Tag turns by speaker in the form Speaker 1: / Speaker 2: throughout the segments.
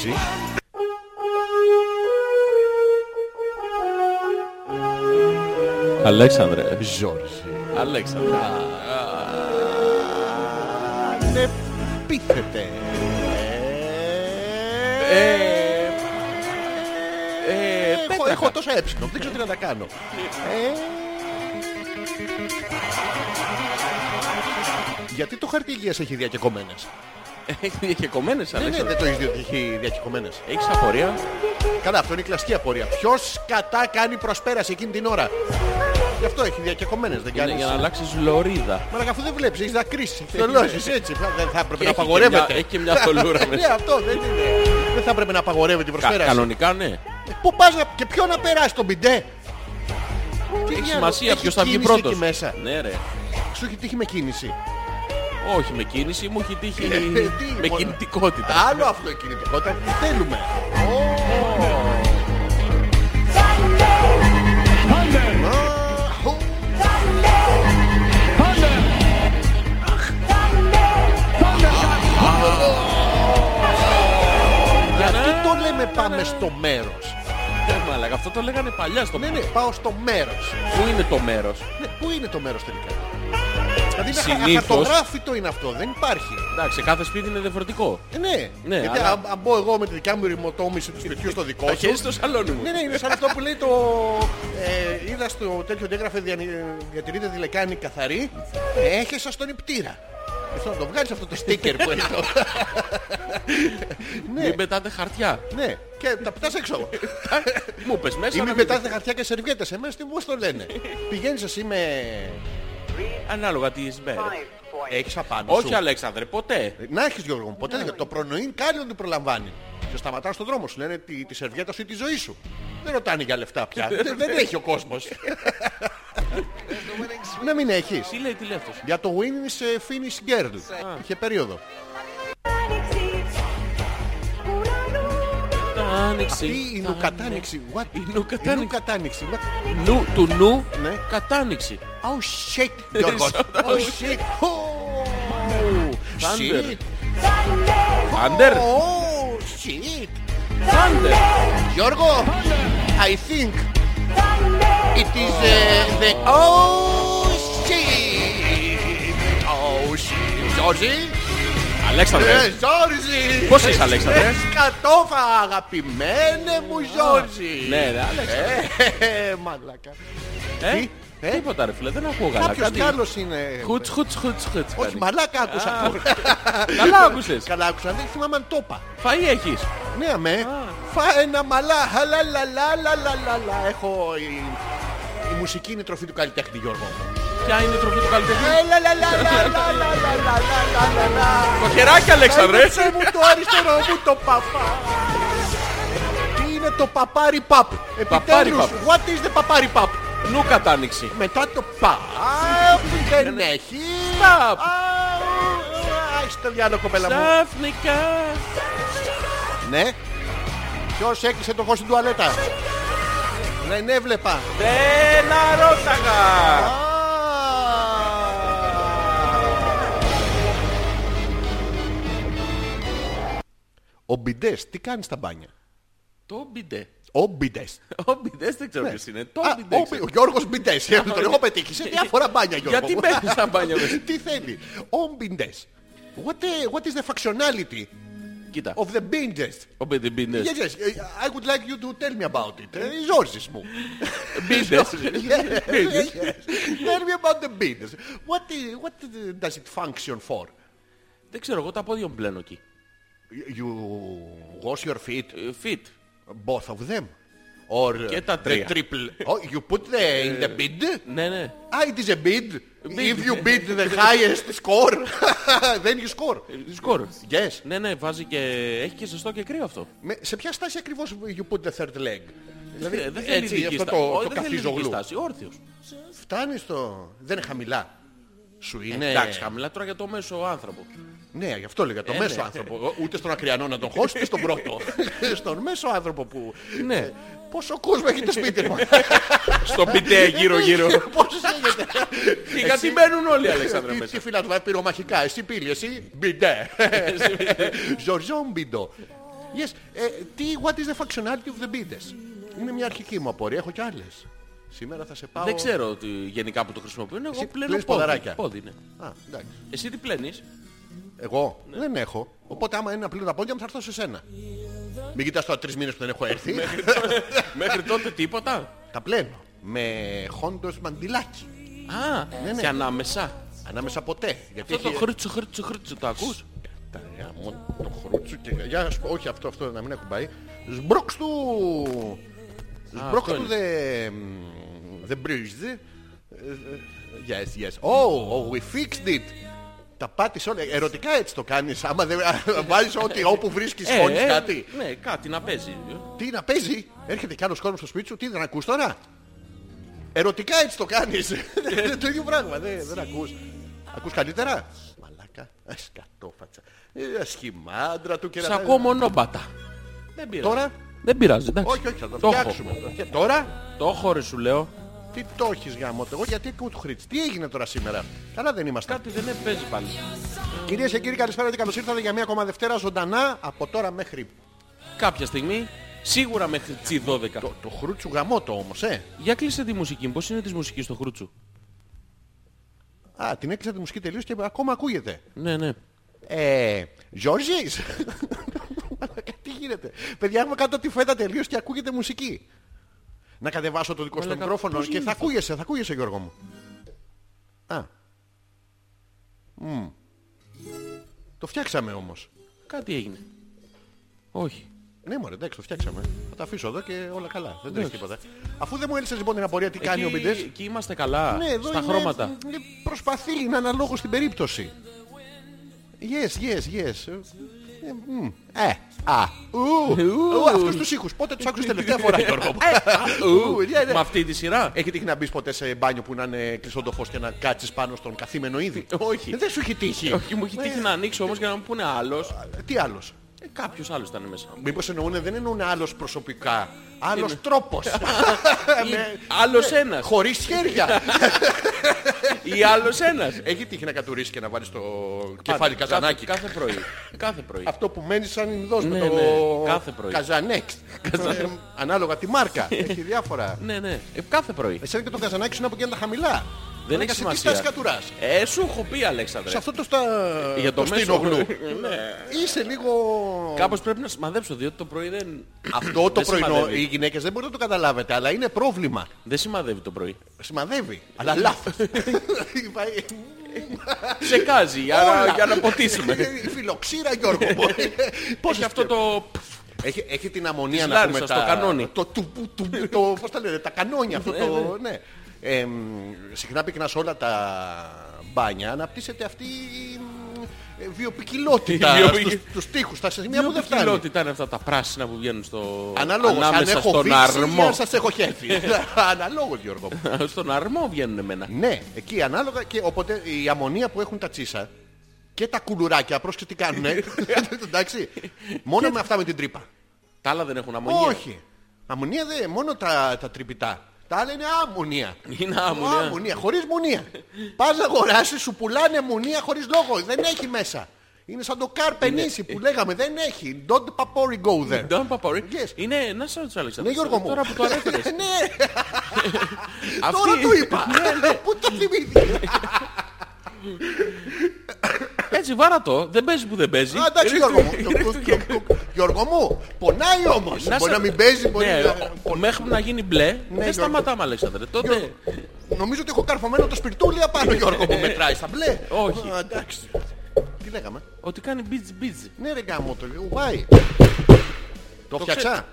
Speaker 1: διασκέδαση.
Speaker 2: Αλέξανδρε.
Speaker 1: Ζόρζι.
Speaker 2: Αλέξανδρε.
Speaker 1: Ναι, Ανεπίθετε.
Speaker 2: Ε,
Speaker 1: Ε, έχω,
Speaker 2: πέτραχα.
Speaker 1: έχω τόσα έψινο, δεν ξέρω τι να τα κάνω. Ε, γιατί το χαρτί υγείας έχει διακεκομένες.
Speaker 2: Έχεις διακεκομένες,
Speaker 1: Ναι, ναι,
Speaker 2: Αλέξανδρε.
Speaker 1: δεν το έχεις δει ότι έχει διακεκομένες.
Speaker 2: Έχεις απορία.
Speaker 1: Καλά, αυτό είναι η κλασική απορία. Ποιος κατά κάνει προσπέραση εκείνη την ώρα. Γι' αυτό έχει διακεκομένες, δεν
Speaker 2: Είναι
Speaker 1: κάνεις.
Speaker 2: για να αλλάξεις λωρίδα.
Speaker 1: Μαλάκα αφού δεν βλέπεις, έχεις δακρύσεις, έχεις θολώσεις έτσι. Δεν θα έπρεπε
Speaker 2: Και
Speaker 1: να
Speaker 2: έχει και
Speaker 1: απαγορεύεται.
Speaker 2: μια- έχει και μια θολούρα
Speaker 1: Ναι,
Speaker 2: μέσα.
Speaker 1: αυτό δεν είναι. Δεν θα έπρεπε να απαγορεύεται η
Speaker 2: Κα-
Speaker 1: προσπέραση.
Speaker 2: Κανονικά ναι.
Speaker 1: Πού πας να... και ποιο να περάσει τον μπιντέ. Τι
Speaker 2: Έχει
Speaker 1: διάλογο,
Speaker 2: σημασία
Speaker 1: έχει
Speaker 2: ποιος θα βγει
Speaker 1: κίνηση
Speaker 2: πρώτος.
Speaker 1: εκεί μέσα.
Speaker 2: Ναι ρε.
Speaker 1: Σου έχει τύχει με κίνηση.
Speaker 2: Όχι με κίνηση, μου έχει τύχει
Speaker 1: Ε, τι,
Speaker 2: με
Speaker 1: μόνο-
Speaker 2: κινητικότητα.
Speaker 1: Άλλο αυτό η κινητικότητα. Τι θέλουμε. Α, ου. Γιατί το λέμε πάμε στο μέρος.
Speaker 2: Ε, μαλάκα, αυτό το λέγανε παλιά στο
Speaker 1: Ναι, ναι, πάω στο μέρος.
Speaker 2: Πού είναι το μέρος.
Speaker 1: Ναι, πού είναι το μέρος τελικά. Δηλαδή είναι
Speaker 2: Συνήθως-
Speaker 1: χαρτογράφητο είναι αυτό, δεν υπάρχει.
Speaker 2: Εντάξει, κάθε σπίτι είναι διαφορετικό.
Speaker 1: Ε, Ναι,
Speaker 2: Ναι,
Speaker 1: γιατί
Speaker 2: αλλά-
Speaker 1: αν- αν μπω εγώ με τη δικιά μου ρημοτόμηση του σπιτιού στο δικό
Speaker 2: Τα
Speaker 1: σου,
Speaker 2: χέρια στο σαλόνι μου.
Speaker 1: Ναι, ναι, είναι σαν αυτό που λέει το. Ε, είδα στο τέτοιο ότι έγραφε δια, διατηρείται τη λεκάνη καθαρή. Έχεσα στον υπτήρα. Θέλω να το βγάλεις αυτό το sticker που είναι εδώ. ναι,
Speaker 2: Μην πετάτε χαρτιά.
Speaker 1: ναι. Και τα πετάς έξω.
Speaker 2: Μου πες μέσα.
Speaker 1: Ή
Speaker 2: να
Speaker 1: μην
Speaker 2: μην-
Speaker 1: πετάς τα χαρτιά και σερβιέτες. Εμένα τι πώς το λένε. Πηγαίνεις εσύ με...
Speaker 2: Ανάλογα τις μέρες.
Speaker 1: Έχεις απάνω
Speaker 2: Όχι Ναι,
Speaker 1: σου.
Speaker 2: Αλέξανδρε, ποτέ.
Speaker 1: Να έχεις Γιώργο μου. Ποτέ δεν... Το προνοήν κάποιον δεν προλαμβάνει. Και σταματάνε στον δρόμο σου. Λένε τη, τη σερβιέτα σου ή τη ζωή σου. Δεν ρωτάνε για λεφτά πια. δεν, δεν έχει ο κόσμος. να μην έχεις.
Speaker 2: Τι λέει, τι λέει αυτός.
Speaker 1: Για το Winning σε Finnish Girl. Είχε περίοδο.
Speaker 2: Άνοιξη.
Speaker 1: Τι η νουκατάνοιξη. What?
Speaker 2: Η νουκατάνοιξη.
Speaker 1: Η νουκατάνοιξη. What?
Speaker 2: Νου, του νου
Speaker 1: Ναι.
Speaker 2: κατάνοιξη.
Speaker 1: Oh shit, Γιώργος.
Speaker 2: Sorry.
Speaker 1: Oh shit. Oh,
Speaker 2: Thunder.
Speaker 1: Shit.
Speaker 2: Άντερ.
Speaker 1: Oh shit.
Speaker 2: Άντερ.
Speaker 1: Γιώργο, I think it is uh, the oh shit. Oh shit. Georgie. Ε,
Speaker 2: Αλέξανδρε.
Speaker 1: Ζόρζι!
Speaker 2: Ναι. Πώς είσαι, Αλέξανδρε?
Speaker 1: Ε, Σκατόφα, αγαπημένε μου Ζόρζι!
Speaker 2: Ναι, ρε, Αλέξανδρε.
Speaker 1: Ε, ε, Μαλάκα.
Speaker 2: Ε,
Speaker 1: τι, ε?
Speaker 2: Τίποτα ρε φίλε, δεν ακούω καλά.
Speaker 1: Κάποιος
Speaker 2: Κάτι-
Speaker 1: κι άλλος είναι...
Speaker 2: Χουτς, χουτς, χουτς, χουτς.
Speaker 1: Όχι,
Speaker 2: κάνει.
Speaker 1: μαλάκα άκουσα.
Speaker 2: δηλαδή. Καλά άκουσες.
Speaker 1: Καλά άκουσα, δεν θυμάμαι αν το είπα.
Speaker 2: Φαΐ έχεις.
Speaker 1: Ναι, αμέ. Φά ένα μαλά, χαλαλαλαλαλαλαλα. Έχω... Η, η μουσική είναι η τροφή του καλλιτέχνη, Γιώργο.
Speaker 2: Ποια είναι η τροφή του καλλιτέχνη.
Speaker 1: Λαλαλαλαλαλαλαλαλαλα.
Speaker 2: Το χεράκι Αλέξανδρε.
Speaker 1: Άνοιξε μου το αριστερό μου το παπά. Τι είναι το παπάρι παπ.
Speaker 2: Παπάρι
Speaker 1: Επιτέλους,
Speaker 2: παπ.
Speaker 1: what is the παπάρι παπ.
Speaker 2: Νου κατάνοιξη.
Speaker 1: Μετά το παπ δεν έχει.
Speaker 2: Παπ.
Speaker 1: Α, Έχεις το διάλογο κοπέλα μου.
Speaker 2: Ξαφνικά.
Speaker 1: Ναι. Ποιος έκλεισε το φως στην τουαλέτα. Δεν έβλεπα.
Speaker 2: Έλα ρώταγα.
Speaker 1: Α. Ο Μπιντές, τι κάνει στα μπάνια.
Speaker 2: Το μπιντε.
Speaker 1: Ο Μπιντές.
Speaker 2: Ο μπιντε δεν ξέρω ποιος είναι. Το
Speaker 1: Α,
Speaker 2: μπιντε.
Speaker 1: ο- Ο Γιώργος Μπιντές. Ε, Τον έχω πετύχει σε διάφορα μπάνια, Γιώργο.
Speaker 2: ναι. Γιατί
Speaker 1: μου.
Speaker 2: μπαίνεις στα μπάνια μέσα.
Speaker 1: Τι θέλει. Ο Μπιντές. What, eh, what is the functionality
Speaker 2: Κοίτα.
Speaker 1: of the Bindes?
Speaker 2: Ο μπιντε.
Speaker 1: Yes, yes. eh, I would like you to tell me about it. Eh, Ζόρζης μου.
Speaker 2: Μπιντε.
Speaker 1: Yes, yes. Tell me about the Bindes. What, eh, what does it function for?
Speaker 2: Δεν ξέρω, εγώ τα πόδια μου μπλένω εκεί.
Speaker 1: You wash your feet,
Speaker 2: Ε, Fit.
Speaker 1: both of them. Or eh,
Speaker 2: Και τα
Speaker 1: the
Speaker 2: τρία.
Speaker 1: triple. Oh, you put the in the bid?
Speaker 2: Ναι, ναι.
Speaker 1: Ah, it is a bid.
Speaker 2: Bid. ναι.
Speaker 1: If you bid the highest score, then you score.
Speaker 2: Ε, Σκορ.
Speaker 1: Yes.
Speaker 2: Ναι, ναι, βάζει και. Έχει και ζεστό και κρύο αυτό.
Speaker 1: Με- σε ποια στάση ακριβώς you put the third leg. Δηλαδή,
Speaker 2: Ε, δεν θέλει
Speaker 1: έτσι,
Speaker 2: ειδική
Speaker 1: αυτό
Speaker 2: στάση.
Speaker 1: το,
Speaker 2: Όχι,
Speaker 1: το
Speaker 2: δεν θέλει ειδική
Speaker 1: καθίζογλου.
Speaker 2: στάση. Όρθιος.
Speaker 1: Φτάνει στο... Δεν είναι χαμηλά. Σου είναι...
Speaker 2: Ε, Εντάξει, χαμηλά τώρα για το μέσο άνθρωπο.
Speaker 1: Ναι, γι' αυτό λέγα, το
Speaker 2: Ε,
Speaker 1: μέσο
Speaker 2: ναι.
Speaker 1: άνθρωπο. Ούτε στον ακριανό να τον χώσει, ούτε στον πρώτο. στον μέσο άνθρωπο που...
Speaker 2: Ναι.
Speaker 1: Ε, Πόσο κόσμο έχετε σπίτι μου.
Speaker 2: Στο πιτέ γύρω-γύρω.
Speaker 1: Ε, Πώς λέγεται.
Speaker 2: Και γιατί μπαίνουν όλοι, Αλέξανδρε,
Speaker 1: Τι-
Speaker 2: μέσα.
Speaker 1: Τι φύλλα του βάζει πυρομαχικά, εσύ πύλη, εσύ μπιντέ. Ζορζόν μπιντό. Yes, ε, τι, what is the functionality of the beaters. Είναι μια αρχική μου απορία, έχω κι άλλες. Σήμερα θα σε πάω...
Speaker 2: Δεν ξέρω ότι γενικά που το χρησιμοποιούν. Εγώ
Speaker 1: Εσύ
Speaker 2: πλένω
Speaker 1: πλένεις ποδαράκια.
Speaker 2: πόδι. πόδι ναι.
Speaker 1: Α, εντάξει.
Speaker 2: Εσύ τι πλένεις.
Speaker 1: Εγώ δεν έχω. Οπότε άμα είναι να πλύνω τα πόδια μου θα έρθω σε σένα. Μην κοιτάς τώρα τρεις μήνες που δεν έχω έρθει.
Speaker 2: Μέχρι τότε τίποτα.
Speaker 1: τα πλένω. Με χόντος μαντιλάκι.
Speaker 2: Α,
Speaker 1: ναι.
Speaker 2: και ανάμεσα.
Speaker 1: Ανάμεσα ποτέ. Γιατί
Speaker 2: Αυτό το
Speaker 1: έχει...
Speaker 2: χρύτσο, χρύτσο, χρύτσο, το ακούς.
Speaker 1: Τα γαμώ το χρούτσου και για όχι αυτό, αυτό να μην έχω πάει. Σμπρόξ του! Σμπρόξ
Speaker 2: αυτό
Speaker 1: του
Speaker 2: είναι.
Speaker 1: the, the bridge. Yes, yes. Oh, oh, we fixed it. Τα πάτης όλα. Ερωτικά έτσι το κάνεις. Άμα δεν βάζεις ό,τι όπου βρίσκεις χώνεις κάτι.
Speaker 2: Ε, Ναι, κάτι να παίζει.
Speaker 1: Τι να παίζει. Έρχεται κι άλλος κόσμος στο σπίτι σου. Τι δεν ακούς τώρα. Ερωτικά έτσι το κάνεις.
Speaker 2: Ε.
Speaker 1: Δεν- το ίδιο πράγμα. Δεν, δεν ακούς. Ακούς καλύτερα. Μαλάκα. Σκατόφατσα. Ε, Σχημάντρα του
Speaker 2: Σ'
Speaker 1: κερατά.
Speaker 2: ακούω μονόπατα. Δεν πειράζει.
Speaker 1: Τώρα.
Speaker 2: Δεν πειράζει, εντάξει.
Speaker 1: Όχι, όχι, θα το,
Speaker 2: Το έχω.
Speaker 1: φτιάξουμε. Και τώρα.
Speaker 2: Το έχω ρε, σου λέω.
Speaker 1: Τι το έχεις γάμο. Εγώ γιατί ακούω του χρήτη. Τι έγινε τώρα σήμερα. Καλά δεν είμαστε.
Speaker 2: Κάτι δεν είναι, παίζει πάλι.
Speaker 1: Κυρίες και κύριοι καλησπέρα και καλώς ήρθατε για μία ακόμα Δευτέρα ζωντανά από τώρα μέχρι
Speaker 2: Κάποια στιγμή, σίγουρα μέχρι τσι 12.
Speaker 1: το, το χρούτσου γαμότο όμως ε.
Speaker 2: Για κλείσε τη μουσική μου. Πώς είναι της μουσικής στο χρούτσου.
Speaker 1: Α, την έκλεισα τη μουσική τελείως και ακόμα ακούγεται.
Speaker 2: Ναι, ναι.
Speaker 1: Ε, Γιώργης. Τι γίνεται. Παιδιά, έχουμε κάτω τη φέτα τελείως και ακούγεται μουσική. Να κατεβάσω το δικό σου το
Speaker 2: Μαλάκα,
Speaker 1: μικρόφωνο
Speaker 2: πώς
Speaker 1: και
Speaker 2: γίνεται
Speaker 1: θα ακούγεσαι, θα ακούγεσαι Γιώργο μου. Α. Μμμ. Το φτιάξαμε όμως.
Speaker 2: Κάτι έγινε. Όχι.
Speaker 1: Ναι, μωρέ, εντάξει, το φτιάξαμε. Θα τα αφήσω εδώ και όλα καλά. Δεν τρέχει τίποτα. Αφού δεν μου έλυσες λοιπόν την απορία τι κάνει ο
Speaker 2: εκεί,
Speaker 1: Μπιντές.
Speaker 2: εκεί είμαστε καλά.
Speaker 1: Ναι, εδώ
Speaker 2: στα
Speaker 1: είναι-
Speaker 2: χρώματα.
Speaker 1: ε, Προσπαθεί να αναλόγως στην περίπτωση. Yes, yes, yes. Ε, ε, μ, Ε, α, ου, ου, αυτούς τους ήχους. Πότε τους άκουσες τελευταία φορά, Γιώργο μου.
Speaker 2: Ε,
Speaker 1: Ου, ναι, ναι.
Speaker 2: Με αυτή τη σειρά. Ε,
Speaker 1: Έχει τύχει να μπεις ποτέ σε μπάνιο που να είναι κλειστό το φως και να κάτσεις πάνω στον καθήμενο ήδη.
Speaker 2: Όχι.
Speaker 1: Ε, Δεν σου έχει τύχει. Ε,
Speaker 2: Όχι, μου έχει τύχει να ανοίξω όμως για να μου πούνε άλλος.
Speaker 1: Τι άλλος.
Speaker 2: Ε, κάποιος άλλος ήταν μέσα.
Speaker 1: Μήπως εννοούνε δεν εννοούν άλλος προσωπικά. Άλλος τρόπος.
Speaker 2: Ή
Speaker 1: Ναι.
Speaker 2: άλλος ένας.
Speaker 1: Χωρίς χέρια.
Speaker 2: Ή άλλος ένας.
Speaker 1: Έχει τύχει να κατουρίσει και να βάλεις το κεφάλι καζανάκι.
Speaker 2: Κάθε, κάθε πρωί. κάθε πρωί.
Speaker 1: Αυτό που μένει σαν Ινδός με
Speaker 2: Ναι,
Speaker 1: το
Speaker 2: ναι, κάθε πρωί.
Speaker 1: Καζανέξ. Ε, Ανάλογα τη μάρκα. Έχει διάφορα.
Speaker 2: ναι, ναι. Ε, κάθε πρωί.
Speaker 1: Εσένα και το καζανάκι σου είναι από εκεί είναι τα χαμηλά.
Speaker 2: Δεν
Speaker 1: Μαλάκα,
Speaker 2: έχει
Speaker 1: σε τι
Speaker 2: σημασία.
Speaker 1: φτάσεις κατουράς.
Speaker 2: Ε, σου έχω πει,
Speaker 1: Σε
Speaker 2: Αλέξανδρε.
Speaker 1: αυτό το στα...
Speaker 2: Για το μέσο.
Speaker 1: στήνογλου. Είσαι λίγο...
Speaker 2: Κάπως πρέπει να σημαδέψω, διότι το πρωί δεν...
Speaker 1: Αυτό το
Speaker 2: Δεν
Speaker 1: πρωινό
Speaker 2: σημαδεύει.
Speaker 1: οι γυναίκες δεν μπορείτε να το καταλάβετε, αλλά είναι πρόβλημα.
Speaker 2: Δεν σημαδεύει το πρωί.
Speaker 1: Σημαδεύει, αλλά
Speaker 2: Ναι.
Speaker 1: λάθος. Πάει-
Speaker 2: Ξεκάζει για, να,
Speaker 1: Όλα.
Speaker 2: για να ποτίσουμε.
Speaker 1: Η φιλοξήρα Γιώργο. μου. Πώς
Speaker 2: Έχει αυτό το...
Speaker 1: Έχει, έχει την αμμονία
Speaker 2: Της
Speaker 1: να πούμε
Speaker 2: Λάρισας,
Speaker 1: τα...
Speaker 2: το κανόνι.
Speaker 1: Το, τουμπου, τουμπου, το, πώς τα λένε, τα κανόνια αυτό το... ναι. Ε, μ, συχνά πυκνά σε όλα τα μπάνια αναπτύσσεται αυτή η μ, ε, βιοπικιλότητα
Speaker 2: Η βιοπικι-
Speaker 1: στους, στους τοίχους, στα σημεία που
Speaker 2: Μια
Speaker 1: δεν φτάνει.
Speaker 2: ποικιλότητα είναι αυτά τα πράσινα που βγαίνουν στο...
Speaker 1: Αναλόγως, αν
Speaker 2: ανάμεσα
Speaker 1: έχω
Speaker 2: στον
Speaker 1: βήξει ή
Speaker 2: αρμό.
Speaker 1: αν σας έχω χέφει. Αναλόγως Γιώργο μου.
Speaker 2: στον αρμό βγαίνουν εμένα.
Speaker 1: Ναι, εκεί ανάλογα και οπότε η αμμονία που έχουν τα τσίσα και τα κουλουράκια, πρόσεξε τι κάνουν. Εντάξει, μόνο με αυτά με την τρύπα.
Speaker 2: Τα άλλα δεν έχουν αμμονία.
Speaker 1: Όχι. Αμμονία δεν, μόνο τα, τα τρυπητά. Τα άλλα είναι αμμονία.
Speaker 2: Είναι αμμονία.
Speaker 1: αμμονία χωρίς μουνία. Πας να αγοράσεις, σου πουλάνε μουνία χωρίς λόγο. Δεν έχει μέσα. Είναι σαν το καρπενήσι που λέγαμε. Δεν έχει. Don't papori go there.
Speaker 2: Ντόν Παπαρή.
Speaker 1: Yes.
Speaker 2: Είναι ένα σαν τους
Speaker 1: Ναι,
Speaker 2: Αλέξανδρες.
Speaker 1: Γιώργο μου.
Speaker 2: Τώρα που το ανέφερες.
Speaker 1: Ναι, ναι. Τώρα το είπα.
Speaker 2: Ναι,
Speaker 1: Πού το θυμήθηκε.
Speaker 2: Έτσι βάρα το. Δεν παίζει που δεν παίζει.
Speaker 1: Α, Εντάξει,
Speaker 2: Ε,
Speaker 1: Γιώργο μου. Γιώργο μου, πονάει όμως.
Speaker 2: σε-
Speaker 1: Μπορεί να μην παίζει, μπορεί
Speaker 2: Ναι,
Speaker 1: να... Ναι,
Speaker 2: ο- Μέχρι να γίνει μπλε,
Speaker 1: Γιώργο.
Speaker 2: δεν σταματάμε, Αλέξανδρε. Τότε
Speaker 1: Νομίζω ότι έχω καρφωμένο το σπιρτούλι απάνω, Γιώργο μου. Μετράει στα μπλε.
Speaker 2: Όχι.
Speaker 1: Α, Εντάξει. Τι λέγαμε.
Speaker 2: ότι κάνει μπιτζ μπιτζ.
Speaker 1: Ναι, ρε γάμο το λίγο. Why? Το φτιάξα.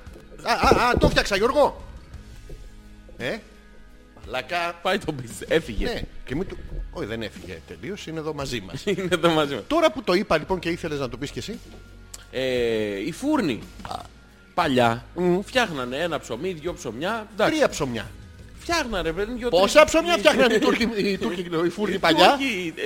Speaker 1: Α, α, α, το φτιάξα, Γιώργο. Ε, μαλακά.
Speaker 2: Πάει το μπιτζ. Έφυγε.
Speaker 1: Ναι, και μην του... Όχι, δεν έφυγε τελείως, είναι εδώ μαζί μας.
Speaker 2: Είναι εδώ μαζί μας.
Speaker 1: Τώρα που το είπα λοιπόν και ήθελες να το πεις και εσύ.
Speaker 2: Ε, οι φούρνοι παλιά φτιάχνανε ένα ψωμί, δυο ψωμιά. Εντάξει,
Speaker 1: Τρία ψωμιά.
Speaker 2: Φτιάχνανε, παιδί δυο,
Speaker 1: Πόσα ψωμιά φτιάχναν οι Τούρκοι, οι Τούρκοι, οι Φούρνοι παλιά.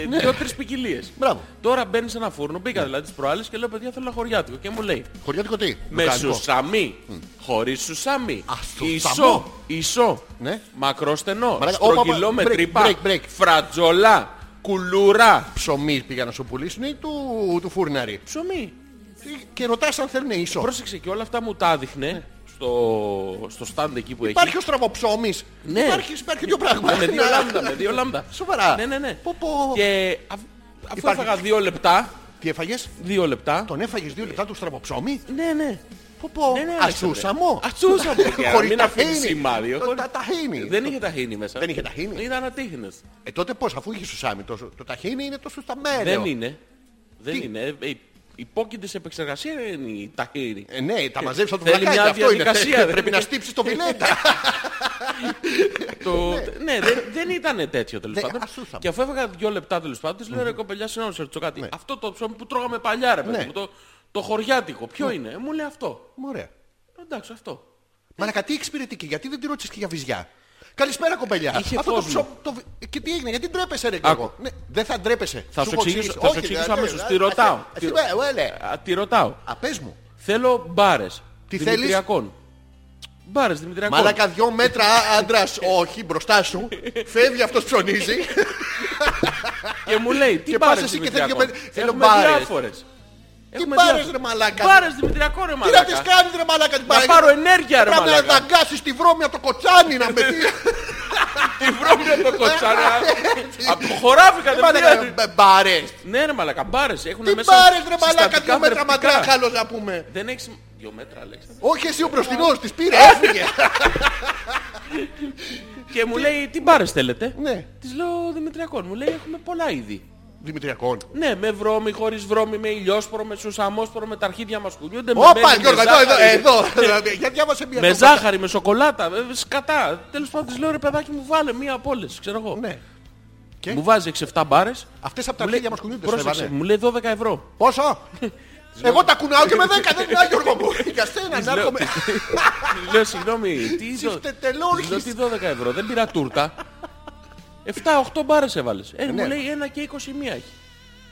Speaker 1: Ναι.
Speaker 2: Δυο-τρει ποικιλίε.
Speaker 1: Μπράβο.
Speaker 2: ε,
Speaker 1: Ναι.
Speaker 2: Τώρα μπαίνει σε ένα φούρνο, μπήκα δηλαδή τις προάλλες και λέω παιδιά θέλω ένα χωριάτικο. Και μου λέει
Speaker 1: Χωριάτικο τι.
Speaker 2: με
Speaker 1: λουκάνικο.
Speaker 2: σουσαμί, χωρίς σουσαμί.
Speaker 1: Α, σουσαμό.
Speaker 2: Ισό, ισό.
Speaker 1: Ναι.
Speaker 2: Μακρό στενό.
Speaker 1: Μαλάκα, όπα,
Speaker 2: Στρογγυλό
Speaker 1: όπα,
Speaker 2: με
Speaker 1: break,
Speaker 2: τρύπα.
Speaker 1: break, break.
Speaker 2: Φρατζολά. Κουλούρα.
Speaker 1: Ψωμί πήγαν να σου πουλήσουν ή του, του φούρναρι.
Speaker 2: Ψωμί.
Speaker 1: και ρωτάς αν θέλουν ίσο.
Speaker 2: Πρόσεξε και όλα αυτά μου τα έδειχνε στο, στο stand εκεί που έχει.
Speaker 1: Ναι. Υπάρχει ο στραβοψώμης.
Speaker 2: Ναι.
Speaker 1: Υπάρχει, υπάρχει δύο πράγματα.
Speaker 2: Ναι, με δύο λάμδα, με δύο λάμδα.
Speaker 1: Σοβαρά.
Speaker 2: Ναι, ναι, ναι.
Speaker 1: Πω, πω.
Speaker 2: Και α- αφού
Speaker 1: Υπάρχει-
Speaker 2: έφαγα δύο λεπτά,
Speaker 1: Τι έφαγες.
Speaker 2: δύο λεπτά.
Speaker 1: Τον έφαγες δύο λεπτά του στραβοψώμη.
Speaker 2: Ναι, ναι.
Speaker 1: Πω, πω.
Speaker 2: Ναι, ναι, άρεσε,
Speaker 1: Ατσούσαμο.
Speaker 2: ρε. Ατσούσαμο, και να
Speaker 1: Χωρίς
Speaker 2: μην
Speaker 1: τα
Speaker 2: αφήνεις
Speaker 1: χίνι.
Speaker 2: σημάδι,
Speaker 1: Το-
Speaker 2: χωρίς-
Speaker 1: Τα ταχίνι.
Speaker 2: Δεν είχε ταχύνη μέσα.
Speaker 1: Ε, Δεν είχε ταχίνι.
Speaker 2: Ήταν ατύχνες.
Speaker 1: Ε, τότε πώς, αφού είχε σουσάμι, το, το ταχίνι είναι το σουσταμέρο.
Speaker 2: Δεν είναι. Δεν
Speaker 1: Ε, Τι?
Speaker 2: είναι. Ε, Υπόκειται σε επεξεργασία είναι η ταχύνη.
Speaker 1: Ε, ναι, τα μαζεύεις από το
Speaker 2: Θέλει
Speaker 1: βλακάκι,
Speaker 2: μια
Speaker 1: αυτό είναι.
Speaker 2: διαδικασία,
Speaker 1: Πρέπει,
Speaker 2: δεν
Speaker 1: πρέπει
Speaker 2: είναι.
Speaker 1: να στύψεις το πινέτα.
Speaker 2: Το... ναι, δεν, δεν ήταν τέτοιο τέλος
Speaker 1: Δεν-
Speaker 2: πάντων.
Speaker 1: Ε, Ναι, ασούσαμε.
Speaker 2: Και αφού έφαγα δύο λεπτά τέλος πάντων, της λέω ρε κοπελιά, συγγνώμη, σε ρωτήσω κάτι. Αυτό το ψωμί που τρώγαμε παλιά, ρε παιδί
Speaker 1: Ναι.
Speaker 2: μου, το, το χωριάτικο, ποιο είναι. Ε, Μου λέει αυτό. Ε,
Speaker 1: Ωραία.
Speaker 2: Εντάξει, αυτό.
Speaker 1: Μαλακα, τι εξυπηρετική, γιατί δεν τη ρώτησες και για βυζιά. Καλησπέρα κοπελιά.
Speaker 2: Είχε
Speaker 1: Αυτό το
Speaker 2: φως
Speaker 1: ψωμί. Το... βυ- Και τι έγινε, γιατί ντρέπεσαι, ρε
Speaker 2: Άκου.
Speaker 1: Γιώργο. Ναι, δεν θα ντρέπεσαι.
Speaker 2: Θα σου
Speaker 1: πω
Speaker 2: εξηγήσω-
Speaker 1: εξής.
Speaker 2: θα σου
Speaker 1: Όχι,
Speaker 2: εξηγήσω
Speaker 1: δηλαδή,
Speaker 2: αμέσως.
Speaker 1: α-
Speaker 2: Τι
Speaker 1: α-
Speaker 2: ρωτάω.
Speaker 1: α-
Speaker 2: Τι-
Speaker 1: ε, Ωελε,
Speaker 2: Α, τη ρωτάω.
Speaker 1: απές
Speaker 2: Ε,
Speaker 1: μου.
Speaker 2: λοιπόν. Θέλω μπάρες.
Speaker 1: Τι θέλεις?
Speaker 2: Δημητριακών. Μπάρες Δημητριακών.
Speaker 1: Μαλάκα δυο μέτρα άντρας, όχι, μπροστά σου. Φεύγει αυτός ψωνίζει.
Speaker 2: Και μου λέει, τι
Speaker 1: Και
Speaker 2: μπάρες
Speaker 1: πας εσύ και
Speaker 2: Δημητριακών?
Speaker 1: θέλεις και με- θέλω
Speaker 2: Έχουμε
Speaker 1: μπάρες.
Speaker 2: διάφορες.
Speaker 1: Τι
Speaker 2: Έχουμε
Speaker 1: πάρε,
Speaker 2: διάφορες.
Speaker 1: ρε Μαλάκα.
Speaker 2: Μπάρες Δημητριακών, ρε
Speaker 1: Τι να τις
Speaker 2: μαλάκα.
Speaker 1: κάνεις ρε μαλάκα την
Speaker 2: Να
Speaker 1: Παναγία.
Speaker 2: πάρω ενέργεια, ρε
Speaker 1: Πρέπει να
Speaker 2: μαλάκα.
Speaker 1: δαγκάσεις τη βρώμη από το κοτσάνι να με τι.
Speaker 2: Τη βρώμη το
Speaker 1: Ε,
Speaker 2: Ε, κοτσάρα. Από το χωράφι κατευθείαν.
Speaker 1: Μαλάκα, Μπάρες.
Speaker 2: Ναι, ρε μαλακά, μπάρες. Έχουν
Speaker 1: Ε, Τι
Speaker 2: μέσα.
Speaker 1: μπάρες ρε μαλάκα
Speaker 2: συστατικά
Speaker 1: δύο μέτρα
Speaker 2: θρεπτικά.
Speaker 1: μακρά χάλος να πούμε.
Speaker 2: Δεν έχεις. Δύο μέτρα, Αλέξανδρο.
Speaker 1: Όχι εσύ ο μπροστινός, της πήρε, έφυγε.
Speaker 2: Και μου λέει, τι μπάρες θέλετε.
Speaker 1: Ναι.
Speaker 2: Της λέω Δημητριακών. Μου λέει, έχουμε πολλά είδη.
Speaker 1: Δημητριακών.
Speaker 2: Ναι, με βρώμη, χωρίς βρώμη, με ηλιόσπορο, με σουσαμόσπορο, με τα αρχίδια μας κουνιούνται. με
Speaker 1: Όπα
Speaker 2: μέλι, με
Speaker 1: Γιώργο, εδώ, εδώ,
Speaker 2: ζάχαρη,
Speaker 1: εδώ. Για διάβασε μια.
Speaker 2: Με
Speaker 1: το-
Speaker 2: ζάχαρη, με σοκολάτα, ε, σκατά. Τέλος πάντων, της λέω ρε παιδάκι μου, βάλε μία από όλες. Ξέρω εγώ.
Speaker 1: Ναι. Και?
Speaker 2: Μου βάζει 6-7 μπάρες.
Speaker 1: Αυτές από τα αρχίδια μας κουνιούνται. σε
Speaker 2: Πρόσεξε,
Speaker 1: έβαλε.
Speaker 2: μου λέει 12 ευρώ.
Speaker 1: Πόσο. Εγώ τα κουνάω και με δέκα, δεν είναι Γιώργο μου. Για σένα να έρχομαι.
Speaker 2: Της λέω συγγνώμη, τι
Speaker 1: Στις
Speaker 2: είδο-
Speaker 1: τετελόρχες.
Speaker 2: Της λέω, τι 12 ευρώ, δεν πήρα τούρτα. 7-8 μπάρες έβαλες. Ε,
Speaker 1: Ναι.
Speaker 2: μου λέει 1 και 20 μία έχει.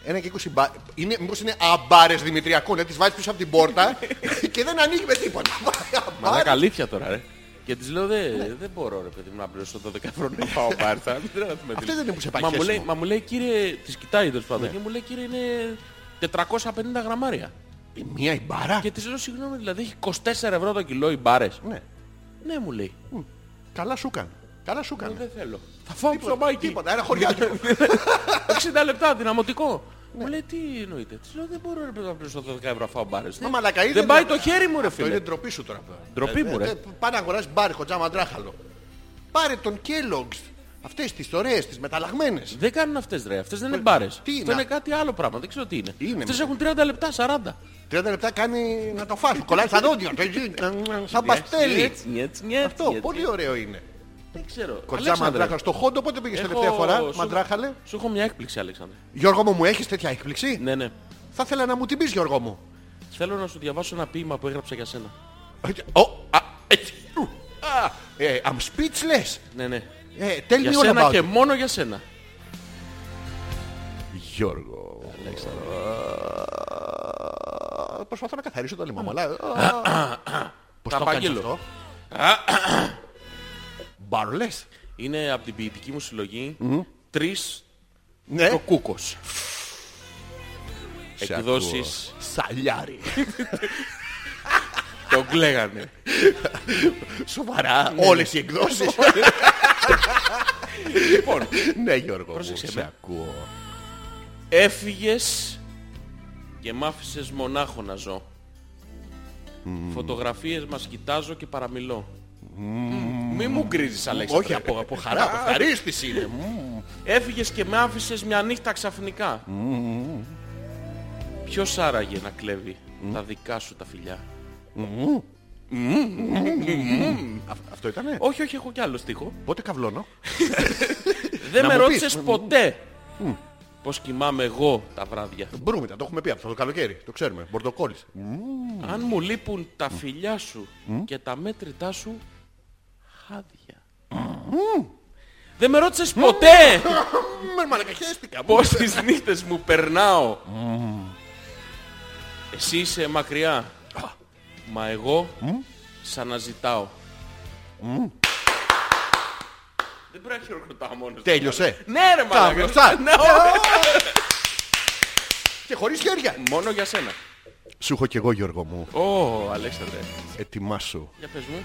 Speaker 1: Ένα και είκοσι μπα... είναι, μήπως είναι αμπάρες Δημητριακών, να τις βάζεις πίσω από την πόρτα και δεν ανοίγει με τίποτα.
Speaker 2: Μα
Speaker 1: Αμπάρες.
Speaker 2: αλήθεια τώρα, ρε. Και της λέω, «Δε-
Speaker 1: Ναι.
Speaker 2: δεν μπορώ ρε παιδί μου να πληρώσω 12 ευρώ να πάω μπάρ. Θα μην τρελαθούμε, της λέω.
Speaker 1: δεν είναι που σε
Speaker 2: Μα μου
Speaker 1: παχέσιμο. Ναι.
Speaker 2: λέει- Μα μου λέει κύριε, της κοιτάει τέλος πάντων και μου λέει κύριε είναι 450 γραμμάρια.
Speaker 1: Ε, Μία η μπάρα.
Speaker 2: Και της λέω συγγνώμη δηλαδή έχει 24 ευρώ το κιλό οι μπάρες.
Speaker 1: Ναι.
Speaker 2: Ναι μου λέει.
Speaker 1: Μμ. Καλά σου έκανε. Καλά σου έκανε.
Speaker 2: Δεν θέλω. Θα φάω ψωμάκι.
Speaker 1: Τίποτα, ένα χωριάτικο.
Speaker 2: 60 λεπτά δυναμωτικό.
Speaker 1: Ναι.
Speaker 2: Μου λέει τι εννοείται. Της λέω δεν μπορώ ρε παιδί, να πληρώσω 12 ευρώ φάω μπάρες.
Speaker 1: Μα μαλακά,
Speaker 2: Δεν
Speaker 1: είναι-
Speaker 2: πάει το χέρι μου ρε
Speaker 1: Το Ε, είναι
Speaker 2: φίλε.
Speaker 1: ντροπή σου τώρα.
Speaker 2: Ντροπή μου, ρε.
Speaker 1: Πάνε να αγοράσεις μπάρι χοντζάμα τράχαλο. Πάρε τον Kellogg's. Αυτές τις ωραίες, τις μεταλλαγμένες.
Speaker 2: Δεν κάνουν αυτές ρε. Αυτές δεν είναι μπάρες.
Speaker 1: Ε, Τι είναι,
Speaker 2: Αυτό είναι
Speaker 1: α?
Speaker 2: κάτι άλλο πράγμα. Δεν ξέρω τι είναι.
Speaker 1: Είναι,
Speaker 2: Αυτές
Speaker 1: μωρέ.
Speaker 2: έχουν 30 λεπτά, 40.
Speaker 1: 30 λεπτά κάνει να το φας. Κολλάει στα δόντια. το ζει, Σαν παστέλι.
Speaker 2: Έτσι, έτσι, έτσι.
Speaker 1: Αυτό πολύ ωραίο είναι.
Speaker 2: Δεν ξέρω.
Speaker 1: Κοντζά
Speaker 2: Αλέξανδρε,
Speaker 1: μαντράχαλο. Στο χόντο πότε πήγες
Speaker 2: έχω-
Speaker 1: τελευταία φορά.
Speaker 2: σου-
Speaker 1: Μαντράχαλε.
Speaker 2: Σου έχω μια έκπληξη, Αλέξανδρε.
Speaker 1: Γιώργο μου, μου έχεις τέτοια έκπληξη.
Speaker 2: Ναι, ναι.
Speaker 1: Θα ήθελα να μου την πεις Γιώργο μου.
Speaker 2: Θέλω να σου διαβάσω ένα ποίημα που έγραψα για σένα.
Speaker 1: Ω, α, έτσι. Ου, α, ε, I'm speechless.
Speaker 2: Ναι, ναι.
Speaker 1: Ε, Tell
Speaker 2: Για
Speaker 1: me all
Speaker 2: σένα
Speaker 1: about
Speaker 2: και
Speaker 1: it.
Speaker 2: μόνο για σένα.
Speaker 1: Γιώργο. Α, Προσπαθώ να καθαρίσω το λαιμό μου, αλλά... α, Πώς
Speaker 2: Τα
Speaker 1: το κάνεις
Speaker 2: απαγγείλω.
Speaker 1: αυτό. Μπαρλές.
Speaker 2: Είναι από την ποιητική μου συλλογή. Τρεις
Speaker 1: Ναι.
Speaker 2: το κούκος.
Speaker 1: Σε
Speaker 2: Εκδόσεις
Speaker 1: ακούω. Σαλιάρι.
Speaker 2: τον κλαίγανε.
Speaker 1: Σοβαρά. Όλες οι εκδόσεις.
Speaker 2: λοιπόν,
Speaker 1: Ναι Γιώργο μου,
Speaker 2: Πρόσεξε
Speaker 1: σε
Speaker 2: με.
Speaker 1: ακούω.
Speaker 2: έφυγες και μ' άφησες μονάχο να ζω. Φωτογραφίες μας κοιτάζω και παραμιλώ. Μη μου γκρίζεις Αλέξανδρε.
Speaker 1: Όχι, από, από χαρά, από ευχαρίστηση είναι.
Speaker 2: Έφυγες και με άφησες μια νύχτα ξαφνικά. Ποιος άραγε να κλέβει τα δικά σου τα φιλιά.
Speaker 1: Αυ- Αυτό ήτανε.
Speaker 2: Όχι, όχι, έχω κι άλλο στίχο.
Speaker 1: Πότε καβλώνω.
Speaker 2: Δεν με
Speaker 1: μου πεις.
Speaker 2: ρώτησες ποτέ πώς κοιμάμαι εγώ τα βράδια.
Speaker 1: Μπρούμητα, το έχουμε πει από το καλοκαίρι. Το ξέρουμε. Μπορντοκόλλης.
Speaker 2: Αν μου λείπουν τα φιλιά σου και τα μέτρητά σου, χάδια. Δεν με ρώτησες ποτέ
Speaker 1: Μερ μαλακα, χαίστηκα.
Speaker 2: πώς τις νύχτες μου περνάω. Εσύ είσαι μακριά, μα εγώ σ' αναζητάω. Δεν πρέπει να χειροκροτάω μόνος.
Speaker 1: Τέλειωσε.
Speaker 2: Ναι ρε
Speaker 1: Καύλο,
Speaker 2: μαλάκα.
Speaker 1: σαν.
Speaker 2: Ναι, ωραία.
Speaker 1: Και χωρίς χέρια.
Speaker 2: Μόνο για σένα.
Speaker 1: Σου έχω κι εγώ Γιώργο μου.
Speaker 2: Ω, Αλέξανδρε.
Speaker 1: Ετοιμάσου.
Speaker 2: Για πες μου.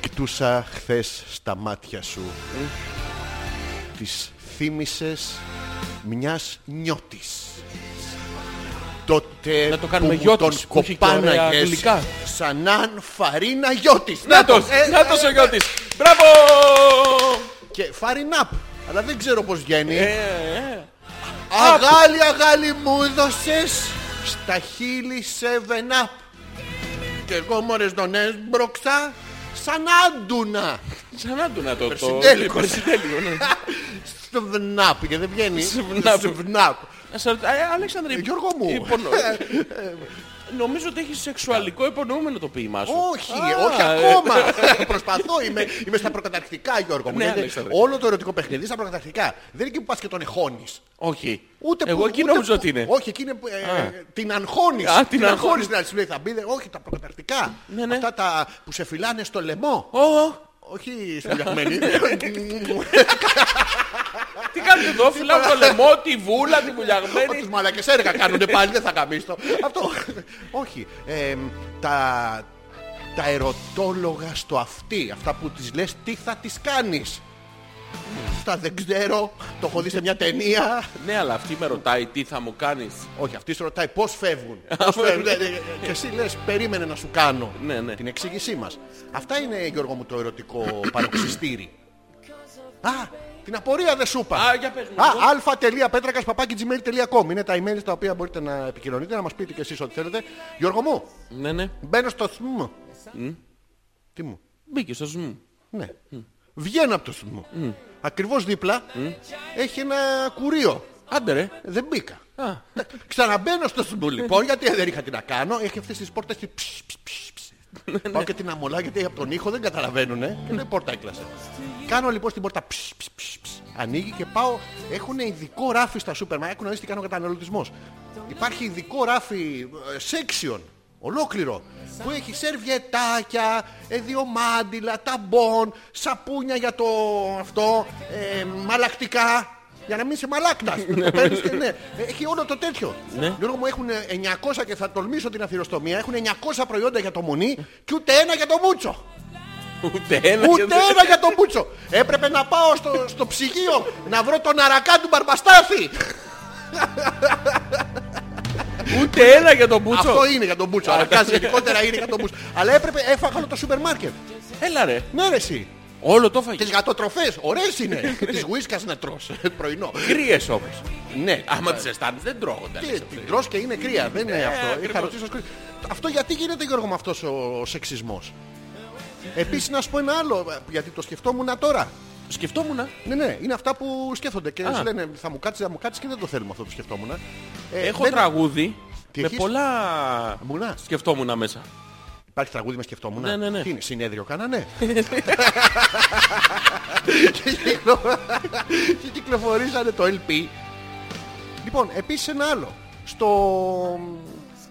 Speaker 1: Κοιτούσα χθες στα μάτια σου. Τις θύμισες μιας νιώτης. Τότε
Speaker 2: Να το κάνουμε
Speaker 1: που μου τον
Speaker 2: γιώτης, που έχει και ωραία
Speaker 1: κοπάναγες
Speaker 2: γλυκά.
Speaker 1: σαν αν φαρίνα γιώτης.
Speaker 2: Νάτος,
Speaker 1: Ε,
Speaker 2: νάτος ο Γιώτης. Μπράβο!
Speaker 1: Και φαρίν απ. Αλλά δεν ξέρω πώς βγαίνει.
Speaker 2: Ε, ε.
Speaker 1: Αγάλη, αγάλη μου έδωσες στα χείλη σεβεν up. Και εγώ μόρες δονές μπροξά σαν άντουνα.
Speaker 2: Σαν να του να το... το-
Speaker 1: Περσιντέλικος.
Speaker 2: Περσιντέλικο, ναι.
Speaker 1: Σεβεν up και δεν βγαίνει.
Speaker 2: Σεβεν Απ.
Speaker 1: Σεβεν Απ.
Speaker 2: Να σε ρωτά- ε, Αλέξανδρε,
Speaker 1: Ε, Γιώργο μου. Ε.
Speaker 2: υπονο- Νομίζω ότι έχει σεξουαλικό υπονοούμενο το ποίημά σου.
Speaker 1: Όχι,
Speaker 2: Α,
Speaker 1: όχι
Speaker 2: ε,
Speaker 1: ακόμα. Προσπαθώ, είμαι, είμαι στα προκαταρκτικά Γιώργο μου.
Speaker 2: Ναι,
Speaker 1: Γιατί
Speaker 2: Αλέξανδρε.
Speaker 1: Όλο το ερωτικό παιχνίδι στα προκαταρκτικά. Δεν είναι εκεί που πας και τον εχώνεις.
Speaker 2: Όχι.
Speaker 1: Ούτε
Speaker 2: Εγώ
Speaker 1: που-
Speaker 2: εκεί
Speaker 1: ούτε
Speaker 2: νόμιζα
Speaker 1: που-
Speaker 2: ότι είναι.
Speaker 1: Όχι, εκεί είναι. που, ε, την αγχώνεις.
Speaker 2: Α, την
Speaker 1: Την
Speaker 2: αγχώνεις.
Speaker 1: αγχώνεις την άλλη. Σου λέει θα μπει. δε- Όχι, τα προκαταρκτικά.
Speaker 2: Ναι, ναι.
Speaker 1: Αυτά τα που σε φυλάνε στο λαιμό.
Speaker 2: Ω,
Speaker 1: Όχι στη φτιαχμένη.
Speaker 2: τι κάνετε εδώ, φυλάω το λαιμό, τη βούλα, τη βουλιαγμένη.
Speaker 1: Τους μαλακές έργα κάνουν πάλι, δεν θα καμίστο. Αυτό. Όχι. Ε, Τα τα ερωτόλογα στο αυτί. Αυτά που τις λες τι θα τις κάνεις. Αυτά δεν ξέρω. Το έχω δει σε μια ταινία.
Speaker 2: Ναι, αλλά αυτή με ρωτάει τι θα μου κάνεις.
Speaker 1: Όχι, αυτή σου ρωτάει πώς φεύγουν. Πώς φεύγουν. Ε, ε, Και εσύ λες περίμενε να σου κάνω
Speaker 2: Ναι, ναι.
Speaker 1: την εξήγησή μας. Αυτά είναι Γιώργο μου το ερωτικό παροξυστήρι. Α, την απορία δεν σου είπα.
Speaker 2: Α, για πες μου. λοιπόν.
Speaker 1: α.πέτρακα.gmail.com Είναι τα email στα οποία μπορείτε να επικοινωνείτε, να μας πείτε και εσείς ό,τι θέλετε. Γιώργο μου,
Speaker 2: Ναι, ναι.
Speaker 1: μπαίνω στο σμ. Τι μου,
Speaker 2: Μπήκε στο σμ.
Speaker 1: ναι. Βγαίνω από το σμ. Ακριβώς δίπλα έχει ένα κουρίο.
Speaker 2: Άντε ρε.
Speaker 1: Δεν μπήκα.
Speaker 2: Α.
Speaker 1: Ξαναμπαίνω στο σμ λοιπόν, γιατί δεν είχα τι να κάνω. Έχει αυτές τις πόρτες. τι ψ, ψ, ψ, ψ. Πάω και την αμολά γιατί από τον ήχο δεν καταλαβαίνουνε και λέει πόρτα έκλασε. Κάνω λοιπόν στην πόρτα ψ, ψ, ψ, ψ. ανοίγει και πάω. Έχουν ειδικό ράφι στα σούπερ μάρκετ. Έχουν δει τι κάνει ο καταναλωτισμός. Υπάρχει ειδικό ράφι ε, section ολόκληρο που έχει σερβιετάκια, ε, διομάντιλα, ταμπον, σαπούνια για το αυτό, ε, μαλακτικά. Για να μην είσαι μαλάκτας. ναι. Έχει όλο το τέτοιο.
Speaker 2: Ναι.
Speaker 1: Γιώργο μου έχουν 900 και θα τολμήσω την αφιεροστομία. Έχουν 900 προϊόντα για το μουνί και ούτε ένα για το μουτσο.
Speaker 2: Ούτε ένα.
Speaker 1: Ούτε
Speaker 2: και-
Speaker 1: ένα για το μουτσο. Έπρεπε να πάω στο, στο ψυγείο να βρω τον αρακά του Μπαρμπαστάθη.
Speaker 2: Ούτε ένα για τον Μπούτσο.
Speaker 1: Αυτό είναι για τον Μπούτσο. Αρακά γενικότερα είναι για τον Μπούτσο. Αλλά έπρεπε, έφαγα όλο το σούπερ μάρκετ.
Speaker 2: Έλα ρε.
Speaker 1: Ναι, ρε, εσύ.
Speaker 2: Όλο το φαγητό.
Speaker 1: Τις γατοτροφές, ωραίες είναι. Τις γουίσκας να τρώ πρωινό.
Speaker 2: Κρύες όμως.
Speaker 1: Ναι,
Speaker 2: Άμα τις αισθάνεσαι δεν τρώγονται.
Speaker 1: Τι,
Speaker 2: Αλέξανδρε.
Speaker 1: την τρως και είναι κρύα. Δεν είναι αυτό. Είχα
Speaker 2: Ναι, ακριβώς.
Speaker 1: ρωτήσει ως κρύος. Αυτό γιατί γίνεται Γιώργο με αυτός ο σεξισμός. Επίσης να σου πω ένα άλλο, γιατί το σκεφτόμουν τώρα.
Speaker 2: Σκεφτόμουν.
Speaker 1: Ναι, ναι, είναι αυτά που σκέφτονται και
Speaker 2: Α.
Speaker 1: σου λένε θα μου κάτσεις, θα μου κάτσεις και δεν το θέλουμε αυτό που σκεφτόμουν. Ε,
Speaker 2: Έχω
Speaker 1: δεν-
Speaker 2: τραγούδι.
Speaker 1: Τι
Speaker 2: Με
Speaker 1: έχεις?
Speaker 2: πολλά
Speaker 1: Μουνά.
Speaker 2: σκεφτόμουν μέσα.
Speaker 1: Υπάρχει τραγούδι με σκεφτόμουν.
Speaker 2: Ναι, ναι, ναι.
Speaker 1: Τι είναι, συνέδριο ναι. κάνανε. και κυκλοφορήσανε το LP. Λοιπόν, επίσης ένα άλλο. Στο...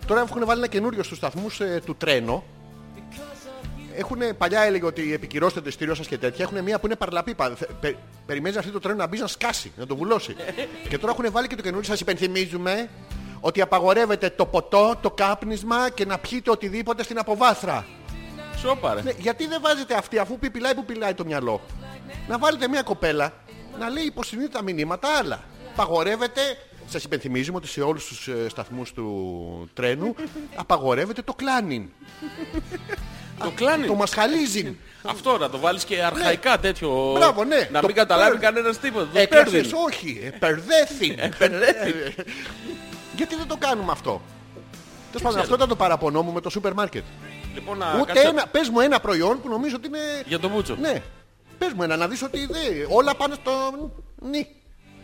Speaker 1: Τώρα έχουν βάλει ένα καινούριο στους σταθμούς ε, του τρένο. Έχουν, παλιά έλεγε ότι επικυρώστε το ειστήριό σας και τέτοια. Έχουν μία που είναι παρλαπίπα. Θε- Πε, περιμένεις αυτή το τρένο να μπει να σκάσει, να το βουλώσει. και τώρα έχουν βάλει και το καινούριο. Σας υπενθυμίζουμε ότι απαγορεύεται το ποτό, το κάπνισμα και να πιείτε οτιδήποτε στην αποβάθρα.
Speaker 2: Σόπα ρε.
Speaker 1: Ναι, γιατί δεν βάζετε αυτή αφού πει πιλάει που πιλάει το μυαλό. Να βάλετε μια κοπέλα να λέει υποσυνείδητα μηνύματα άλλα. Παγορεύεται, σας υπενθυμίζουμε ότι σε όλους τους ε, σταθμούς του τρένου απαγορεύεται το κλάνιν,
Speaker 2: Το κλάνι.
Speaker 1: το μασχαλίζιν.
Speaker 2: Αυτό να το βάλεις και αρχαϊκά τέτοιο.
Speaker 1: Μπράβο, ναι.
Speaker 2: Να
Speaker 1: Το
Speaker 2: μην καταλάβει
Speaker 1: παίρνει.
Speaker 2: κανένας τίποτα. Το παίρνει.
Speaker 1: Έκλασες όχι, ε, περδέθην. Γιατί δεν το κάνουμε αυτό. Τέλος πάντων, αυτό ήταν το παραπονό μου με το σούπερ μάρκετ.
Speaker 2: Λοιπόν, να
Speaker 1: Ούτε
Speaker 2: κάτσε-
Speaker 1: ένα, πες μου ένα προϊόν που νομίζω ότι είναι...
Speaker 2: Για τον Μπούτσο.
Speaker 1: Ναι, πες μου ένα να δεις ότι δεν- όλα πάνε στο νι.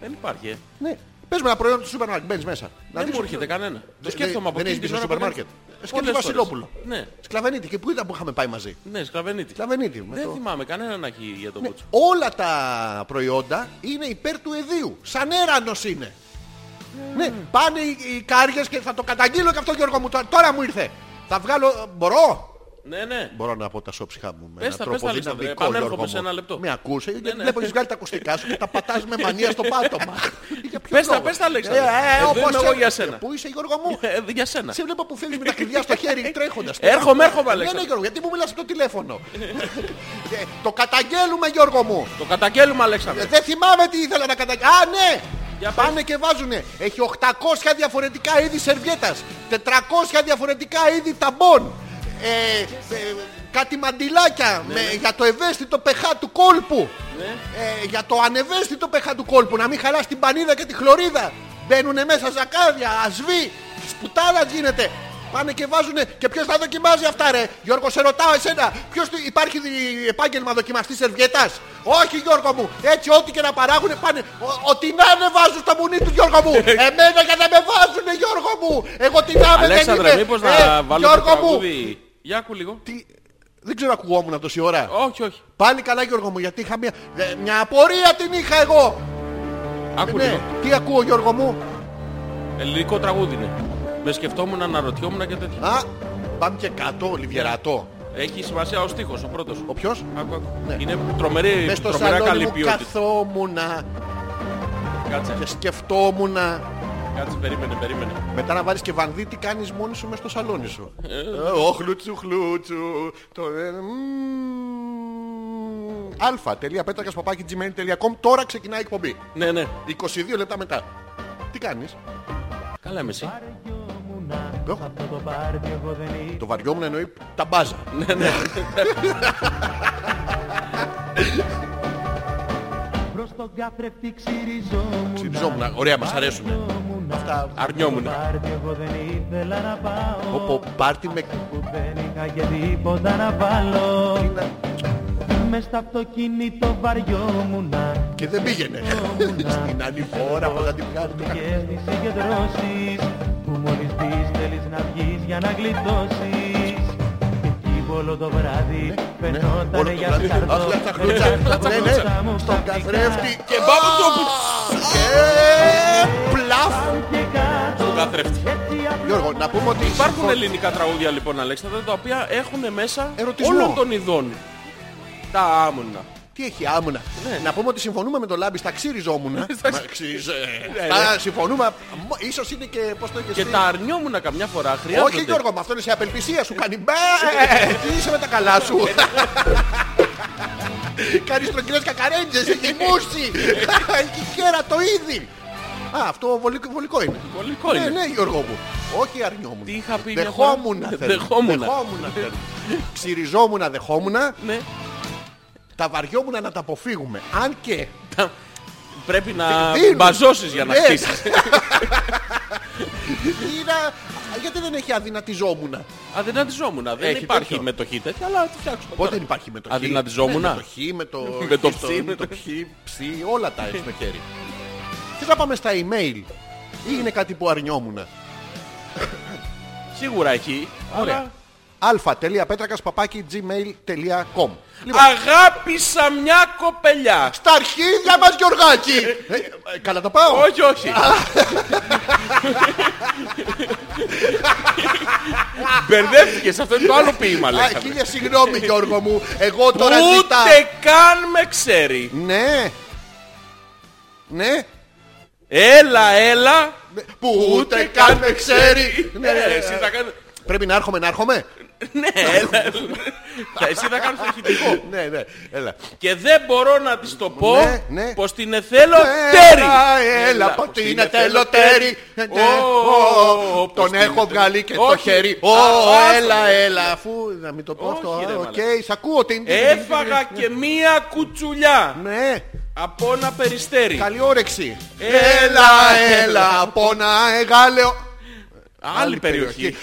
Speaker 2: Δεν υπάρχει. ε.
Speaker 1: Ναι. Πες με ένα προϊόν του σούπερ μάρκετ, μπαίνεις μέσα. Να
Speaker 2: Δεν
Speaker 1: δεις
Speaker 2: μου
Speaker 1: ότι-
Speaker 2: έρχεται κανένα. Το
Speaker 1: Δεν-
Speaker 2: σκέφτομαι από
Speaker 1: δεν
Speaker 2: εκείνη την
Speaker 1: έχεις μπει
Speaker 2: ώρα.
Speaker 1: στο σούπερ
Speaker 2: που
Speaker 1: μάρκετ.
Speaker 2: έκανε.
Speaker 1: Σκέφτεσαι
Speaker 2: Πολλές φορές.
Speaker 1: Βασιλόπουλο.
Speaker 2: Ναι,
Speaker 1: Σκλαβενίτη, και πού ήταν που είχαμε πάει μαζί.
Speaker 2: ναι, σκλαβενίτη.
Speaker 1: Σκλαβενίτη. με
Speaker 2: Δεν
Speaker 1: το- Ναι.
Speaker 2: θυμάμαι κανένα να έχει για τον Μπούτσο.
Speaker 1: Όλα τα προϊόντα είναι υπέρ του εδίου. Σαν έρανος είναι. Ναι, πάνε οι, οι κάριες και θα το καταγγείλω και αυτό Γιώργο μου. Τώρα- Τώρα μου ήρθε. Θα βγάλω. Μπορώ.
Speaker 2: Ναι, ναι.
Speaker 1: Μπορώ να πω τα σώψιχα μου με
Speaker 2: Πες τα,
Speaker 1: έναν
Speaker 2: πες
Speaker 1: τρόπο
Speaker 2: τα, Αλέξανδρε.
Speaker 1: δυναμικό
Speaker 2: Επανέρχομαι
Speaker 1: Γιώργο
Speaker 2: σε
Speaker 1: μου.
Speaker 2: ένα λεπτό.
Speaker 1: Με ακούς, ε, γιατί
Speaker 2: ναι.
Speaker 1: βλέπω έχεις βγάλει τα ακουστικά σου και τα πατάς με μανία στο πάτωμα. Ε, Για ποιο
Speaker 2: Πες τα,
Speaker 1: λόγο?
Speaker 2: πες τα, Αλέξανδρε.
Speaker 1: Ε, ε,
Speaker 2: Εδώ
Speaker 1: όπως
Speaker 2: είμαι εγώ
Speaker 1: σε-
Speaker 2: για σένα.
Speaker 1: Πού είσαι Γιώργο μου.
Speaker 2: Ε, Για σένα.
Speaker 1: Σε βλέπω που φεύγεις με τα κλειδιά στο χέρι τρέχοντας.
Speaker 2: Έρχομαι, έρχομαι,
Speaker 1: Ναι, ναι,
Speaker 2: Αλέξανδρε.
Speaker 1: Γιώργο, γιατί μου μιλάς στο τηλέφωνο. Ε, Το καταγγέλουμε, Γιώργο μου.
Speaker 2: Το καταγγέλουμε,
Speaker 1: Ε,
Speaker 2: Αλέξανδρε.
Speaker 1: Δεν θυμάμαι τι ήθελα να καταγγέλω. Α, ναι!
Speaker 2: Για πες.
Speaker 1: Πάνε και βάζουνε. Έχει 800 διαφορετικά είδη σερβιέτας, 400 διαφορετικά είδη ταμπών. Ε, ε, κάτι μαντιλάκια
Speaker 2: Ναι,
Speaker 1: με- για το ευαίσθητο πεχά του κόλπου. Ε, για το ανευαίσθητο πεχά του κόλπου. Να μην χαλάσει την πανίδα και τη χλωρίδα. Μπαίνουνε μέσα ζακάδια, ασβή, σπουτάλα γίνεται. Πάνε και βάζουνε. Και ποιος θα δοκιμάζει αυτά, ρε. Γιώργο, σε ρωτάω εσένα. Ποιος... του- Υπάρχει δι- επάγγελμα δοκιμαστής σερβιέτας. Όχι, Γιώργο μου. Έτσι, ό,τι και να παράγουνε πάνε. Ο- Ό,τι να είναι βάζουν στο μουνί του, Γιώργο μου. Εμένα για να με βάζουνε, Γιώργο μου. Εγώ τι να είμαι, δεν
Speaker 2: Αλέξανδρε,
Speaker 1: είμαι.
Speaker 2: μήπως
Speaker 1: Ε,
Speaker 2: να βάλω το
Speaker 1: Γιώργο μου.
Speaker 2: τραγούδι. Για ακού λίγο.
Speaker 1: Τι- Δεν ξέρω, ακουγόμουν τόση ώρα.
Speaker 2: Όχι, όχι.
Speaker 1: Πάλι καλά Γιώργο μου γιατί είχα μια, ε, μια απορία την είχα εγώ
Speaker 2: Άκου λίγο.
Speaker 1: ναι, Τι ακούω Γιώργο μου
Speaker 2: Ελληνικό τραγούδι είναι. Με σκεφτόμουν, αναρωτιόμουν και τέτοια.
Speaker 1: Α, πάμε και κάτω Λιβιερατό
Speaker 2: Έχει σημασία ο στίχος, ο πρώτος.
Speaker 1: Ο ποιος
Speaker 2: Άκου, άκου.
Speaker 1: Ναι.
Speaker 2: Είναι τρομερή,
Speaker 1: Μες στο
Speaker 2: τρομερά
Speaker 1: σαλόνι
Speaker 2: καλή
Speaker 1: μου
Speaker 2: ποιότητα.
Speaker 1: καθόμουνα
Speaker 2: Κάτσε,
Speaker 1: και σκεφτόμουνα
Speaker 2: κάτσε, περίμενε, περίμενε.
Speaker 1: Μετά να βάλεις και βανδί τι κάνεις μόνη σου μες στο σαλόνι σου Ε, Ο χλούτσου χλούτσου το, ε, μμμ. αλφα.πέτρακας.gmail.com Τώρα ξεκινάει η εκπομπή
Speaker 2: Ναι, ναι.
Speaker 1: 22 λεπτά μετά Τι κάνεις
Speaker 2: Καλά είμαι εσύ.
Speaker 1: Εγώ. Το βαριόμουν εννοεί τα μπάζα.
Speaker 2: Ναι, ναι.
Speaker 3: Προς τον καθρέφτη ξυριζόμουν
Speaker 1: Ψηφιζόμουν. Ωραία, μας αρέσουν. Αυτά.
Speaker 2: Αρνιόμουν.
Speaker 3: Πάρτι εγώ δεν ήθελα να πάω
Speaker 1: Πω πάρτι με
Speaker 3: Που δεν είχα και τίποτα να βάλω
Speaker 1: κίνα
Speaker 3: Μες στο αυτοκίνητο βαριόμουν
Speaker 1: και δεν πήγαινε.
Speaker 2: Ναι.
Speaker 1: Στην ανηφόρα που θα την πιάνει το κα-
Speaker 3: Μυκές τις συγκεντρώσεις Που μόλις δεις θέλεις να βγεις για να γλιτώσεις Εκεί όλο το βράδυ
Speaker 1: Όλο
Speaker 3: φαινόταν
Speaker 1: Ναι, το
Speaker 3: για
Speaker 1: βράδυ.
Speaker 3: σκαρτό
Speaker 1: Αχ, τα χλούτσα. Ναι, ναι. Στον καθρέφτη και μπάμπτο. Και πλαφ.
Speaker 3: Και κάτω
Speaker 2: Του καθρέφτη.
Speaker 3: έτσι απλά
Speaker 1: Γιώργο, να πούμε ότι...
Speaker 2: Υπάρχουν ελληνικά τραγούδια λοιπόν, Αλέξανδρε, τα οποία έχουν μέσα
Speaker 1: Ερωτισμό.
Speaker 2: όλων των ειδών. Τα άμυνα.
Speaker 1: Τι έχει άμυνα. Να πούμε ότι συμφωνούμε με τον Λάμπη στα ξύριζόμουνα.
Speaker 2: Ναι. Στα- Ναι,
Speaker 1: Μα, ξύριζε. Στα συμφωνούμε. Μ, Ίσως είναι και πώς το έχεις
Speaker 2: Και
Speaker 1: πει.
Speaker 2: τα αρνιόμουνα καμιά φορά χρειάζονται.
Speaker 1: Όχι Γιώργο, με αυτό είναι σε απελπισία σου κάνει μπα, ε, Τι είσαι με τα καλά σου Κάνεις τρογγυλές κακαρέντζες, έχει μουσι Έχει χέρα το είδη Α, αυτό βολικό, βολικό είναι
Speaker 2: Βολικό
Speaker 1: Ναι,
Speaker 2: είναι.
Speaker 1: ναι Γιώργο μου Όχι αρνιόμουν
Speaker 2: Τι είχα πει μια
Speaker 1: Δεχόμουνα
Speaker 2: φορά?
Speaker 1: θέλω.
Speaker 2: Δεχόμουνα.
Speaker 1: Δεχόμουνα θέλω. Ξυριζόμουνα δεχόμουνα
Speaker 2: Ναι.
Speaker 1: Τα βαριόμουνα να τα αποφύγουμε Αν και
Speaker 2: Τα- Πρέπει να
Speaker 1: Δίνουν.
Speaker 2: μπαζώσεις για να
Speaker 1: Ναι.
Speaker 2: χτίσεις.
Speaker 1: είναι- Γιατί δεν έχει αδυνατιζόμουνα
Speaker 2: Αδυνατιζόμουν. Δεν
Speaker 1: Έχει
Speaker 2: υπάρχει
Speaker 1: τέτοιο.
Speaker 2: μετοχή τέτοια, αλλά τη φτιάξουμε.
Speaker 1: Πότε
Speaker 2: τώρα.
Speaker 1: δεν υπάρχει με το χ.
Speaker 2: Αδυνατιζόμουνα.
Speaker 1: Ναι, με το χ, με το,
Speaker 2: Με το
Speaker 1: χ,
Speaker 2: ψι,
Speaker 1: με
Speaker 2: με
Speaker 1: το
Speaker 2: το
Speaker 1: χ, ψι, όλα τα έχεις στο χέρι. Θες να πάμε στα email ή είναι κάτι που αρνιόμουν.
Speaker 2: Σίγουρα εκεί.
Speaker 1: Ωραία.
Speaker 2: Ωραία.
Speaker 1: αλφα.πέτρακας παπάκι gmail.com Λοιπόν,
Speaker 2: Αγάπησα μια κοπελιά.
Speaker 1: στα αρχίδια μας Γιωργάκη! Ε, ε, Καλά τα πάω!
Speaker 2: Όχι, όχι. Μπερδεύτηκες. Αυτό είναι το άλλο ποίημα,
Speaker 1: Α,
Speaker 2: λέγαμε.
Speaker 1: χίλια συγγνώμη Γιώργο μου, εγώ τώρα ζητά...
Speaker 2: Ούτε καν με ξέρει.
Speaker 1: Ναι! Ναι!
Speaker 2: Έλα, έλα.
Speaker 1: Που ούτε καν με ξέρει! Ναι,
Speaker 2: Ναι,
Speaker 1: ναι,
Speaker 2: εσύ
Speaker 1: ναι.
Speaker 2: θα κάνεις...
Speaker 1: Πρέπει να έρχομαι, να έρχομαι!
Speaker 2: Ναι, έλα. Θα- Εσύ θα κάνεις το ηχητικό.
Speaker 1: Ναι, ναι, έλα.
Speaker 2: Και δεν μπορώ να της το πω
Speaker 1: Ναι, ναι.
Speaker 2: πως την εθέλω τέρι.
Speaker 1: Έλα, έλα, πότε είναι τέλο τέρι. Ε, ναι. Ω, ω, ω, Τον έχω βγάλει και το
Speaker 2: Όχι.
Speaker 1: χέρι. Ω,
Speaker 2: Α, άστο.
Speaker 1: έλα, έλα, αφού να μην το πω
Speaker 2: Όχι,
Speaker 1: αυτό.
Speaker 2: ρε,
Speaker 1: α, Οκ,
Speaker 2: μαλάκα. Ε,
Speaker 1: σ' ακούω την.
Speaker 2: Έφαγα και μία κουτσουλιά
Speaker 1: Ναι,
Speaker 2: από ένα περιστέρι.
Speaker 1: καλή όρεξη.
Speaker 2: Έλα,
Speaker 1: έλα, από ένα εγάλεο.
Speaker 2: Άλλη περιοχή.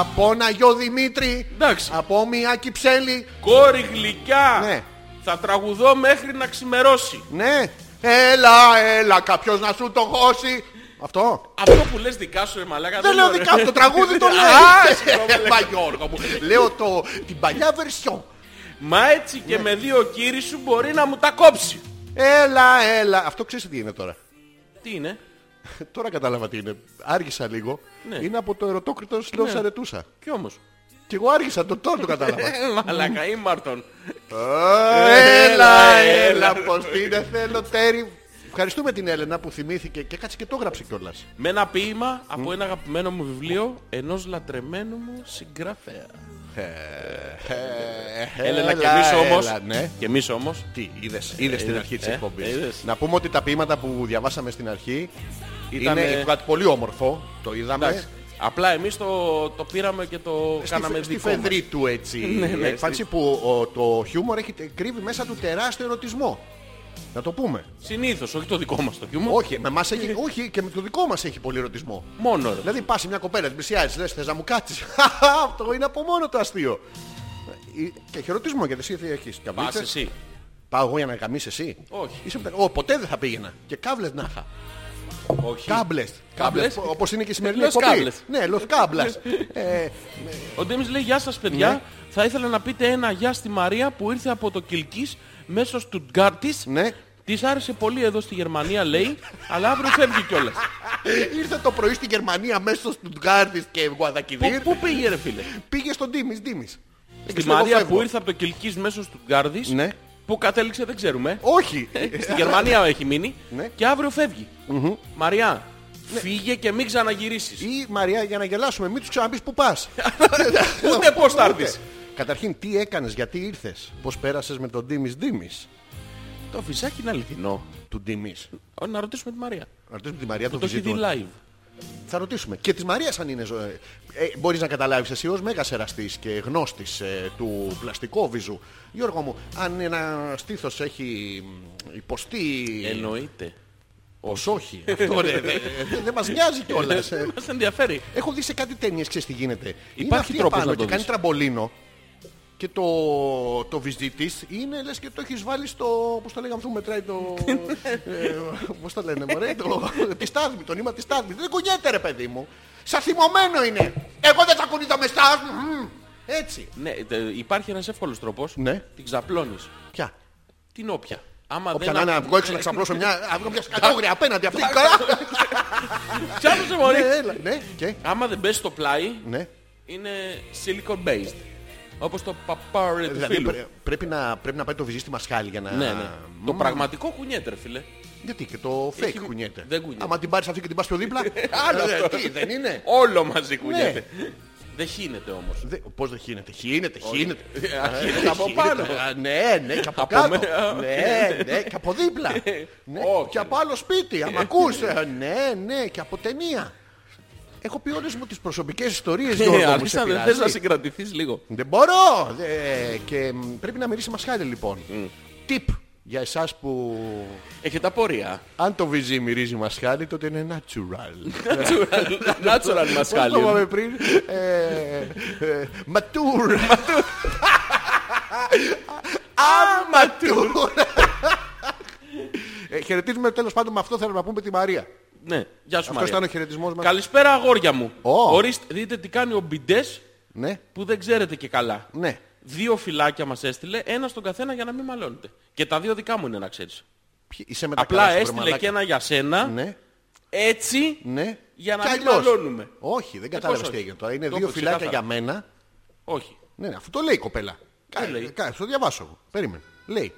Speaker 1: Από ένα γιο Δημήτρη.
Speaker 2: Εντάξει.
Speaker 1: Από μια κυψέλη.
Speaker 2: Κόρη γλυκιά.
Speaker 1: Ναι.
Speaker 2: Θα τραγουδώ μέχρι να ξημερώσει.
Speaker 1: Ναι. Έλα, έλα, κάποιος να σου το χώσει. Αυτό.
Speaker 2: Αυτό που λες δικά σου, ρε μαλάκα.
Speaker 1: Δεν
Speaker 2: είναι
Speaker 1: λέω
Speaker 2: ωραίο.
Speaker 1: δικά μου, το τραγούδι το
Speaker 2: Α, συγγνώμη,
Speaker 1: λέω. Μα
Speaker 2: λέει.
Speaker 1: Γιώργο μου, λέω το, την παλιά βερσιό.
Speaker 2: Μα έτσι και
Speaker 1: Ναι.
Speaker 2: με δύο κύριοι σου μπορεί να μου τα κόψει.
Speaker 1: Έλα, έλα. Αυτό ξέρεις τι είναι τώρα.
Speaker 2: Τι είναι.
Speaker 1: Τώρα κατάλαβα τι είναι. Άργησα λίγο.
Speaker 2: Ναι.
Speaker 1: Είναι από το ερωτόκριτο Σλόσα Ρετούσα.
Speaker 2: Κι όμως.
Speaker 1: Κι εγώ άρχισα το τώρα το κατάλαβα.
Speaker 2: Ε, Μαλάκα, ήμαρτον.
Speaker 1: Ω, Έλα,
Speaker 2: Ε.
Speaker 1: έλα, πως είναι θέλω τέρι. Ευχαριστούμε την Έλενα που θυμήθηκε και κάτσε και το έγραψε κιόλας.
Speaker 2: Με ένα ποίημα από ένα αγαπημένο μου βιβλίο ενός λατρεμένου μου συγγραφέα.
Speaker 1: Ε,
Speaker 2: Έλενα, κι εμείς όμως,
Speaker 1: Ναι.
Speaker 2: κι εμείς όμως,
Speaker 1: Τι, είδες, είδες την
Speaker 2: είδες,
Speaker 1: αρχή της
Speaker 2: ε,
Speaker 1: εκπομπής.
Speaker 2: είδες.
Speaker 1: Να πούμε ότι τα ποίηματα που διαβάσαμε στην αρχή
Speaker 2: Ήτανε-
Speaker 1: είναι κάτι πολύ όμορφο. Το είδαμε.
Speaker 2: εντάξει, απλά εμείς το, το πήραμε και το
Speaker 1: Στη-
Speaker 2: κάναμε
Speaker 1: στη
Speaker 2: δικό μας.
Speaker 1: φεδρή του έτσι.
Speaker 2: ναι,
Speaker 1: Εκφάνιση που ο- το χιούμορ έχει, κρύβει μέσα του τεράστιο ερωτισμό. Να το πούμε.
Speaker 2: Συνήθως, όχι το δικό μας το χιούμορ. Ε.
Speaker 1: Όχι, με μας έχει, όχι και με το δικό μας έχει πολύ ερωτισμό.
Speaker 2: Μόνο ρε.
Speaker 1: Δηλαδή πας σε μια κοπέλα, την πλησιάζεις, λες θες να μου κάτσεις. Αυτό είναι από μόνο το αστείο. Ε, Και έχει ερωτισμό γιατί εσύ έχεις
Speaker 2: Πας
Speaker 1: καμίτσες.
Speaker 2: εσύ.
Speaker 1: Πάω εγώ για να καμίσεις εσύ.
Speaker 2: Όχι.
Speaker 1: Είσαι πέρα. Ω, ποτέ δεν θα πήγαινα. Και κάβλες να είχα.
Speaker 2: Όχι.
Speaker 1: Κάμπλες.
Speaker 2: Κάμπλες.
Speaker 1: Όπως είναι και η σημερινή
Speaker 2: Λος
Speaker 1: εκπομπή.
Speaker 2: κάμπλες.
Speaker 1: Ναι, λος κάμπλας. Ε,
Speaker 2: Ο Ντέμις λέει γεια σας παιδιά.
Speaker 1: Ναι.
Speaker 2: Θα ήθελα να πείτε ένα γεια στη Μαρία που ήρθε από το Κιλκής μέσω Στουτγκάρτης.
Speaker 1: Ναι.
Speaker 2: Της άρεσε πολύ εδώ στη Γερμανία λέει, αλλά αύριο φεύγει κιόλας.
Speaker 1: Ήρθε το πρωί στη Γερμανία μέσω του Γκάρδης και
Speaker 2: Πού-
Speaker 1: Γουαδακιδίρ.
Speaker 2: Πού πήγε ρε φίλε.
Speaker 1: Πήγε στον Τίμης, Τίμης.
Speaker 2: Στη
Speaker 1: Στη
Speaker 2: Μαρία που ήρθε από το Κιλκής μέσω Στουτγκάρδης.
Speaker 1: Ναι.
Speaker 2: Που κατέληξε δεν ξέρουμε.
Speaker 1: Όχι. Ε,
Speaker 2: Στη Γερμανία έχει μείνει
Speaker 1: Ναι.
Speaker 2: και αύριο φεύγει. Μαριά, φύγε και μην ξαναγυρίσεις.
Speaker 1: Ή Μαρία, για να γελάσουμε, μην τους ξαναπείς που πας.
Speaker 2: Ούτε Ε, πώς θα έρθεις.
Speaker 1: Καταρχήν, τι έκανες, γιατί ήρθες, πώς πέρασες με τον Ντίμης Ντίμης
Speaker 2: Το φυσάκι είναι αληθινό.
Speaker 1: του Ντίμης.
Speaker 2: Ω, Να ρωτήσουμε τη Μαρία.
Speaker 1: Να ρωτήσουμε τη Μαρία, τον
Speaker 2: Το έχει δει
Speaker 1: φυσικό.
Speaker 2: live.
Speaker 1: Θα ρωτήσουμε. Και της Μαρίας, αν είναι. ζω- ε, Ε, Μπορείς να καταλάβεις εσύ ως μέγα εραστή και γνώστης του πλαστικόβιζου. Γιώργο μου, αν ένα στήθος έχει μ, υποστεί.
Speaker 2: Ε, Εννοείται.
Speaker 1: Ως όχι. Αυτό ρε, δε- δε- Δεν μας νοιάζει ε. κιόλα.
Speaker 2: Δεν μας ενδιαφέρει.
Speaker 1: Έχω δει σε κάτι ταινίες, ξέρεις τι γίνεται. είναι
Speaker 2: Υπάρχει
Speaker 1: αυτή
Speaker 2: τρόπος
Speaker 1: επάνω
Speaker 2: να το
Speaker 1: και κάνει
Speaker 2: δεις.
Speaker 1: τραμπολίνο. Και το, το βυζί της είναι λες και το έχεις βάλει στο. Πώς το λέγαμε αυτό που μετράει το. ε, Πώς το λένε, Μωρέ. Το, τη στάθμη, το νήμα της στάθμη. Δεν κουνιέται, ρε παιδί μου. Σα θυμωμένο είναι. Εγώ δεν θα κουνήσω με στάθμη. μμμ. Έτσι.
Speaker 2: Ναι, τε- υπάρχει ένας εύκολος τρόπος.
Speaker 1: Ναι.
Speaker 2: Την ξαπλώνεις.
Speaker 1: Πια.
Speaker 2: Την όποια. Άμα
Speaker 1: Όποια
Speaker 2: δεν...
Speaker 1: να είναι, να βγω έξω να ξαπλώσω μια. Να βγω μια σκατόγρια απέναντι αυτή. Καλά.
Speaker 2: Ξάπλωσε, μωρή.
Speaker 1: Ναι, έλα, Ναι, και.
Speaker 2: Άμα δεν πέσει στο πλάι,
Speaker 1: Ναι.
Speaker 2: είναι silicon based. Όπως το παπάρι του
Speaker 1: Δηλαδή
Speaker 2: φίλου.
Speaker 1: πρέ- πρέπει να, πρέπει να πάει το βυζί στη μασχάλη για να.
Speaker 2: Ναι, ναι. Το πραγματικό κουνιέται, ρε φίλε.
Speaker 1: Γιατί και το fake
Speaker 2: Έχει-
Speaker 1: κουνιέται.
Speaker 2: δεν κουνιέται.
Speaker 1: Άμα την πάρεις αυτή και την πας πιο δίπλα. Άλλο Ε, αυτό. Τι, δεν είναι. Ναι.
Speaker 2: Όλο μαζί κουνιέται. Δεν χύνεται όμως.
Speaker 1: Δε, πώς δεν χύνεται. Χύνεται, χύνεται.
Speaker 2: Ε,
Speaker 1: Ε,
Speaker 2: Χύνεται από πάνω.
Speaker 1: Α, Ναι, ναι, και από
Speaker 2: Από
Speaker 1: κάτω.
Speaker 2: μέρα.
Speaker 1: Ναι, ναι, και από δίπλα. Ναι,
Speaker 2: Όχι,
Speaker 1: Και από άλλο σπίτι, άμα ακούς. Ε, Ναι, ναι, και από ταινία. Έχω πει όλες μου τις προσωπικές ιστορίες,
Speaker 2: Ε,
Speaker 1: Γιώργο μου, σε
Speaker 2: Αργίσα, δεν θες να
Speaker 1: πειράζει.
Speaker 2: συγκρατηθείς λίγο.
Speaker 1: Δεν μπορώ. Δε, Και μ, πρέπει να μυρίσει μασχάλη, λοιπόν. Τιπ για εσάς που
Speaker 2: Έχετε απορία.
Speaker 1: Αν το βυζί μυρίζει μασχάλη, τότε είναι natural.
Speaker 2: Natural- Natural μας
Speaker 1: Πώς το είπαμε
Speaker 2: χάλει.
Speaker 1: πριν. Ε, ε, Mature. Αματούρ. Ε, Χαιρετίζουμε τέλος πάντων με αυτό θέλω να πούμε τη Μαρία.
Speaker 2: Ναι, γεια σου
Speaker 1: Αυτός ήταν ο
Speaker 2: Μαρία.
Speaker 1: χαιρετισμός μας.
Speaker 2: Καλησπέρα αγόρια μου.
Speaker 1: Ω.
Speaker 2: Ορίστε, δείτε τι κάνει ο Μπιντές
Speaker 1: Ναι,
Speaker 2: που δεν ξέρετε και καλά.
Speaker 1: ναι.
Speaker 2: Δύο φυλάκια μας έστειλε, ένα στον καθένα για να μην μαλώνετε. Και τα δύο δικά μου είναι να ξέρεις.
Speaker 1: Ποιοι- Είσαι με τα
Speaker 2: Απλά
Speaker 1: καλά σου, ρε
Speaker 2: έστειλε
Speaker 1: μαλάκα.
Speaker 2: και ένα για σένα,
Speaker 1: Ναι,
Speaker 2: έτσι,
Speaker 1: ναι.
Speaker 2: για να
Speaker 1: Κι
Speaker 2: μην
Speaker 1: αλλιώς.
Speaker 2: μαλώνουμε. Ε,
Speaker 1: Όχι, δεν κατάλαβες
Speaker 2: όχι.
Speaker 1: τι έγινε τώρα. Είναι
Speaker 2: Το
Speaker 1: δύο
Speaker 2: έχω
Speaker 1: φυλάκια για
Speaker 2: ξεκάθαρα.
Speaker 1: μένα.
Speaker 2: Όχι.
Speaker 1: Ναι, ναι, αφού το λέει η κοπέλα. Κα-
Speaker 2: λέει.
Speaker 1: κα- Στο διαβάσω εγώ. Περίμενε. Λέει.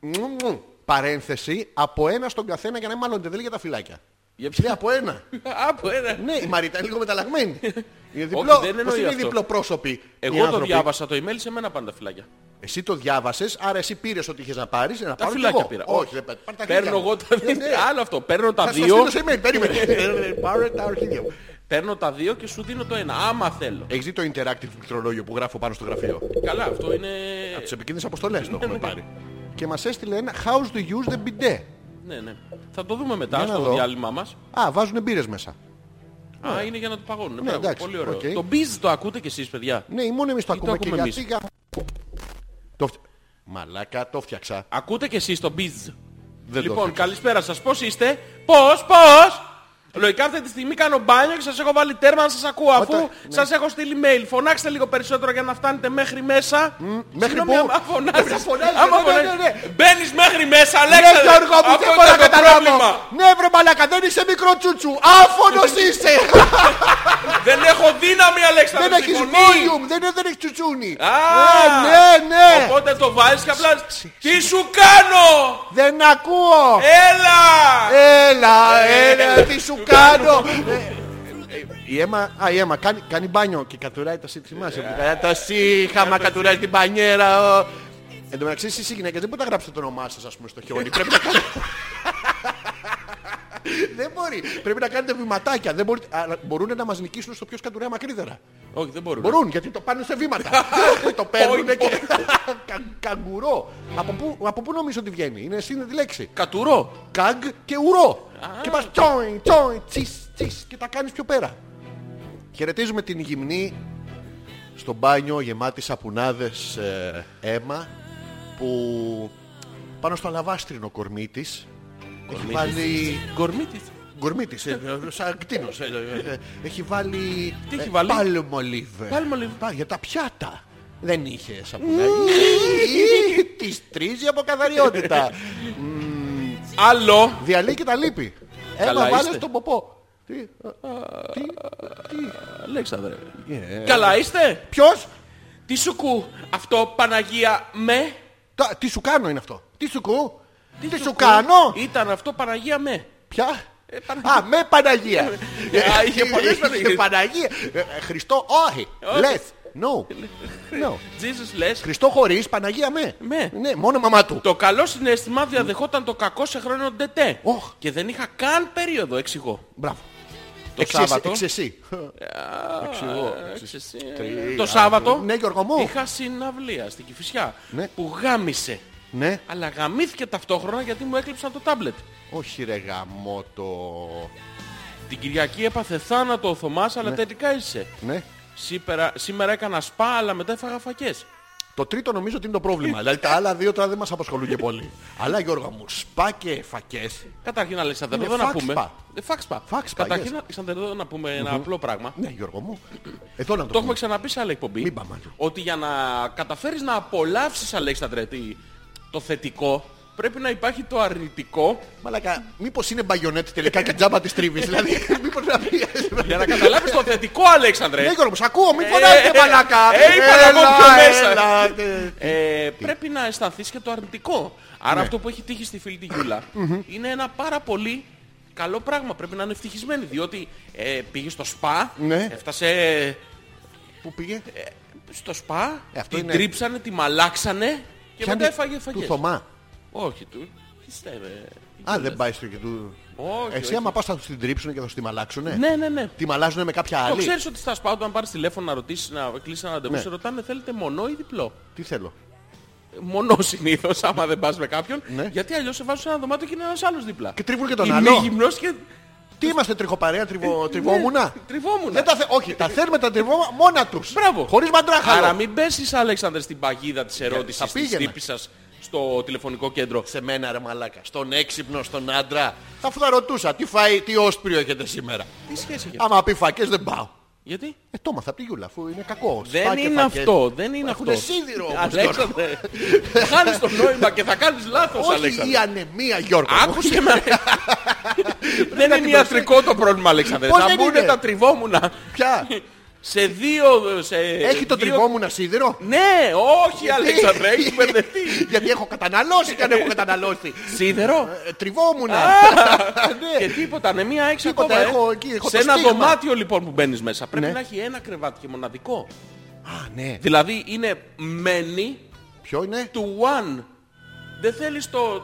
Speaker 1: Μμμ, μμμ. Παρένθεση από ένα στον καθένα για να μην μαλώνετε. Δεν λέει για τα φυλάκια.
Speaker 2: Για
Speaker 1: Λέει από ένα.
Speaker 2: Από ένα.
Speaker 1: ναι, η Μαρίτα είναι λίγο μεταλλαγμένη. Είναι διπλό.
Speaker 2: δεν εννοεί
Speaker 1: πώς είναι
Speaker 2: αυτό.
Speaker 1: διπλοπρόσωποι. οι
Speaker 2: Εγώ το
Speaker 1: άνθρωποι.
Speaker 2: διάβασα το email, σε μένα πάνε τα φυλάκια.
Speaker 1: Εσύ το διάβασες, άρα εσύ πήρες ό,τι είχες να πάρεις. Να
Speaker 2: Τα
Speaker 1: πάρω κι
Speaker 2: φυλάκια
Speaker 1: εγώ.
Speaker 2: πήρα.
Speaker 1: Όχι, δεν παίρνω.
Speaker 2: Παίρνω εγώ τα δύο. Άλλο αυτό. Παίρνω τα
Speaker 1: Ε, ναι. Θα σας
Speaker 2: δύο,
Speaker 1: στείλω σε email, περίμενε. Πάρε τα αρχίδια μου.
Speaker 2: παίρνω τα δύο και σου δίνω το ένα. Άμα θέλω. Ε,
Speaker 1: Έχεις δει το interactive πληκτρολόγιο που γράφω πάνω στο γραφείο.
Speaker 2: Καλά, αυτό είναι.
Speaker 1: Από τις επικίνδυνες αποστολές το έχουμε πάρει. Και μας έστειλε ένα How to use the bidet.
Speaker 2: Ναι, ναι. Θα το δούμε μετά
Speaker 1: Για να
Speaker 2: στο
Speaker 1: δω.
Speaker 2: διάλειμμα μας.
Speaker 1: Α, βάζουν μπύρες μέσα.
Speaker 2: Α, είναι για να το παγώνουν. Μπράβο,
Speaker 1: Ναι, εντάξει,
Speaker 2: πολύ ωραίο.
Speaker 1: οκ.
Speaker 2: Το Beats το ακούτε κι εσείς, παιδιά.
Speaker 1: Ναι, ή μόνο εμείς το
Speaker 2: Ή το
Speaker 1: ακούμε. και
Speaker 2: ακούμε εμείς.
Speaker 1: γιατί για... Το... φτι- Μαλάκα, το φτιάξα.
Speaker 2: Ακούτε κι εσείς το Beats.
Speaker 1: Δεν το
Speaker 2: λοιπόν,
Speaker 1: έφτιαξα.
Speaker 2: καλησπέρα σας. Πώς είστε? Πώς, πώς! Λογικά αυτή τη στιγμή κάνω μπάνιο και σας έχω βάλει τέρμα να σας ακούω αφού
Speaker 1: Όταν- ναι.
Speaker 2: σας έχω στείλει mail. Φωνάξτε λίγο περισσότερο για να φτάνετε μέχρι μέσα.
Speaker 1: μέχρι
Speaker 2: Συγγνώμη,
Speaker 1: πού?
Speaker 2: άμα φωνάζεις.
Speaker 1: Να φωνάζεις,
Speaker 2: άμα
Speaker 1: ναι, ναι,
Speaker 2: φωνάζεις.
Speaker 1: ναι, ναι.
Speaker 2: Μπαίνεις μέχρι μέσα,
Speaker 1: Ναι,
Speaker 2: Αλέξανδρε.
Speaker 1: Γιώργο μου,
Speaker 2: Αυτό
Speaker 1: δεν μπορώ
Speaker 2: ήταν
Speaker 1: να
Speaker 2: το
Speaker 1: καταλάβω.
Speaker 2: πρόβλημα.
Speaker 1: Ναι, βρε μαλάκα, δεν είσαι μικρό τσούτσου. Άφωνος είσαι.
Speaker 2: Δεν έχω δύναμη, Λοιπόν, Αλέξανδρο.
Speaker 1: Δεν έχεις
Speaker 2: συμφωνεί.
Speaker 1: volume, δεν, δεν έχεις τσουτσούνι.
Speaker 2: Α,
Speaker 1: Ε, ναι, ναι.
Speaker 2: Οπότε το βάζεις και απλά... Τι σου κάνω!
Speaker 1: Δεν ακούω.
Speaker 2: Έλα!
Speaker 1: Έλα, έλα, τι σου κάνω. Ε, Η αίμα, α, η αίμα κάνει, κάνει μπάνιο και κατουράει τα σύντ, θυμάσαι. που κατουράει Τα σύχαμα, κατουράει την πανιέρα. ο. Εν τω μεταξύ εσείς οι γυναίκες δεν μπορείτε να γράψετε το όνομά σας ας πούμε στο χιόνι. Πρέπει να κάνετε... δεν μπορεί. Πρέπει να κάνετε βηματάκια. Δεν μπορείτε... αλλά μπορούν να μας νικήσουν στο ποιος κατουράει μακρύτερα.
Speaker 2: Όχι, δεν μπορούμε.
Speaker 1: Μπορούν γιατί το πάνε σε βήματα. το παίρνουν και... Κα- Καγκουρό. Από πού- Από πού νομίζω ότι βγαίνει. Είναι σύνδετη λέξη
Speaker 2: Κατουρό.
Speaker 1: καγ και ουρό. Και πας τσόιν, τσόιν, τσις, τσις και τα κάνεις πιο πέρα. Χαιρετίζουμε την γυμνή στο μπάνιο γεμάτη σαπουνάδες ε, αίμα που πάνω στο αλαβάστρινο κορμί της έχει βάλει...
Speaker 2: Κορμί της.
Speaker 1: Κορμί της, ε, ε, σαν κτίνος. ε, ε, ε, Έχει βάλει...
Speaker 2: Τι έχει
Speaker 1: ε,
Speaker 2: βάλει?
Speaker 1: palm olive.
Speaker 2: Palm olive.
Speaker 1: Πα- Για τα πιάτα. Δεν είχε σαπουνάδι. Της τρίζει από καθαριότητα.
Speaker 2: Άλλο.
Speaker 1: Διαλύει και τα λύπη.
Speaker 2: Καλά
Speaker 1: Έμα βάλε
Speaker 2: είστε.
Speaker 1: τον ποπό. Τι, α, α, τι, τι.
Speaker 2: Αλέξανδρε. Καλά είστε.
Speaker 1: Ποιος,
Speaker 2: Τι σου κου. Αυτό Παναγία με.
Speaker 1: Τα- τι σου κάνω είναι αυτό. Τι σου κου. Τι,
Speaker 2: Τι
Speaker 1: σου
Speaker 2: κου. Ε,
Speaker 1: κάνω.
Speaker 2: Ήταν αυτό Παναγία με.
Speaker 1: Ποια.
Speaker 2: Παναγία.
Speaker 1: Α, με Παναγία.
Speaker 2: Ε,
Speaker 1: Ε,
Speaker 2: Α, είχε πολλές
Speaker 1: Είχε
Speaker 2: Παναγίες.
Speaker 1: Παναγία. Ε, ε, Χριστό, όχι.
Speaker 2: Όχι.
Speaker 1: Λες. No. No.
Speaker 2: Jesus λες.
Speaker 1: Χριστό χωρίς, Παναγία με.
Speaker 2: Με.
Speaker 1: Ναι, μόνο η μαμά του.
Speaker 2: Το καλό συνέστημα διαδεχόταν το κακό σε χρόνο ντετέ.
Speaker 1: Οχ.
Speaker 2: Και δεν είχα καν περίοδο, εξηγώ.
Speaker 1: Μπράβο.
Speaker 2: Το Σάββατο.
Speaker 1: Εξεσύ. Εξηγώ.
Speaker 2: Ε, εξ- ε,
Speaker 1: Τρία,
Speaker 2: Το Σάββατο
Speaker 1: Ναι, Γιώργο μου.
Speaker 2: είχα συναυλία στην Κηφισιά
Speaker 1: Ναι.
Speaker 2: που γάμισε.
Speaker 1: Ναι.
Speaker 2: Αλλά γαμήθηκε ταυτόχρονα γιατί μου έκλεψαν το τάμπλετ.
Speaker 1: Όχι ρε γαμότο.
Speaker 2: Την Κυριακή έπαθε θάνατο ο Θωμάς αλλά τελικά είσαι.
Speaker 1: Ναι.
Speaker 2: Σήμερα, σήμερα έκανα σπα αλλά μετά έφαγα φακές.
Speaker 1: Το τρίτο νομίζω ότι είναι το πρόβλημα. δηλαδή τα άλλα δύο τώρα δεν μας απασχολούν και πολύ. Αλλά Γιώργο μου, σπά και φακές.
Speaker 2: Καταρχήν Αλέξανδρε,
Speaker 1: Είναι
Speaker 2: εδώ να
Speaker 1: fax spa.
Speaker 2: πούμε. Ε, fax spa.
Speaker 1: Fax spa,
Speaker 2: Καταρχήν
Speaker 1: yes.
Speaker 2: Αλέξανδρε, εδώ να πούμε ένα απλό πράγμα.
Speaker 1: Ναι Γιώργο μου. Εδώ
Speaker 2: Το
Speaker 1: να το,
Speaker 2: έχουμε
Speaker 1: πούμε.
Speaker 2: ξαναπεί σε άλλη εκπομπή.
Speaker 1: Μην πάμε αλλού.
Speaker 2: Ότι για να καταφέρεις να απολαύσεις Αλέξανδρε τι- το θετικό πρέπει να υπάρχει το αρνητικό
Speaker 1: Μαλάκα, μήπως είναι μπαγιονέτη τελικά και τζάμπα της τρίβης. δηλαδή μήπως να πει...
Speaker 2: για να καταλάβεις το θετικό Αλέξανδρε.
Speaker 1: Ναι Γιώργο μου, σ' ακούω, μην
Speaker 2: Ε,
Speaker 1: φωνάζετε
Speaker 2: ε,
Speaker 1: μαλάκα.
Speaker 2: ε, είπα να πω
Speaker 1: Έλα,
Speaker 2: πιο μέσα.
Speaker 1: έλα, ε.
Speaker 2: Ε, πρέπει να αισθανθείς και το αρνητικό. Άρα
Speaker 1: Ναι.
Speaker 2: αυτό που έχει τύχει στη φίλη τη Γιούλα είναι ένα πάρα πολύ καλό πράγμα. Πρέπει να είναι ευτυχισμένη. Διότι ε, πήγε στο σπα,
Speaker 1: Ναι.
Speaker 2: έφτασε
Speaker 1: Πού
Speaker 2: Ε,
Speaker 1: πήγε.
Speaker 2: στο σπα,
Speaker 1: Ε, αυτό
Speaker 2: την
Speaker 1: είναι-
Speaker 2: τρίψανε, τη μαλάξανε και
Speaker 1: Πιάνει
Speaker 2: μετά έφαγε
Speaker 1: Του
Speaker 2: φαγές.
Speaker 1: Θωμά.
Speaker 2: Όχι, του. Τι στέβε.
Speaker 1: Α, δεν πάει στο και του...
Speaker 2: Όχι,
Speaker 1: Εσύ
Speaker 2: όχι.
Speaker 1: άμα πας θα τους την τρίψουν και θα σου τη μαλάξουνε.
Speaker 2: Ναι, ναι, ναι.
Speaker 1: Τη μαλάζουνε με κάποια
Speaker 2: Το
Speaker 1: άλλη.
Speaker 2: ξέρεις ότι στα σπα, όταν πάρεις τηλέφωνο να ρωτήσεις να κλείσεις ένα ραντεβού,
Speaker 1: Ναι.
Speaker 2: σε ρωτάνε θέλετε μονό ή διπλό.
Speaker 1: Τι θέλω.
Speaker 2: Ε, Μονό συνήθως, άμα δεν πας με κάποιον.
Speaker 1: Ναι.
Speaker 2: Γιατί αλλιώς σε βάζουν σε ένα δωμάτιο και είναι ένας άλλος δίπλα.
Speaker 1: Και τρίβουν και τον
Speaker 2: Η μη
Speaker 1: άλλο.
Speaker 2: γυμνός και
Speaker 1: Τι είμαστε τριχοπαρέα, τριβο-
Speaker 2: Ε,
Speaker 1: τριβόμουνα.
Speaker 2: ναι. τριβόμουν.
Speaker 1: Δεν τα θε... Όχι, τα θέλουμε τα τριβώμα μόνα τους.
Speaker 2: Μπράβο.
Speaker 1: Χωρίς μαντράχαλο.
Speaker 2: Άρα μην πέσεις Αλέξανδρε στην παγίδα της ερώτησης
Speaker 1: θα
Speaker 2: της
Speaker 1: πήγαινα.
Speaker 2: τύπης σας στο τηλεφωνικό κέντρο.
Speaker 1: Ε, Σε μένα ρε μαλάκα. Στον έξυπνο, στον άντρα. Θα αφού θα ρωτούσα τι φάει, τι όσπριο έχετε σήμερα.
Speaker 2: Τι σχέση έχει αυτό.
Speaker 1: Άμα πει φακές δεν πάω.
Speaker 2: Γιατί?
Speaker 1: Ε, το μάθα απ' τη γιούλα, αφού είναι κακό. Σπά
Speaker 2: Δεν
Speaker 1: και
Speaker 2: είναι
Speaker 1: φακές.
Speaker 2: αυτό, δεν είναι
Speaker 1: Έχουν
Speaker 2: αυτό.
Speaker 1: σίδηρο όμως,
Speaker 2: Αλέξανδρε, χάνεις το νόημα και θα κάνεις λάθος
Speaker 1: Όχι η
Speaker 2: Αλέξανδρε.
Speaker 1: ανεμία Γιώργο. μου.
Speaker 2: Άκουσε με. δεν είναι
Speaker 1: την
Speaker 2: ιατρικό το πρόβλημα Αλέξανδρε.
Speaker 1: Πώς
Speaker 2: Θα
Speaker 1: δεν
Speaker 2: μπουν
Speaker 1: είναι?
Speaker 2: τα τριβόμουνα.
Speaker 1: Ποια.
Speaker 2: Σε δύο... σε
Speaker 1: Έχει το
Speaker 2: Ε, δύο-
Speaker 1: τριβόμουνα σίδηρο.
Speaker 2: Ναι, όχι Αλέξανδρε, έχεις μπερδευτεί.
Speaker 1: Γιατί έχω καταναλώσει και αν έχω καταναλώσει.
Speaker 2: Σίδερο.
Speaker 1: Ε, Τριβόμουνα. Ναι.
Speaker 2: Και τίποτα, ανεμία έξω
Speaker 1: Τίποτα,
Speaker 2: ακόμα, ε.
Speaker 1: έχω εκεί, έχω
Speaker 2: Σε
Speaker 1: το
Speaker 2: ένα
Speaker 1: στίγμα.
Speaker 2: δωμάτιο λοιπόν που μπαίνεις μέσα πρέπει
Speaker 1: Ναι.
Speaker 2: να έχει ένα κρεβάτι και μοναδικό.
Speaker 1: Α, ναι.
Speaker 2: Δηλαδή είναι many
Speaker 1: Ποιο είναι.
Speaker 2: to one. Δεν θέλεις το...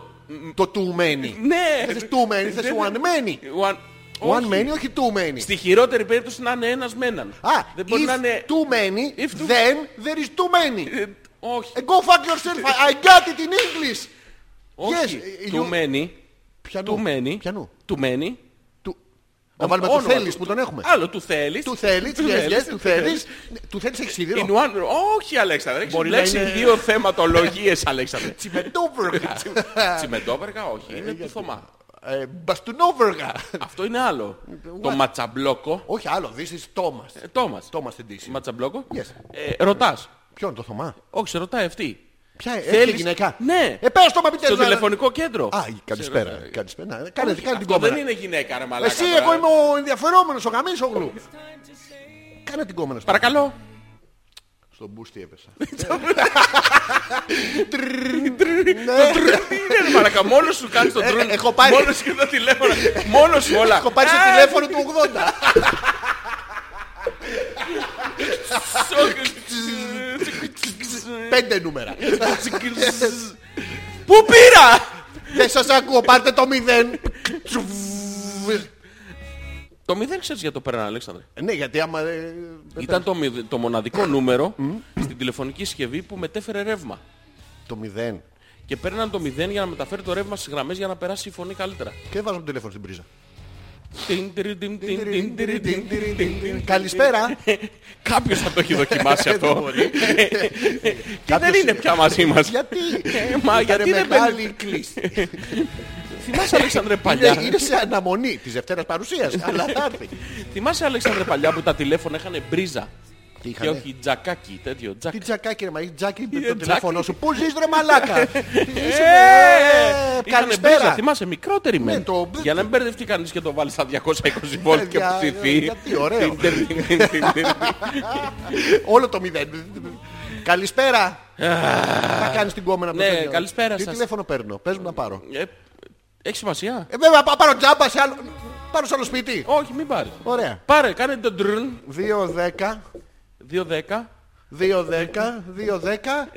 Speaker 1: Το τουμένι.
Speaker 2: Ναι.
Speaker 1: Δεν θες two men, θες
Speaker 2: Δεν-
Speaker 1: one μένι.
Speaker 2: One...
Speaker 1: One
Speaker 2: Όχι.
Speaker 1: μένι, όχι two μένι.
Speaker 2: Στη χειρότερη περίπτωση να είναι ένας με έναν.
Speaker 1: Α,
Speaker 2: Δεν μπορεί
Speaker 1: if
Speaker 2: να είναι...
Speaker 1: too many,
Speaker 2: If too-
Speaker 1: then there is too many.
Speaker 2: Ε, Όχι.
Speaker 1: Ε, Go fuck yourself, I got it in English.
Speaker 2: Όχι.
Speaker 1: yes, you-
Speaker 2: Too many.
Speaker 1: Πιανού.
Speaker 2: Too many.
Speaker 1: Πιανού.
Speaker 2: Too many.
Speaker 1: Του... Να βάλουμε
Speaker 2: Όνομα
Speaker 1: του θέλεις που τον έχουμε.
Speaker 2: Άλλο του θέλεις.
Speaker 1: Του θέλεις,
Speaker 2: Του
Speaker 1: yes, yes,
Speaker 2: θέλεις,
Speaker 1: του
Speaker 2: του
Speaker 1: θέλεις. Ναι, Του θέλεις έχεις
Speaker 2: In
Speaker 1: σίδηρο.
Speaker 2: one... Όχι Αλέξανδρε, έχεις
Speaker 1: Μπορεί να
Speaker 2: μπλέξει
Speaker 1: είναι-
Speaker 2: δύο θεματολογίες Αλέξανδρε.
Speaker 1: Τσιμεντόβεργα.
Speaker 2: Τσιμεντόβεργα όχι, είναι του Θωμά.
Speaker 1: Ε, Μπαστουνόβεργα.
Speaker 2: Αυτό είναι άλλο.
Speaker 1: Ε,
Speaker 2: Το ματσαμπλόκο.
Speaker 1: Όχι άλλο, this is Thomas.
Speaker 2: Τόμα.
Speaker 1: Thomas την DC.
Speaker 2: Ματσαμπλόκο.
Speaker 1: Yes.
Speaker 2: Ε, Ρωτάς.
Speaker 1: Ποιον το Θωμά.
Speaker 2: Όχι, σε ρωτάει αυτή.
Speaker 1: Ποια έρχεται
Speaker 2: Θέλεις-
Speaker 1: η γυναίκα.
Speaker 2: Ναι.
Speaker 1: Ε, πες το μα επιτέλους.
Speaker 2: Στο
Speaker 1: να-
Speaker 2: τηλεφωνικό κέντρο.
Speaker 1: Α, καλησπέρα. Καλησπέρα. Να, Κάνε κάνε την
Speaker 2: Αυτό δεν
Speaker 1: κόμενα.
Speaker 2: είναι γυναίκα, ρε μαλάκα.
Speaker 1: Εσύ,
Speaker 2: τώρα.
Speaker 1: εγώ είμαι ο ενδιαφερόμενος, ο γαμίσογλου. Κάνε την κόμενα. στο-
Speaker 2: Παρακαλώ.
Speaker 1: Στον μπούστι έπεσα.
Speaker 2: Είναι ρε μαλάκα, μόνος σου κάνεις τον
Speaker 1: Ε,
Speaker 2: τρούν.
Speaker 1: έχω πάρει-
Speaker 2: Μόνος σου τα τηλέφωνα. Μόνος σου όλα.
Speaker 1: Έχω πάρει στο
Speaker 2: Α,
Speaker 1: τηλέφωνο του 80. Πέντε νούμερα.
Speaker 2: Πού πήρα!
Speaker 1: Δεν σας ακούω, πάρτε το μηδέν.
Speaker 2: Το μηδέν ξέρεις για το πέραν, Αλέξανδρε.
Speaker 1: Ναι, γιατί άμα... ε,
Speaker 2: Ήταν το, μηδε- το μοναδικό νούμερο στην τηλεφωνική συσκευή που μετέφερε ρεύμα.
Speaker 1: Το μηδέν.
Speaker 2: Και παίρναν το μηδέν για να μεταφέρει το ρεύμα στις γραμμές για να περάσει η φωνή καλύτερα.
Speaker 1: Και δεν βάζω το τηλέφωνο στην πρίζα.
Speaker 2: Τιν, τιρι, τιν, τιν, τιν, τιρι, τιν, τιν, τιν, τιν.
Speaker 1: Καλησπέρα.
Speaker 2: Κάποιος θα το έχει δοκιμάσει αυτό. Και δεν
Speaker 1: Κάποιος-
Speaker 2: είναι πια μαζί μας.
Speaker 1: Γιατί.
Speaker 2: Ε, Μα
Speaker 1: Ήταν
Speaker 2: γιατί δεν παίρνει.
Speaker 1: μεγάλη κλίση.
Speaker 2: Θυμάσαι Αλέξανδρε
Speaker 1: Είναι- Είναι
Speaker 2: παλιά.
Speaker 1: σε αναμονή της Δευτέρας παρουσίας. Αλλά θα έρθει.
Speaker 2: Θυμάσαι Αλέξανδρε παλιά που τα τηλέφωνα είχαν μπρίζα. Και
Speaker 1: Τι είχανε?
Speaker 2: όχι τζακάκι, τέτοιο τζακ.
Speaker 1: Τι τζακάκι ρε μαγί, τζάκι
Speaker 2: Είναι
Speaker 1: το
Speaker 2: Ε, τζάκι. ε,
Speaker 1: τηλέφωνο σου. Πού ζεις ρε μαλάκα. Είσαι, ε,
Speaker 2: Είχαν μπρίζα,
Speaker 1: Καλησπέρα.
Speaker 2: θυμάσαι, μικρότερη με.
Speaker 1: Ναι, το-
Speaker 2: Για να μην μπερδευτεί κανείς και το βάλει στα 220 βόλτ και
Speaker 1: Για-
Speaker 2: ψηθεί.
Speaker 1: ε, γιατί, ωραίο.
Speaker 2: Τιν, τιν, τιν, τιν, τιν, τιν.
Speaker 1: Όλο το μηδέν. Καλησπέρα. Θα κάνεις την κόμενα από το
Speaker 2: Ναι,
Speaker 1: τέτοιο.
Speaker 2: καλησπέρα
Speaker 1: Τι
Speaker 2: σας.
Speaker 1: τηλέφωνο παίρνω. Πες μου να πάρω.
Speaker 2: Ε, Έχει σημασία.
Speaker 1: Ε, βέβαια, πά- πάρω τζάμπα σε άλλο. Πάρω σε άλλο σπίτι.
Speaker 2: Όχι, μην πάρεις.
Speaker 1: Ωραία.
Speaker 2: Πάρε, κάνε τον τρουν.
Speaker 1: 2-10,
Speaker 2: 2-10.
Speaker 1: 2-10, 2-10.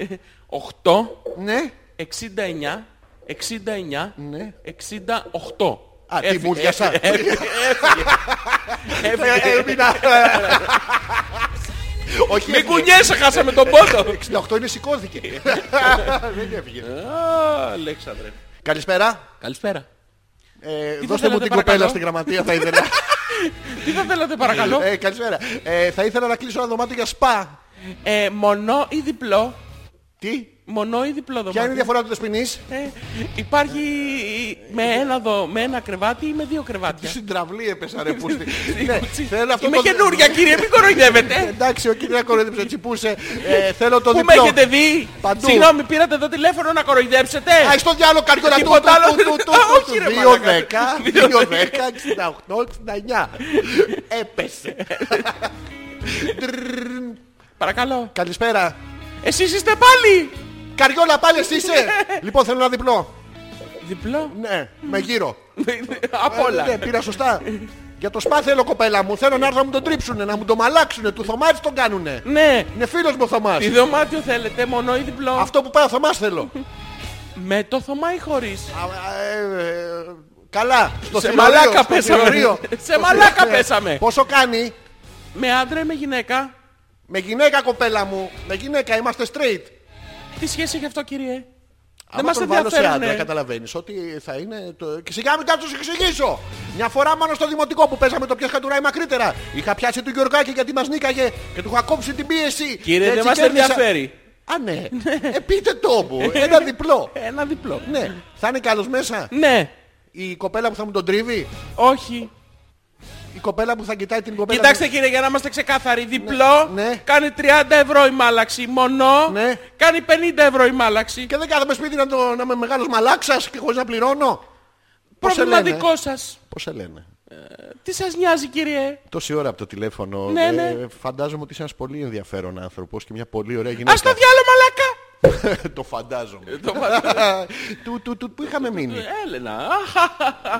Speaker 2: 8,
Speaker 1: Ναι.
Speaker 2: 69, 69,
Speaker 1: Ναι.
Speaker 2: 68.
Speaker 1: Α, τι
Speaker 2: Έφυγε,
Speaker 1: μου διασά.
Speaker 2: έφυγε, Έφυγε.
Speaker 1: Ε,
Speaker 2: έφυγε.
Speaker 1: Έμεινα. Όχι,
Speaker 2: Μην
Speaker 1: έφυγε.
Speaker 2: κουνιέσαι, χάσαμε τον πόντο.
Speaker 1: 68 είναι σηκώθηκε. Δεν έφυγε.
Speaker 2: Α, Αλέξανδρε.
Speaker 1: Καλησπέρα.
Speaker 2: Καλησπέρα.
Speaker 1: Ε,
Speaker 2: θα
Speaker 1: δώστε μου
Speaker 2: θέλατε,
Speaker 1: την
Speaker 2: παρακαλώ?
Speaker 1: κοπέλα στην γραμματεία, θα ήθελα.
Speaker 2: Τι θα θέλατε παρακαλώ.
Speaker 1: ε, καλησπέρα. Ε, θα ήθελα να κλείσω ένα δωμάτιο για σπα.
Speaker 2: ε, μονό ή διπλό.
Speaker 1: Τι,
Speaker 2: Μονό ή διπλό
Speaker 1: ποια είναι η
Speaker 2: δωμάτιο.
Speaker 1: διαφορά του δεσποινή.
Speaker 2: Ε, υπάρχει με ένα, δω, με ένα κρεβάτι ή με δύο κρεβάτια.
Speaker 1: Στην τραυλή έπεσα ρε πούστη.
Speaker 2: Τι-
Speaker 1: ναι,
Speaker 2: τσι-
Speaker 1: θέλω αυτό
Speaker 2: Είμαι
Speaker 1: το-
Speaker 2: καινούρια κύριε, μην κοροϊδεύετε.
Speaker 1: Εντάξει, ο κύριος κοροϊδέψε, τσιπούσε. Ε, θέλω το
Speaker 2: Πού με
Speaker 1: διπλό.
Speaker 2: έχετε δει.
Speaker 1: Παντού.
Speaker 2: Συγγνώμη, πήρατε το τηλέφωνο να κοροϊδέψετε.
Speaker 1: Α, έχεις το διάλογο καριόλα του.
Speaker 2: Τίποτα άλλο δεν- Α, όχι, ρε, μαλάκα.
Speaker 1: 2-10, 2-10, 68, 69. Έπεσε. Τρρρρρ.
Speaker 2: Παρακαλώ.
Speaker 1: Καλησπέρα.
Speaker 2: Εσείς είστε πάλι.
Speaker 1: Καριόλα πάλι εσύ είσαι. Λοιπόν, θέλω ένα διπλό.
Speaker 2: Διπλό.
Speaker 1: Ναι, με γύρω.
Speaker 2: Απ' όλα.
Speaker 1: Ναι, πήρα σωστά. Για το σπα θέλω κοπέλα μου. Θέλω να έρθω να μου τον τρίψουνε, να μου τον μαλάξουνε. Του Θωμάς τον κάνουνε.
Speaker 2: Ναι.
Speaker 1: Είναι φίλος μου ο Θωμάς.
Speaker 2: Τι δωμάτιο θέλετε, μονό ή διπλό.
Speaker 1: Αυτό που πάει ο Θωμάς θέλω.
Speaker 2: Με το θωμά ή χωρίς.
Speaker 1: Α, ε, ε, Καλά. Στο
Speaker 2: Σε
Speaker 1: θηρορείο,
Speaker 2: μαλάκα
Speaker 1: στο
Speaker 2: πέσαμε.
Speaker 1: θηρορείο.
Speaker 2: Σε
Speaker 1: Στο
Speaker 2: μαλάκα
Speaker 1: θηρορείο.
Speaker 2: πέσαμε.
Speaker 1: Πόσο κάνει.
Speaker 2: Με άντρα ή με γυναίκα.
Speaker 1: Με γυναίκα κοπέλα μου. Με γυναίκα είμαστε straight.
Speaker 2: Τι σχέση έχει αυτό κύριε.
Speaker 1: Άμα
Speaker 2: Δεν μας
Speaker 1: τον βάλω σε άντρα,
Speaker 2: ενδιαφέρουνε.
Speaker 1: καταλαβαίνεις ότι θα είναι. Το... Και σιγά μην κάτσω να σου εξηγήσω. Μια φορά μόνο στο δημοτικό που παίζαμε το ποιος χατουράει μακρύτερα. Είχα πιάσει του Γιωργάκη γιατί μας νίκαγε και του είχα κόψει την πίεση.
Speaker 2: Κύριε,
Speaker 1: Και
Speaker 2: δεν
Speaker 1: έτσι
Speaker 2: μας
Speaker 1: κέρδισα.
Speaker 2: ενδιαφέρει.
Speaker 1: Α, ναι. ε, πείτε το μου. Ένα διπλό.
Speaker 2: Ένα διπλό.
Speaker 1: ναι. Θα είναι καλός μέσα.
Speaker 2: Ναι.
Speaker 1: Η κοπέλα που θα μου τον τρίβει.
Speaker 2: Όχι.
Speaker 1: Η κοπέλα που θα κοιτάει την κοπέλα.
Speaker 2: Κοιτάξτε κύριε για να είμαστε ξεκάθαροι. Διπλό
Speaker 1: Ναι.
Speaker 2: κάνει 30 ευρώ η μάλαξη. Μονό
Speaker 1: Ναι.
Speaker 2: κάνει 50 ευρώ η μάλαξη.
Speaker 1: Και δεν κάθομαι σπίτι να, το, να είμαι μεγάλος μαλάξας και χωρίς να πληρώνω. Πώς σε λένε?
Speaker 2: Πρόβλημα δικό σας.
Speaker 1: Πώς σε λένε.
Speaker 2: Τι σας νοιάζει κύριε.
Speaker 1: Τόση ώρα από το τηλέφωνο.
Speaker 2: Ναι,
Speaker 1: ε,
Speaker 2: ναι.
Speaker 1: Φαντάζομαι ότι είσαι ένας πολύ ενδιαφέρον άνθρωπος και μια πολύ ωραία γυναίκα.
Speaker 2: Ας το διάλο μαλάκα.
Speaker 1: Ε, το φαντάζομαι.
Speaker 2: Ε, Το βάζω.
Speaker 1: του, του, του, που είχαμε μείνει.
Speaker 2: Ε, Έλενα.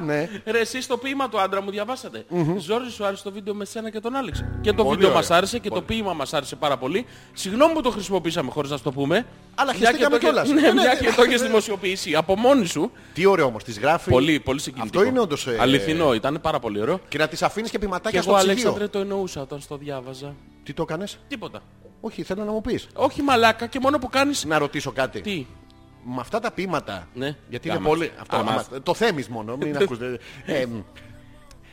Speaker 1: ναι.
Speaker 2: Ρε εσείς το ποίημα του άντρα μου διαβάσατε. Ζόρζη σου άρεσε το βίντεο με σένα και τον Άλεξ. Και το
Speaker 1: Πολύ
Speaker 2: βίντεο
Speaker 1: ωραία.
Speaker 2: μας άρεσε και το ποίημα μας άρεσε πάρα πολύ. Συγγνώμη που το χρησιμοποίησαμε χωρίς να σου το πούμε.
Speaker 1: Αλλά
Speaker 2: Μια και
Speaker 1: χεστήκαμε
Speaker 2: το έχεις-
Speaker 1: κιόλας.
Speaker 2: Ναι,
Speaker 1: Ναι,
Speaker 2: μια
Speaker 1: ναι.
Speaker 2: και το έχεις δημοσιοποιήσει από μόνη σου.
Speaker 1: Τι ωραίο όμως, τις γράφει.
Speaker 2: Πολύ, πολύ συγκινητικό.
Speaker 1: Αυτό είναι όντως... ε,
Speaker 2: Αληθινό, ήταν πάρα πολύ ωραίο.
Speaker 1: Και να τις αφήνεις και
Speaker 2: Και
Speaker 1: ποιηματάκια
Speaker 2: εγώ
Speaker 1: στο ψυγείο.
Speaker 2: Αλέξανδρε το εννοούσα όταν στο διάβαζα.
Speaker 1: Τι το έκανες.
Speaker 2: Τίποτα.
Speaker 1: Όχι, θέλω να μου πεις.
Speaker 2: Όχι μαλάκα και μόνο που κάνεις...
Speaker 1: Να ρωτήσω κάτι.
Speaker 2: Τι.
Speaker 1: Με αυτά τα ποίηματα.
Speaker 2: Ναι.
Speaker 1: Γιατί
Speaker 2: Τα
Speaker 1: είναι
Speaker 2: μας.
Speaker 1: πολύ. Αυτό,
Speaker 2: Τα μας.
Speaker 1: άμα- το θέμεις μόνο. Μην ακούσετε. Ε, μ,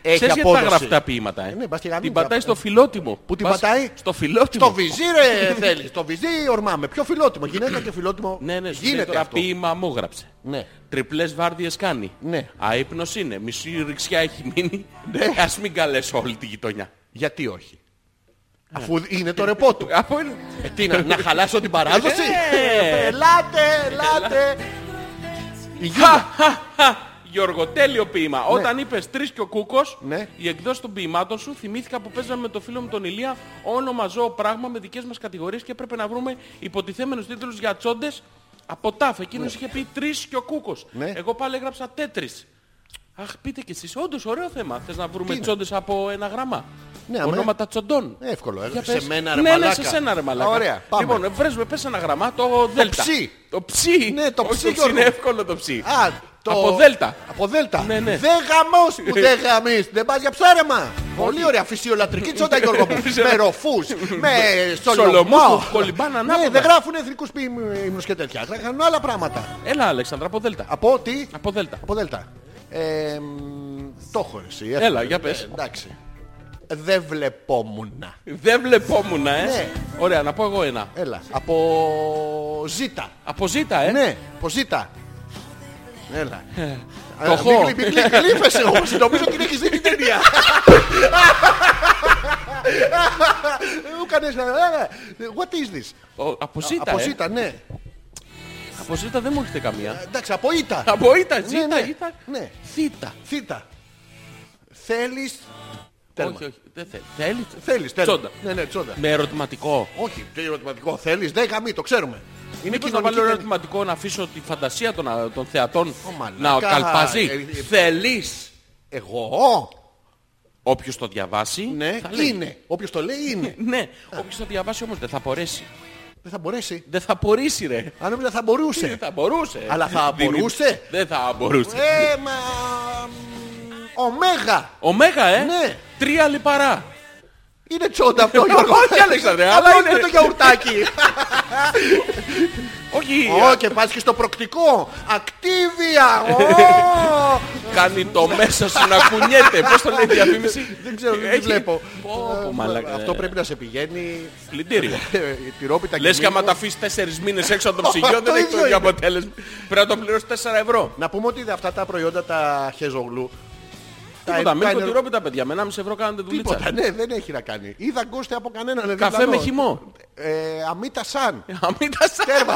Speaker 1: έχει
Speaker 2: Ξέρεις γιατί τα
Speaker 1: απόδοση.
Speaker 2: γράφει τα ποίηματα, ε.
Speaker 1: Ε, ναι, πας και γαμίζει
Speaker 2: την πατάει
Speaker 1: τα-
Speaker 2: στο φιλότιμο.
Speaker 1: Πού την
Speaker 2: Πας
Speaker 1: πατάει?
Speaker 2: Στο φιλότιμο.
Speaker 1: Το βυζί ρε θέλεις. Το βυζί ορμάμε. Πιο φιλότιμο. Γυναίκα και φιλότιμο.
Speaker 2: Ναι, ναι, σου λέει
Speaker 1: Γίνεται
Speaker 2: τώρα
Speaker 1: αυτό.
Speaker 2: ποίημα μου γράψε.
Speaker 1: Ναι.
Speaker 2: Τριπλές βάρδιες κάνει.
Speaker 1: Ναι.
Speaker 2: Αύπνος είναι. Μισή ρηξιά έχει μείνει. Ας μην καλέσω όλη τη γειτονιά.
Speaker 1: Γιατί όχι.
Speaker 2: Ναι.
Speaker 1: Αφού είναι το ρεπό του.
Speaker 2: Αφού είναι...
Speaker 1: Ε, Τι να, να χαλάσω την παράδοση.
Speaker 2: Ε.
Speaker 1: Ελάτε, ελάτε. Η
Speaker 2: Χα,
Speaker 1: Γιούλα.
Speaker 2: χα, χα. Γιώργο, τέλειο ποίημα. Όταν είπες τρεις και ο κούκος,
Speaker 1: Ναι.
Speaker 2: η εκδόση των ποίηματων σου θυμήθηκα που παίζαμε με το φίλο μου τον Ηλία όνομα ζώο πράγμα με δικές μας κατηγορίες και έπρεπε να βρούμε υποτιθέμενους τίτλους για τσόντες από τάφ. Εκείνος είχε πει τρεις και ο κούκος.
Speaker 1: Ναι.
Speaker 2: Εγώ πάλι έγραψα τέτρις. Αχ, πείτε κι εσείς, όντως ωραίο θέμα. Θες να βρούμε
Speaker 1: είναι?
Speaker 2: τσόντες από ένα γράμμα.
Speaker 1: Ναι, άμα-
Speaker 2: Ονόματα τσοντών.
Speaker 1: Εύκολο, ε.
Speaker 2: Για
Speaker 1: Σε
Speaker 2: πες.
Speaker 1: μένα, ρε
Speaker 2: ναι,
Speaker 1: μαλάκα.
Speaker 2: Ναι, σε σένα ρε μαλάκα.
Speaker 1: Ωραία, πάμε.
Speaker 2: Λοιπόν, βρέσουμε, πες ένα γραμμά, το δέλτα.
Speaker 1: ψι.
Speaker 2: Το ψι.
Speaker 1: Ναι, το
Speaker 2: Όχι,
Speaker 1: ψι,
Speaker 2: είναι
Speaker 1: Γιώργο.
Speaker 2: εύκολο το ψι.
Speaker 1: Α, το...
Speaker 2: Από Δέλτα.
Speaker 1: Από Δέλτα.
Speaker 2: Ναι, ναι.
Speaker 1: Δεν γαμός που δεν γαμείς. Δεν πας για ψάρεμα. Πολύ ωραία. Φυσιολατρική
Speaker 2: Ναι.
Speaker 1: τσόντα Γιώργο μου. με ροφούς. Με σολομό.
Speaker 2: Σολομούς που κολυμπάνε
Speaker 1: Ναι,
Speaker 2: ανάποδα.
Speaker 1: δεν γράφουν εθνικούς ποίημους και τέτοια. Θα κάνουν άλλα πράγματα.
Speaker 2: Έλα, Αλέξανδρα, από Δέλτα.
Speaker 1: Από τι.
Speaker 2: Από Δέλτα.
Speaker 1: Από Δέλτα. Ε, μ, το έχω εσύ. εύκολο.
Speaker 2: Έλα, για πες.
Speaker 1: Ε, εντάξει. Δεν βλεπόμουν.
Speaker 2: Δεν βλεπόμουν, ε.
Speaker 1: Ναι.
Speaker 2: Ωραία, να πω εγώ ένα.
Speaker 1: Έλα. Από ζήτα.
Speaker 2: Από ζήτα, ε.
Speaker 1: Ναι, από ζήτα. Έλα. Ε,
Speaker 2: Το έχω.
Speaker 1: Κλείφεσαι όμως. Νομίζω ότι την έχεις δει την ταινία. Μου κάνεις να... Ε, What is this?
Speaker 2: Ο- από ζήτα,
Speaker 1: Από
Speaker 2: ε.
Speaker 1: ζήτα, ναι.
Speaker 2: Από ζήτα δεν μου έχετε καμία.
Speaker 1: Εντάξει, από ήττα.
Speaker 2: Από ήττα, ζήτα,
Speaker 1: ναι,
Speaker 2: ήτα.
Speaker 1: ναι.
Speaker 2: Θήτα.
Speaker 1: Θήτα. Θέλεις... Τέρμα.
Speaker 2: Όχι, όχι. Δεν θέλει. Θέλεις.
Speaker 1: Θέλεις, τέρμα.
Speaker 2: Τσόντα.
Speaker 1: Ναι, ναι, τσόντα.
Speaker 2: Με ερωτηματικό.
Speaker 1: Όχι, τι ερωτηματικό θέλεις. Δεν γαμί, το ξέρουμε. Είναι
Speaker 2: Μήπως να
Speaker 1: κοινωνική
Speaker 2: βάλω ένα
Speaker 1: ταινία.
Speaker 2: ερωτηματικό να αφήσω τη φαντασία των, α, των θεατών να
Speaker 1: μαλάκα.
Speaker 2: καλπαζεί.
Speaker 1: Ε, ε,
Speaker 2: Θέλεις.
Speaker 1: Εγώ.
Speaker 2: Όποιος το διαβάσει
Speaker 1: Ναι,
Speaker 2: θα λέει.
Speaker 1: είναι. Όποιος το λέει είναι.
Speaker 2: Ναι, όποιος το διαβάσει όμως δεν θα μπορέσει.
Speaker 1: Δεν θα μπορέσει.
Speaker 2: Δεν θα μπορέσει ρε.
Speaker 1: Αν έμεινε θα
Speaker 2: Δεν
Speaker 1: μπορούσε.
Speaker 2: θα μπορούσε.
Speaker 1: Ναι. Αλλά θα
Speaker 2: Δημι-
Speaker 1: μπορούσε.
Speaker 2: Δεν θα μπορούσε.
Speaker 1: Ε, μα... Ωμέγα.
Speaker 2: Ωμέγα, ε!
Speaker 1: Ναι.
Speaker 2: Τρία λιπαρά.
Speaker 1: Είναι τσόντα αυτό, Γιώργο.
Speaker 2: Όχι, Αλέξανδρε, αλλά
Speaker 1: Απλώνει
Speaker 2: είναι-
Speaker 1: το γιαουρτάκι.
Speaker 2: Όχι,
Speaker 1: Ω, και πας και στο προκτικό. Ακτίβια. Ω.
Speaker 2: κάνει το μέσα σου να κουνιέται. Πώς το λέει η διαφήμιση.
Speaker 1: Δεν ξέρω, δεν τη
Speaker 2: Έχει-
Speaker 1: βλέπω.
Speaker 2: Πω, πω,
Speaker 1: Ε,
Speaker 2: μαλάκα.
Speaker 1: Αυτό πρέπει να σε πηγαίνει.
Speaker 2: Πλυντήριο.
Speaker 1: ε, Τυρόπιτα
Speaker 2: Λες
Speaker 1: και
Speaker 2: και άμα
Speaker 1: μήλο.
Speaker 2: τα αφήσεις τέσσερις μήνες έξω από το ψυγείο
Speaker 1: Το
Speaker 2: δεν έχει το ίδιο
Speaker 1: ίδιο είναι.
Speaker 2: αποτέλεσμα. Πρέπει να το πληρώσεις 4 ευρώ.
Speaker 1: Να πούμε ότι αυτά τα προϊόντα τα χεζογλού.
Speaker 2: Τίποτα, μην
Speaker 1: κάνει-
Speaker 2: κοντιρόπιτα παιδιά. Με 1,5 ευρώ κάνετε
Speaker 1: Τίποτα,
Speaker 2: δουλίτσα.
Speaker 1: ναι, δεν έχει να κάνει. Ή δαγκώστε από κανέναν. δεν
Speaker 2: Καφέ
Speaker 1: πλανώ.
Speaker 2: με χυμό.
Speaker 1: Ε, αμύτα σαν.
Speaker 2: Αμύτα σαν...
Speaker 1: Τέρμα.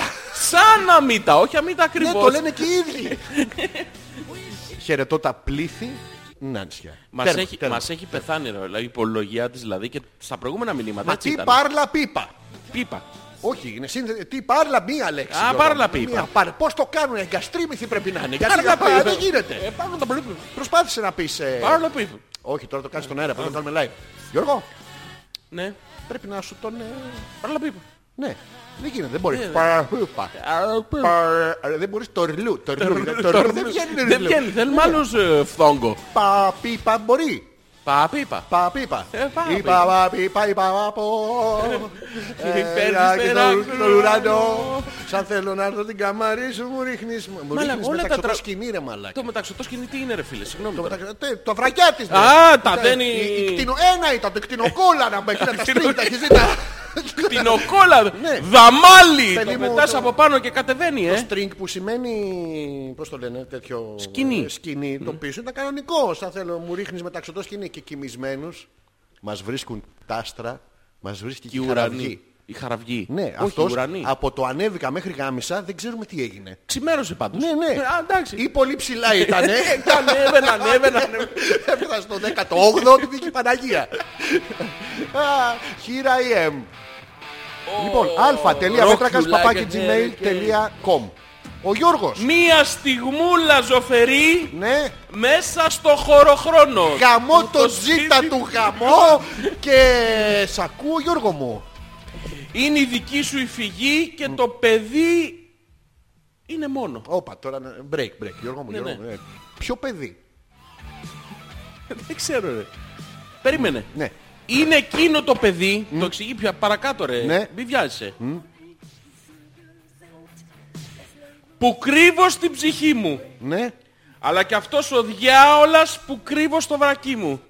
Speaker 2: Σαν αμύτα, όχι αμύτα
Speaker 1: Ναι, το
Speaker 2: ακριβώς.
Speaker 1: λένε και οι ίδιοι. Χαιρετώ τα πλήθη. Νάνσια.
Speaker 2: Μας έχει, μας έχει πεθάνει ρε, η υπολογία της δηλαδή και στα προηγούμενα μηνύματα.
Speaker 1: Μα
Speaker 2: έτσι
Speaker 1: τι
Speaker 2: ήταν.
Speaker 1: πάρλα πίπα.
Speaker 2: Πίπα.
Speaker 1: Όχι, είναι σύνδεση. Τι πάρλα μία λέξη.
Speaker 2: Α,
Speaker 1: Γιώργο.
Speaker 2: πάρλα πίπα.
Speaker 1: Μία πάρ- Πώς το κάνουν, εγκαστρίμηθη πρέπει να είναι. Γιατί
Speaker 2: Πάρλα
Speaker 1: να πάει,
Speaker 2: πίπα.
Speaker 1: δεν γίνεται.
Speaker 2: Ε, πάρλα πίπα.
Speaker 1: Προσπάθησε να πεις... ε,
Speaker 2: Πάρλα πίπα.
Speaker 1: Όχι, τώρα το κάνεις στον αέρα, πρέπει να το κάνουμε live. Γιώργο,
Speaker 2: Ναι.
Speaker 1: πρέπει να σου τον... ε,
Speaker 2: Πάρλα πίπα.
Speaker 1: Ναι, δεν γίνεται, δεν μπορεί.
Speaker 2: Ε,
Speaker 1: Πάρλα πίπα.
Speaker 2: Πάρλα πίπα.
Speaker 1: Πάρ- ε, Δεν μπορείς το ρλου. Το ρλου. είναι- το ρλου Δεν βγαίνει
Speaker 2: Δεν βγαίνει, θέλουμε άλλο φθόγκο.
Speaker 1: Πα πίπα μπορεί.
Speaker 2: Παπίπα.
Speaker 1: Παπίπα.
Speaker 2: Ε, παπίπα.
Speaker 1: Είπα παπίπα, είπα Ε, παπό.
Speaker 2: Ε, παίρνεις πέρα στον ουρανό.
Speaker 1: Σαν θέλω να έρθω την καμαρί σου μου ρίχνεις. Μου
Speaker 2: Μαλάκα,
Speaker 1: ρίχνεις
Speaker 2: όλα τα
Speaker 1: μεταξωτό
Speaker 2: τρα-
Speaker 1: σκηνή ρε μαλάκα.
Speaker 2: Το μεταξωτό σκηνή τι είναι ρε φίλε, συγγνώμη.
Speaker 1: Το
Speaker 2: τώρα.
Speaker 1: μεταξω- τε- Το βρακιά της. ναι.
Speaker 2: Α, τα
Speaker 1: Ε,
Speaker 2: δένει-
Speaker 1: η- η κτηνο- Ένα ήταν το κτηνοκόλα να μπαίνει τα
Speaker 2: κτηνο-
Speaker 1: σπίτια. έχεις δει τα-
Speaker 2: Την οκόλα,
Speaker 1: Ναι.
Speaker 2: δαμάλι!
Speaker 1: Παιδί
Speaker 2: Το
Speaker 1: μου,
Speaker 2: πετάς
Speaker 1: το-
Speaker 2: από πάνω και κατεβαίνει,
Speaker 1: Το
Speaker 2: ε.
Speaker 1: string που σημαίνει, πώς το λένε, τέτοιο
Speaker 2: Σκηνή.
Speaker 1: ε, σκηνή το πίσω ήταν κανονικό. Σαν θέλω, μου ρίχνεις μεταξωτό σκηνή και κοιμισμένους μας βρίσκουν τάστρα, μας βρίσκει και
Speaker 2: Η
Speaker 1: η
Speaker 2: ουρανή.
Speaker 1: χαραυγή.
Speaker 2: Η χαραυγή.
Speaker 1: Ναι,
Speaker 2: όχι η
Speaker 1: αυτός
Speaker 2: ουρανή.
Speaker 1: από το ανέβηκα μέχρι γάμισα δεν ξέρουμε τι έγινε.
Speaker 2: Ξημέρωσε πάντως. Ε,
Speaker 1: Ναι, Ε, ναι.
Speaker 2: Α, Ε, εντάξει.
Speaker 1: Ή πολύ ψηλά ήταν.
Speaker 2: Ήταν, έβαινα, έβαινα, έβαινα.
Speaker 1: Έφτασα στο 18ο ότι βγήκε η Παναγία. Α, Here I am. Λοιπόν, αλφα.μέτρακα gmail.com Ο Γιώργος.
Speaker 2: Μία στιγμούλα ζωφερή
Speaker 1: Ναι.
Speaker 2: μέσα στο χωροχρόνο.
Speaker 1: Γαμώ
Speaker 2: Το
Speaker 1: το ζήτα του γαμώ και σ' ακούω Γιώργο μου.
Speaker 2: Είναι η δική σου η φυγή και το παιδί είναι μόνο.
Speaker 1: Όπα τώρα να- break break Γιώργο μου.
Speaker 2: Ναι,
Speaker 1: Γιώργο μου,
Speaker 2: ναι.
Speaker 1: ε. Ποιο παιδί.
Speaker 2: Δεν ξέρω ρε. Περίμενε.
Speaker 1: Ναι.
Speaker 2: Είναι εκείνο το παιδί, το εξηγεί πια παρακάτω ρε,
Speaker 1: Ναι.
Speaker 2: μην βιάζεσαι. Που κρύβω στην ψυχή μου,
Speaker 1: Ναι.
Speaker 2: αλλά και αυτός ο διάολας που κρύβω στο βρακί μου.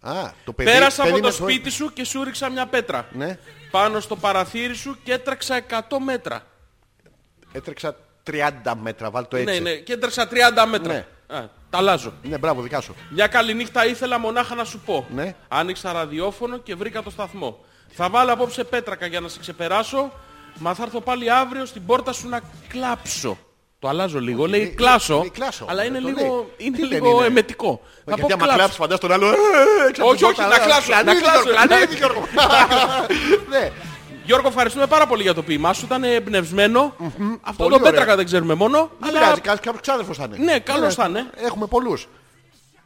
Speaker 1: Α, το παιδί.
Speaker 2: Πέρασα από
Speaker 1: παιδί
Speaker 2: το
Speaker 1: με
Speaker 2: σπίτι σου και σου ρίξα μια πέτρα.
Speaker 1: Ναι.
Speaker 2: Πάνω στο παραθύρι σου και έτρεξα 100 μέτρα.
Speaker 1: Έτρεξα 30 μέτρα, βάλ το έτσι.
Speaker 2: Ναι, ναι, και έτρεξα 30 μέτρα.
Speaker 1: Ναι.
Speaker 2: Α, τα αλλάζω.
Speaker 1: Ναι, μπράβο, δικά σου.
Speaker 2: Μια καλή νύχτα ήθελα μονάχα να σου πω.
Speaker 1: Ναι.
Speaker 2: Άνοιξα ραδιόφωνο και βρήκα το σταθμό. Θα βάλω απόψε πέτρακα για να σε ξεπεράσω. Μα θα έρθω πάλι αύριο στην πόρτα σου να κλάψω. Το αλλάζω λίγο. λέει
Speaker 1: λέει-
Speaker 2: κλάσω.
Speaker 1: λέει Ε, κλάσω. Ε,
Speaker 2: Αλλά είναι
Speaker 1: Το
Speaker 2: λίγο,
Speaker 1: λέει.
Speaker 2: είναι
Speaker 1: Τι δεν
Speaker 2: λίγο
Speaker 1: είναι. Ε,
Speaker 2: εμετικό. Θα πω
Speaker 1: Γιατί άμα
Speaker 2: κλάψω.
Speaker 1: κλάψει φαντάζομαι τον άλλο. «Ε, έξω από
Speaker 2: Όχι,
Speaker 1: την
Speaker 2: όχι,
Speaker 1: πόρτα,
Speaker 2: να
Speaker 1: αλλά,
Speaker 2: κλάψω, να
Speaker 1: «Κλανίδι,
Speaker 2: κλάψω,
Speaker 1: Γιώργο, κλανίδι,
Speaker 2: ναι».
Speaker 1: Γιώργο». Ναι.
Speaker 2: Γιώργο, ευχαριστούμε πάρα πολύ για το ποίημά σου. Ήταν εμπνευσμένο. Αυτό
Speaker 1: Πολύ
Speaker 2: το
Speaker 1: ωραία.
Speaker 2: πέτρακα δεν ξέρουμε μόνο.
Speaker 1: Δεν
Speaker 2: αλλά-
Speaker 1: πειράζει, κάποιο ξάδερφος θα είναι.
Speaker 2: Ναι, καλός
Speaker 1: Ναι,
Speaker 2: θα είναι.
Speaker 1: Έχουμε πολλούς.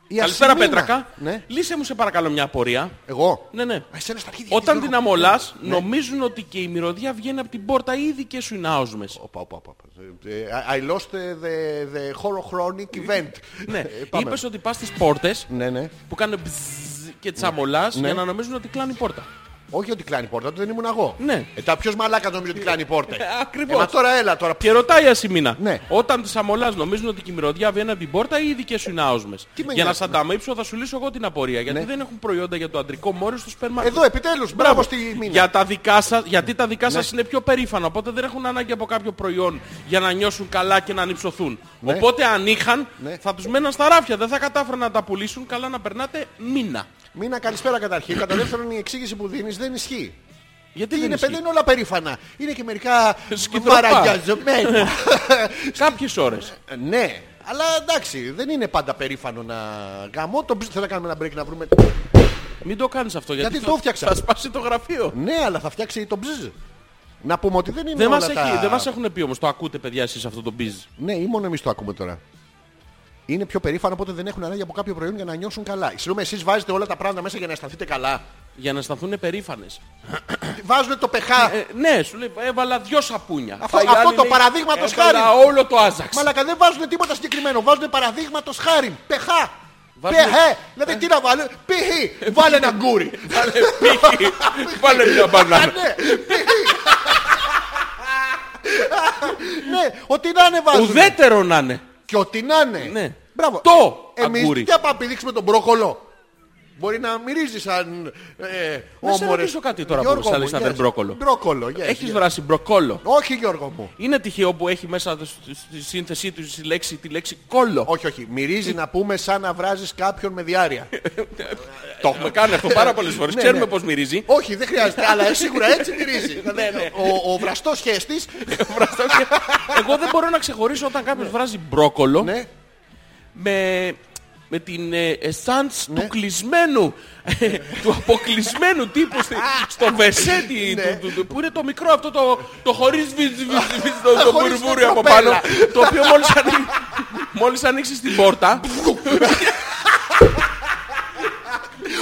Speaker 1: Η
Speaker 2: Καλησπέρα,
Speaker 1: Ασημίνα.
Speaker 2: Πέτρακα.
Speaker 1: Ναι.
Speaker 2: Λύσε μου σε παρακαλώ μια απορία.
Speaker 1: Εγώ.
Speaker 2: Ναι, ναι.
Speaker 1: Α, εσένα στα αρχίδια,
Speaker 2: Όταν
Speaker 1: Γιώργο.
Speaker 2: την αμολάς,
Speaker 1: Ναι.
Speaker 2: νομίζουν ότι και η μυρωδιά βγαίνει από την πόρτα ήδη και σου είναι άοσμες.
Speaker 1: Οπα, οπα, οπα. Ε, I lost ε, the, the horochronic event.
Speaker 2: Ναι.
Speaker 1: Ε, πάμε.
Speaker 2: Είπες ότι πας στις πόρτες
Speaker 1: Ναι, ναι.
Speaker 2: που κάνουν μπζζ και τις αμολάς για να νομίζουν ότι κλάνει η πόρτα.
Speaker 1: Όχι ότι κλάνει η πόρτα, δεν ήμουν εγώ.
Speaker 2: Ναι.
Speaker 1: Ε, τα ποιος μαλάκα νομίζω ότι κλάνει η πόρτα.
Speaker 2: Ε, ακριβώς.
Speaker 1: Ε, μα τώρα έλα τώρα.
Speaker 2: Και ρωτάει η Ασημίνα.
Speaker 1: Ναι.
Speaker 2: Όταν τις αμολάς νομίζουν ότι και η μυρωδιά βγαίνει από την πόρτα ή οι δικές σου είναι άοσμες. Για
Speaker 1: Τι με
Speaker 2: να
Speaker 1: νοιάζει, ναι.
Speaker 2: σας ανταμείψω θα σου λύσω εγώ την απορία. Γιατί δεν έχουν προϊόντα για το αντρικό μόριο στο σπέρμα.
Speaker 1: Εδώ επιτέλους, μπράβο στη μήνα. Ναι.
Speaker 2: Για τα δικά σας, γιατί τα δικά σας είναι πιο περήφανα, οπότε δεν έχουν ανάγκη από κάποιο προϊόν για να νιώσουν καλά και να ανυψωθούν. Οπότε αν είχαν,
Speaker 1: Ναι.
Speaker 2: θα τους μέναν στα ράφια, δεν θα κατάφεραν να τα πουλήσουν, καλά να περνάτε μήνα.
Speaker 1: Μήνα καλησπέρα καταρχήν. Κατά δεύτερον η εξήγηση που δίνεις δεν ισχύει.
Speaker 2: Γιατί
Speaker 1: Τι
Speaker 2: δεν
Speaker 1: είναι,
Speaker 2: ισχύει.
Speaker 1: παιδί, είναι όλα περήφανα. Είναι και μερικά
Speaker 2: Σκυθροπά.
Speaker 1: μαραγιαζεμένα.
Speaker 2: Κάποιες ώρες.
Speaker 1: Ε, ναι, αλλά εντάξει, δεν είναι πάντα περήφανο να γαμώ. Το μπζ- θέλω να κάνουμε ένα break να βρούμε.
Speaker 2: Μην το κάνεις αυτό, γιατί,
Speaker 1: Γιατί
Speaker 2: θα-
Speaker 1: το φτιάξα.
Speaker 2: Θα σπάσει το γραφείο.
Speaker 1: Ναι, αλλά θα φτιάξει το μπζζ. Να πούμε ότι δεν είναι
Speaker 2: Δεν
Speaker 1: όλα
Speaker 2: μας,
Speaker 1: τα...
Speaker 2: έχει, δεν μας έχουν πει όμως, το ακούτε παιδιά εσείς αυτό το μπιζ.
Speaker 1: Ναι, ή μόνο εμείς το ακούμε τώρα. Είναι πιο περήφανο, οπότε δεν έχουν ανάγκη από κάποιο προϊόν για να νιώσουν καλά. Συγγνώμη, εσείς βάζετε όλα τα πράγματα μέσα για να αισθανθείτε καλά.
Speaker 2: Για να σταθούν περήφανες.
Speaker 1: Βάζουν το πεχά.
Speaker 2: Ε, ναι, σου λέει, έβαλα δυο σαπούνια.
Speaker 1: Αυτό-
Speaker 2: Πάει η
Speaker 1: αυτό
Speaker 2: άλλη,
Speaker 1: το
Speaker 2: λέει,
Speaker 1: παραδείγματος
Speaker 2: έβαλα
Speaker 1: χάρη.
Speaker 2: όλο το άζαξ.
Speaker 1: Μαλακα δεν βάζουν τίποτα συγκεκριμένο. Βάζουν παραδείγματος χάρη. Πεχά.
Speaker 2: Βάζουνε-
Speaker 1: Πεχέ. Δηλαδή τι να βάλω. Πηχή. Βάλε ένα γκούρι.
Speaker 2: Βάλε πύχη, Βάλε μια μπανάνα.
Speaker 1: Ναι. Ναι. Ό,τι να είναι βάζουν.
Speaker 2: Ουδέτερο να είναι.
Speaker 1: Και ό,τι να είναι.
Speaker 2: Ναι.
Speaker 1: Μπράβο. Ε,
Speaker 2: Το αγγούρι.
Speaker 1: Εμείς τι πάμε να πηδήξουμε τον μπρόκολο. Μπορεί να μυρίζει σαν ε,
Speaker 2: Να σε
Speaker 1: όμορες.
Speaker 2: ρωτήσω κάτι τώρα,
Speaker 1: Γιώργο
Speaker 2: Μπορούσα,
Speaker 1: μου,
Speaker 2: λες, να
Speaker 1: yes.
Speaker 2: δεν μπρόκολο.
Speaker 1: Μπρόκολο, yes,
Speaker 2: Έχεις
Speaker 1: yes.
Speaker 2: βράσει μπροκόλο.
Speaker 1: Όχι Γιώργο μου.
Speaker 2: Είναι τυχαίο που έχει μέσα στη- στη σύνθεσή του στη λέξη, τη λέξη κόλλο.
Speaker 1: Όχι, όχι. Μυρίζει να πούμε σαν να βράζεις κάποιον με διάρρεια.
Speaker 2: Το έχουμε κάνει αυτό πάρα πολλές φορές.
Speaker 1: Ναι,
Speaker 2: Ξέρουμε
Speaker 1: ναι.
Speaker 2: πώς μυρίζει.
Speaker 1: Όχι, δεν χρειάζεται, αλλά σίγουρα έτσι μυρίζει.
Speaker 2: Ναι,
Speaker 1: Ο, ο βραστός χέστη.
Speaker 2: Εγώ δεν μπορώ να ξεχωρίσω όταν κάποιος βράζει μπρόκολο
Speaker 1: ναι.
Speaker 2: με, με την ε, εσάντς του κλεισμένου, ε, του αποκλεισμένου τύπου στη- στο βεσέτη
Speaker 1: Ναι.
Speaker 2: του- του- του- που είναι το μικρό αυτό το, το χωρίς βυζ, βυζ, βυζ, το, το
Speaker 1: Χωρίς
Speaker 2: μπουρμπούρι
Speaker 1: την
Speaker 2: από πάνω,
Speaker 1: προπέλα.
Speaker 2: το οποίο μόλις, ανοί, μόλις ανοίξεις την πόρτα,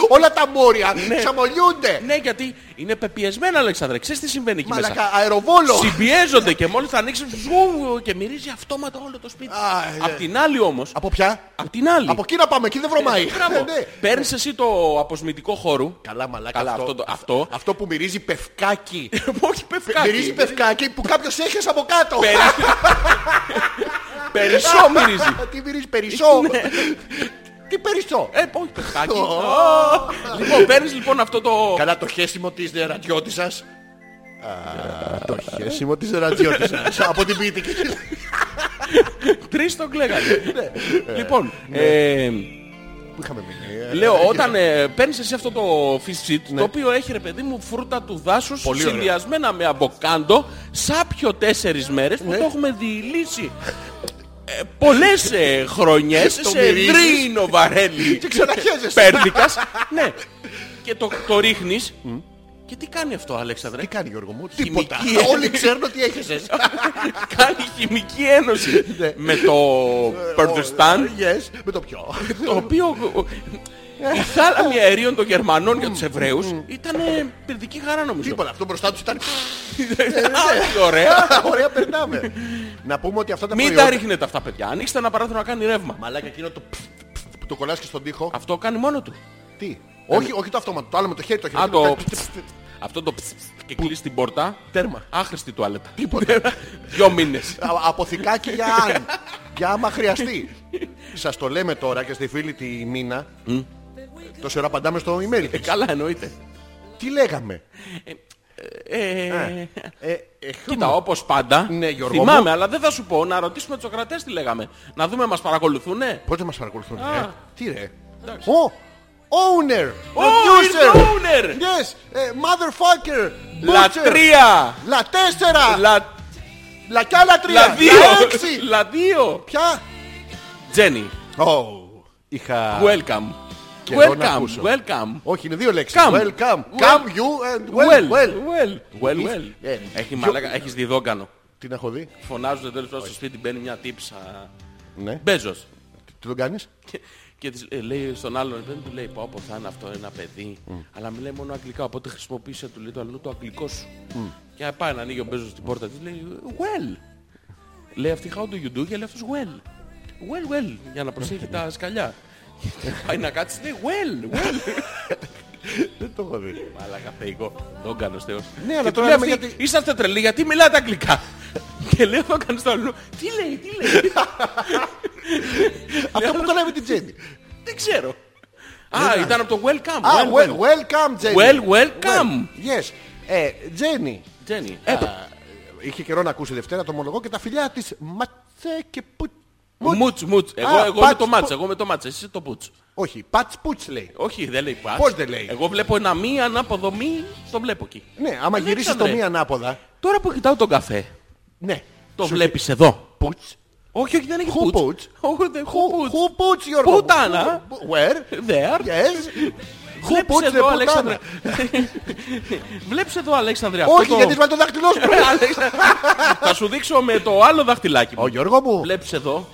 Speaker 1: Όλα τα μόρια ξαμολιούνται.
Speaker 2: ναι γιατί είναι πεπιεσμένα Αλεξάνδρα, ξέρεις τι συμβαίνει εκεί μέσα.
Speaker 1: Μαλακά, αεροβόλο.
Speaker 2: Συμπιέζονται και μόλις θα ανοίξουν ζου, και μυρίζει αυτόματα όλο το σπίτι.
Speaker 1: Α, ε.
Speaker 2: Απ' την άλλη όμως,
Speaker 1: Από ποια?
Speaker 2: απ' την άλλη, Ε,
Speaker 1: Από εκεί να πάμε, εκεί δεν βρωμάει.
Speaker 2: Μπράβο.
Speaker 1: Ναι, ναι.
Speaker 2: παίρνεις εσύ το αποσμητικό χώρο,
Speaker 1: Καλά, μαλακά.
Speaker 2: Καλά, αυτό, το- αυτό.
Speaker 1: αυτό που μυρίζει πευκάκι.
Speaker 2: Όχι, πεφκάκι.
Speaker 1: Μυρίζει πευκάκι που κάποιος έχει από κάτω.
Speaker 2: Περισσό μυρίζει. Ναι.
Speaker 1: Τι μυρίζεις, περισσό. Τι περισσό.
Speaker 2: Ε, όχι, πεφκάκι. Λοιπόν, παίρνεις λοιπόν αυτό το...
Speaker 1: Καλά το χέσιμο της νερατιώτισσας. Α, Το χέσιμο της νερατιώτισσας. Από την ποιητική.
Speaker 2: Τρεις τον κλέγανε.
Speaker 1: Ναι.
Speaker 2: Λοιπόν, ε,
Speaker 1: Πού είχαμε μείνει. ε? Ναι.
Speaker 2: λέω, όταν ε, παίρνεις εσύ αυτό το fish sheet, το οποίο έχει ρε παιδί μου φρούτα του δάσους
Speaker 1: Πολύ ωραία.
Speaker 2: συνδυασμένα με αμποκάντο, σάπιο τέσσερις μέρες
Speaker 1: Ναι.
Speaker 2: που το έχουμε διηλύσει ε, πολλές ε, χρονιές
Speaker 1: Το
Speaker 2: σε
Speaker 1: μυρίζεις.
Speaker 2: δρύνο βαρέλι.
Speaker 1: Και ξαναχέζεσαι.
Speaker 2: Πέρδικας. ναι. Και το, το ρίχνεις. Και τι κάνει αυτό, Αλέξανδρε.
Speaker 1: Τι κάνει Γιώργο μου, τίποτα.
Speaker 2: Χημική.
Speaker 1: Όλοι ξέρουν ότι ε, έχεσαι.
Speaker 2: κάνει χημική ένωση
Speaker 1: Ναι.
Speaker 2: με το
Speaker 1: Ε,
Speaker 2: Περδουστάν.
Speaker 1: Yes, με το πιο.
Speaker 2: Το οποίο η θάλαμη αερίων των Γερμανών για τους Εβραίους ήταν πυρδική χαρά νομίζω.
Speaker 1: Τίποτα, αυτό μπροστά τους ήταν. ε,
Speaker 2: Α, τι Ωραία.
Speaker 1: Ωραία, περνάμε. Να πούμε ότι αυτά τα
Speaker 2: Μην τα
Speaker 1: προϊόντα.
Speaker 2: ρίχνετε αυτά παιδιά. Ανοίξτε ένα παράθυρο να κάνει ρεύμα.
Speaker 1: Μαλάκα εκείνο το πφ, πφ, που το κολλάς και στον τοίχο.
Speaker 2: Αυτό κάνει μόνο του.
Speaker 1: Τι. Όχι, όχι το αυτόματο, το άλλο με το χέρι, το χέρι.
Speaker 2: Α, το...
Speaker 1: Πφ, πφ, πφ,
Speaker 2: Αυτό το ψ, ψ, και κλείσει την πόρτα.
Speaker 1: Τέρμα.
Speaker 2: Άχρηστη τουαλέτα. Τίποτα. Δυο μήνες.
Speaker 1: Α- Αποθηκάκι για αν. Για άμα χρειαστεί. Σας το λέμε τώρα και στη φίλη τη Μίνα. Τόση ώρα απαντάμε στο email της.
Speaker 2: Καλά εννοείται.
Speaker 1: Τι λέγαμε.
Speaker 2: Ε,
Speaker 1: Ε, εχ,
Speaker 2: Κοίτα, όπως πάντα.
Speaker 1: Ναι, Γιώργο
Speaker 2: θυμάμαι, αλλά δεν θα σου πω. Να ρωτήσουμε τους Σοκρατές τι λέγαμε. Να δούμε, μας παρακολουθούνε.
Speaker 1: Πώς δεν μας παρακολουθούν, ε? Τι ρε.
Speaker 2: Εντάξει.
Speaker 1: Ω, Owner.
Speaker 2: είναι
Speaker 1: Producer.
Speaker 2: owner.
Speaker 1: Yes. ε, Motherfucker.
Speaker 2: Λα
Speaker 1: butcher,
Speaker 2: τρία.
Speaker 1: Λα τέσσερα.
Speaker 2: Λα,
Speaker 1: Λα κι άλλα τρία.
Speaker 2: λα δύο.
Speaker 1: έξι.
Speaker 2: Λα δύο.
Speaker 1: Ποια.
Speaker 2: Τζένι.
Speaker 1: Oh. Είχα.
Speaker 2: Welcome.
Speaker 1: Καιρό να
Speaker 2: Welcome.
Speaker 1: ακούσω.
Speaker 2: Welcome.
Speaker 1: Όχι, είναι δύο λέξεις.
Speaker 2: Come.
Speaker 1: Well, come.
Speaker 2: Well.
Speaker 1: Come you and well. Ε,
Speaker 2: Well,
Speaker 1: Well.
Speaker 2: well, well, well.
Speaker 1: Yeah.
Speaker 2: Έχει μαλάκα, έχεις δει δόγκανο.
Speaker 1: Την έχω δει.
Speaker 2: Φωνάζουν τέλος πάντων στο σπίτι, μπαίνει μια τύψα.
Speaker 1: Ναι.
Speaker 2: Μπέζος.
Speaker 1: Τι τον κάνεις.
Speaker 2: Και- Και της, ε, λέει στον άλλον, δεν του λέει πάω από θα είναι αυτό ένα παιδί. Αλλά μιλάει μόνο αγγλικά, οπότε χρησιμοποίησε του λέει το αλλού το αγγλικό σου. Και πάει να ανοίγει ο Μπέζος την πόρτα της, λέει well. Λέει αυτή how do you do και λέει αυτός well. Well, well, για να προσέχει τα σκαλιά. Και πάει να κάτσεις, λέει well, well.
Speaker 1: Δεν το έχω δει.
Speaker 2: Μαλάκα θεϊκό, τον κάνω θεός.
Speaker 1: Ναι, αλλά
Speaker 2: Και του
Speaker 1: τώρα
Speaker 2: λέμε,
Speaker 1: αυτή-
Speaker 2: γιατί... είσαστε τρελοί, γιατί μιλάτε αγγλικά. και λέω το κάνεις το αλλού, τι λέει, τι λέει,
Speaker 1: Αυτό που το λέμε την Τζέννη.
Speaker 2: δεν ξέρω. Α, ήταν από το welcome.
Speaker 1: Α, well, welcome, Jenny.
Speaker 2: Well, welcome.
Speaker 1: Well, Yes. Ε, Jenny.
Speaker 2: Τζένι.
Speaker 1: Ε, Είχε καιρό να ακούσει Δευτέρα το ομολογό και τα φιλιά της Ματσέ και Πουτ.
Speaker 2: Μουτς, μουτς. Εγώ,
Speaker 1: Α,
Speaker 2: εγώ
Speaker 1: πατς,
Speaker 2: με το μάτς,
Speaker 1: πο-
Speaker 2: εγώ με το μάτς, εσύ είσαι το πουτς.
Speaker 1: Όχι, Πατς Πουτς λέει.
Speaker 2: Όχι, δεν λέει πατς.
Speaker 1: Πώς δεν λέει.
Speaker 2: Εγώ βλέπω ένα μη ανάποδο μη, το βλέπω εκεί.
Speaker 1: Ναι, άμα γυρίσεις το
Speaker 2: Αλέξανδρε,
Speaker 1: μία ανάποδα.
Speaker 2: Τώρα που κοιτάω τον καφέ,
Speaker 1: Ναι.
Speaker 2: το βλέπεις εδώ.
Speaker 1: Πουτς.
Speaker 2: Όχι, όχι, δεν έχει
Speaker 1: Who
Speaker 2: πουτς.
Speaker 1: puts?
Speaker 2: Όχι, δεν-
Speaker 1: Who
Speaker 2: Who puts?
Speaker 1: who puts, Γιώργο. μου?
Speaker 2: Πουτάνα.
Speaker 1: Where.
Speaker 2: There.
Speaker 1: Yes. Who
Speaker 2: Βλέπεις
Speaker 1: puts the
Speaker 2: εδώ,
Speaker 1: πουτάνα.
Speaker 2: Αλέξανδρε. Βλέπεις εδώ, Αλέξανδρε. αυτό
Speaker 1: Όχι,
Speaker 2: το-
Speaker 1: γιατί βάλει το δάχτυλό σου.
Speaker 2: Αλέξανδρε, Θα σου δείξω με το άλλο δαχτυλάκι
Speaker 1: Ω,
Speaker 2: μου.
Speaker 1: Γιώργο μου.
Speaker 2: Βλέπεις εδώ,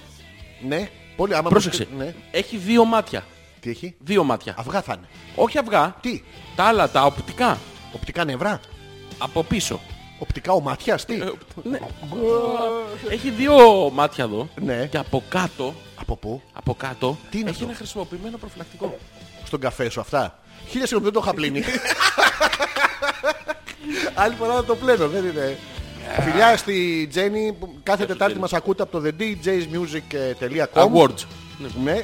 Speaker 1: Ναι. Πολύ άμα...
Speaker 2: πρόσεξε.
Speaker 1: Ναι.
Speaker 2: Έχει δύο μάτια.
Speaker 1: Τι έχει.
Speaker 2: Δύο μάτια.
Speaker 1: Αυγά θα είναι.
Speaker 2: Όχι αυγά.
Speaker 1: Τι.
Speaker 2: Τα άλλα, τα οπτικά.
Speaker 1: Οπτικά νευρά.
Speaker 2: Από πίσω.
Speaker 1: Οπτικά ο ματιάς. Τι.
Speaker 2: Ναι. Έχει δύο μάτια εδώ.
Speaker 1: Ναι.
Speaker 2: Και από κάτω,
Speaker 1: Από πού.
Speaker 2: από κάτω
Speaker 1: Τι είναι
Speaker 2: έχει
Speaker 1: αυτό?
Speaker 2: ένα χρησιμοποιημένο προφυλακτικό.
Speaker 1: στον καφέ σου αυτά. Χίλια συγγνώμη, δεν το είχα πλύνει. Άλλη φορά να το πλένω, δεν είναι. Φιλιά στη Τζέννη, που κάθε Τετάρτη μας ακούτε από το thedjsmusic.com
Speaker 2: Awards.
Speaker 1: Ναι. ε,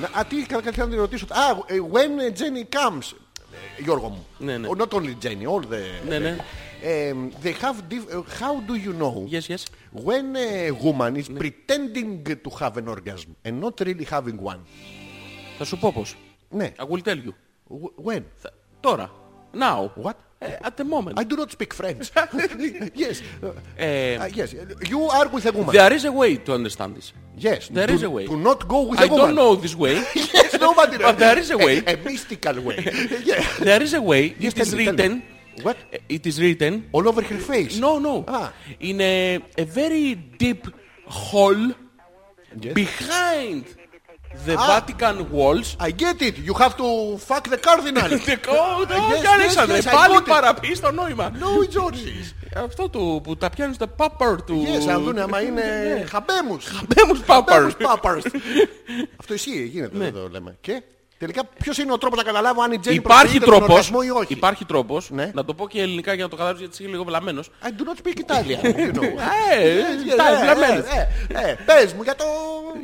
Speaker 1: να- Α, τι ήθελα να την ρωτήσω. Α, ε, when Jenny comes, ε, Γιώργο μου.
Speaker 2: Ναι, ναι.
Speaker 1: Oh, Not only Jenny, all the...
Speaker 2: Ναι, ναι.
Speaker 1: Ε, they have diff- ε, How do you know
Speaker 2: Yes, yes.
Speaker 1: when a woman is pretending to have an orgasm and not really having one?
Speaker 2: Θα σου πω πώς.
Speaker 1: Ναι.
Speaker 2: I will tell you.
Speaker 1: Wh- When?
Speaker 2: Θα- Τώρα. Now.
Speaker 1: What?
Speaker 2: Ε, At the moment.
Speaker 1: I do not speak French. yes.
Speaker 2: Ε,
Speaker 1: Uh, yes. You are with a woman.
Speaker 2: There is a way to understand this.
Speaker 1: Yes.
Speaker 2: there
Speaker 1: to,
Speaker 2: is a way.
Speaker 1: To not go with
Speaker 2: I
Speaker 1: a woman.
Speaker 2: don't know this way.
Speaker 1: Yes, nobody knows.
Speaker 2: But there is a way.
Speaker 1: A, mystical way. yeah.
Speaker 2: There is a way. It
Speaker 1: tell
Speaker 2: is
Speaker 1: me, tell me.
Speaker 2: written.
Speaker 1: What?
Speaker 2: It is written.
Speaker 1: All over her face.
Speaker 2: No, no.
Speaker 1: Ah.
Speaker 2: In a, a very deep hole behind the
Speaker 1: Ah.
Speaker 2: Vatican walls.
Speaker 1: I get it. You have to fuck the cardinal. yes,
Speaker 2: Όχι,
Speaker 1: yes,
Speaker 2: Αλέξανδρε,
Speaker 1: yes, I
Speaker 2: πάλι
Speaker 1: got it.
Speaker 2: παραπεί το νόημα.
Speaker 1: no, Georges.
Speaker 2: Αυτό του που τα πιάνεις τα πάπαρ του.
Speaker 1: Yes, αν δούνε άμα είναι χαμπέμους.
Speaker 2: Μπέμους πάπαρ.
Speaker 1: Χαμπέμους πάπαρς. Αυτό εσύ γίνεται,
Speaker 2: Ναι.
Speaker 1: δεν το λέμε. Και τελικά ποιος είναι ο τρόπος να καταλάβω αν η Τζέννη
Speaker 2: Υπάρχει
Speaker 1: προσκυνείται τον
Speaker 2: τρόπος,
Speaker 1: οργασμό ή όχι.
Speaker 2: υπάρχει τρόπος,
Speaker 1: Ναι.
Speaker 2: να το πω και ελληνικά για να το καταλάβεις γιατί είσαι λίγο βλαμμένος.
Speaker 1: I do not speak Italian. You know.
Speaker 2: Ε,
Speaker 1: Ε,
Speaker 2: τα
Speaker 1: ε,
Speaker 2: βλαμμένος.
Speaker 1: ε, ε, ε, Πες μου για το...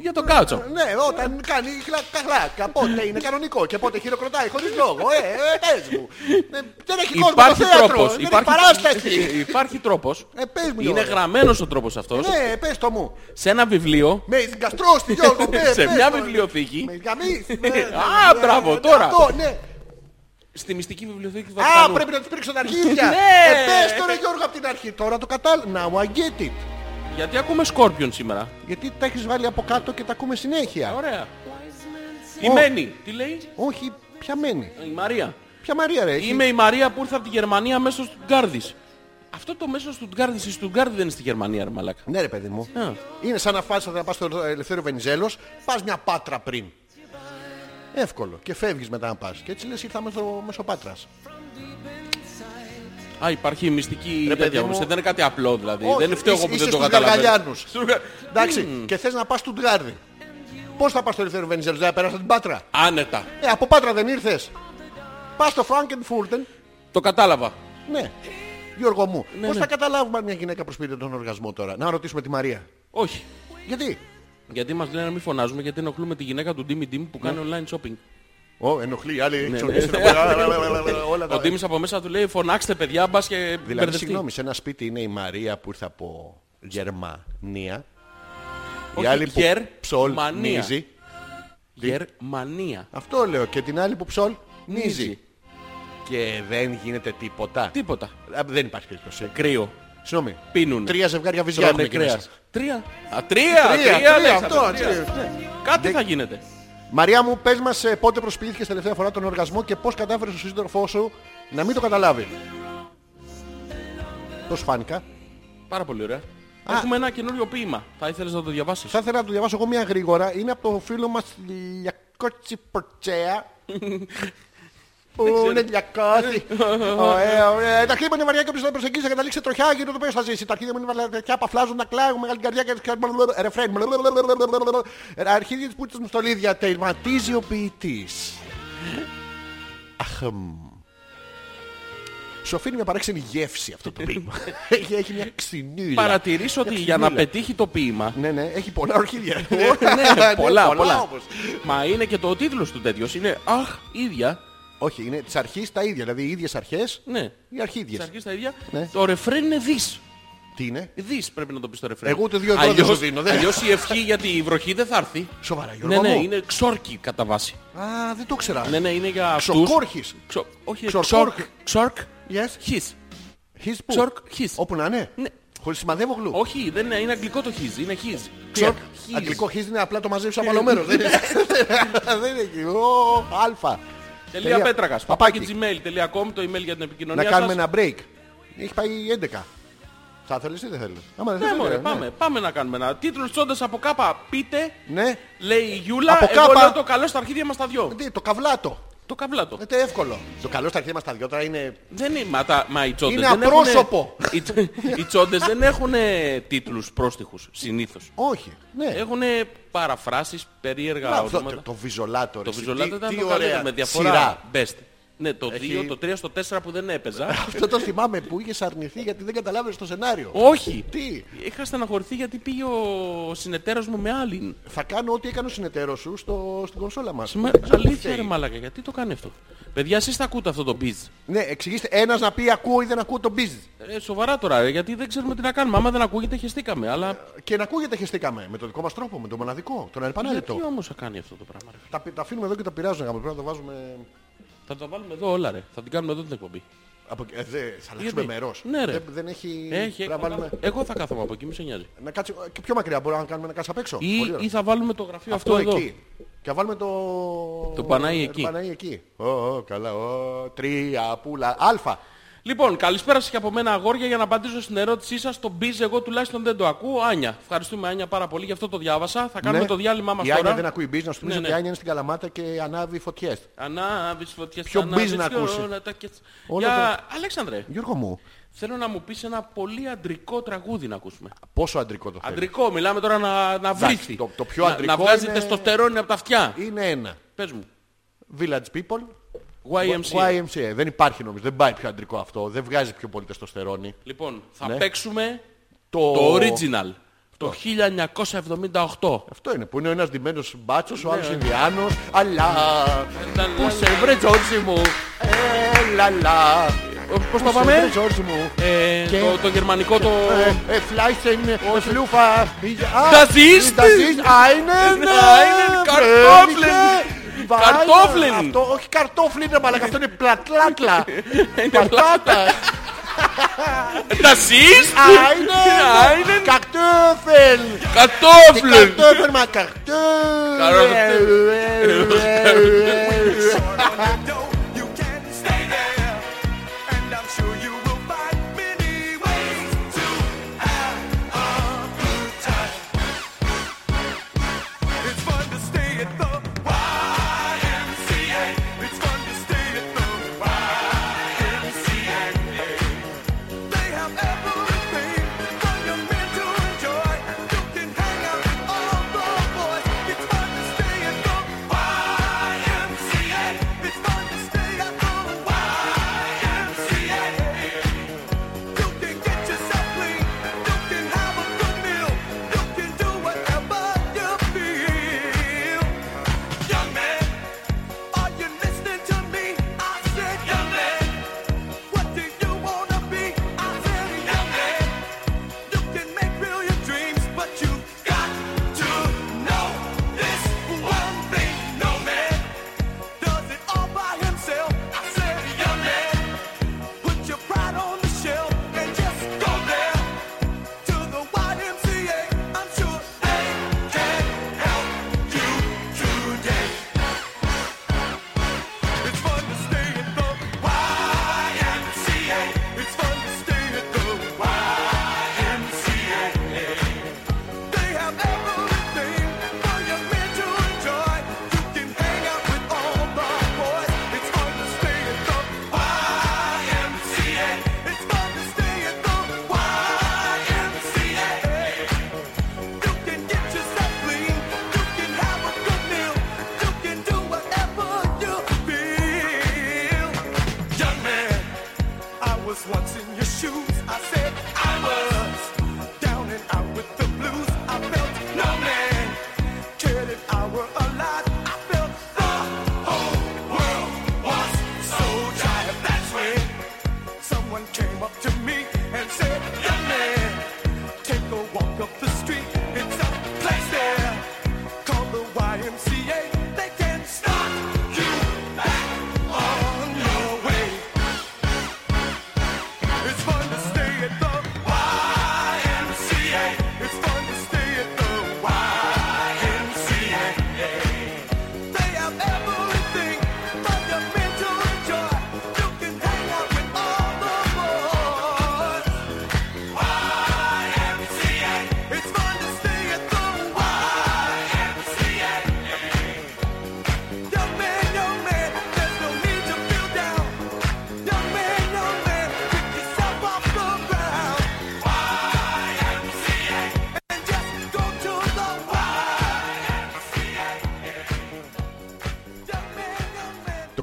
Speaker 2: Για τον κάουτσο.
Speaker 1: Ναι, όταν κάνει χλακ, τα χλάκα, πότε είναι κανονικό και πότε χειροκροτάει χωρίς λόγο. Ε, ε, πες μου. Ε, δεν έχει κόσμο το
Speaker 2: Υπάρχει
Speaker 1: θέατρο,
Speaker 2: τρόπος.
Speaker 1: δεν έχει παράσταση.
Speaker 2: Υπάρχει τρόπος.
Speaker 1: Ε, πες μου,
Speaker 2: Είναι
Speaker 1: Γιώργο.
Speaker 2: γραμμένος ο τρόπος αυτός.
Speaker 1: Ναι, πες το μου.
Speaker 2: Σε ένα βιβλίο
Speaker 1: Με την καστρώστη, Γιώργο, πες,
Speaker 2: σε
Speaker 1: πες
Speaker 2: μια
Speaker 1: το.
Speaker 2: βιβλιοθήκη,
Speaker 1: Με γαμίς. Ah,
Speaker 2: Α,
Speaker 1: eh,
Speaker 2: μπράβο, τώρα.
Speaker 1: Αυτό, ναι.
Speaker 2: στη μυστική βιβλιοθήκη του
Speaker 1: Α,
Speaker 2: Βατικανού.
Speaker 1: πρέπει να τους πήρξω τα αρχίδια.
Speaker 2: Ναι.
Speaker 1: Ε, πες τώρα, Γιώργο, από την αρχή. Τώρα το κατάλαβα. Now I get it.
Speaker 2: Γιατί ακούμε Σκόρπιον σήμερα.
Speaker 1: Γιατί τα έχεις βάλει από κάτω και τα ακούμε συνέχεια.
Speaker 2: Ωραία. Η Μένη. Τι λέει
Speaker 1: Όχι, πια μένει.
Speaker 2: η Μαρία.
Speaker 1: Ποια Μαρία ρε έχει.
Speaker 2: Είμαι η Μαρία που ήρθε από τη Γερμανία μέσω Στουτγκάρδης. Αυτό το μέσο Στουτγκάρδης στη Στουτγκάρδη δεν είναι στη Γερμανία, ρε μαλάκα.
Speaker 1: Ναι ρε παιδί μου.
Speaker 2: Α.
Speaker 1: Είναι σαν να φας να πας στο Ελευθέριο Βενιζέλος, πας μια πάτρα πριν. Εύκολο. Και φεύγεις μετά να πας. Και έτσι λες ήρθαμε στο Μεσοπάτρας.
Speaker 2: Α, υπάρχει μυστική
Speaker 1: Ρε,
Speaker 2: τέτοια
Speaker 1: παιδί
Speaker 2: όμως.
Speaker 1: μου.
Speaker 2: Δεν είναι κάτι απλό δηλαδή.
Speaker 1: Όχι,
Speaker 2: δεν φταίω
Speaker 1: είσαι-
Speaker 2: εγώ που
Speaker 1: είσαι
Speaker 2: δεν το
Speaker 1: στους
Speaker 2: καταλαβαίνω.
Speaker 1: Γαργαλιάνους.
Speaker 2: Στους Γα-
Speaker 1: Εντάξει. Και θες να πας στο Τγκάρδι. Πώς θα πας στο Ελευθέριο Βενιζέλος, δεν θα περάσεις την πάτρα.
Speaker 2: Άνετα.
Speaker 1: Ε, από πάτρα δεν ήρθες. Πας στο Φράγκενφούρτεν.
Speaker 2: Το κατάλαβα.
Speaker 1: Ναι. Γιώργο μου,
Speaker 2: Ναι,
Speaker 1: πώς
Speaker 2: ναι.
Speaker 1: θα καταλάβουμε αν μια γυναίκα προσποιείται τον οργασμό τώρα. Να ρωτήσουμε τη Μαρία.
Speaker 2: Όχι.
Speaker 1: Γιατί.
Speaker 2: Γιατί μας λένε να μην φωνάζουμε γιατί ενοχλούμε τη γυναίκα του Ντίμι Ντίμι
Speaker 1: Ναι.
Speaker 2: που κάνει online shopping.
Speaker 1: Ω, ενοχλεί, άλλη
Speaker 2: ναι.
Speaker 1: ξωνίζει τα πόδια, όλα
Speaker 2: Ο
Speaker 1: τα...
Speaker 2: Ντίμις από μέσα του λέει φωνάξτε παιδιά μπας και
Speaker 1: Δηλαδή,
Speaker 2: μπερδευτεί».
Speaker 1: συγγνώμη, σε ένα σπίτι είναι η Μαρία που ήρθε από Γερμανία.
Speaker 2: Όχι,
Speaker 1: η άλλη που
Speaker 2: Γερμανία.
Speaker 1: ψολμίζει.
Speaker 2: Γερμανία.
Speaker 1: Αυτό λέω. Και την άλλη που ψόλ
Speaker 2: Νίζει.
Speaker 1: νίζει. Και δεν γίνεται τίποτα.
Speaker 2: Τίποτα.
Speaker 1: Α, Δεν υπάρχει περίπτωση.
Speaker 2: Κρύο.
Speaker 1: Συγγνώμη.
Speaker 2: Πίνουνε.
Speaker 1: Τρία ζευγάρια βυζιά
Speaker 2: Τρώνε
Speaker 1: έχουν εκεί
Speaker 2: κρέα.
Speaker 1: μέσα.
Speaker 2: Τρία. Α, τρία, τρία,
Speaker 1: τρία,
Speaker 2: Αλέξανδρε,
Speaker 1: αυτό,
Speaker 2: τρία.
Speaker 1: έτσι, ναι.
Speaker 2: Κάτι θα γίνεται.
Speaker 1: Μαρία μου, πες μας ε, πότε προσποιήθηκες τελευταία φορά τον οργασμό και πώς κατάφερες στον σύντροφός σου να μην το καταλάβει. Πώς φάνηκα.
Speaker 2: Πάρα πολύ ωραία. Έχουμε ένα καινούριο ποίημα. Θα ήθελες να το διαβάσεις.
Speaker 1: Θα ήθελα να το διαβάσω εγώ μια γρήγορα. Είναι από το φίλο μας Λιακότσι Πορτσέα. Ού, είναι Λιακότσι. Ωραία, ωραία. Ε, Τα κλίμα είναι βαριά και όποιος δεν προσεγγίζει θα καταλήξει σε τροχιά γύρω το οποίο θα ζήσει. Τα αρχίδια μου είναι βαριά, παφλάζουν, να κλάγουν, μεγάλη καρδιά και ρεφρέν. Αρχίδια της πούτσας μου στολίδια. Τερματίζει ο ποιητής. Αχμ. Σου αφήνει μια παράξενη γεύση αυτό το ποίημα. Έχει έχει μια ξυνήλα.
Speaker 2: Παρατηρήσω ότι
Speaker 1: Μια
Speaker 2: για να
Speaker 1: ξυνήλα.
Speaker 2: πετύχει το ποίημα
Speaker 1: Ναι, ναι, έχει πολλά ορχίδια.
Speaker 2: ναι, πολλά, πολλά.
Speaker 1: όμως.
Speaker 2: Μα είναι και το τίτλος του τέτοιος. Είναι Αχ, ίδια.
Speaker 1: Όχι, είναι της αρχής τα ίδια. Δηλαδή οι ίδιες αρχές,
Speaker 2: Ναι.
Speaker 1: οι
Speaker 2: Τη
Speaker 1: αρχίδιε.
Speaker 2: αρχής τα ίδια.
Speaker 1: Ναι.
Speaker 2: Το ρεφρέν είναι δις.
Speaker 1: Τι είναι,
Speaker 2: Δις πρέπει να το πεις το ρεφρέν.
Speaker 1: Εγώ ούτε δύο ευρώ δεν
Speaker 2: Αλλιώς-
Speaker 1: σου δίνω, δεν.
Speaker 2: αλλιώς η ευχή για τη βροχή δεν θα έρθει.
Speaker 1: Σοβαρά, Γιώργο.
Speaker 2: Ναι, ναι,
Speaker 1: μου.
Speaker 2: είναι ξόρκι κατά βάση.
Speaker 1: Α, δεν το ξέρα.
Speaker 2: Ναι, ναι, είναι για αυτούς.
Speaker 1: Ξοκόρχης.
Speaker 2: Ξο- Όχι,
Speaker 1: Ξορκόρκ.
Speaker 2: ξόρκ. Ξόρκ.
Speaker 1: Yes.
Speaker 2: Χις.
Speaker 1: His που.
Speaker 2: Ξορκ, his.
Speaker 1: Όπου να είναι.
Speaker 2: Ναι.
Speaker 1: Χωρίς σημαδεύω γλου.
Speaker 2: Όχι, δεν είναι, είναι αγγλικό το χις. Είναι χις. Ξόρκ. χις.
Speaker 1: Αγγλικό his είναι απλά το μαζεύεις από άλλο μέρος. Δεν είναι- Δεν είναι εκεί. Ω, Αλφα.
Speaker 2: Τελεία πέτραγας. Παπάκι
Speaker 1: Παπάκι.
Speaker 2: gmail.com το email για την επικοινωνία
Speaker 1: Να κάνουμε
Speaker 2: σας.
Speaker 1: ένα break. Έχει πάει 11. Θα θέλεις ή δεν θέλεις. Άμα δεν
Speaker 2: Ναι,
Speaker 1: θέλεις,
Speaker 2: μωρέ,
Speaker 1: ναι.
Speaker 2: πάμε, πάμε να κάνουμε ένα. Τίτλος τσόντας από κάπα. Πείτε,
Speaker 1: Ναι.
Speaker 2: λέει η Γιούλα,
Speaker 1: Από
Speaker 2: εγώ
Speaker 1: κάπα.
Speaker 2: λέω το καλό στα αρχίδια μας τα δυο.
Speaker 1: Τι, Το καβλάτο.
Speaker 2: Το καβλάτο.
Speaker 1: Είναι εύκολο. Ε, Το καλό στα αρχεία μας τα δυο τώρα είναι
Speaker 2: Δεν είναι, μα, τα, μα οι τσόντες
Speaker 1: Είναι
Speaker 2: δεν έχουνε-
Speaker 1: απρόσωπο.
Speaker 2: οι, τσ- οι τσόντες δεν έχουν τίτλους πρόστιχους, συνήθως.
Speaker 1: Όχι. Ναι.
Speaker 2: Έχουν παραφράσεις, περίεργα
Speaker 1: Μπράβο,
Speaker 2: ονόματα.
Speaker 1: το, το βιζολάτο. ρε,
Speaker 2: Το
Speaker 1: εσύ.
Speaker 2: βιζολάτο
Speaker 1: Τι-
Speaker 2: ήταν
Speaker 1: τι
Speaker 2: το
Speaker 1: ωραία
Speaker 2: καλύτερο με διαφορά.
Speaker 1: σειρά.
Speaker 2: Best. Ναι, το 2,
Speaker 1: Έχει-
Speaker 2: το 3, το 4 που δεν έπαιζα.
Speaker 1: Αυτό το θυμάμαι που είχες αρνηθεί γιατί δεν καταλάβαινες το σενάριο.
Speaker 2: Όχι.
Speaker 1: Τι.
Speaker 2: Είχα στεναχωρηθεί γιατί πήγε ο συνεταίρος μου με άλλη.
Speaker 1: Θα κάνω ό,τι έκανε ο συνεταίρος σου στο, στην κονσόλα μας.
Speaker 2: Μα- Αλήθεια ρε μάλακα, γιατί το κάνει αυτό. Παιδιά, εσείς θα ακούτε αυτό το beat.
Speaker 1: Ναι, εξηγήστε. Ένας να πει ακούω ή δεν ακούω τον μπιζ.
Speaker 2: Ε, σοβαρά τώρα, ρε, γιατί δεν ξέρουμε τι να κάνουμε. Άμα δεν ακούγεται, χεστήκαμε. Αλλά
Speaker 1: Και να ακούγεται χεστήκαμε. Με τον δικό μας τρόπο, με τον μοναδικό, τον
Speaker 2: γιατί
Speaker 1: ανεπανάληπτο.
Speaker 2: όμως θα κάνει αυτό το πράγμα. Ρε.
Speaker 1: Τα, πι- τα αφήνουμε εδώ και τα πειράζουμε. Πρέπει να το βάζουμε...
Speaker 2: Θα τα βάλουμε εδώ όλα, ρε. Θα την κάνουμε εδώ την εκπομπή.
Speaker 1: Από... Ε, δε, θα αλλάξουμε
Speaker 2: Γιατί?
Speaker 1: μερός.
Speaker 2: Ναι, ρε.
Speaker 1: δεν, δεν έχει...
Speaker 2: Έχει,
Speaker 1: πρέπει να βάλουμε...
Speaker 2: Εγώ θα κάθομαι από εκεί, μη σε νοιάζει.
Speaker 1: Να κάτσει... Και πιο μακριά μπορούμε να κάνουμε να κάτσει απ' έξω.
Speaker 2: Ή,
Speaker 1: Πολύ ωραία.
Speaker 2: ή θα βάλουμε το γραφείο αυτό, εδώ.
Speaker 1: εκεί. Και βάλουμε το... Ε,
Speaker 2: Το Παναή εκεί.
Speaker 1: Το Παναή εκεί. Ω, ω, καλά. Ω, τρία, πουλα. Αλφα.
Speaker 2: Λοιπόν, καλησπέρα σας και από μένα αγόρια για να απαντήσω στην ερώτησή σας. Το μπιζ εγώ τουλάχιστον δεν το ακούω. Άνια, ευχαριστούμε Άνια πάρα πολύ, γι' αυτό το διάβασα. Θα κάνουμε
Speaker 1: Ναι.
Speaker 2: το διάλειμμά μας
Speaker 1: Η Άνια
Speaker 2: τώρα.
Speaker 1: δεν ακούει μπίζ, να σου θυμίσω
Speaker 2: Ναι,
Speaker 1: ότι η
Speaker 2: ναι.
Speaker 1: Άνια είναι στην Καλαμάτα και ανάβει φωτιές.
Speaker 2: Ανάβεις φωτιές,
Speaker 1: Ποιο
Speaker 2: ανάβεις
Speaker 1: μπιζ να
Speaker 2: και
Speaker 1: ακούσει.
Speaker 2: όλα τα και-
Speaker 1: Όλα
Speaker 2: Για... Αλέξανδρε,
Speaker 1: Γιώργο μου,
Speaker 2: θέλω να μου πεις ένα πολύ αντρικό τραγούδι να ακούσουμε.
Speaker 1: πόσο αντρικό το θέλεις.
Speaker 2: Αντρικό, μιλάμε τώρα να, να
Speaker 1: Εντάξει,
Speaker 2: βρίθει.
Speaker 1: το- το πιο
Speaker 2: Να-
Speaker 1: αντρικό
Speaker 2: Να βγάζει
Speaker 1: είναι-
Speaker 2: τεστοστερόνη από τα αυτιά.
Speaker 1: Είναι ένα.
Speaker 2: Πες μου.
Speaker 1: Village people.
Speaker 2: YMCA.
Speaker 1: YMCA. Δεν υπάρχει νομίζω. Δεν πάει πιο αντρικό αυτό. Δεν βγάζει πιο πολύ τεστοστερόνη.
Speaker 2: Λοιπόν, θα
Speaker 1: Ναι.
Speaker 2: παίξουμε
Speaker 1: Το-
Speaker 2: το original. Το 1978.
Speaker 1: Αυτό είναι που είναι ο ένας ντυμένος μπάτσος,
Speaker 2: Ναι,
Speaker 1: ο άλλος Ινδιάνος. Αλλά που σε
Speaker 2: λα,
Speaker 1: βρε Τζόρτζι μου. Έλα λα.
Speaker 2: Ε, Πώς
Speaker 1: Πού
Speaker 2: το
Speaker 1: σε βρε,
Speaker 2: πάμε?
Speaker 1: Τζόρτζι μου.
Speaker 2: Ε,
Speaker 1: Και- Ε.
Speaker 2: το, το γερμανικό το...
Speaker 1: Äh, Fleißen, Flufa,
Speaker 2: Das ist-
Speaker 1: Ah, Das ist einen, äh,
Speaker 2: Einen Kartoffeln. Kartoffeln.
Speaker 1: Αυτό, όχι καρτόφλιν, ρε μαλάκα, αυτό είναι πλατλάτλα. Πατάτα.
Speaker 2: Das ist
Speaker 1: Einen Kartoffeln. Die
Speaker 2: Kartoffeln.
Speaker 1: Kartoffeln, μα Kartoffeln.
Speaker 4: Hang out with all the boys. It's fun to stay at the YMCA.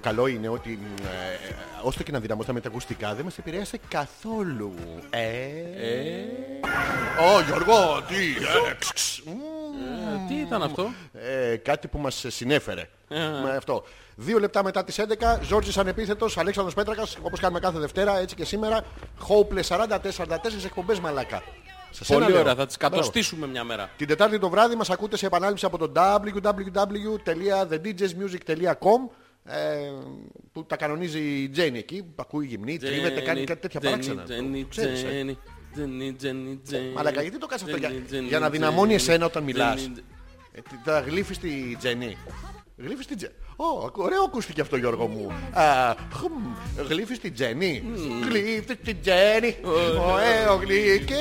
Speaker 1: καλό είναι ότι μ, ε, ώστε και να δυναμώσαμε τα ακουστικά δεν μας επηρέασε καθόλου. Ε, Ω Γιώργο, τι, ε, ξ, ξ, μ.
Speaker 2: Ε, Τι ήταν αυτό.
Speaker 1: Ε, κάτι που μας συνέφερε. Με αυτό. Δύο λεπτά μετά τις 11, Ζόρτζης Ανεπίθετος, Αλέξανδρος Πέτρακας, όπως κάνουμε κάθε Δευτέρα, έτσι και σήμερα, Hopeless 44 εκπομπές μαλάκα. Σας ένα
Speaker 2: Πολύ
Speaker 1: λέω.
Speaker 2: ωραία, θα τις
Speaker 1: Μπράβο.
Speaker 2: κατοστήσουμε μια μέρα.
Speaker 1: Την Τετάρτη το βράδυ μας ακούτε σε επανάληψη από το www.thedjsmusic.com ε, που τα κανονίζει η Τζένι εκεί, που ακούει γυμνή, τρίβεται, κάνει κάτι τέτοια παράξενα. Το ξέρεις, ε. Μαλάκα, γιατί το κάνεις αυτό, για- για να δυναμώνει εσένα όταν μιλάς. Ε, τι- Τα γλύφεις τη Τζένι. Γλύφεις τη Τζένι. Ω, ακου- ωραίο ακούστηκε αυτό Γιώργο μου. Α, χμ, Γλύφεις τη Τζένι. Γλύφεις τη Τζένι. Ωραίο γλυκέ.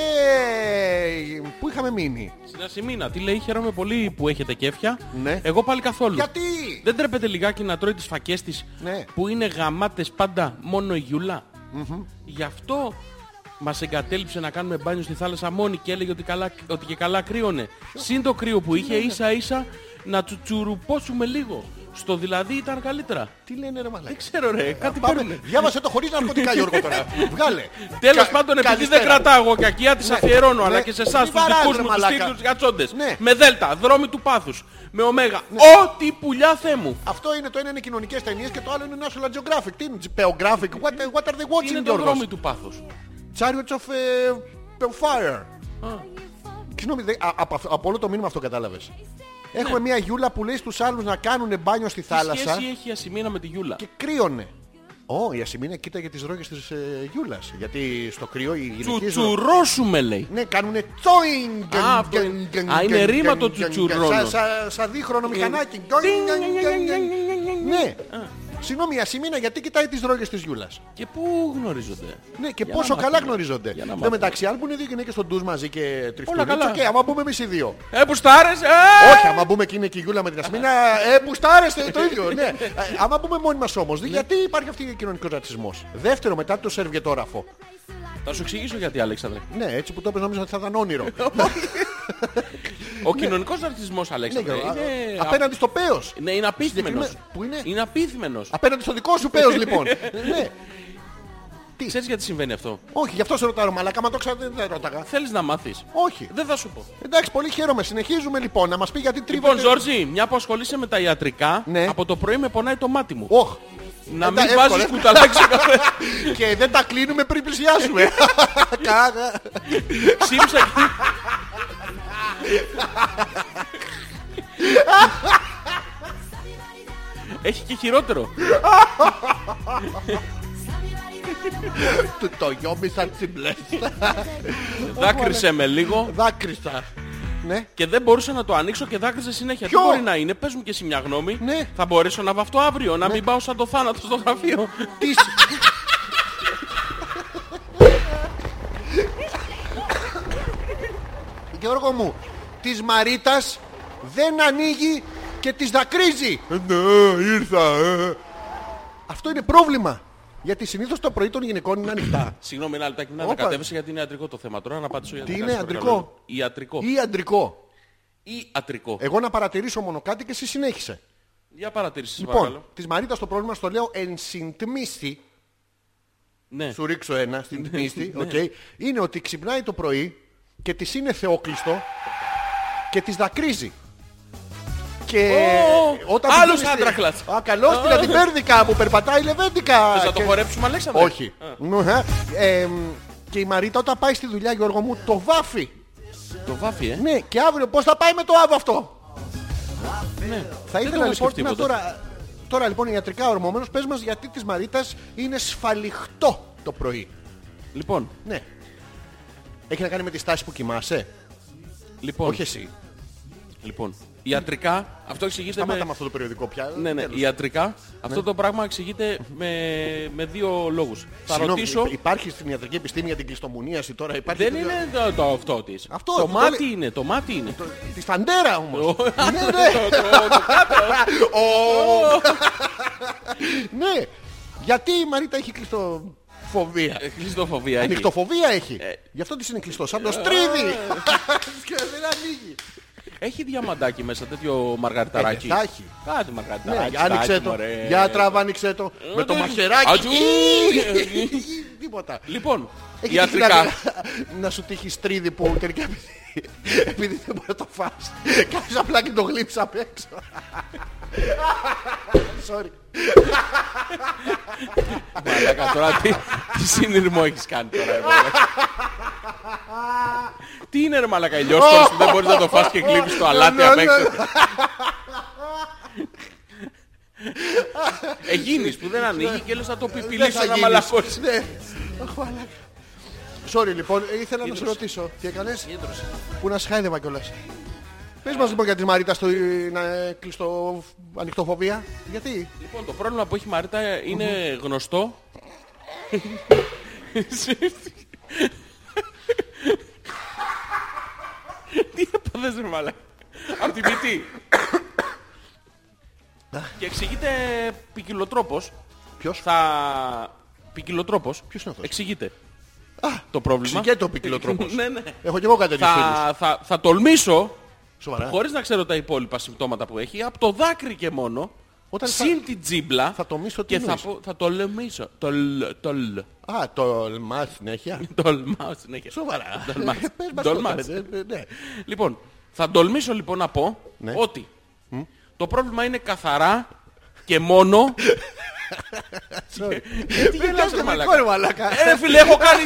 Speaker 1: Πού είχαμε μείνει.
Speaker 2: Συνασημίνα, τι λέει, χαίρομαι πολύ που έχετε κέφια.
Speaker 1: Ναι.
Speaker 2: Εγώ πάλι καθόλου.
Speaker 1: Γιατί.
Speaker 2: Δεν τρέπεται λιγάκι να τρώει τις φακές της
Speaker 1: Ναι.
Speaker 2: που είναι γαμάτες πάντα μόνο η γιουλα Γι' αυτό μας εγκατέλειψε να κάνουμε μπάνιο στη θάλασσα μόνη και έλεγε ότι, καλά, ότι και καλά κρύωνε. Συν το κρύο που είχε ίσα ίσα να τσουτσουρουπώσουμε λίγο. Στο δηλαδή ήταν καλύτερα.
Speaker 1: Τι λένε ρε μαλάκα.
Speaker 2: Δεν ξέρω ρε, κάτι παίρνουμε.
Speaker 1: Ε, Πάμε, διάβασε το χωρίς ναρκωτικά Γιώργο τώρα. Βγάλε.
Speaker 2: Τέλος
Speaker 1: Κα-
Speaker 2: πάντων, επειδή
Speaker 1: καλησπέρα.
Speaker 2: δεν κρατάω εγώ κακία, τις αφιερώνω, αλλά
Speaker 1: Ναι.
Speaker 2: και σε εσάς
Speaker 1: Μην
Speaker 2: τους
Speaker 1: βαράζε,
Speaker 2: δικούς μου τους
Speaker 1: μαλάκα.
Speaker 2: τίτλους γατσόντες.
Speaker 1: Ναι.
Speaker 2: Με δέλτα, δρόμοι του πάθους. Με ωμέγα, ό,τι πουλιά θέ μου.
Speaker 1: Αυτό είναι το ένα είναι κοινωνικές ταινίες και το άλλο είναι National Geographic. Τι είναι, Geographic. What, what are they
Speaker 2: Είναι
Speaker 1: watching,
Speaker 2: το
Speaker 1: Γιώργος.
Speaker 2: δρόμοι του πάθους.
Speaker 1: Chariots of uh, Fire. Συγγνώμη, δε- α- από, αυτό- από όλο το μήνυμα αυτό κατάλαβες. Έχουμε μια γιούλα που λέει στους άλλους να κάνουν μπάνιο στη
Speaker 2: Τι
Speaker 1: θάλασσα
Speaker 2: Ναι. σχέση έχει η Ασημίνα με τη Γιούλα.
Speaker 1: και κρύωνε. Ω, η Ασημίνα κοίταγε τις ρόγες της ε, γιούλας. Γιατί στο κρύο οι γυναίκες...
Speaker 2: Τσουτσουρώσουμε λέει.
Speaker 1: Ναι, κάνουνε τσόινγκ.
Speaker 2: Α, αυτό
Speaker 1: γκ,
Speaker 2: είναι.
Speaker 1: γκ, γκ,
Speaker 2: Α,
Speaker 1: γκ,
Speaker 2: είναι
Speaker 1: γκ,
Speaker 2: ρήμα
Speaker 1: γκ,
Speaker 2: το
Speaker 1: γκ, γκ,
Speaker 2: τσουτσουρώνω.
Speaker 1: σαν- σαν- Σαν δίχρονο μηχανάκι. Τσόινγκ, γκ, γκ, γκ. Ναι. Συγγνώμη, η Ασημίνα, γιατί κοιτάει τις ρόγες της γιούλας.
Speaker 2: Και πού γνωρίζονται.
Speaker 1: Ναι, και
Speaker 2: Για να
Speaker 1: πόσο καλά
Speaker 2: μάθουμε.
Speaker 1: γνωριζόνται.
Speaker 2: Για να
Speaker 1: Εν τω
Speaker 2: μάθουμε.
Speaker 1: μεταξύ, αν μπουν οι δύο γυναίκες στον ντουζ μαζί και
Speaker 2: Όλα
Speaker 1: τριφτούν.
Speaker 2: καλά.
Speaker 1: Και άμα μπούμε εμείς οι δύο.
Speaker 2: Ε, που στάρες, ε!
Speaker 1: Όχι, άμα μπούμε και είναι και η Γιούλα με την Ασμίνα, ε, μπουστάρεστε το ίδιο. Ναι. Ε, Άμα μπούμε μόνοι μας όμως, δε- γιατί υπάρχει αυτή η κοινωνικός ρατσισμός. Δεύτερο, μετά το σερβιετόραφο.
Speaker 2: Θα σου εξηγήσω γιατί, Αλέξανδρε.
Speaker 1: Ναι, έτσι που το έπαιζε νόμιζα ότι θα ήταν όνειρο.
Speaker 2: Ο κοινωνικός ρατσισμός,
Speaker 1: Ναι,
Speaker 2: Αλέξανδρε,
Speaker 1: Γιώργο,
Speaker 2: είναι...
Speaker 1: α- απέναντι στο πέος.
Speaker 2: Ναι, είναι απίθμενος.
Speaker 1: Συγκεκριμένα- Πού είναι?
Speaker 2: Είναι απίθμενος.
Speaker 1: Απέναντι στο δικό σου πέος λοιπόν. ναι.
Speaker 2: Ξέρεις γιατί συμβαίνει αυτό.
Speaker 1: Όχι, γι' αυτό σε ρωτάω, μαλακά, μα το ξέρω, δεν δεν ρώταγα.
Speaker 2: Θέλεις να μάθεις.
Speaker 1: Όχι.
Speaker 2: Δεν θα σου πω.
Speaker 1: Εντάξει, πολύ χαίρομαι. Συνεχίζουμε λοιπόν να μας πει γιατί τρίβεται.
Speaker 2: Λοιπόν, Ζόρζι, μια που ασχολείσαι με τα ιατρικά,
Speaker 1: Ναι.
Speaker 2: από το πρωί με πονάει το μάτι μου.
Speaker 1: Οχ.
Speaker 2: Να
Speaker 1: εντά-
Speaker 2: μην
Speaker 1: εύκολα.
Speaker 2: βάζεις κουταλάκι σε καφέ.
Speaker 1: Και δεν τα κλείνουμε πριν πλησιάσουμε. Κάγα.
Speaker 2: Ψήφισα και... Έχει και χειρότερο.
Speaker 1: Του το γιόμισα τσιμπλές.
Speaker 2: Δάκρυσε με λίγο
Speaker 1: Δάκρυσα. Ναι.
Speaker 2: και δεν μπορούσα να το ανοίξω και δάκρυσε συνέχεια.
Speaker 1: Ποιο?
Speaker 2: Τι μπορεί να είναι, πες μου και εσύ μια γνώμη.
Speaker 1: Ναι.
Speaker 2: Θα μπορέσω να βαφτώ αύριο, να μην πάω σαν το θάνατο στο γραφείο.
Speaker 1: Τι σ- Γιώργο μου, της Μαρίτας δεν ανοίγει και της δακρύζει. Ε, Ναι, ήρθα. ε. Αυτό είναι πρόβλημα. Γιατί συνήθως το πρωί των γυναικών είναι ανοιχτά.
Speaker 2: Συγγνώμη, ένα λεπτάκι να
Speaker 1: Όπα.
Speaker 2: ανακατεύεσαι γιατί είναι ιατρικό το θέμα. Τώρα να απαντήσω για
Speaker 1: Τι είναι, ιατρικό?
Speaker 2: Ιατρικό.
Speaker 1: Ή Ε, αντρικό.
Speaker 2: Ιατρικό.
Speaker 1: Εγώ να παρατηρήσω μόνο κάτι και εσύ συνέχισε.
Speaker 2: Για παρατήρηση, σας
Speaker 1: Λοιπόν,
Speaker 2: παρακαλώ.
Speaker 1: της Μαρίτας το πρόβλημα στο λέω εν συντμίστη.
Speaker 2: Ναι.
Speaker 1: σου ρίξω ένα στην πίστη, οκ, είναι ότι ξυπνάει το πρωί και της είναι θεόκλειστο και της δακρύζει. Και
Speaker 2: Ω,
Speaker 1: την
Speaker 2: άλλος
Speaker 1: παίρνει στη-
Speaker 2: άντρακλας.
Speaker 1: Α, καλώς την αντιπέρδικα που περπατάει λεβέντικα.
Speaker 2: Θες να το
Speaker 1: Και-
Speaker 2: χορέψουμε, Αλέξανδρε.
Speaker 1: Όχι. Μουχα. Ε, μ, και η Μαρίτα όταν πάει στη δουλειά, Γιώργο μου, το βάφει.
Speaker 2: Το βάφει, ε.
Speaker 1: Ναι, και αύριο πώς θα πάει με το άβο αυτό.
Speaker 2: Ναι. Δεν
Speaker 1: Θα
Speaker 2: το έχω
Speaker 1: ήθελα λοιπόν
Speaker 2: σκεφτεί
Speaker 1: να
Speaker 2: ποτέ.
Speaker 1: τώρα... Τώρα λοιπόν ιατρικά ορμόμενος, πες μας γιατί της Μαρίτας είναι σφαλιχτό το πρωί.
Speaker 2: Λοιπόν,
Speaker 1: Ναι. Έχει να κάνει με τη στάση που κοιμάσαι.
Speaker 2: λοιπόν,
Speaker 1: Όχι εσύ.
Speaker 2: λοιπόν. Ιατρικά, αυτό εξηγείται
Speaker 1: Σταμάτα
Speaker 2: με...
Speaker 1: με αυτό το περιοδικό πια.
Speaker 2: Ναι, ναι,
Speaker 1: Τέλος.
Speaker 2: ιατρικά. Αυτό το πράγμα εξηγείται με, με δύο λόγους. Θα
Speaker 1: Συγγνώμη,
Speaker 2: ρωτήσω...
Speaker 1: υ- Υπάρχει στην ιατρική επιστήμη για την κλειστομουνίαση τώρα. Υπάρχει
Speaker 2: Δεν είναι το, το αυτό της.
Speaker 1: Αυτό,
Speaker 2: το
Speaker 1: το
Speaker 2: μάτι
Speaker 1: λέει-
Speaker 2: είναι, το μάτι είναι.
Speaker 1: Τη φαντέρα όμως.
Speaker 2: Το-
Speaker 1: ναι, ναι.
Speaker 2: Το- το- το κάτω.
Speaker 1: Ω. ναι. Γιατί η Μαρίτα έχει κλειστοφοβία.
Speaker 2: Ε, Κλειστοφοβία έχει. Ε.
Speaker 1: Νυχτοφοβία έχει. Γι' αυτό της είναι κλειστός. Σαν το στρίδι. Και δεν ανοίγει.
Speaker 2: Έχει διαμαντάκι μέσα, τέτοιο μαργαριταράκι.
Speaker 1: Ε, θα έχει.
Speaker 2: Κάτι
Speaker 1: Ναι,
Speaker 2: μαργαριταράκι.
Speaker 1: άνοιξε
Speaker 2: στάκι,
Speaker 1: το.
Speaker 2: μωρέ. Ε,
Speaker 1: Για τραβά, άνοιξε το. Με το
Speaker 2: το-
Speaker 1: μαχαιράκι.
Speaker 2: Ατσού!
Speaker 1: Τίποτα.
Speaker 2: Λοιπόν,
Speaker 1: Έχει
Speaker 2: ιατρικά.
Speaker 1: τύχει Ε, να- Να σου τύχει στρίδι που τελικά επειδή- επειδή δεν μπορεί να το φας. Κάποιος απλά και το γλύψεις απ' έξω. Sorry.
Speaker 2: Μαλάκα τώρα τι, τι σύνειρμο έχεις κάνει τώρα ε, μαλάκα. Τι είναι ρε μαλάκα η λιώστος που δεν μπορείς να το φας και γλύψεις το αλάτι απ' έξω. Εγίνεις Ε, που δεν ανοίγει και λες να το
Speaker 1: Δεν
Speaker 2: πιπιλήσω
Speaker 1: θα
Speaker 2: να
Speaker 1: γίνεις.
Speaker 2: μαλακώσεις.
Speaker 1: Ναι. Αχ, μαλάκα. Sorry λοιπόν, ε, ήθελα να σε ρωτήσω. Τι έκανες, που να σχάιδευα κιόλας. Πες μας λοιπόν για τη Μαρίτα στο ε, κλειστό ανοιχτοφοβία. Γιατί.
Speaker 2: Λοιπόν, το πρόβλημα που έχει η Μαρίτα είναι γνωστό. Τι έπαθες ρε μαλάκα. Απ' τη μύτη. Και εξηγείται ποικιλοτρόπος.
Speaker 1: Ποιος?
Speaker 2: Θα... Ποικιλοτρόπος.
Speaker 1: Ποιος είναι αυτός?
Speaker 2: Εξηγείται. το πρόβλημα.
Speaker 1: Εξηγείται ο ποικιλοτρόπος.
Speaker 2: ναι, ναι.
Speaker 1: Έχω κι εγώ κάτι τέτοιους φίλους.
Speaker 2: Θα, θα, θα τολμήσω,
Speaker 1: Σοβαρά.
Speaker 2: χωρίς να ξέρω τα υπόλοιπα συμπτώματα που έχει, από το δάκρυ και μόνο,
Speaker 1: Όταν θα-
Speaker 2: συν την τζίμπλα
Speaker 1: θα τολμήσω τι
Speaker 2: και θα,
Speaker 1: εννοείς?
Speaker 2: πω- θα τολμήσω. Τολ, τολ,
Speaker 1: Α, τολμάς συνέχεια.
Speaker 2: τολμάω συνέχεια.
Speaker 1: Σοβαρά.
Speaker 2: Τολμάς.
Speaker 1: Πες μας
Speaker 2: Τολμάς.
Speaker 1: τότε, ναι, ναι.
Speaker 2: Λοιπόν, θα τολμήσω λοιπόν να πω
Speaker 1: Ναι.
Speaker 2: ότι το πρόβλημα είναι καθαρά και μόνο... Τι
Speaker 1: Μην
Speaker 2: γελάς
Speaker 1: κάνεις
Speaker 2: ρε
Speaker 1: το
Speaker 2: μαλάκα.
Speaker 1: δικό ρε μαλάκα.
Speaker 2: Ε, ρε φίλε, έχω κάνει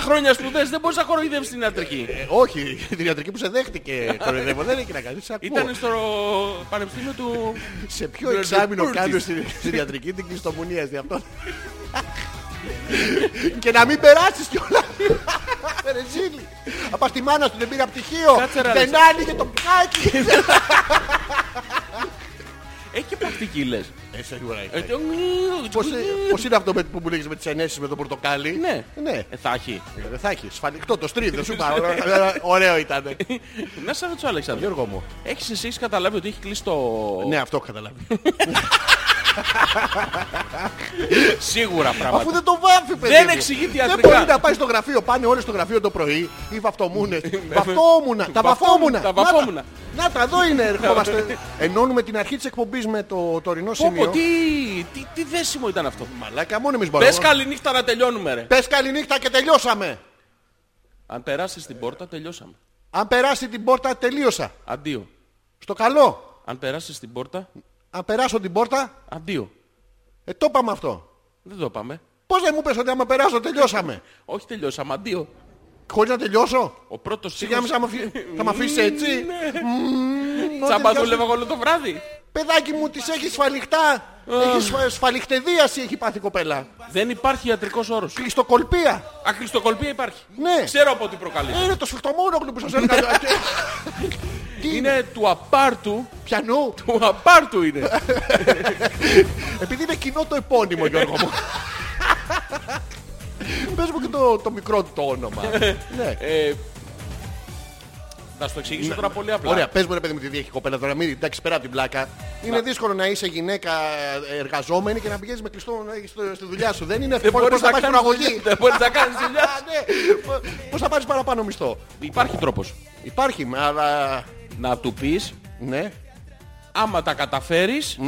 Speaker 2: 40 χρόνια σπουδές, δεν μπορείς να χοροϊδεύεις την ιατρική.
Speaker 1: Ε, Όχι, την ιατρική που σε δέχτηκε κοροϊδεύω. Δεν έχει να κάνει. Σε ακούω.
Speaker 2: Ήταν στο πανεπιστήμιο του...
Speaker 1: Σε ποιο
Speaker 2: Ήταν
Speaker 1: εξάμεινο
Speaker 2: στην
Speaker 1: κάνω στην στην ιατρική την κλειστομονία δι' αυτό. Και να μην περάσεις κιόλας. Ρε ζήλι. Από τη μάνα του δεν πήρα πτυχίο.
Speaker 2: Κάτσε, ρε,
Speaker 1: Δεν
Speaker 2: Αλέξα.
Speaker 1: άνοιγε το πτάκι.
Speaker 2: Έχει και πρακτική λες.
Speaker 1: Ε, σίγουρα
Speaker 2: Ε,
Speaker 1: έχει.
Speaker 2: το-
Speaker 1: Πώς, ε, πώς είναι αυτό με- που μου λέγεις με τις ενέσεις με το πορτοκάλι.
Speaker 2: Ναι.
Speaker 1: Ναι.
Speaker 2: Ε, Θα έχει.
Speaker 1: Ε, Δεν θα έχει. Σφανιχτό το στρίδι. δεν Σου είπα. Ωραίο ήταν.
Speaker 2: Να σε ρωτήσω, Αλέξανδρο.
Speaker 1: Γιώργο μου.
Speaker 2: Έχεις εσύ καταλάβει ότι έχει κλείσει το...
Speaker 1: Ναι, αυτό έχω καταλάβει.
Speaker 2: Σίγουρα
Speaker 1: Αφού
Speaker 2: πράγματα.
Speaker 1: δεν το βάφει, παιδί.
Speaker 2: Δεν
Speaker 1: μου.
Speaker 2: εξηγεί
Speaker 1: Δεν
Speaker 2: ιατρικά.
Speaker 1: μπορεί να πάει στο γραφείο. Πάνε όλοι στο γραφείο το πρωί. Ή βαφτομούνε. Βαφτόμουνα. Τα βαφόμουνα.
Speaker 2: Τα Ναι, βαφόμουνα.
Speaker 1: Να τα, Να τα, εδώ είναι. Ερχόμαστε. Ενώνουμε την αρχή της εκπομπής με το τωρινό
Speaker 2: Πω, πω,
Speaker 1: σημείο.
Speaker 2: τι, τι, τι δέσιμο ήταν αυτό.
Speaker 1: Μαλάκα, μόνο εμείς μπορούμε.
Speaker 2: Πες καληνύχτα να τελειώνουμε ρε.
Speaker 1: Πες καληνύχτα και τελειώσαμε.
Speaker 2: Αν περάσεις την πόρτα τελειώσαμε.
Speaker 1: Αν περάσει την πόρτα, τελείωσα.
Speaker 2: Αντίο.
Speaker 1: Στο καλό.
Speaker 2: Αν περάσεις την πόρτα,
Speaker 1: Αν περάσω την πόρτα,
Speaker 2: αντίο.
Speaker 1: ε, το είπαμε αυτό.
Speaker 2: Δεν το είπαμε.
Speaker 1: Πώς δεν μου πες ότι άμα περάσω, τελειώσαμε.
Speaker 2: Όχι τελειώσαμε, αντίο.
Speaker 1: Χωρίς να τελειώσω.
Speaker 2: Ο πρώτος
Speaker 1: Σιγά μην
Speaker 2: στίχος-
Speaker 1: θα μ' αφη- θα με αφήσεις έτσι.
Speaker 2: Ναι.
Speaker 1: Μμμ,
Speaker 2: Τσάμπα
Speaker 1: ό,τι
Speaker 2: δούλευα εγώ όλο το βράδυ.
Speaker 1: Παιδάκι μου, τη έχεις σφαλιχτά. Έχεις σφα- σφαλιχτεδίαση έχει πάθει η κοπέλα.
Speaker 2: Δεν υπάρχει ιατρικός όρος.
Speaker 1: Κλειστοκολπία.
Speaker 2: Ακριστοκολπία υπάρχει.
Speaker 1: Ναι.
Speaker 2: Ξέρω από τι προκαλεί.
Speaker 1: Ε, Είναι το σφιχτομόνογλου που σας έλεγα. Τι είναι,
Speaker 2: Είναι του απάρτου.
Speaker 1: πιανού.
Speaker 2: Του απάρτου είναι.
Speaker 1: Επειδή είναι κοινό το επώνυμο, Γιώργο μου. Πες μου και το, το μικρό του το όνομα. ναι.
Speaker 2: Ε, θα σου το εξηγήσω τώρα πολύ απλά.
Speaker 1: Ωραία, πες μου ρε παιδί μου τι έχει η κοπέλα τώρα. Μην εντάξει πέρα από την πλάκα. Είναι δύσκολο να είσαι γυναίκα εργαζόμενη και να πηγαίνεις με κλειστό ε, στο- στη δουλειά σου. Δεν είναι
Speaker 2: Δεν
Speaker 1: εύκολο.
Speaker 2: Ε, μπορείς
Speaker 1: Πώς
Speaker 2: να
Speaker 1: θα πάρεις
Speaker 2: κάνεις
Speaker 1: προαγωγή.
Speaker 2: δουλειά. Δεν μπορείς να κάνεις δουλειά.
Speaker 1: Α, ναι. Πώς θα πάρεις παραπάνω μισθό.
Speaker 2: Υπάρχει τρόπος.
Speaker 1: Υπάρχει, αλλά.
Speaker 2: Να του πεις,
Speaker 1: Ναι.
Speaker 2: άμα τα καταφέρεις...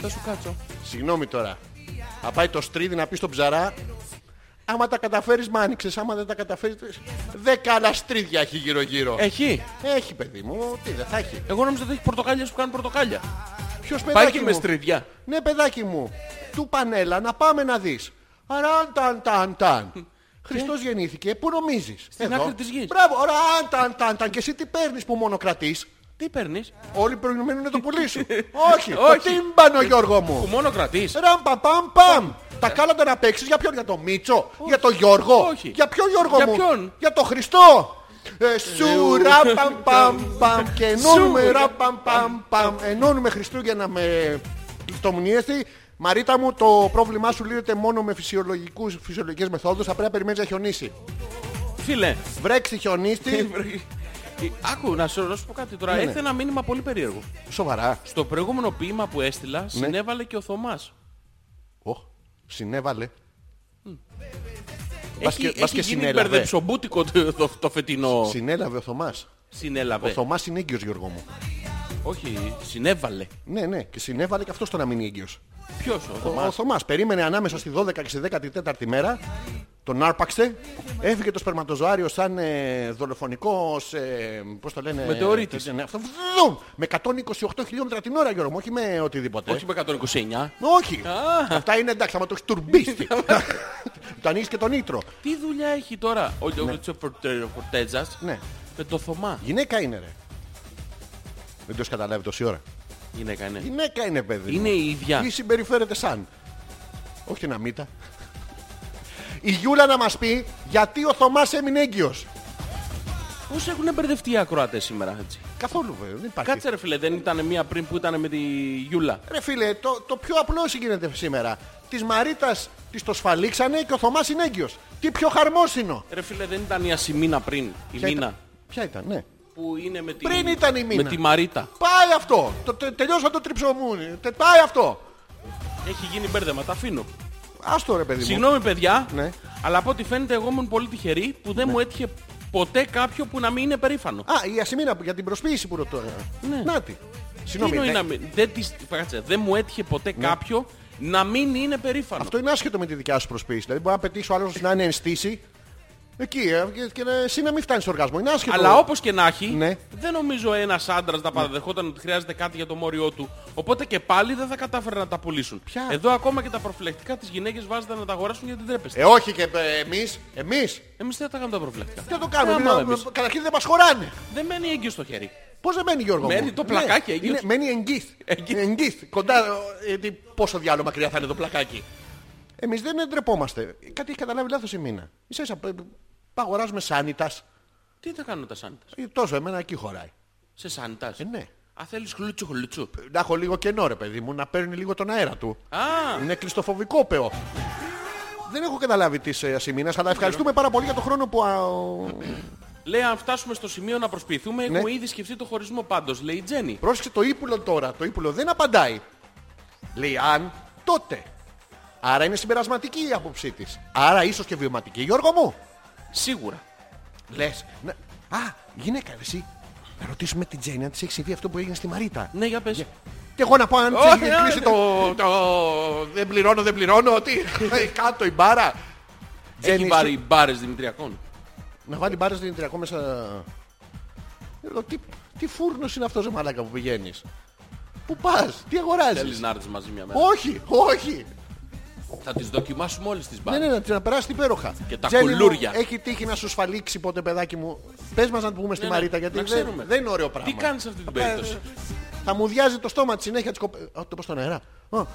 Speaker 2: Θα σου κάτσω.
Speaker 1: Συγγνώμη τώρα. Θα πάει το στρίδι να πει στον ψαρά. Άμα τα καταφέρεις μ' άνοιξες, άμα δεν τα καταφέρεις... Δέκα άλλα στρίδια έχει γύρω-γύρω.
Speaker 2: Έχει.
Speaker 1: Έχει παιδί μου, τι δεν θα έχει.
Speaker 2: Εγώ νόμιζα ότι έχει πορτοκάλια που κάνουν πορτοκάλια.
Speaker 1: Ποιος παιδάκι
Speaker 2: Πάει και
Speaker 1: Ε, μου.
Speaker 2: με στρίδια.
Speaker 1: Ναι παιδάκι μου, του πανέλα να πάμε να δεις. Αραν ταν ταν ταν. Χριστός γεννήθηκε, πού νομίζεις. Στην
Speaker 2: άκρη της γης.
Speaker 1: Μπράβο, αραν ταν ταν ταν. Και εσύ τι παίρνεις που μόνο κρατείς.
Speaker 2: Τι παίρνεις.
Speaker 1: Όλοι περιμένουν να το πουλήσουν. Όχι, το
Speaker 2: Όχι.
Speaker 1: τύμπανο Γιώργο μου.
Speaker 2: Που μόνο κρατείς.
Speaker 1: Ραμ, παμ, παμ, παμ. Τα κάλαντα να παίξεις για ποιον, για τον Μίτσο, για τον Γιώργο.
Speaker 2: Ε. Όχι.
Speaker 1: Για ποιον Γιώργο
Speaker 2: Για
Speaker 1: μου.
Speaker 2: ποιον?
Speaker 1: Για τον Χριστό. Ε, σου ρα, παμ, παμ, παμ. Και ενώνουμε
Speaker 2: Σου.
Speaker 1: ρα, παμ, παμ, παμ. Ενώνουμε Χριστούγεννα με κλειστομνιέστη. Μαρίτα μου, το πρόβλημά σου λύνεται μόνο με φυσιολογικούς, φυσιολογικές μεθόδους. Θα πρέπει να περιμένεις να χιονίσει.
Speaker 2: Φίλε. Ε,
Speaker 1: Βρέξει χιονίστη.
Speaker 2: Άκου να σου να σου πω κάτι τώρα.
Speaker 1: Ναι, ναι.
Speaker 2: Έρθε ένα μήνυμα πολύ περίεργο.
Speaker 1: Σοβαρά.
Speaker 2: Στο προηγούμενο ποίημα που
Speaker 1: Ναι.
Speaker 2: έστειλα συνέβαλε και ο Θωμάς.
Speaker 1: Οχ, συνέβαλε. Μπας
Speaker 2: Έχει,
Speaker 1: και- μπας
Speaker 2: έχει
Speaker 1: και
Speaker 2: γίνει
Speaker 1: συνέλαβε.
Speaker 2: μπερδεψομπούτικο το, το, το φετινό.
Speaker 1: Συνέλαβε ο Θωμάς. Ο
Speaker 2: Συνέλαβε.
Speaker 1: Θωμάς είναι έγκυος, Γιώργο μου.
Speaker 2: Όχι, συνέβαλε.
Speaker 1: Ναι, ναι, και συνέβαλε και αυτό στο να μείνει έγκυος.
Speaker 2: Ποιος ο Θωμάς.
Speaker 1: Ο, ο Θωμάς περίμενε ανάμεσα στη 12 και στη 14η μέρα. Τον άρπαξε. Έφυγε το σπερματοζωάριο σαν ε, δολοφονικό. Ε, Πώς το λένε.
Speaker 2: Μετεωρίτης.
Speaker 1: ε, ναι, αυτό, βδουμ, με 128 χιλιόμετρα την ώρα, Γιώργο μου, όχι με οτιδήποτε.
Speaker 2: Όχι με 129.
Speaker 1: Όχι. Αυτά είναι εντάξει, άμα το έχεις τουρμπίσει. το ανοίξει και τον ήτρο.
Speaker 2: Τι δουλειά έχει τώρα ο Γιώργο Φορτέτζα
Speaker 1: Ναι.
Speaker 2: με το Θωμά.
Speaker 1: Γυναίκα είναι, ρε. Δεν το έχεις καταλάβει τόση ώρα.
Speaker 2: Γυναίκα είναι.
Speaker 1: Γυναίκα είναι, παιδί.
Speaker 2: Είναι
Speaker 1: μου.
Speaker 2: η ίδια.
Speaker 1: Ή συμπεριφέρεται σαν. Όχι να μύτα. Η Γιούλα να μας πει γιατί ο Θωμάς έμεινε έγκυος.
Speaker 2: Πώς έχουν μπερδευτεί οι ακροατές σήμερα έτσι.
Speaker 1: Καθόλου βέβαια, δεν υπάρχει.
Speaker 2: Κάτσε ρε φίλε, δεν ήταν μία πριν που ήταν με τη Γιούλα.
Speaker 1: Ρε φίλε, το, το πιο απλό γίνεται σήμερα. Της Μαρίτας της το σφαλίξανε και ο Θωμάς είναι έγκυος. Τι πιο χαρμόσυνο.
Speaker 2: Ρε φίλε, δεν ήταν η Ασημίνα πριν, η
Speaker 1: Ήταν,
Speaker 2: Μίνα.
Speaker 1: ποια ήταν, ναι.
Speaker 2: Που είναι με τη...
Speaker 1: Πριν ήταν η Μίνα.
Speaker 2: Με τη Μαρίτα.
Speaker 1: Πάει αυτό. Το, τε, τελειώσα το τριψομούνι. Τε, πάει αυτό.
Speaker 2: Έχει γίνει μπέρδεμα, τα αφήνω.
Speaker 1: Άστο ρε παιδί μου.
Speaker 2: Συγγνώμη παιδιά,
Speaker 1: Ναι.
Speaker 2: αλλά από ό,τι φαίνεται εγώ ήμουν πολύ τυχερή που δεν μου έτυχε ποτέ κάποιο που να μην είναι περήφανο.
Speaker 1: Α, η Ασημίνα που- για την προσποίηση που ρωτώ. ε.
Speaker 2: Ναι.
Speaker 1: Να τη.
Speaker 2: Τι
Speaker 1: Συγγνώμη. ναι.
Speaker 2: εννοεί
Speaker 1: δεν- Ναι.
Speaker 2: να μην... Δεν, της... Κάτσε, δεν μου έτυχε ποτέ κάποιο να μην είναι περήφανο.
Speaker 1: Αυτό είναι άσχετο με τη δικιά σου προσποίηση. Δηλαδή, μπορεί να πετύχει ο άλλος να είναι ενστήσει. Εκεί, ε, και, και να- εσύ να μην φτάνεις στο οργασμό. Είναι άσχετο.
Speaker 2: Αλλά όπως και να έχει,
Speaker 1: Ναι.
Speaker 2: δεν νομίζω ένας άντρας να παραδεχόταν ότι χρειάζεται κάτι για το μόριό του. Οπότε και πάλι δεν θα κατάφεραν να τα πουλήσουν.
Speaker 1: Ποια?
Speaker 2: Εδώ ακόμα και τα προφυλακτικά τις γυναίκες βάζετε να τα αγοράσουν γιατί τρέπεστε.
Speaker 1: Ε, όχι και εμείς. Εμείς.
Speaker 2: Εμείς δεν θα κάνουμε τα προφυλακτικά.
Speaker 1: Τι θα το
Speaker 2: Ε,
Speaker 1: κάνουμε.
Speaker 2: άμα
Speaker 1: να-
Speaker 2: εμείς.
Speaker 1: καταρχήν δεν μας χωράνε.
Speaker 2: Δεν μένει έγκυος στο χέρι.
Speaker 1: Πώς δεν μένει Γιώργο.
Speaker 2: Μένει
Speaker 1: μου? Ναι,
Speaker 2: το πλακάκι έγκυος.
Speaker 1: είναι, μένει εγγύθ.
Speaker 2: Εγγύθ.
Speaker 1: Εγγύθ. Κοντά. ε, τι- πόσο διάλογο μακριά θα είναι το πλακάκι. Εμείς δεν ντρεπόμαστε. Κάτι έχει καταλάβει λάθος η μήνα. σα ίσα π- αγοράζουμε σάνιτας.
Speaker 2: Τι θα κάνουν τα σάνιτας.
Speaker 1: Ε, Τόσο εμένα εκεί χωράει.
Speaker 2: Σε σάνιτας.
Speaker 1: Ε, ναι.
Speaker 2: Α, θέλεις χλούτσου χλούτσου.
Speaker 1: Να έχω λίγο κενό ρε παιδί μου, να παίρνει λίγο τον αέρα του.
Speaker 2: Α,
Speaker 1: Είναι κλειστοφοβικό πεό. Δεν έχω καταλάβει τις ε, ασημίνες, αλλά ευχαριστούμε πάρα πολύ για τον χρόνο που... α, ο-
Speaker 2: λέει αν φτάσουμε στο σημείο να προσποιηθούμε,
Speaker 1: Ναι.
Speaker 2: έχουμε ήδη σκεφτεί το χωρισμό πάντως, λέει η Τζέννη.
Speaker 1: Πρόσεξε το ύπουλο τώρα. Το ύπουλο δεν απαντάει. Λέει αν τότε. Άρα είναι συμπερασματική η άποψή της. Άρα ίσως και βιωματική. Γιώργο μου,
Speaker 2: Σίγουρα.
Speaker 1: λες. να- Α, γυναίκα ρε, εσύ. Να ρωτήσουμε την Τζένι αν της έχεις συμβεί αυτό που έγινε στη Μαρίτα.
Speaker 2: Ναι, για πες.
Speaker 1: Και εγώ να πω αν της
Speaker 2: Όχι,
Speaker 1: έχει
Speaker 2: ναι,
Speaker 1: κλείσει
Speaker 2: ναι.
Speaker 1: το, το... Δεν πληρώνω, δεν πληρώνω. Τι, κάτω η μπάρα.
Speaker 2: Έχει
Speaker 1: Τζένι,
Speaker 2: πάρει μπάρες Δημητριακών.
Speaker 1: Να βάλει μπάρες δυνητριακό μέσα. Λέω, τι, τι φούρνος είναι αυτός ο μαλάκα που πηγαίνεις. Πού πας, τι
Speaker 2: Θέλεις
Speaker 1: αγοράζεις.
Speaker 2: να έρθεις μαζί μια μέρα.
Speaker 1: Όχι, όχι.
Speaker 2: Θα τις δοκιμάσουμε όλες τις
Speaker 1: Ναι,
Speaker 2: μπάρες.
Speaker 1: ναι, να, να περάσει υπέροχα.
Speaker 2: Και τα
Speaker 1: Τζέννη μου,
Speaker 2: κουλούρια.
Speaker 1: Έχει τύχει να σου σφαλίξει ποτέ, παιδάκι μου. Πες μας να το πούμε στη
Speaker 2: Ναι, ναι,
Speaker 1: Μαρίτα, γιατί
Speaker 2: να
Speaker 1: δεν,
Speaker 2: ξέρουμε.
Speaker 1: δεν είναι ωραίο ναι. πράγμα. Ε,
Speaker 2: Τι κάνεις σε αυτή την
Speaker 1: Απλά,
Speaker 2: περίπτωση?
Speaker 1: Θα μου διάζει το στόμα τη συνέχεια της κοπέλα. Το πω στον αέρα. Ω, ε,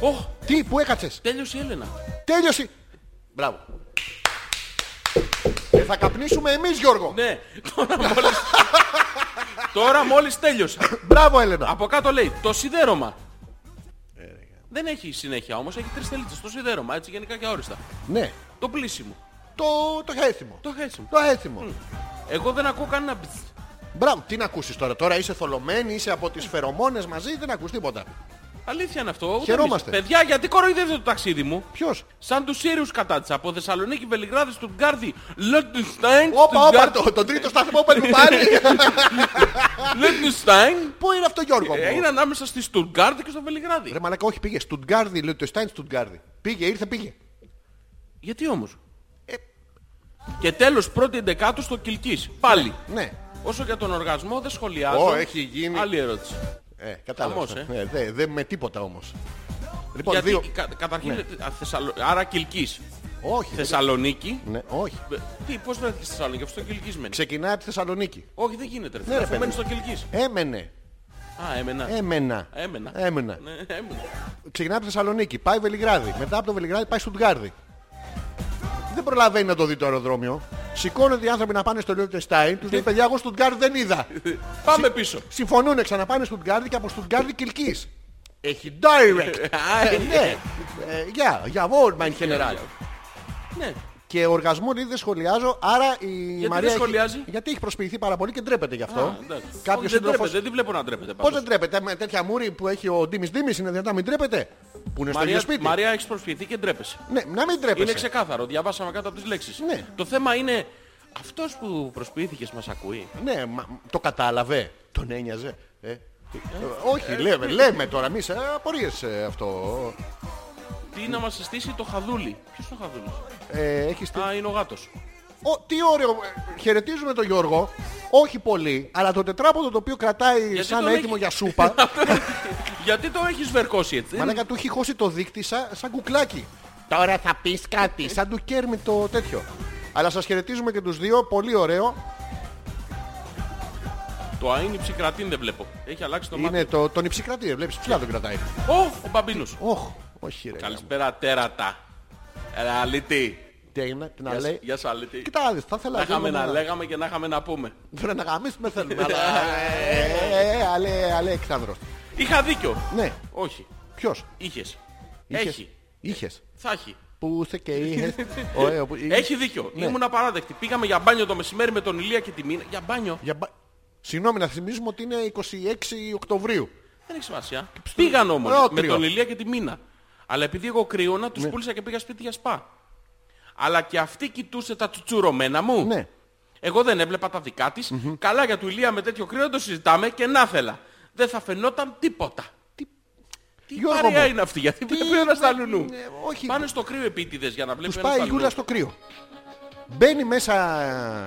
Speaker 2: Ωχ,
Speaker 1: Τι, που έκατσες.
Speaker 2: τέλειωσε η Έλενα.
Speaker 1: Τέλειωσε. Μπράβο. Ε, θα καπνίσουμε εμείς Γιώργο.
Speaker 2: Ναι, τώρα μόλις... τώρα μόλις τέλειωσα.
Speaker 1: Μπράβο, Έλενα.
Speaker 2: Από κάτω λέει το σιδέρωμα.
Speaker 1: Ε,
Speaker 2: Δεν έχει συνέχεια όμως, έχει τρεις τελίτσες. Το σιδέρωμα, έτσι γενικά και αόριστα.
Speaker 1: Ναι.
Speaker 2: Το πλήσιμο.
Speaker 1: Το, το έθιμο.
Speaker 2: Το χέσιμο.
Speaker 1: Το έθιμο.
Speaker 2: Εγώ δεν ακούω κανένα μπτζ.
Speaker 1: Μπράβο, τι να ακούσεις τώρα. Τώρα είσαι θολωμένη, είσαι από τις φερομόνες μαζί, δεν ακούς τίποτα.
Speaker 2: Αλήθεια είναι αυτό. ούτε
Speaker 1: Χαιρόμαστε.
Speaker 2: εμείς. Παιδιά, γιατί κοροϊδεύετε το ταξίδι μου.
Speaker 1: Ποιος.
Speaker 2: Σαν τους Σύριους κατάτσα από Θεσσαλονίκη, Βελιγράδι, Στουτγκάρδη, Λέντουστάιν,
Speaker 1: Όπα, όπα, το, τον τρίτο σταθμό παίρνει
Speaker 2: Ε,
Speaker 1: πάλι.
Speaker 2: Λέντουστάιν.
Speaker 1: Πού είναι αυτό, Γιώργο. μου?
Speaker 2: Είναι ανάμεσα στη Στουτγκάρδη και στο Βελιγράδι.
Speaker 1: Ρε μαλακά, όχι, πήγε. Στουτγκάρδι, λέει το Στάιν Στουτγκάρδι. Πήγε, ήρθε, πήγε.
Speaker 2: Γιατί όμως.
Speaker 1: Ε.
Speaker 2: Και τέλος πρώτη εντεκάτου στο Κιλκής. Πάλι.
Speaker 1: Ναι.
Speaker 2: Όσο για τον οργασμό δεν σχολιάζω.
Speaker 1: Ω, έχει γίνει.
Speaker 2: Άλλη ερώτηση.
Speaker 1: Ε, κατάλαβα.
Speaker 2: Χαμός, ε.
Speaker 1: Ε, δεν δε, με τίποτα όμως. Λοιπόν,
Speaker 2: Γιατί
Speaker 1: δύο. Ναι.
Speaker 2: κα- καταρχήν α, Θεσσαλο... άρα Κιλκής.
Speaker 1: Όχι. δεν-
Speaker 2: Θεσσαλονίκη.
Speaker 1: Ναι, όχι.
Speaker 2: Ε, Τι, πώς βρέθηκε στη Θεσσαλονίκη, αφού στο Κιλκής μένει.
Speaker 1: Ξεκινάει από τη Θεσσαλονίκη.
Speaker 2: Όχι, δεν γίνεται. Ρε,
Speaker 1: ρε,
Speaker 2: ναι, αφού
Speaker 1: παιδί.
Speaker 2: μένεις στο Κιλκής.
Speaker 1: Έμενε.
Speaker 2: Α, έμενα.
Speaker 1: Έμενα.
Speaker 2: Έμενα.
Speaker 1: Έμενα.
Speaker 2: Ναι, έμενα.
Speaker 1: Ξεκινάει από τη Θεσσαλονίκη, πάει Βελιγράδι. Μετά από το Βελιγράδι πάει Στουτγκάρδι. Δεν προλαβαίνει να το δει το αεροδρόμιο. Σηκώνονται οι άνθρωποι να πάνε στο Λιόντεστάιν. Τους λέει παιδιά, εγώ Στουτγκάρδι δεν είδα.
Speaker 2: Ε, Πάμε πίσω.
Speaker 1: Συμφωνούν ξαναπάνε Στουτγκάρδι και από Στουτγκάρδι Κυλκής. Έχει direct. Ε, ναι. Ε, Γεια, για βόλ, mein General.
Speaker 2: Ναι.
Speaker 1: Και οργασμό λέει δεν σχολιάζω, άρα η Μαρία.
Speaker 2: δεν σχολιάζει?
Speaker 1: Έχει... Γιατί έχει προσποιηθεί πάρα πολύ και ντρέπεται γι'
Speaker 2: Α,
Speaker 1: αυτό.
Speaker 2: εντάξει.
Speaker 1: Κάποιος
Speaker 2: δεν
Speaker 1: σύντροφος.
Speaker 2: τρέπεται, δεν τη βλέπω να τρέπεται.
Speaker 1: Πώ
Speaker 2: πάντως.
Speaker 1: δεν ντρέπεται, με τέτοια μούρη που έχει ο Ντίμης Ντίμης είναι δυνατά, μην ντρέπεται. Που είναι στο ίδιο
Speaker 2: Μαρία,
Speaker 1: σπίτι.
Speaker 2: Μαρία έχει προσφυγηθεί και ντρέπεσαι.
Speaker 1: Ναι, να μην ντρέπεσαι.
Speaker 2: Είναι ξεκάθαρο, διαβάσαμε κάτω από τις λέξεις.
Speaker 1: Ναι.
Speaker 2: Το θέμα είναι Αυτός που προσποιήθηκες μας ακούει.
Speaker 1: Ναι, μα, το κατάλαβε. Τον ένοιαζε. Ε, τι- ε, όχι, λέμε, λέμε τώρα εμείς απορίες ε, αυτό.
Speaker 2: Τι να μας συστήσει το χαδούλι. Ποιος είναι ο χαδούλης.
Speaker 1: Ε, έχεις τι...
Speaker 2: Α, είναι ο γάτος.
Speaker 1: Ο, τι ωραίο. ε, Χαιρετίζουμε τον Γιώργο. Όχι πολύ, αλλά το τετράποδο το οποίο κρατάει σαν
Speaker 2: τον
Speaker 1: έτοιμο
Speaker 2: έχει.
Speaker 1: για σούπα.
Speaker 2: Γιατί το έχεις βερκώσει έτσι.
Speaker 1: Μαλάκα του έχει χώσει το δίκτυ σαν, σαν κουκλάκι. Τώρα θα πεις κάτι. Σαν του κέρμι το τέτοιο. Αλλά σας χαιρετίζουμε και τους δύο. Πολύ ωραίο.
Speaker 2: Το αήνι ψυκρατήν δεν βλέπω. Έχει αλλάξει το μάτι.
Speaker 1: Είναι το, τον υψικράτη, βλέπεις ψηλά τον κρατάει.
Speaker 2: Ω, ο Μπαμπίνος.
Speaker 1: Όχ, όχι ρε.
Speaker 2: Καλησπέρα τέρατα. Ρε αλήτη.
Speaker 1: Τι έγινε, τι να
Speaker 2: Γεια σ-
Speaker 1: λέει.
Speaker 2: Γεια σου αλήτη.
Speaker 1: Κοιτά, δεις, θα ήθελα
Speaker 2: Να είχαμε
Speaker 1: λίγο
Speaker 2: να λέγαμε και να είχαμε να πούμε.
Speaker 1: Θέλω να γαμίσουμε θέλουμε. αλλά- Ε, ε, Αλέ, αλέ, Αλέξανδρος.
Speaker 2: Είχα δίκιο.
Speaker 1: Ναι,
Speaker 2: Όχι.
Speaker 1: ποιος.
Speaker 2: Είχες.
Speaker 1: Είχες-
Speaker 2: Έχει.
Speaker 1: Είχες.
Speaker 2: Θα έχει.
Speaker 1: Που είσαι και είχες. Ωραίο που- ε,
Speaker 2: Έχει δίκιο.
Speaker 1: Ναι.
Speaker 2: Ήμουν απαράδεκτη. Πήγαμε για μπάνιο το μεσημέρι με τον Ηλία και τη Μίνα. Για μπάνιο.
Speaker 1: Για μπα- Συγγνώμη, να θυμίζουμε ότι είναι 26 Οκτωβρίου.
Speaker 2: Δεν έχει σημασία. Πήγαν όμως
Speaker 1: Ρώτριο.
Speaker 2: με τον Ηλία και τη Μίνα. Αλλά επειδή εγώ κρύωνα,
Speaker 1: Ναι.
Speaker 2: τους πούλησα και πήγα σπίτι για σπα. Αλλά και αυτή κοιτούσε τα τσουτσουρωμένα μου.
Speaker 1: Ναι.
Speaker 2: Εγώ δεν έβλεπα τα δικά της. Καλά για του Ηλία με τέτοιο κρύο το συζητάμε και να θέλα. Δεν θα φαινόταν τίποτα. Τι, τι
Speaker 1: Γιώργο
Speaker 2: παρέα
Speaker 1: μου.
Speaker 2: είναι αυτή, γιατί βλέπει ο ένας τα λουνού.
Speaker 1: Ναι, όχι.
Speaker 2: Πάνε στο κρύο επίτηδες για να βλέπει
Speaker 1: Τους
Speaker 2: ο ένας
Speaker 1: πάει
Speaker 2: τα
Speaker 1: η Γιούλα
Speaker 2: λουνού.
Speaker 1: στο κρύο. Μπαίνει μέσα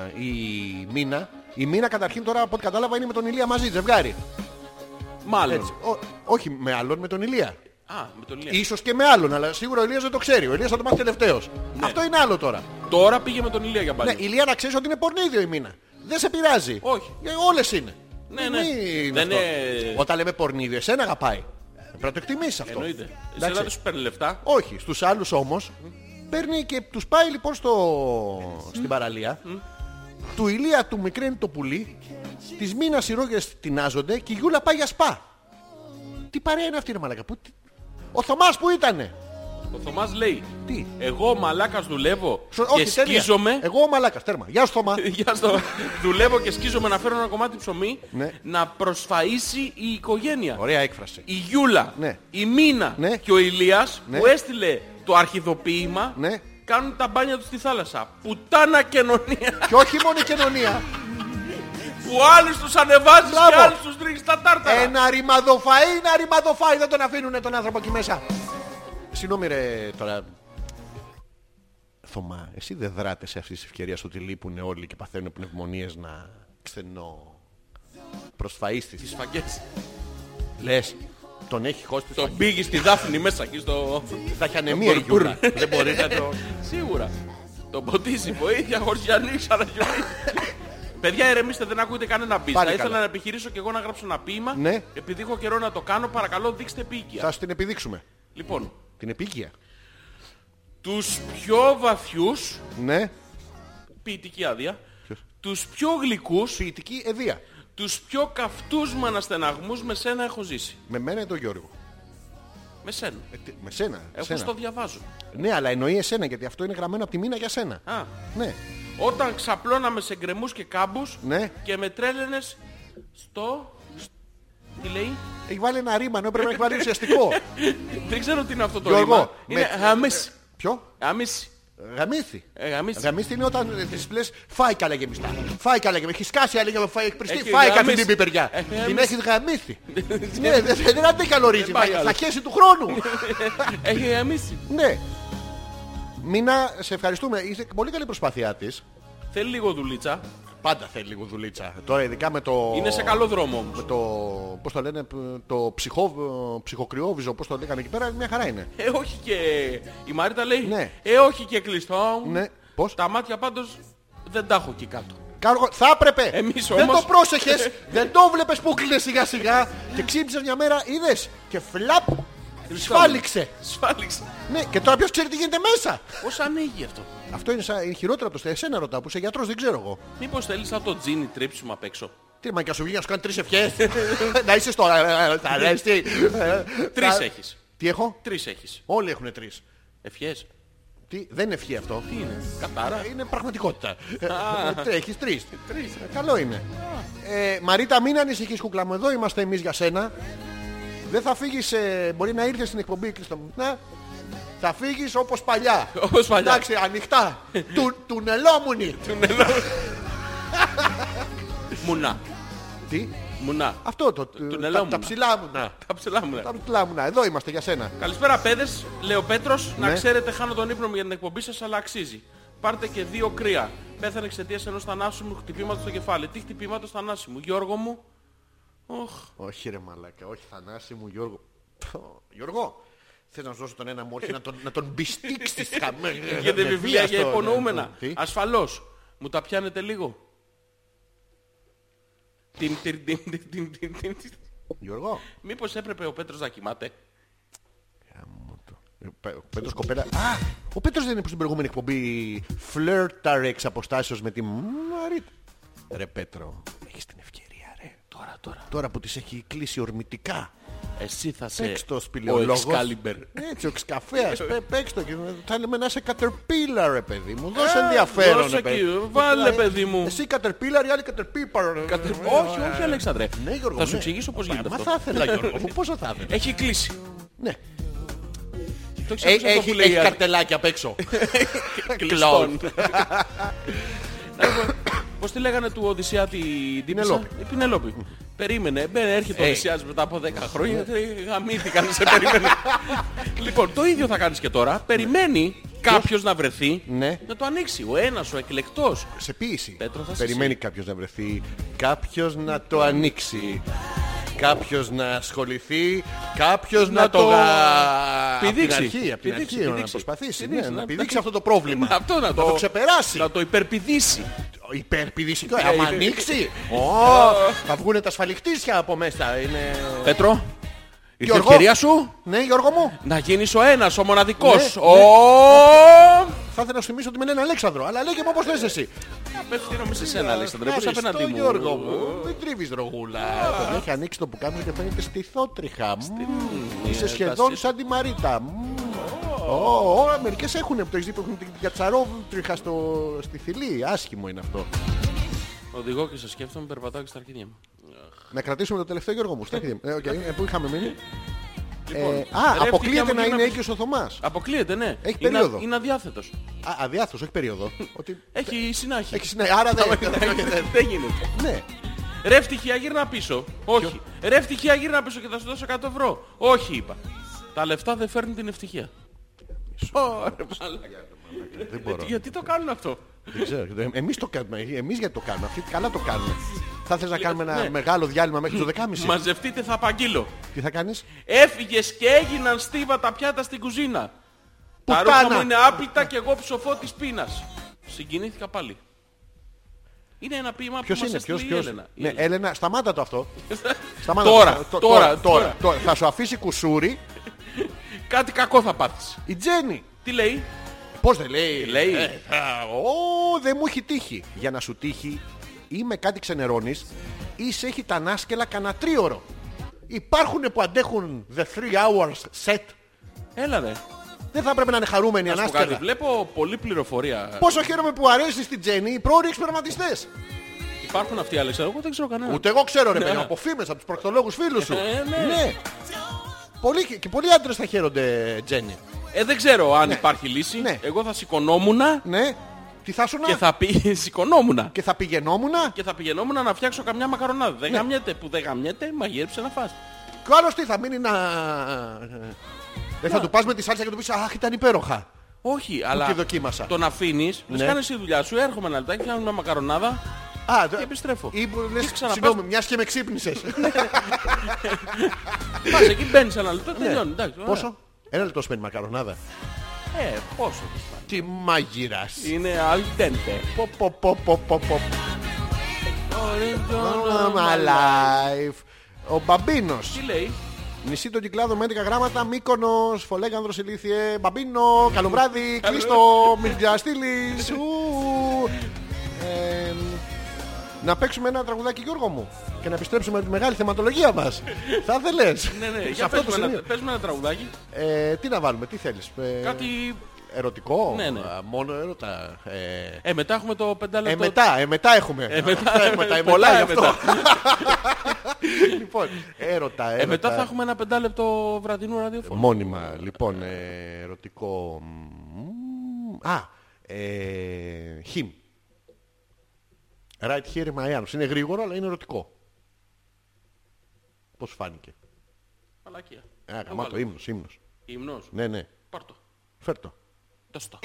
Speaker 1: ε, η Μίνα. Η Μίνα καταρχήν τώρα από ό,τι κατάλαβα είναι με τον Ηλία μαζί, ζευγάρι.
Speaker 2: Μάλλον.
Speaker 1: Έτσι. Ο- όχι με άλλον, με τον Ηλία.
Speaker 2: Α, με τον Ηλίας.
Speaker 1: Ίσως και με άλλον, αλλά σίγουρα ο Ηλίας δεν το ξέρει. Ο Ηλίας θα το μάθει τελευταίος.
Speaker 2: Ναι.
Speaker 1: Αυτό είναι άλλο τώρα.
Speaker 2: Τώρα πήγε με τον Ηλία για μπάνιο.
Speaker 1: Ναι, Ηλία να ξέρει ότι είναι πορνίδιο η μήνα. Δεν σε πειράζει.
Speaker 2: Όχι.
Speaker 1: Ε, όλες είναι.
Speaker 2: Ναι, ναι.
Speaker 1: Μην
Speaker 2: Δεν
Speaker 1: αυτό.
Speaker 2: είναι-
Speaker 1: Όταν λέμε πορνίδιο, εσένα αγαπάει. Πρέπει να το εκτιμήσεις αυτό.
Speaker 2: Εννοείται. Σε
Speaker 1: Εντάξει.
Speaker 2: δεν σου παίρνει λεφτά.
Speaker 1: Όχι, στους άλλους όμως παίρνει και τους πάει λοιπόν στο... στην παραλία. Του Ηλία του μικραίνει το πουλί. Τις μήνας οι ρόγες τεινάζονται και η Γιούλα πάει για σπα. Τι παρέα είναι αυτή η μαλακά. Πού... τι- Ο Θωμάς που ήτανε.
Speaker 2: Ο Θωμάς λέει.
Speaker 1: Τι?
Speaker 2: Εγώ μαλάκας δουλεύω
Speaker 1: Σο-
Speaker 2: και
Speaker 1: τέλεια.
Speaker 2: σκίζομαι.
Speaker 1: Εγώ ο μαλάκας, τέρμα. Γεια σου Θωμά.
Speaker 2: Γεια στο. δουλεύω και σκίζομαι να φέρω ένα κομμάτι ψωμί
Speaker 1: Ναι.
Speaker 2: να προσφαΐσει η οικογένεια.
Speaker 1: Ωραία έκφραση.
Speaker 2: Η Γιούλα,
Speaker 1: Ναι.
Speaker 2: η Μίνα
Speaker 1: Ναι.
Speaker 2: και ο Ηλίας
Speaker 1: Ναι.
Speaker 2: που έστειλε το αρχιδοποίημα
Speaker 1: Ναι.
Speaker 2: κάνουν τα μπάνια τους στη θάλασσα. Πουτάνα κοινωνία
Speaker 1: και όχι μόνο η κοινωνία.
Speaker 2: που άλλους τους ανεβάζεις και
Speaker 1: Ναι. Μπράβο.
Speaker 2: άλλους τους ρίχνεις τα τάρταρα.
Speaker 1: Ένα ρημαδοφαΐ, ένα ρημαδοφαΐ. Δεν τον αφήνουν τον άνθρωπο εκεί μέσα. Συγγνώμη ρε τώρα. Θωμά, εσύ δεν δράτες σε αυτής της ευκαιρίας ότι λείπουν όλοι και παθαίνουν πνευμονίες να ξενώ
Speaker 2: Τις
Speaker 1: προσφαΐστης.
Speaker 2: φαγές.
Speaker 1: Λες, τον έχει χώσει το...
Speaker 2: Τον πήγε στη Δάφνη μέσα εκεί στο...
Speaker 1: Θα έχει ανεμία η Γιούλα.
Speaker 2: Δεν μπορεί να το... Σίγουρα. Το ποτίζει βοήθεια χωρίς Γιάννη ξαναγιονί. Παιδιά, ηρεμήστε, δεν ακούτε κανένα πίστα.
Speaker 1: Πάλι
Speaker 2: Ήθελα
Speaker 1: καλά.
Speaker 2: να επιχειρήσω και εγώ να γράψω ένα ποίημα.
Speaker 1: Ναι.
Speaker 2: Επειδή έχω καιρό να το κάνω, παρακαλώ δείξτε επίοικια.
Speaker 1: Θα σου την επιδείξουμε.
Speaker 2: Λοιπόν,
Speaker 1: Την επίκεια.
Speaker 2: τους πιο βαθιούς,
Speaker 1: Ναι.
Speaker 2: ποιητική άδεια, τους πιο γλυκούς,
Speaker 1: Ποιητική εδία.
Speaker 2: τους πιο καυτούς με αναστεναγμούς με σένα έχω ζήσει.
Speaker 1: Με μένα ή τον Γιώργο.
Speaker 2: Με σένα.
Speaker 1: Ε, τι- με σένα.
Speaker 2: Εγώ
Speaker 1: σένα.
Speaker 2: στο διαβάζω.
Speaker 1: Ναι, αλλά εννοεί εσένα γιατί αυτό είναι γραμμένο από τη μήνα για σένα.
Speaker 2: Α.
Speaker 1: Ναι.
Speaker 2: Όταν ξαπλώναμε σε γκρεμούς και κάμπους
Speaker 1: Ναι.
Speaker 2: και με τρέλαινες στο... Τι λέει?
Speaker 1: Έχει βάλει ένα ρήμα, ενώ πρέπει να έχει βάλει ουσιαστικό.
Speaker 2: Δεν ξέρω τι είναι αυτό το
Speaker 1: Γιώργο,
Speaker 2: ρήμα.
Speaker 1: με-
Speaker 2: Είναι γαμίση.
Speaker 1: Ποιο?
Speaker 2: Γαμίση.
Speaker 1: Γαμήθη.
Speaker 2: Ε, γαμίση.
Speaker 1: Γαμήθη είναι όταν τη λες φάει καλά γεμιστά. Φάει καλά γεμιστά. Έχεις σκάσει άλλη γεμιστά. Έχει πριστεί.
Speaker 2: Έχει
Speaker 1: Φάει
Speaker 2: γαμίσει.
Speaker 1: καλή την πιπεριά.
Speaker 2: Έχει
Speaker 1: Την
Speaker 2: γαμίσει.
Speaker 1: έχει γαμήθη. Ναι, δεν- δεν αντέχει άλλο ρύζι.
Speaker 2: πάει
Speaker 1: Θα
Speaker 2: άλλο.
Speaker 1: θα χέσει του χρόνου.
Speaker 2: Έχει γαμίσει.
Speaker 1: Ναι. Μίνα, σε ευχαριστούμε. Είσαι πολύ καλή προσπάθειά της.
Speaker 2: Θέλει λίγο δουλίτσα.
Speaker 1: Πάντα θέλει λίγο δουλίτσα. Ε, Τώρα ειδικά με το.
Speaker 2: Είναι σε καλό δρόμο όμως.
Speaker 1: με το, πώς το λένε, το ψυχό, ψυχοκριόβιζο, πώς το λέγανε εκεί πέρα, μια χαρά είναι.
Speaker 2: Ε, όχι και... Η Μαρίτα λέει.
Speaker 1: Ναι.
Speaker 2: Ε, όχι και κλειστό.
Speaker 1: Ναι, πώς?
Speaker 2: Τα μάτια πάντως δεν τα έχω εκεί κάτω.
Speaker 1: Κάργο, θα έπρεπε.
Speaker 2: Εμείς
Speaker 1: Δεν
Speaker 2: όμως-
Speaker 1: το πρόσεχες, δεν το βλέπες που κλείνες σιγά σιγά και ξύπνησες μια μέρα, είδες και φλαπ, σφάλιξε.
Speaker 2: Σφάλιξε.
Speaker 1: Ναι, και τώρα ποιος ξέρει τι γίνεται μέσα.
Speaker 2: Πώς ανοίγει αυτό.
Speaker 1: Αυτό είναι, σαν, είναι χειρότερο από το στέ- εσένα ρωτάω που είσαι γιατρός, δεν ξέρω εγώ.
Speaker 2: Μήπως θέλεις να το τζίνι τρίψουμε απ' έξω.
Speaker 1: Τι μα και σου βγει να σου κάνει τρεις ευχές. να είσαι στο... ε, τα λες, τι.
Speaker 2: Τρεις
Speaker 1: Τα-
Speaker 2: έχεις.
Speaker 1: Τι έχω?
Speaker 2: Τρεις έχεις.
Speaker 1: Όλοι έχουν τρεις.
Speaker 2: Ευχές.
Speaker 1: Τι, δεν είναι ευχή αυτό.
Speaker 2: Τι είναι. Κατάρα.
Speaker 1: Είναι πραγματικότητα. Έχει τρει. Καλό είναι. Ε, Μαρίτα, μην ανησυχείς, κούκλα μου. Εδώ είμαστε ε, εμείς για σένα. Δεν θα φύγεις. μπορεί να ήρθες στην εκπομπή και στο. Να. Θα Θα φύγεις όπως παλιά.
Speaker 2: Όπως παλιά.
Speaker 1: Εντάξει, ανοιχτά. του, του νελόμουνι.
Speaker 2: Του νερό. Μουνά.
Speaker 1: Τι.
Speaker 2: Μουνά.
Speaker 1: Αυτό το.
Speaker 2: Του
Speaker 1: τα,
Speaker 2: νελόμουνα.
Speaker 1: τα ψηλά μουνα.
Speaker 2: Τα ψηλά μου.
Speaker 1: Τα
Speaker 2: ναι.
Speaker 1: ψηλά μουνα. Εδώ είμαστε για σένα.
Speaker 2: Καλησπέρα, παιδες. Λέω Πέτρος, να
Speaker 1: Ναι.
Speaker 2: ξέρετε, χάνω τον ύπνο μου για την εκπομπή σας, αλλά αξίζει. Πάρτε και δύο κρύα. Πέθανε εξαιτίας ενός θανάσιμου χτυπήματος στο κεφάλι. Τι χτυπήματος θανάσιμου, Γιώργο μου. Οχ,
Speaker 1: Όχι ρε μαλάκα, όχι Θανάση μου Γιώργο. Πω, Γιώργο, θες να σου δώσω τον ένα μου όχι να τον, να τον μπιστήξεις χαμέ.
Speaker 2: Έχετε
Speaker 1: με
Speaker 2: βιβλία
Speaker 1: βία
Speaker 2: για
Speaker 1: στο- Ε,
Speaker 2: υπονοούμενα.
Speaker 1: ναι. Τι?
Speaker 2: Ασφαλώς. Μου τα πιάνετε λίγο. Τιν, τιν, τιν, τιν, τιν, τιν, τιν.
Speaker 1: Γιώργο.
Speaker 2: Μήπως έπρεπε ο Πέτρος να κοιμάται.
Speaker 1: Ε, πε- Ο Πέτρος κοπέλα. Α, ο Πέτρος δεν είναι που στην προηγούμενη εκπομπή φλερτάρε εξ αποστάσεως με τη Μαρίτα. Ρε Πέτρο, έχεις την ευκαιρία ρε. Τώρα, τώρα. Τώρα που τις έχει κλείσει ορμητικά.
Speaker 2: Εσύ θα σε...
Speaker 1: Παίξ το
Speaker 2: Ο
Speaker 1: σπηλαιολόγος.
Speaker 2: Excalibur. Ε,
Speaker 1: Έτσι, ο ξκαφέας. Πε- Παίξ το. και Θα λέμε να είσαι caterpillar, ρε παιδί μου. Δώσε ενδιαφέρον,
Speaker 2: Ε, δώσε
Speaker 1: ρε παιδί. Δηλαδή,
Speaker 2: εκεί, βάλε, παιδί μου.
Speaker 1: Εσύ caterpillar, οι άλλοι caterpillar.
Speaker 2: Κατε- Όχι, όχι Αλέξανδρε.
Speaker 1: Ναι, Γιώργο,
Speaker 2: Θα σου
Speaker 1: ναι.
Speaker 2: εξηγήσω πώς γίνεται
Speaker 1: Μα
Speaker 2: αυτό.
Speaker 1: θα ήθελα, Γιώργο μου, πόσο θα ήθελα.
Speaker 2: Έχει κλείσει.
Speaker 1: Ναι.
Speaker 2: Το έχεις
Speaker 1: Ε,
Speaker 2: ακούσει αυτό
Speaker 1: Έχει
Speaker 2: που λέει
Speaker 1: έχει
Speaker 2: η Άρη.
Speaker 1: καρτελάκια απ' έξω.
Speaker 2: Κλειστόν. Να πω, Λοιπόν, Πώς τη λέγανε του Οδυσσέα την τύπησα.
Speaker 1: Πινελόπη.
Speaker 2: Η Πινελόπη. Περίμενε, μπαίνει, έρχεται ο
Speaker 1: Ε.
Speaker 2: Οδυσσέας μετά από 10 χρόνια. λέει, Γαμήθηκαν, σε περίμενε. λοιπόν, το ίδιο θα κάνεις και τώρα. Περιμένει κάποιος να βρεθεί
Speaker 1: Ναι.
Speaker 2: να το ανοίξει. Ο ένας, ο εκλεκτός.
Speaker 1: Σε ποίηση.
Speaker 2: Πέτρο, θα σε
Speaker 1: Περιμένει κάποιος να βρεθεί. Κάποιος να το ανοίξει. Κάποιος να ασχοληθεί. Κάποιος να,
Speaker 2: Να το
Speaker 1: το...
Speaker 2: πηδήξει.
Speaker 1: Από την αρχή, από την
Speaker 2: Πηδήξει,
Speaker 1: αρχή, να
Speaker 2: πηδήξει.
Speaker 1: προσπαθήσει.
Speaker 2: Πηδήξει,
Speaker 1: ναι,
Speaker 2: να-
Speaker 1: να πηδήξει αυτό το πρόβλημα.
Speaker 2: Αυτό να το,
Speaker 1: το ξεπεράσει.
Speaker 2: Να το υπερπηδήσει.
Speaker 1: Υπερπηδήσει το.
Speaker 2: Ε,
Speaker 1: Άμα
Speaker 2: ε,
Speaker 1: ανοίξει. Ω, Θα βγούνε τα ασφαλιχτήσια από μέσα. Είναι...
Speaker 2: Πέτρο, ήρθε η
Speaker 1: Γιώργο.
Speaker 2: ευκαιρία σου
Speaker 1: Ναι, Γιώργο μου.
Speaker 2: να γίνεις ο ένας, ο μοναδικός.
Speaker 1: Ναι,
Speaker 2: Ο...
Speaker 1: Θα ήθελα να σου θυμίσω ότι με λένε Αλέξανδρο. Αλλά λέγε μου όπως λες εσύ.
Speaker 2: Απευθύνομαι σε σένα, Αλέξανδρε. Πώς
Speaker 1: Ευχαριστώ,
Speaker 2: απέναντί μου.
Speaker 1: Ε, Γιώργο μου, μην τρίβεις ρογούλα. Τον έχει ανοίξει το πουκάμισο και φαίνεται στιθότριχα. Μμμ, Είσαι
Speaker 2: τα
Speaker 1: σχεδόν
Speaker 2: στήθη.
Speaker 1: σαν τη Μαρίτα. Μμμ. Ω, ω, Μερικές έχουν που το έχεις δει που έχουν την κατσαρόβτριχα στο- στη θηλή. Άσχημο είναι αυτό.
Speaker 2: Οδηγώ και σε σκέφτομαι, περπατάω και στα αρχίδια μου.
Speaker 1: Να κρατήσουμε το τελευταίο Γιώργο μου. στα αρχίδια μου. Ε, οκ, ε, Πού είχαμε μείνει.
Speaker 2: Λοιπόν,
Speaker 1: Ε,
Speaker 2: ρε,
Speaker 1: Α,
Speaker 2: ευτυχία μου,
Speaker 1: αποκλείεται να
Speaker 2: για
Speaker 1: είναι έγκυος ο Θωμάς.
Speaker 2: Αποκλείεται, ναι.
Speaker 1: Έχει
Speaker 2: είναι,
Speaker 1: περίοδο.
Speaker 2: είναι αδιάθετος.
Speaker 1: Α, Αδιάθος, όχι περίοδο. Ότι
Speaker 2: Έχει συνάχη.
Speaker 1: Ε, έχει συνέχεια. Άρα δεν...
Speaker 2: Δεν γίνεται.
Speaker 1: Ναι.
Speaker 2: Ρε ευτυχία γύρνα πίσω. Όχι. Ρε ευτυχία γύρνα πίσω και θα σου δώσω 100 ευρώ. Όχι, είπα. Τα λεφτά δεν φέρνουν την ευτυχία. Ω, ρε, μαλάκα.
Speaker 1: Δεν μπορώ.
Speaker 2: Γιατί το κάνουν αυτό.
Speaker 1: Δεν ξέρω. Ε, Εμείς το κάνουμε. Εμείς γιατί το κάνουμε. Αυτοί καλά το κάνουμε. Θα θες να κάνουμε ένα
Speaker 2: ναι.
Speaker 1: μεγάλο διάλειμμα μέχρι το 12.30.
Speaker 2: Μαζευτείτε, θα απαγγείλω.
Speaker 1: Τι θα κάνεις.
Speaker 2: Έφυγες και έγιναν στίβα τα πιάτα στην κουζίνα. Τα
Speaker 1: Πουτάνα.
Speaker 2: ρούχα μου είναι άπλυτα και εγώ ψοφώ της πείνας. Συγκινήθηκα πάλι. Είναι ένα ποίημα
Speaker 1: Ποιος
Speaker 2: που μας
Speaker 1: είναι,
Speaker 2: έστειλε
Speaker 1: ποιος,
Speaker 2: η
Speaker 1: ποιος.
Speaker 2: Έλενα. Η
Speaker 1: Ναι,
Speaker 2: Έλενα.
Speaker 1: Έλενα, σταμάτα το αυτό. Σταμάτα το.
Speaker 2: Τώρα,
Speaker 1: Το-
Speaker 2: τώρα,
Speaker 1: τώρα,
Speaker 2: τώρα.
Speaker 1: τώρα. Θα σου αφήσει κουσούρι
Speaker 2: Κάτι κακό θα πάθεις.
Speaker 1: η Τζέννη.
Speaker 2: Τι λέει.
Speaker 1: Πώς δεν λέει.
Speaker 2: Λέει.
Speaker 1: Ε, α, Ω, δεν μου έχει τύχει. Για να σου τύχει ή με κάτι ξενερώνεις ή σε έχει τα νάσκελα κανένα τρίωρο. Υπάρχουν που αντέχουν the three hours set.
Speaker 2: Έλα ρε.
Speaker 1: Δεν θα έπρεπε να είναι χαρούμενοι
Speaker 2: Να σου πω κάτι.
Speaker 1: ανάσκελα.
Speaker 2: Βλέπω πολλή πληροφορία.
Speaker 1: Πόσο χαίρομαι που αρέσει στην Τζέννη οι πρόοροι εξπερματιστές.
Speaker 2: Υπάρχουν αυτοί οι άλλοι. Εγώ δεν ξέρω κανένα.
Speaker 1: Ούτε εγώ ξέρω ρε
Speaker 2: Ναι.
Speaker 1: παιδιά, από φήμες, από τους προκτολόγους φίλους σου.
Speaker 2: Ε, ναι.
Speaker 1: Πολλοί, και πολλοί άντρες θα χαίρονται Τζέννη.
Speaker 2: Ε, δεν ξέρω αν υπάρχει λύση.
Speaker 1: Ναι.
Speaker 2: Εγώ θα σηκωνόμουνα
Speaker 1: Ναι. Τι θα σου να...
Speaker 2: και θα πει... σηκωνόμουνα.
Speaker 1: και θα πηγαινόμουνα.
Speaker 2: Και θα πηγαινόμουν να φτιάξω καμιά μακαρονάδα.
Speaker 1: Ναι.
Speaker 2: Δεν γαμιέται. Που δεν γαμιέται, μαγείρεψε να φας.
Speaker 1: Και ο άλλος τι θα μείνει να... Δεν θα του πας με τη σάλτσα και του πεις «Αχ, ήταν υπέροχα».
Speaker 2: Όχι, αλλά
Speaker 1: τη δοκίμασα.
Speaker 2: τον αφήνεις, λες
Speaker 1: Ναι.
Speaker 2: κάνεις τη δουλειά σου, έρχομαι ένα λεπτάκι, φτιάχνω μια μακαρονάδα
Speaker 1: Α,
Speaker 2: και επιστρέφω.
Speaker 1: Ή που λες,
Speaker 2: Και ξαναπάς- Ε,
Speaker 1: συγγνώμη, μιας και με ξύπνησες.
Speaker 2: Πας εκεί, μπαίνεις ένα λεπτό, τελειώνει. Εντάξει, ωραία.
Speaker 1: Ναι. Πόσο? Ένα λεπτό σου παίρνει μακαρονάδα.
Speaker 2: Ε, πόσο.
Speaker 1: Τι μαγειράς.
Speaker 2: Είναι al dente.
Speaker 1: Πο, πο, πο, πο, πο, πο.
Speaker 2: Original
Speaker 1: My life. Ο Μπαμπίνος.
Speaker 2: Τι λέει,
Speaker 1: Νησί των κυκλάδων με 11 γράμματα, Μύκονος, Φολέγανδρος, Ηλίθιε, Μπαμπίνο, καλό βράδυ, κλείστο, μην διαστήλεις, ου. Ε, Να παίξουμε ένα τραγουδάκι Γιώργο μου και να επιστρέψουμε με τη μεγάλη θεματολογία μας. Θα ήθελες.
Speaker 2: ναι, ναι,
Speaker 1: Σε
Speaker 2: για
Speaker 1: αυτό το
Speaker 2: παίζουμε ένα,
Speaker 1: σημείο.
Speaker 2: παίζουμε ένα τραγουδάκι,
Speaker 1: Ε, τι να βάλουμε, τι θέλεις. ε,
Speaker 2: κάτι
Speaker 1: Ερωτικό.
Speaker 2: Ναι, ναι.
Speaker 1: Α, Μόνο έρωτα. Ε,
Speaker 2: Ε, μετά έχουμε το πεντάλεπτο.
Speaker 1: ε, μετά, ε, μετά έχουμε. Ε,
Speaker 2: μετά,
Speaker 1: ε, μετά, ε,
Speaker 2: μετά,
Speaker 1: πολλά γι'
Speaker 2: ε,
Speaker 1: αυτό. λοιπόν, έρωτα, έρωτα.
Speaker 2: Ε, μετά θα έχουμε ένα πεντάλεπτο βραδινού ραδιοφώνου.
Speaker 1: Μόνιμα, λοιπόν, ε, ερωτικό. μ, Α, ε, him. Right here in my arms. Είναι γρήγορο, αλλά είναι ερωτικό. Πώς φάνηκε.
Speaker 2: Μαλακία.
Speaker 1: Α, Ε. γαμάτο, ύμνος, ύμνος.
Speaker 2: Υμνός.
Speaker 1: Ναι, ναι.
Speaker 2: Πάρτο.
Speaker 1: Φέρ' το.
Speaker 2: Δώσ' το.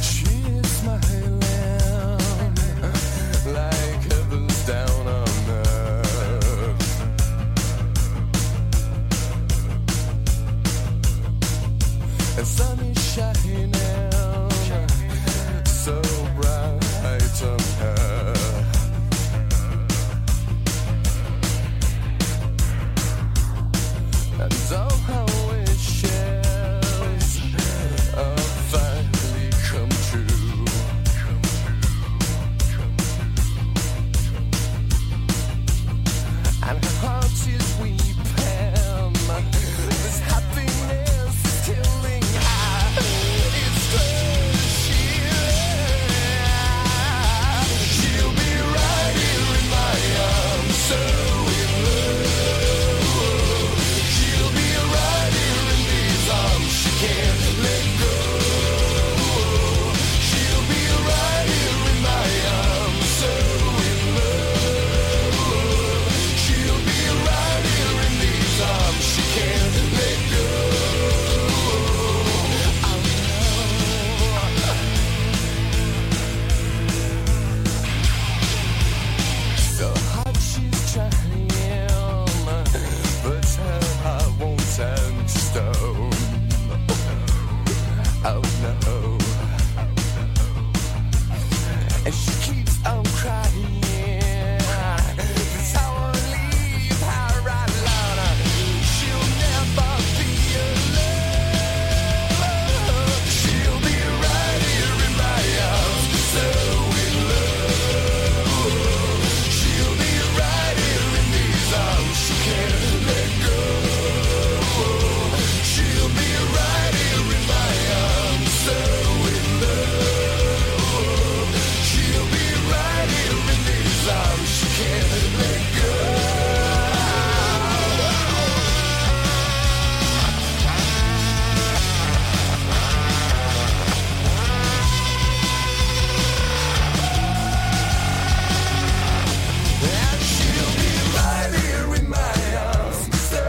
Speaker 5: She's my land, like heaven's down on earth. And sun is shining, so bright on her. And all her wishes are finally come true. And her heart is weeping. This happiness is killing her. It's her she loves. She'll be right here in my arms, so in love. She'll be right here in these arms. She can't let go. She'll be right here in my arms, so in love. She'll be right here in these arms. She can't let go. So hard she's trying, but her heart won't turn to stone. Oh no. And she keeps on crying. That's how I leave her alone. She'll never be alone. She'll be right here in my arms, so in love. She'll be right here in these arms. She can't let go. She'll be right here in my arms, so in love. She'll be right here in these arms. She can't let go. She'll be right here in my arms, so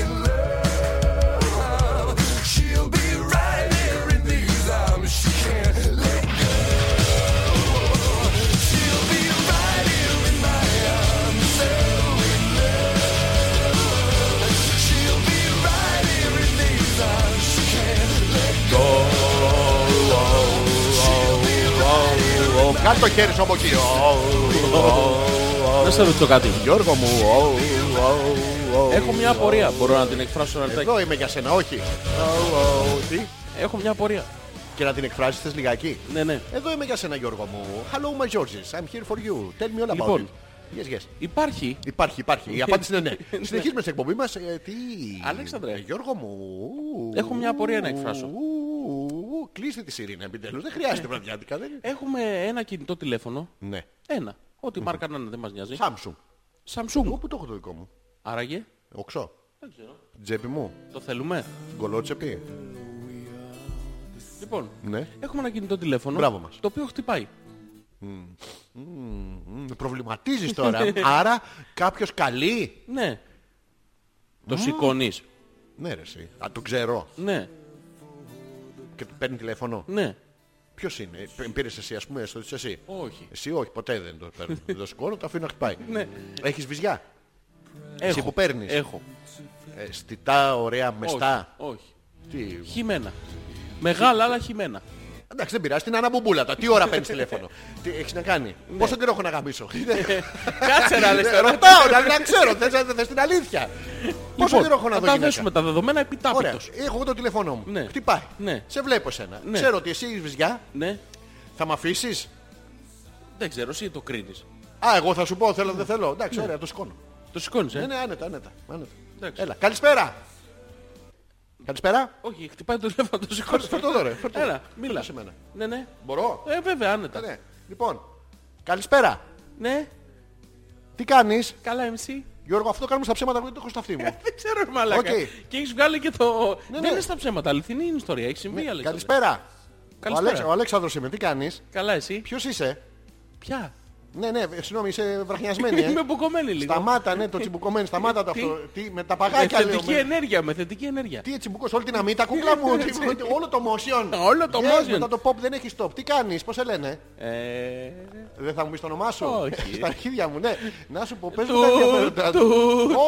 Speaker 5: in love. She'll be right here in these arms. She can't let go. She'll be right here in my arms, so in love. She'll be right here in these arms. She can't let go. She'll be right here.
Speaker 1: Ω, Κάτω το χέρι σου από εκεί. Ω,
Speaker 2: Να σε ρωτήσω κάτι.
Speaker 1: Γιώργο μου. Ω, ω, ω.
Speaker 2: Έχω μια απορία. Μπορώ να την εκφράσω ένα λεπτάκι.
Speaker 1: Εδώ είμαι για σένα, όχι. Ω, ω, Τι.
Speaker 2: Έχω μια απορία.
Speaker 1: Και να την εκφράσεις θες λιγάκι.
Speaker 2: Ναι, ναι.
Speaker 1: Εδώ είμαι για σένα Γιώργο μου. Hello my Georges, I'm here for you. Tell me all about
Speaker 2: Λοιπόν.
Speaker 1: it. Yes, yes.
Speaker 2: Υπάρχει.
Speaker 1: Υπάρχει, υπάρχει. Η απάντηση είναι ναι. Συνεχίζουμε στην εκπομπή μας. Ε, τι...
Speaker 2: Αλέξανδρε.
Speaker 1: Ε, Γιώργο μου.
Speaker 2: Έχω μια απορία να εκφράσω. Ε.
Speaker 1: Ου, Κλείστε τη σιρήνα επιτέλους. Δεν χρειάζεται βραδιάτικα. Δεν...
Speaker 2: Έχουμε ένα κινητό τηλέφωνο.
Speaker 1: Ναι.
Speaker 2: Ένα. Ό,τι μάρκα να είναι, δεν μας νοιάζει.
Speaker 1: Samsung.
Speaker 2: Samsung.
Speaker 1: Εγώ που το έχω το δικό μου.
Speaker 2: Άραγε.
Speaker 1: Οξό.
Speaker 2: Δεν ξέρω.
Speaker 1: Τσέπη μου.
Speaker 2: Το θέλουμε.
Speaker 1: Γκολότσεπη.
Speaker 2: Λοιπόν,
Speaker 1: Ναι.
Speaker 2: έχουμε ένα κινητό τηλέφωνο.
Speaker 1: Μπράβο μας.
Speaker 2: Το οποίο χτυπάει.
Speaker 1: Μ, Προβληματίζεις τώρα. Άρα κάποιος καλεί.
Speaker 2: Ναι. Το σηκώνεις.
Speaker 1: Ναι ρε εσύ. Α, το ξέρω.
Speaker 2: Ναι.
Speaker 1: Και του παίρνει τηλέφωνο.
Speaker 2: Ναι.
Speaker 1: Ποιος είναι. Ε, Πήρες εσύ ας πούμε. Στο εσύ.
Speaker 2: Όχι.
Speaker 1: Εσύ όχι, ποτέ δεν το παίρνω. δεν το σηκώνω, το αφήνω να χτυπάει.
Speaker 2: Ναι.
Speaker 1: Έχεις βυζιά.
Speaker 2: Έχω.
Speaker 1: που παίρνεις.
Speaker 2: Έχω.
Speaker 1: Ε, στιτά, ωραία, μεστά.
Speaker 2: Όχι. όχι.
Speaker 1: Τι...
Speaker 2: Χυμένα. Μεγάλα αλλά χυμένα.
Speaker 1: Εντάξει, δεν πειράζει, την αναμπομπούλα τα. Τι ώρα παίρνεις τηλέφωνο. Τι έχεις να κάνει.
Speaker 2: Ναι.
Speaker 1: Πόσο καιρό έχω να γαμίσω.
Speaker 2: Κάτσε να λες
Speaker 1: Ε,
Speaker 2: τώρα.
Speaker 1: Ρωτάω, να, να ξέρω, θες, να- θες την αλήθεια. Πόσο καιρό έχω
Speaker 2: Λοιπόν,
Speaker 1: να
Speaker 2: θα τα
Speaker 1: δω γυναίκα?
Speaker 2: δέσουμε τα δεδομένα
Speaker 1: Ωραία.
Speaker 2: επιτάπητος.
Speaker 1: Έχω εγώ το τηλεφώνο μου.
Speaker 2: Ναι.
Speaker 1: Χτυπάει.
Speaker 2: Ναι.
Speaker 1: Σε βλέπω σένα.
Speaker 2: Ναι.
Speaker 1: Ξέρω ότι εσύ βυζιά
Speaker 2: Ναι.
Speaker 1: θα με αφήσεις.
Speaker 2: Δεν ξέρω, εσύ το κρίνεις.
Speaker 1: Α, εγώ θα σου πω θέλω, δεν θέλω.
Speaker 2: Ναι.
Speaker 1: Εντάξει, ωραία, το σηκώνω.
Speaker 2: Το σηκώνεις, ε.
Speaker 1: Ναι, ναι, άνετα, άνετα. άνετα.
Speaker 2: Εντάξει.
Speaker 1: Έλα, καλησπέρα. Καλησπέρα.
Speaker 2: Όχι, χτυπάει το τηλέφωνο, το σηκώνεις.
Speaker 1: Φέρ' το εδώ, ρε, φέρ' το.
Speaker 2: Έλα,
Speaker 1: Φέρ' το
Speaker 2: μίλα.
Speaker 1: σε μένα.
Speaker 2: Ναι, ναι.
Speaker 1: Μπορώ.
Speaker 2: Ε, βέβαια, άνετα.
Speaker 1: Ναι. Λοιπόν, καλησπέρα.
Speaker 2: Ναι,
Speaker 1: Τι κάνεις,
Speaker 2: καλά MC.
Speaker 1: Γιώργο, αυτό κάνουμε στα ψέματα που το έχω στα αυτή μου.
Speaker 2: Δεν ξέρω, ρε μαλάκα.
Speaker 1: Οκ.
Speaker 2: Και έχεις βγάλει και το...
Speaker 1: Ναι, ναι.
Speaker 2: Δεν είναι στα ψέματα, αληθινή είναι η ιστορία. Έχει συμβεί, Αλέξανδρε.
Speaker 1: Καλησπέρα. Ο,
Speaker 2: Καλησπέρα.
Speaker 1: Αλέξ- ο Αλέξανδρος είμαι, τι κάνεις,
Speaker 2: Καλά, εσύ.
Speaker 1: ποιος είσαι.
Speaker 2: Ποια.
Speaker 1: Ναι, ναι, ε, συγγνώμη, είσαι βραχνιασμένη. Ε.
Speaker 2: Είμαι μπουκωμένη λίγο.
Speaker 1: σταμάτα, ναι, το τσιμπουκωμένο, σταμάτα το
Speaker 2: Τι?
Speaker 1: αυτό. Τι, με τα
Speaker 2: Με
Speaker 1: παγάκια λέω.
Speaker 2: θετική
Speaker 1: με-
Speaker 2: ενέργεια, με θετική ενέργεια.
Speaker 1: Τι έτσι μπουκώ, όλη την αμύτα, κούκλα μου. τι- όλο το motion.
Speaker 2: Όλο το
Speaker 1: Βγες
Speaker 2: motion.
Speaker 1: Μετά το pop δεν έχεις stop. Τι κάνεις, πώς σε λένε.
Speaker 2: Ε,
Speaker 1: Δεν θα μου πεις το όνομά σου.
Speaker 2: Όχι.
Speaker 1: Στα αρχίδια μου, ναι. Να σου πω, πες
Speaker 2: Του,
Speaker 1: μου τα διαφορετικά.
Speaker 2: του,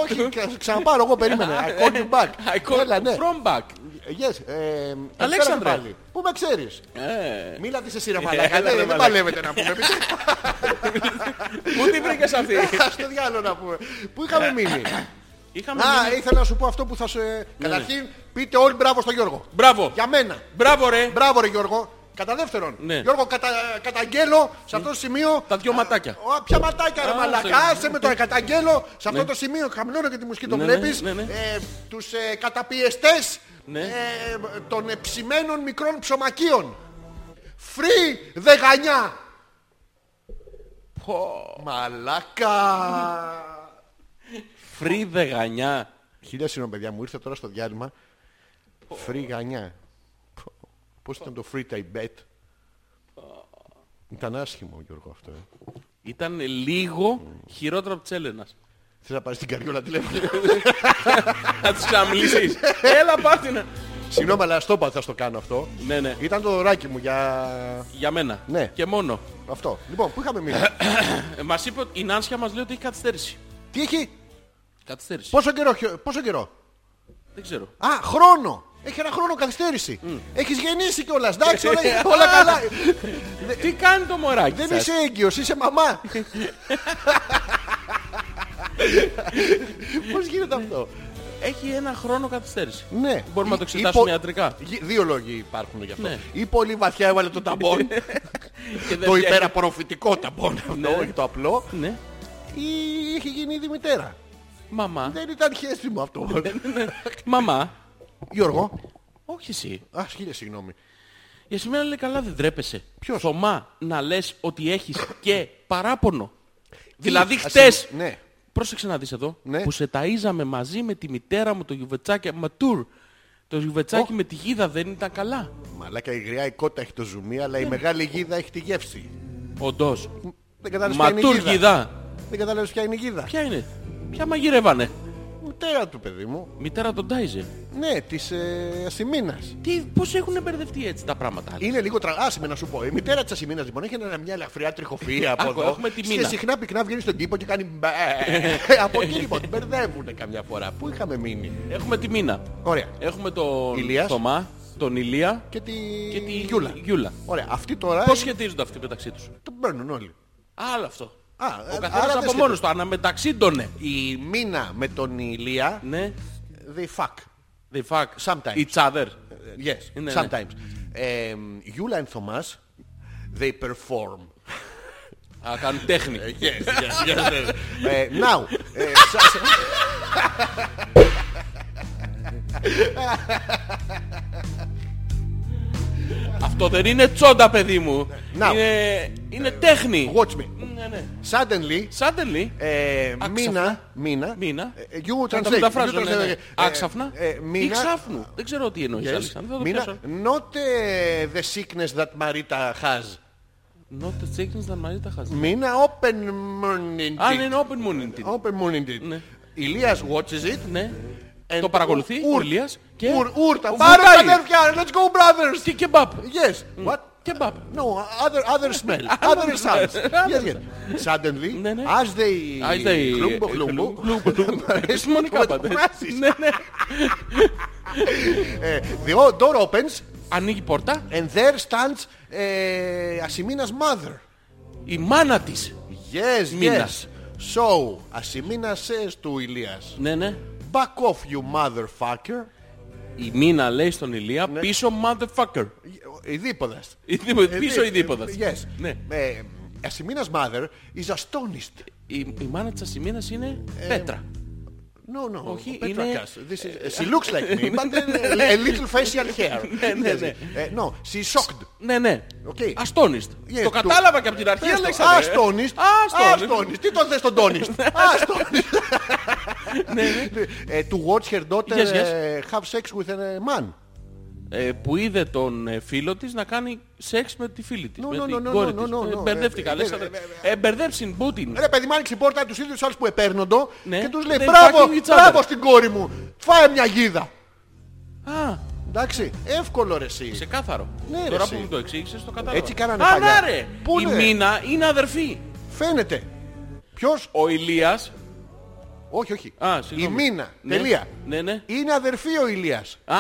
Speaker 1: Όχι, κα- ξαναπάρω, εγώ
Speaker 2: Ε.
Speaker 1: περίμενα. I call you back.
Speaker 2: I call
Speaker 1: Έλα, ναι.
Speaker 2: from back.
Speaker 1: Yes, ε,
Speaker 2: Αλέξανδρε.
Speaker 1: πάλι. Πού με ξέρεις.
Speaker 2: Ε,
Speaker 1: Μίλα της εσύ ρε
Speaker 2: Έλα,
Speaker 1: μαλάκα.
Speaker 2: ρε,
Speaker 1: Δεν δεν
Speaker 2: μαλάκα.
Speaker 1: παλεύετε να πούμε.
Speaker 2: Πού τη βρήκες αυτή.
Speaker 1: Στο διάλογο να πούμε. Πού είχαμε μείνει.
Speaker 2: Ε. Είχαμε
Speaker 1: Α, ε,
Speaker 2: μείνει- Ναι.
Speaker 1: ήθελα να σου πω αυτό που θα σε... Καταρχήν, πείτε όλοι μπράβο στον Γιώργο.
Speaker 2: Μπράβο.
Speaker 1: Για μένα.
Speaker 2: Μπράβο ρε.
Speaker 1: Μπράβο ρε Γιώργο. Κατά δεύτερον,
Speaker 2: Ναι.
Speaker 1: Γιώργο, κατα, καταγγέλλω σε αυτό το σημείο.
Speaker 2: Τα δυο ματάκια.
Speaker 1: Α, α, ποια ματάκια, ρε
Speaker 2: Α,
Speaker 1: μαλακά.
Speaker 2: σε-
Speaker 1: Άσε με το καταγγέλλω σε αυτό το σημείο. Χαμηλώνω και τη μουσική, το
Speaker 2: Ναι, ναι,
Speaker 1: βλέπεις.
Speaker 2: ναι, ναι.
Speaker 1: Ε, τους ε, καταπιεστές
Speaker 2: Ναι.
Speaker 1: ε, των ε, ψημένων μικρών ψωμακίων. Free δεγανιά. Μαλάκα.
Speaker 2: Free δεγανιά.
Speaker 1: Χίλια συγγνώμη, παιδιά μου, ήρθε τώρα στο διάλειμμα. Free γανιά. Πώς ήταν το free type bet. Ήταν άσχημο, Γιώργο, αυτό. ε.
Speaker 2: Ήταν λίγο χειρότερο από της Έλενας.
Speaker 1: Θες να πάρεις την καριόλα τηλέφωνο.
Speaker 2: Θα της ξαναμιλήσεις. Έλα πάτη να...
Speaker 1: Συγγνώμη, αλλά στο είπα, θα στο κάνω αυτό.
Speaker 2: Ναι, ναι.
Speaker 1: Ήταν το δωράκι μου για
Speaker 2: Για μένα.
Speaker 1: Ναι.
Speaker 2: Και μόνο.
Speaker 1: αυτό. Λοιπόν, πού είχαμε μείνει.
Speaker 2: Ε, Μας είπε ότι η Νάνσια μας λέει ότι έχει καθυστέρηση.
Speaker 1: Τι έχει,
Speaker 2: Καθυστέρηση.
Speaker 1: πόσο καιρό, χιο- πόσο καιρό.
Speaker 2: Δεν ξέρω.
Speaker 1: Α, χρόνο. Έχει ένα χρόνο καθυστέρηση. Έχεις γεννήσει κιόλας, εντάξει, όλα, όλα καλά.
Speaker 2: Τι κάνει το μωράκι
Speaker 1: Ναι. Δεν
Speaker 2: σας.
Speaker 1: είσαι έγκυος, είσαι μαμά. Πώς γίνεται αυτό.
Speaker 2: Έχει ένα χρόνο καθυστέρηση.
Speaker 1: Ναι.
Speaker 2: Μπορούμε να το
Speaker 1: Ή-
Speaker 2: εξετάσουμε
Speaker 1: υπο-
Speaker 2: ιατρικά.
Speaker 1: Γι- Δύο λόγοι υπάρχουν γι' αυτό.
Speaker 2: Ναι.
Speaker 1: Ή πολύ βαθιά έβαλε το ταμπόν.
Speaker 2: Και δεν
Speaker 1: το
Speaker 2: φτιάχνει-
Speaker 1: υπεραπορροφητικό ταμπόν
Speaker 2: Ναι.
Speaker 1: αυτό, όχι το απλό.
Speaker 2: Ναι.
Speaker 1: Ή είχε γίνει ήδη μητέρα.
Speaker 2: Μαμά.
Speaker 1: Δεν ήταν χέστημο αυτό.
Speaker 2: Ναι, Μαμά.
Speaker 1: Γιώργο.
Speaker 2: Όχι εσύ.
Speaker 1: Α, χίλια συγγνώμη.
Speaker 2: Για σήμερα λέει καλά δεν τρέπεσαι.
Speaker 1: Ποιος?
Speaker 2: Θωμά να λες ότι έχεις και παράπονο. δηλαδή
Speaker 1: Ας-
Speaker 2: χτες.
Speaker 1: Ναι.
Speaker 2: Πρόσεξε να δεις εδώ.
Speaker 1: Ναι.
Speaker 2: Που σε ταΐζαμε μαζί με τη μητέρα μου το γιουβετσάκι ματούρ. Το γιουβετσάκι με τη γίδα δεν ήταν καλά.
Speaker 1: Μαλάκα η γριά η κότα έχει το ζουμί, αλλά η
Speaker 2: Ναι.
Speaker 1: μεγάλη γίδα έχει τη γεύση.
Speaker 2: Όντως.
Speaker 1: Δεν κατάλαβες ποια είναι η
Speaker 2: Ματούρ
Speaker 1: γίδα.
Speaker 2: γίδα.
Speaker 1: Δεν κατάλαβες ποια είναι η γίδα.
Speaker 2: Ποια είναι. Ποια μαγειρεύανε.
Speaker 1: Μητέρα του παιδί μου.
Speaker 2: Μητέρα τον τάιζε.
Speaker 1: Ναι, της ε, Ασημίνας.
Speaker 2: Τι, πώς έχουν μπερδευτεί έτσι τα πράγματα.
Speaker 1: Είναι λίγο τραγάσιμη να σου πω. Η μητέρα της Ασημίνας λοιπόν έχει ένα, μια ελαφριά τριχοφία από
Speaker 2: Άκου,
Speaker 1: εδώ.
Speaker 2: έχουμε τη
Speaker 1: Και
Speaker 2: Μίνα.
Speaker 1: συχνά πυκνά βγαίνει στον τύπο και κάνει μπε. από εκεί λοιπόν την μπερδεύουν καμιά φορά. Πού είχαμε μείνει.
Speaker 2: Έχουμε τη Μίνα.
Speaker 1: Ωραία.
Speaker 2: Έχουμε τον
Speaker 1: Ηλίας.
Speaker 2: Θωμά, τον Ηλία
Speaker 1: Και τη,
Speaker 2: και τη
Speaker 1: Γιούλα.
Speaker 2: Γιούλα.
Speaker 1: Ωραία. Αυτή τώρα
Speaker 2: Πώς σχετίζονται αυτοί μεταξύ τους.
Speaker 1: το παίρνουν όλοι.
Speaker 2: Άλλο αυτό.
Speaker 1: Α, ε,
Speaker 2: ο
Speaker 1: άρα
Speaker 2: καθένας
Speaker 1: δεν
Speaker 2: από μόνος του, αναμεταξύ τον ναι.
Speaker 1: Η Μίνα με τον Ηλία
Speaker 2: Ναι,
Speaker 1: they fuck.
Speaker 2: they fuck
Speaker 1: Sometimes.
Speaker 2: each other.
Speaker 1: Yes,
Speaker 2: Ναι,
Speaker 1: sometimes. Ε, Γιούλα and Θωμάς they perform.
Speaker 2: Α, κάνουν τέχνη.
Speaker 1: Ε, Yes, yes, yes. yes. Ε, now, ε, σας-
Speaker 2: Αυτό δεν είναι τσόντα, παιδί μου.
Speaker 1: Now.
Speaker 2: Είναι, είναι τέχνη.
Speaker 1: watch me.
Speaker 2: Ναι, ναι.
Speaker 1: Suddenly,
Speaker 2: Suddenly,
Speaker 1: ε, μήνα, μήνα,
Speaker 2: Μίνα.
Speaker 1: ε, you
Speaker 2: Θα τα
Speaker 1: translate,
Speaker 2: μεταφράζω,
Speaker 1: you
Speaker 2: ναι, ναι.
Speaker 1: translate, ε,
Speaker 2: Άξαφνα
Speaker 1: ε,
Speaker 2: ή
Speaker 1: μήνα,
Speaker 2: ξάφνου. Δεν ξέρω τι εννοείς,
Speaker 1: yes,
Speaker 2: Αλέξανδρε. Θα το
Speaker 1: μήνα,
Speaker 2: πιάσω.
Speaker 1: not ε, the sickness that Marita has.
Speaker 2: Not the chickens that Marita has.
Speaker 1: Μήνα, open morning.
Speaker 2: Αν είναι open moon indeed.
Speaker 1: Open morning.
Speaker 2: Ναι.
Speaker 1: Ηλίας watches it.
Speaker 2: Ναι.
Speaker 1: And
Speaker 2: Το παρακολουθεί
Speaker 1: Ουρ.
Speaker 2: ο Ηλίας και...
Speaker 1: Ουρ, ουρ, τα
Speaker 2: Ο
Speaker 1: πάρε τα
Speaker 2: βουτάει. Mm.
Speaker 1: αδέρφια, let's go brothers.
Speaker 2: Και κεμπάπ.
Speaker 1: Yes, what?
Speaker 2: Κεμπάπ.
Speaker 1: No, other, other smell, other sounds. yes, yes. Suddenly,
Speaker 2: Ναι, ναι.
Speaker 1: as they...
Speaker 2: Α, είστε οι-
Speaker 1: Χλούμπο, χλούμπο.
Speaker 2: Χλούμπο, χλούμπο. Επιστημονικά πάντα.
Speaker 1: Μεταφράσεις.
Speaker 2: Ναι, ναι.
Speaker 1: Ε, The door opens
Speaker 2: Ανοίγει η πόρτα.
Speaker 1: and there stands ε, Ασημίνας mother.
Speaker 2: Η μάνα της.
Speaker 1: Yes, yes.
Speaker 2: Μήνας.
Speaker 1: So, Ασημίνα says to Ηλίας,
Speaker 2: Ναι, ναι.
Speaker 1: Back off you motherfucker.
Speaker 2: Η Μίνα λέει στον Ηλία
Speaker 1: Ναι.
Speaker 2: πίσω motherfucker.
Speaker 1: Ε, Ειδήποδας.
Speaker 2: Ειδήποτε- Πίσω ειδήποδας.
Speaker 1: Yes.
Speaker 2: Ναι.
Speaker 1: Ε, Ασημίνας mother is astonished.
Speaker 2: Η, η μάνα της Ασημίνας είναι
Speaker 1: Ε,
Speaker 2: Πέτρα.
Speaker 1: No, no.
Speaker 2: Όχι,
Speaker 1: Petra
Speaker 2: είναι-
Speaker 1: Cass. This is, she looks like me, but ε, a little facial hair.
Speaker 2: Ναι, ναι, ναι.
Speaker 1: Ε, no, she's shocked.
Speaker 2: Ναι, ναι.
Speaker 1: Okay.
Speaker 2: Αστόνιστ.
Speaker 1: Yes,
Speaker 2: το
Speaker 1: του-
Speaker 2: κατάλαβα και από την αρχή,
Speaker 1: Πες το,
Speaker 2: Αλέξανδρε.
Speaker 1: Astonished.
Speaker 2: Astonished.
Speaker 1: Astonished. Τι τον θες τον Τόνιστ.
Speaker 2: Ναι.
Speaker 1: Astonished. Ε, To watch her daughter
Speaker 2: Yes, yes.
Speaker 1: ε, have sex with a man.
Speaker 2: Ε, που είδε τον ε, φίλο της να κάνει σεξ με τη φίλη της.
Speaker 1: No,
Speaker 2: με
Speaker 1: no,
Speaker 2: την
Speaker 1: no, no,
Speaker 2: κόρη
Speaker 1: no,
Speaker 2: της.
Speaker 1: no,
Speaker 2: Ε,
Speaker 1: no.
Speaker 2: Μπερδεύτηκα,
Speaker 1: Ε,
Speaker 2: Αλέξανδρε.
Speaker 1: ε, ε,
Speaker 2: Ε, μπερδέψιν Πούτιν.
Speaker 1: Ρε παιδί μου άνοιξε η πόρτα τους ίδιους άλλους που επέρνοντο
Speaker 2: Ναι.
Speaker 1: και τους λέει
Speaker 2: They
Speaker 1: μπράβο,
Speaker 2: fucking each other.
Speaker 1: μπράβο στην κόρη μου. Φάε μια γίδα.
Speaker 2: Α,
Speaker 1: Εντάξει, εύκολο ρε εσύ.
Speaker 2: ξεκάθαρο.
Speaker 1: Ναι, ρε,
Speaker 2: Τώρα
Speaker 1: εσύ.
Speaker 2: που μου το εξήγησες το κατάλαβα.
Speaker 1: Έτσι κάνανε
Speaker 2: Α,
Speaker 1: παλιά.
Speaker 2: να ρε.
Speaker 1: Πού
Speaker 2: Η
Speaker 1: είναι?
Speaker 2: Μίνα είναι αδερφή.
Speaker 1: Φαίνεται. Ποιος,
Speaker 2: Ο Ηλίας.
Speaker 1: όχι, όχι.
Speaker 2: Α,
Speaker 1: Η
Speaker 2: συγγνώμη.
Speaker 1: Μίνα.
Speaker 2: Ναι.
Speaker 1: Τελεία.
Speaker 2: Ναι, ναι.
Speaker 1: Είναι αδερφή ο Ηλίας.
Speaker 2: Α,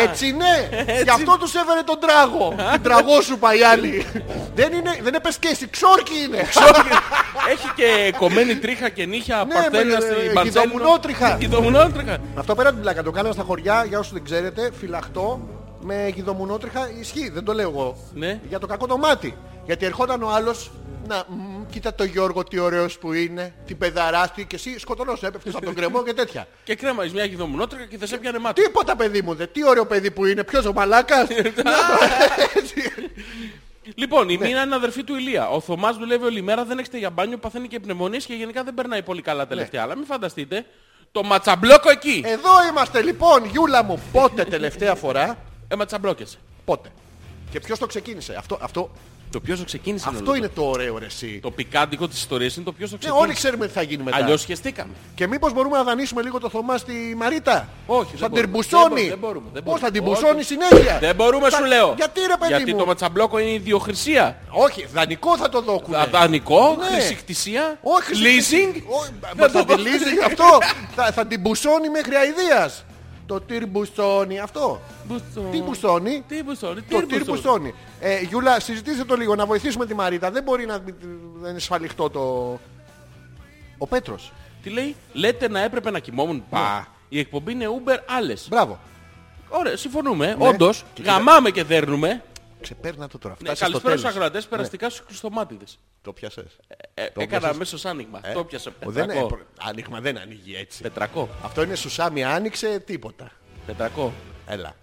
Speaker 1: Έτσι ναι! Γι' αυτό τους έφερε τον τράγο! Την τραγόσουπα οι άλλοι! δεν είναι, δεν επεσκέσει, ξόρκι είναι!
Speaker 2: Έχει και κομμένη τρίχα και νύχια
Speaker 1: Ναι,
Speaker 2: παρτέλα
Speaker 1: μωρέ,
Speaker 2: στην
Speaker 1: ε,
Speaker 2: Μπαρτσέλα.
Speaker 1: γιδομουνότριχα.
Speaker 2: Γιδομουνότριχα.
Speaker 1: Αυτό πέρα από την πλάκα το κάναμε στα χωριά, για όσους δεν ξέρετε, φυλαχτό με γιδομουνότριχα ισχύει, δεν το λέω εγώ.
Speaker 2: Ναι.
Speaker 1: Για το κακό το μάτι. Γιατί ερχόταν ο άλλος να «Μμμ, κοίτα το Γιώργο τι ωραίος που είναι, τι παιδαράστη και εσύ σκοτωνός έπεφτες από τον κρεμό και τέτοια.
Speaker 2: Και κρέμα, μια γιδομουνότριχα και θα σε πιάνε μάτι.
Speaker 1: Τίποτα παιδί μου, δε, τι ωραίο παιδί που είναι, ποιος ο μαλάκας. Έτσι.
Speaker 2: Λοιπόν, η
Speaker 1: Ναι.
Speaker 2: Μίνα είναι αδερφή του Ηλία. Ο Θωμάς δουλεύει όλη μέρα, δεν έχετε για μπάνιο, παθαίνει και πνευμονίες και γενικά δεν περνάει πολύ καλά
Speaker 1: Ναι.
Speaker 2: τελευταία. Αλλά μην φανταστείτε, το ματσαμπλόκο εκεί. Ε,
Speaker 1: Εδώ είμαστε λοιπόν, Γιούλα μου, πότε τελευταία φορά
Speaker 2: Ε, ματσαμπλόκεσαι.
Speaker 1: Πότε. Και ποιος το ξεκίνησε. Αυτό, αυτό,
Speaker 2: Το ποιος το ξεκίνησε.
Speaker 1: αυτό
Speaker 2: Λόλο.
Speaker 1: είναι το ωραίο ρε εσύ.
Speaker 2: Το πικάντικο της ιστορίας είναι το ποιος το
Speaker 1: Ναι,
Speaker 2: ξεκίνησε.
Speaker 1: όλοι ξέρουμε τι θα γίνει μετά.
Speaker 2: Αλλιώς χεστήκαμε.
Speaker 1: Και μήπως μπορούμε να δανείσουμε λίγο το Θωμά στη Μαρίτα.
Speaker 2: Όχι, δεν
Speaker 1: Θα
Speaker 2: μπορούμε.
Speaker 1: την μπουσώνει.
Speaker 2: Δεν μπορούμε, δεν μπορούμε.
Speaker 1: Πώς θα την
Speaker 2: Όχι.
Speaker 1: μπουσώνει συνέχεια.
Speaker 2: Δεν μπορούμε,
Speaker 1: Θα-
Speaker 2: σου λέω.
Speaker 1: Γιατί ρε παιδί
Speaker 2: Γιατί
Speaker 1: μου.
Speaker 2: το ματσαμπλόκο είναι ιδιοχρησία.
Speaker 1: Όχι, δανεικό θα το δόκουν.
Speaker 2: Δανεικό,
Speaker 1: Ναι.
Speaker 2: χρησικτησία,
Speaker 1: Όχι,
Speaker 2: leasing.
Speaker 1: Όχι,
Speaker 2: Δεν
Speaker 1: Μα
Speaker 2: το
Speaker 1: θα τη
Speaker 2: πω.
Speaker 1: leasing αυτό. θα, θα την μπουσώνει μέχρι αηδίας. Το τυρμπουσώνει αυτό.
Speaker 2: Μπουστο-
Speaker 1: Τι μπουσώνει.
Speaker 2: Τι μπουστόνι, τι
Speaker 1: Το τύρ
Speaker 2: μπουστόνι.
Speaker 1: μπουστώνει. Ε, Γιούλα, συζητήστε το λίγο, να βοηθήσουμε τη Μαρίτα. Δεν μπορεί να δεν είναι σφαλιχτό το... Ο Πέτρος.
Speaker 2: Τι λέει, λέτε να έπρεπε να
Speaker 1: Ναι.
Speaker 2: κοιμόμουν. Πα. Η εκπομπή είναι Uber άλλες.
Speaker 1: Μπράβο.
Speaker 2: Ωραία, συμφωνούμε.
Speaker 1: Ναι.
Speaker 2: Όντως,
Speaker 1: Και κοίτα-
Speaker 2: γαμάμε και δέρνουμε.
Speaker 1: Ξεπέρνα το τώρα.
Speaker 2: Ναι,
Speaker 1: Φτάσε στο
Speaker 2: καλησπέρα
Speaker 1: τέλος.
Speaker 2: στους ακροατές, περαστικά στους κρυστομάτιδες.
Speaker 1: Το πιάσες.
Speaker 2: Ε,
Speaker 1: Το
Speaker 2: έκανα
Speaker 1: πιάσες.
Speaker 2: αμέσως άνοιγμα.
Speaker 1: Ε,
Speaker 2: Το πιάσα
Speaker 1: ο, δεν, ε,
Speaker 2: 500.
Speaker 1: προ- άνοιγμα δεν ανοίγει έτσι.
Speaker 2: 500.
Speaker 1: Αυτό είναι σουσάμι, άνοιξε τίποτα.
Speaker 2: 500.
Speaker 1: Έλα.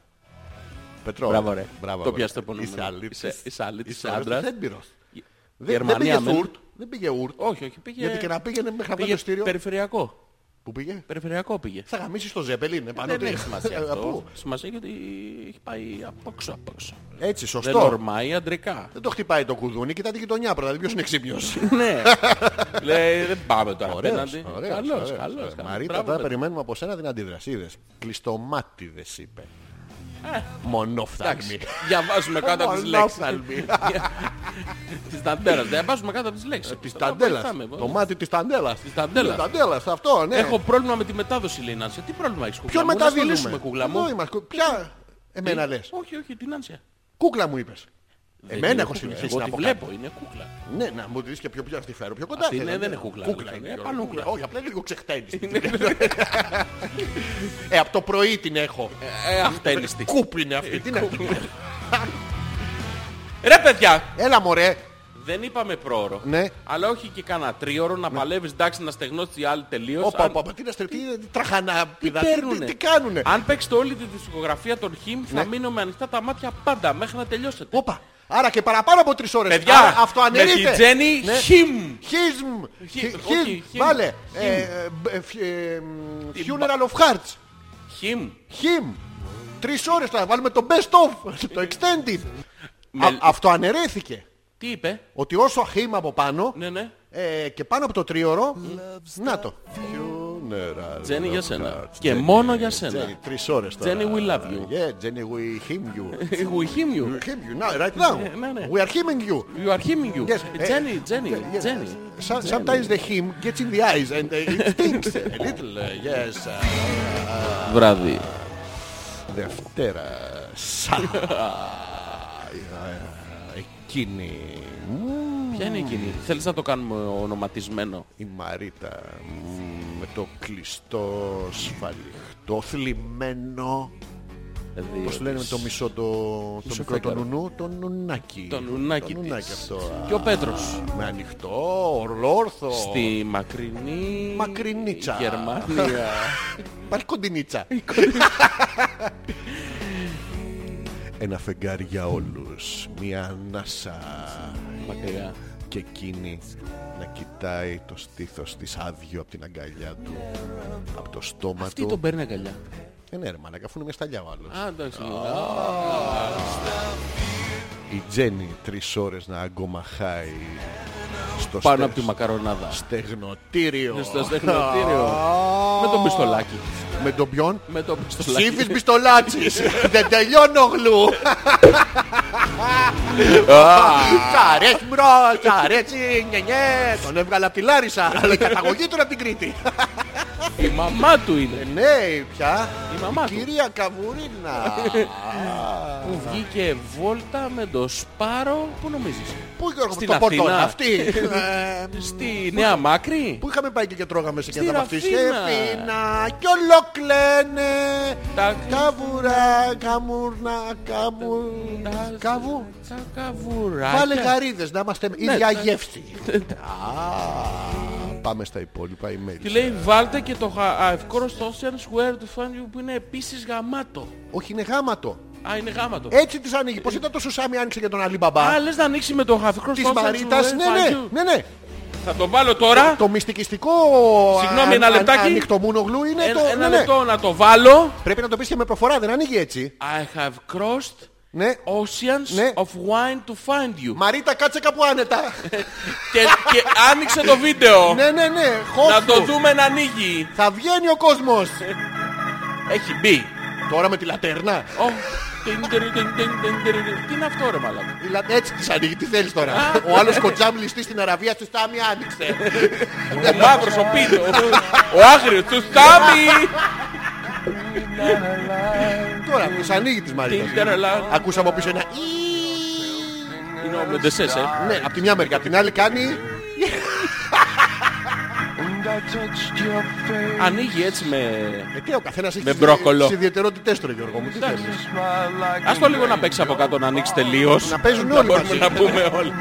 Speaker 1: Πετρό.
Speaker 2: Μπράβο, ρε.
Speaker 1: Μπράβο,
Speaker 2: Το
Speaker 1: ρε.
Speaker 2: πιάσε το επόμενο.
Speaker 1: Είσαι αλήτης.
Speaker 2: Είσαι- είσαι αλήτης
Speaker 1: ωραίος.
Speaker 2: άντρας.
Speaker 1: Δεν πειρός. Δεν δεν πήγε
Speaker 2: Γερμανία μεν.
Speaker 1: ουρτ. Δεν πήγε ουρτ.
Speaker 2: Όχι, όχι, πήγε.
Speaker 1: Γιατί και να πήγαινε μέχρι αυτό το
Speaker 2: πήγε
Speaker 1: στήριο.
Speaker 2: Περιφερειακό.
Speaker 1: Που πήγε.
Speaker 2: Περιφερειακό πήγε.
Speaker 1: Θα γαμίσει το Ζεπελίν επάνω
Speaker 2: Ε, Δεν
Speaker 1: του.
Speaker 2: έχει σημασία
Speaker 1: Ε,
Speaker 2: αυτό.
Speaker 1: πού?
Speaker 2: Σημασία έχει ότι έχει πάει από έξω, από έξω.
Speaker 1: Έτσι,
Speaker 2: Δεν
Speaker 1: σωστό.
Speaker 2: ορμάει αντρικά.
Speaker 1: Δεν το χτυπάει το κουδούνι, κοιτά τη γειτονιά πρώτα. Δηλαδή ποιος είναι ξύπνιος.
Speaker 2: ναι. Λέει, δεν πάμε τώρα
Speaker 1: Ωραίος,
Speaker 2: απέναντι.
Speaker 1: ωραίος,
Speaker 2: Καλός,
Speaker 1: ωραίος.
Speaker 2: καλός. καλός.
Speaker 1: Μαρίτα,
Speaker 2: Μπράβο,
Speaker 1: τώρα
Speaker 2: παιδί.
Speaker 1: περιμένουμε από σένα την αντίδραση. Είδες. Κλειστομάτιδες είπε. Μονόφθαλμη.
Speaker 2: Ε. Εντάξει, διαβάζουμε κάτω από τις λέξεις.
Speaker 1: Μονόφθαλμη.
Speaker 2: Της ταντέρας. Διαβάζουμε κάτω από τις λέξεις.
Speaker 1: Ε, Της
Speaker 2: Τώρα
Speaker 1: ταντέλας.
Speaker 2: βοηθάμε,
Speaker 1: Το
Speaker 2: βοηθάμε.
Speaker 1: μάτι της ταντέλας.
Speaker 2: Της ταντέλας.
Speaker 1: Της ταντέλας, αυτό, ναι.
Speaker 2: Έχω πρόβλημα με τη μετάδοση, λέει η Νάνσια. Τι πρόβλημα έχεις,
Speaker 1: Ποιο
Speaker 2: κουκλά μου. να ασχολήσουμε,
Speaker 1: μεταδίδουμε.
Speaker 2: κουκλά μου.
Speaker 1: Εδώ είμαστε. Ποια... Εμένα λες.
Speaker 2: Όχι, όχι, την Νάνσια.
Speaker 1: Κούκλα μου είπες.
Speaker 2: Δεν
Speaker 1: Εμένα
Speaker 2: είναι
Speaker 1: έχω
Speaker 2: κούκλα.
Speaker 1: συνηθίσει
Speaker 2: Εγώ
Speaker 1: να
Speaker 2: τη
Speaker 1: πω
Speaker 2: βλέπω, είναι κούκλα.
Speaker 1: Ναι, να μου δεις και πιο πιο αυτή φέρω πιο κοντά.
Speaker 2: Αυτή
Speaker 1: θέλω.
Speaker 2: είναι, δεν είναι κούκλα.
Speaker 1: Κούκλα
Speaker 2: Ε,
Speaker 1: είναι. η
Speaker 2: πάνω
Speaker 1: ώρα.
Speaker 2: κούκλα.
Speaker 1: Όχι, απλά είναι λίγο ξεχτένης. Ε, από το πρωί την έχω.
Speaker 2: Ε, αχτένιστη.
Speaker 1: Κούπ είναι αυτή. Τι να την-
Speaker 2: Ρε παιδιά,
Speaker 1: Έλα μωρέ.
Speaker 2: δεν είπαμε πρόωρο.
Speaker 1: Ναι.
Speaker 2: Αλλά όχι και κανένα τρίωρο να παλεύεις εντάξει να στεγνώσεις τη άλλη τελείως.
Speaker 1: Όπα,
Speaker 2: Αν-
Speaker 1: όπα, όπα, τι να στρε- τι- τι τραχανά πηδά, τι-
Speaker 2: παίρνουνε.
Speaker 1: τι, τι κάνουνε.
Speaker 2: Αν παίξετε όλη τη δισκογραφία των Χιμ θα
Speaker 1: Ναι.
Speaker 2: μείνω με ανοιχτά τα μάτια πάντα μέχρι να τελειώσετε.
Speaker 1: Όπα, άρα και παραπάνω από τρεις ώρες.
Speaker 2: Παιδιά,
Speaker 1: Άρα αυτό
Speaker 2: με
Speaker 1: αναιρείται.
Speaker 2: την Τζέννη
Speaker 1: Ναι.
Speaker 2: Χιμ.
Speaker 1: Χισμ.
Speaker 2: Χι-
Speaker 1: Χι-
Speaker 2: όχι,
Speaker 1: Χιμ.
Speaker 2: χιμ.
Speaker 1: Βάλε.
Speaker 2: Χιμ.
Speaker 1: Ε, ε, ε, φι- ε, Funeral of Hearts.
Speaker 2: Χιμ.
Speaker 1: Χιμ. Τρεις ώρες θα βάλουμε το best of. Το extended.
Speaker 2: Με-
Speaker 1: Α- Αυτό αναιρέθηκε.
Speaker 2: Τι είπε.
Speaker 1: Ότι όσο χιμ από πάνω
Speaker 2: Ναι, ναι.
Speaker 1: ε, και πάνω από το τρίωρο. Να το. Funeral
Speaker 2: Τζέννη,
Speaker 1: of
Speaker 2: για σένα.
Speaker 1: Hearts.
Speaker 2: Και
Speaker 1: Τζέννη,
Speaker 2: μόνο για σένα.
Speaker 1: Τζέννη, Τρεις ώρες τώρα.
Speaker 2: Τζέννη, we love you.
Speaker 1: Yeah, Jenny, we him you.
Speaker 2: We him you.
Speaker 1: We him you now, right now.
Speaker 2: Ναι, ναι, ναι.
Speaker 1: We are himing you.
Speaker 2: You are himing you.
Speaker 1: Yes. ε,
Speaker 2: Jenny, Jenny,
Speaker 1: Yes.
Speaker 2: Jenny.
Speaker 1: So- Sometimes the him gets in the eyes and uh, it stings a little. uh, Yes. uh,
Speaker 2: Βράδυ.
Speaker 1: Δευτέρα. Σα. Ε, Εκείνη. Μμμ,
Speaker 2: Ποια είναι εκείνη. Θέλεις να το κάνουμε ονοματισμένο.
Speaker 1: Η Μαρίτα. Μμμ, το κλειστό, σφαλιχτό, θλιμμένο.
Speaker 2: Δηλαδή,
Speaker 1: Πώς λένε με το μισό το, το μικρό το
Speaker 2: φέγγαρο.
Speaker 1: νουνού, το νουνάκι.
Speaker 2: Το νουνάκι
Speaker 1: Το
Speaker 2: της.
Speaker 1: νουνάκι αυτό.
Speaker 2: Και ο Πέτρος.
Speaker 1: Με ανοιχτό, ορλόρθο.
Speaker 2: Στη μακρινή...
Speaker 1: Μακρινίτσα.
Speaker 2: Γερμανία.
Speaker 1: Υπάρχει κοντινίτσα. Ένα φεγγάρι για όλους. Μια ανάσα.
Speaker 2: Μακριά.
Speaker 1: Και εκείνη να κοιτάει το στήθος της άδειο από την αγκαλιά του. Από το στόμα
Speaker 2: Τι τον
Speaker 1: του.
Speaker 2: παίρνει αγκαλιά.
Speaker 1: Ε, ναι, ρε μαλάκα, αφού είναι μια σταλιά ο άλλος.
Speaker 2: Α, εντάξει.
Speaker 1: Η Τζέννη τρεις ώρες να αγκομαχάει στο
Speaker 2: Πάνω
Speaker 1: στε-
Speaker 2: από τη μακαρονάδα.
Speaker 1: στεγνοτήριο.
Speaker 2: Στο στεγνοτήριο. Με τον πιστολάκι.
Speaker 1: Με τον ποιον?
Speaker 2: Με τον πιστολάκι.
Speaker 1: Ψήφις Μπιστολάτσης. Δεν τελειώνω γλου. Τσαρές μπρο, τσαρές νιενιέ. Τον έβγαλα από τη Λάρισα. Αλλά η καταγωγή του είναι από την Κρήτη.
Speaker 2: Η μαμά του είναι.
Speaker 1: Ναι, πια.
Speaker 2: Η μαμά του.
Speaker 1: Κυρία Καβουρίνα.
Speaker 2: Που βγήκε βόλτα με το σπάρο. Πού νομίζεις.
Speaker 1: Πού Γιώργο,
Speaker 2: Στην
Speaker 1: το πορτόν
Speaker 2: Αθήνα.
Speaker 1: αυτή. Ε,
Speaker 2: Στη Νέα Μάκρη.
Speaker 1: Πού είχαμε πάει και, και τρώγαμε σε
Speaker 2: Στη
Speaker 1: κέντρα αυτή.
Speaker 2: Ραφίνα.
Speaker 1: Σεφίνα κι ολοκλαίνε.
Speaker 2: Τα-
Speaker 1: Καβουρά, καμουρνά, καμουρ... Καβού.
Speaker 2: Τα καβουράκια.
Speaker 1: Βάλε γαρίδες να είμαστε
Speaker 2: Ναι,
Speaker 1: ίδια γεύση. Α, Πάμε στα υπόλοιπα
Speaker 2: Και
Speaker 1: email.
Speaker 2: λέει βάλτε και το αευκόρο στο Ocean Square του Fan You που είναι επίσης γαμάτο.
Speaker 1: Όχι είναι γάματο.
Speaker 2: Α, είναι γάματο.
Speaker 1: Έτσι τις ανοίγει. Πώς ήταν το σουσάμι άνοιξε για τον Αλή Μπαμπά.
Speaker 2: Α, λες να ανοίξει με το αευκόρο
Speaker 1: Της
Speaker 2: στο Ocean
Speaker 1: Μαρίτας.
Speaker 2: Square
Speaker 1: Ναι,
Speaker 2: Fan
Speaker 1: ναι,
Speaker 2: You.
Speaker 1: ναι, ναι.
Speaker 2: Θα το βάλω τώρα.
Speaker 1: Το μυστικιστικό
Speaker 2: Συγγνώμη, ένα λεπτάκι. Ε,
Speaker 1: ανοιχτομούνογλου είναι
Speaker 2: Ένα-
Speaker 1: το... ναι,
Speaker 2: Ένα
Speaker 1: ναι.
Speaker 2: λεπτό να το βάλω.
Speaker 1: Πρέπει να το πεις και με προφορά, δεν ανοίγει έτσι.
Speaker 2: I have crossed
Speaker 1: Ναι.
Speaker 2: oceans
Speaker 1: Ναι.
Speaker 2: of wine to find you.
Speaker 1: Μαρίτα κάτσε κάπου άνετα.
Speaker 2: και, και άνοιξε το βίντεο.
Speaker 1: Ναι, ναι, ναι.
Speaker 2: να το
Speaker 1: Χώστου.
Speaker 2: δούμε να ανοίγει.
Speaker 1: Θα βγαίνει ο κόσμος.
Speaker 2: Έχει μπει.
Speaker 1: Τώρα με τη λατέρνα.
Speaker 2: Ω, τιν, τιν, τιν, τιν, τιν, τιν. Τι είναι αυτό ρε μαλάκα.
Speaker 1: Η λα- Έτσι της ανοίγει. Τι θέλεις τώρα. Ο άλλος κοντζάμλιστής στην Αραβία στη Στάμι άνοιξε. Ε,
Speaker 2: Ο μαύρος, ο πίτος. ο άγριος, του στάμι.
Speaker 1: Τώρα της ανοίγει της
Speaker 2: Τιν,
Speaker 1: Μαρίτας.
Speaker 2: τιν, λα.
Speaker 1: Ακούσαμε από πίσω ένα «Ι».
Speaker 2: Είναι ο Μεντεσές, ε.
Speaker 1: Ναι, από τη μια μεριά. Απ' την άλλη κάνει
Speaker 2: Ανοίγει έτσι με...
Speaker 1: Ε, τι, ο καθένας έχει
Speaker 2: Με
Speaker 1: τις
Speaker 2: μπρόκολο.
Speaker 1: τις ιδιαιτερότητές του, ρε Γιώργο μου. Τι θέλεις.
Speaker 2: Ας το λίγο να παίξει από κάτω να ανοίξει τελείως.
Speaker 1: Να παίζουν
Speaker 2: Τα
Speaker 1: όλοι
Speaker 2: μπορούμε
Speaker 1: μαζί.
Speaker 2: να πούμε όλοι.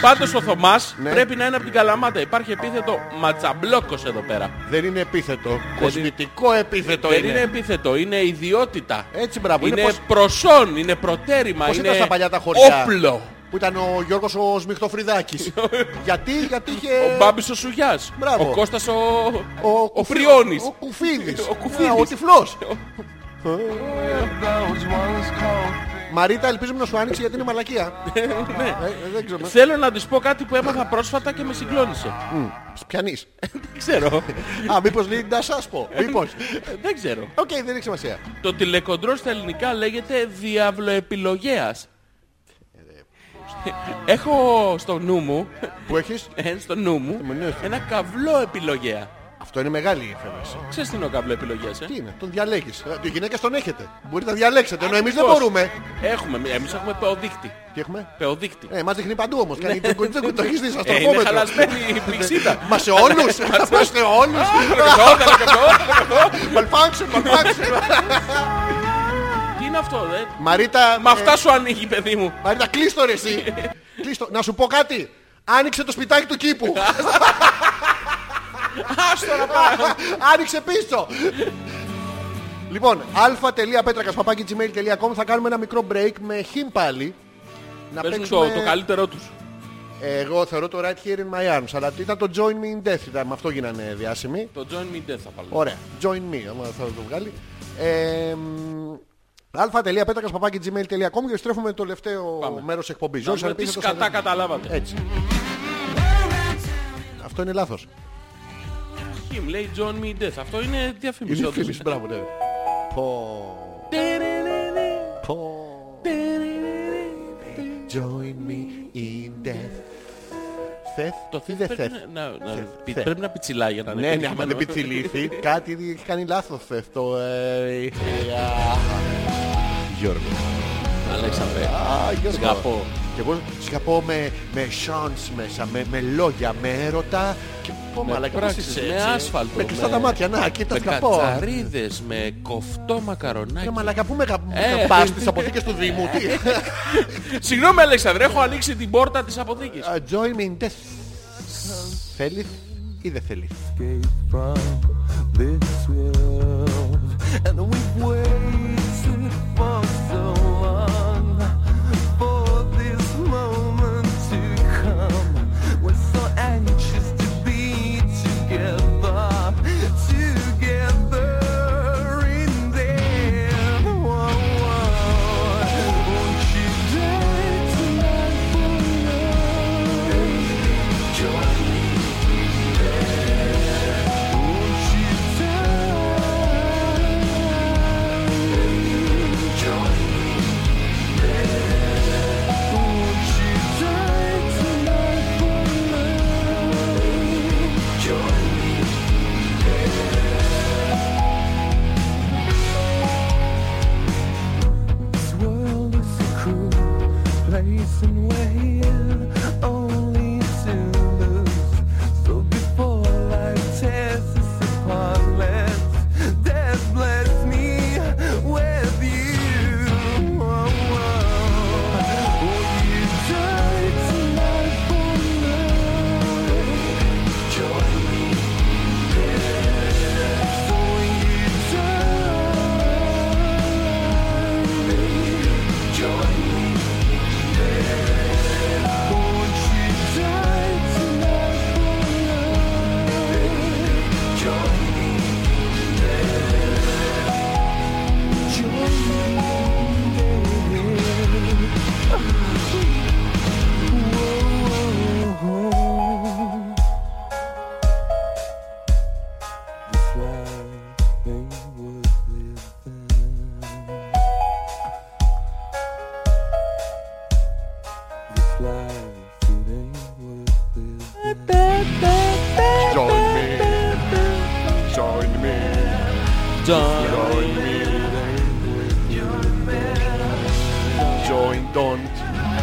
Speaker 2: Πάντως ο Θωμάς
Speaker 1: Ναι.
Speaker 2: πρέπει να είναι από την Καλαμάτα. Υπάρχει επίθετο ματσαμπλόκος εδώ πέρα.
Speaker 1: Δεν είναι επίθετο. Κοσμητικό επίθετο
Speaker 2: Δεν είναι
Speaker 1: είναι.
Speaker 2: επίθετο, είναι ιδιότητα.
Speaker 1: Έτσι, μπράβο. Είναι
Speaker 2: Είναι
Speaker 1: πως-
Speaker 2: προσόν, είναι προτέρημα,
Speaker 1: πως
Speaker 2: είναι
Speaker 1: ήταν στα παλιά τα χωριά.
Speaker 2: όπλο.
Speaker 1: Που ήταν ο Γιώργος ο Σμιχτοφριδάκης. Γιατί, γιατί
Speaker 2: Ο
Speaker 1: είχε...
Speaker 2: Μπάμπης ο Σουγιάς.
Speaker 1: Ε, Μπράβο.
Speaker 2: Ο Κώστας ο, ο
Speaker 1: Κουφί-
Speaker 2: Πριώνης.
Speaker 1: Ο Κουφίδης.
Speaker 2: Ο Κουφίδης.
Speaker 1: Α, Ο τυφλός.
Speaker 4: Those ones called
Speaker 1: Μαρίτα, ελπίζουμε να σου άνοιξε γιατί είναι μαλακία. Ε, Δεν ξέρω.
Speaker 2: Ναι. Θέλω να της πω κάτι που έμαθα πρόσφατα και με συγκλώνησε.
Speaker 1: Πιανείς.
Speaker 2: Δεν ξέρω.
Speaker 1: Α, μήπως λέει να σας πω. Μήπως.
Speaker 2: Δεν ξέρω.
Speaker 1: Οκ, δεν έχει σημασία.
Speaker 2: Το τηλεκοντρό στα ελληνικά λέγεται διαβλοεπιλογέας.
Speaker 1: Ε,
Speaker 2: Έχω στο νου μου,
Speaker 1: Που έχεις.
Speaker 2: ε, στο νου μου,
Speaker 1: μου νιώθει.
Speaker 2: ένα καυλό επιλογέα.
Speaker 1: Αυτό είναι μεγάλη εφεύρεση.
Speaker 2: Ξέρεις τι είναι ο καυλό επιλογέας, ε?
Speaker 1: Τι είναι, τον διαλέγεις. Ε, Οι γυναίκες τον έχετε. Μπορείτε να διαλέξετε, ενώ εμείς δεν μπορούμε.
Speaker 2: Έχουμε, εμείς έχουμε πεοδίκτη.
Speaker 1: Τι έχουμε.
Speaker 2: Πεοδίκτη.
Speaker 1: Ε, μας δείχνει παντού όμως. Κάνει τσουκου τσουκου, το έχεις δει
Speaker 2: Ναι.
Speaker 1: στο
Speaker 2: Ε, είναι Ναι.
Speaker 1: στροφόμετρο.
Speaker 2: χαλασμένη η πηξίδα.
Speaker 1: Μα σε όλους. Μα σε όλους. Malfunction, malfunction.
Speaker 2: Τι είναι αυτό, δε.
Speaker 1: Μαρίτα, ε,
Speaker 2: Με αυτά σου ανοίγει, παιδί μου.
Speaker 1: Μαρίτα, κλείστο ρε εσύ. Κλείστο. Να σου πω κάτι. Άνοιξε το σπιτάκι του κήπου.
Speaker 2: Άστο να πάει.
Speaker 1: Άνοιξε πίσω. λοιπόν, α.πέτρακα.gmail.com θα κάνουμε ένα μικρό break με him πάλι. Να Ε,
Speaker 2: Παίζουν το, το καλύτερό τους.
Speaker 1: Εγώ θεωρώ το Right Here in My Arms, αλλά ήταν το Join Me in Death, ήταν, με αυτό γίνανε διάσημοι.
Speaker 2: Το John Me Death θα βάλω.
Speaker 1: Ωραία, Join Me, άμα θα το βγάλει. Ε, μ, α.πέτρακας.gmail.com και στρέφουμε το τελευταίο
Speaker 2: Πάμε.
Speaker 1: μέρος
Speaker 2: Να
Speaker 1: εκπομπής. Ζόρις,
Speaker 2: δούμε τι
Speaker 1: ανεπίθετος,
Speaker 2: σκατά
Speaker 1: αδερφέ.
Speaker 2: καταλάβατε.
Speaker 1: Έτσι. Αυτό είναι λάθος.
Speaker 2: Χιμ λέει John Me Death. Αυτό είναι διαφήμιση.
Speaker 1: Είναι
Speaker 2: όντως.
Speaker 1: φίλης, μπράβο, ναι. Πω, πω. Join me in death. Θες,
Speaker 2: Το
Speaker 1: ή
Speaker 2: θες
Speaker 1: δεν θες.
Speaker 2: πρέπει να- να-
Speaker 1: Θες,
Speaker 2: πι-
Speaker 1: θες.
Speaker 2: πρέπει να πιτσιλάει για να είναι
Speaker 1: Ναι, ναι, άμα
Speaker 2: επιτυχημένο.
Speaker 1: δεν πιτσιλήθη, κάτι έχει κάνει λάθος θες το... ε, ε, α. Γιώργο.
Speaker 2: Αλέξανδρε.
Speaker 1: Α, Γιώργο.
Speaker 2: Σκαπό.
Speaker 1: Και εγώ σκαπώ με, με chance μέσα, με, με λόγια, με έρωτα. Και πω,
Speaker 2: Με
Speaker 1: μαλάκα, πώς
Speaker 2: πράξεις,
Speaker 1: είσαι
Speaker 2: με
Speaker 1: έτσι. ε.
Speaker 2: άσφαλτο.
Speaker 1: Με κλειστά τα μάτια, να, κοίτα
Speaker 2: Με
Speaker 1: σκαπώ.
Speaker 2: κατσαρίδες, με κοφτό μακαρονάκι.
Speaker 1: Ρε μαλάκα, πού με
Speaker 2: Ε.
Speaker 1: καπάς τις αποθήκες του Δήμου. τι. Ε,
Speaker 2: Συγγνώμη Αλέξανδρε, έχω ανοίξει την πόρτα της αποθήκης.
Speaker 1: Uh, Join me in death. Θέλεις ή δεν θέλεις.
Speaker 5: escape from this world. And we've waited for so long for this moment to come. We're so anxious to be together, together in there. Won't you die tonight for love? Join me. Place and we're only to lose. So before life tears us apart, let's death bless me with you. Oh, oh. Will you die tonight for love? Join me there. So will you die? Join me. Won't you die tonight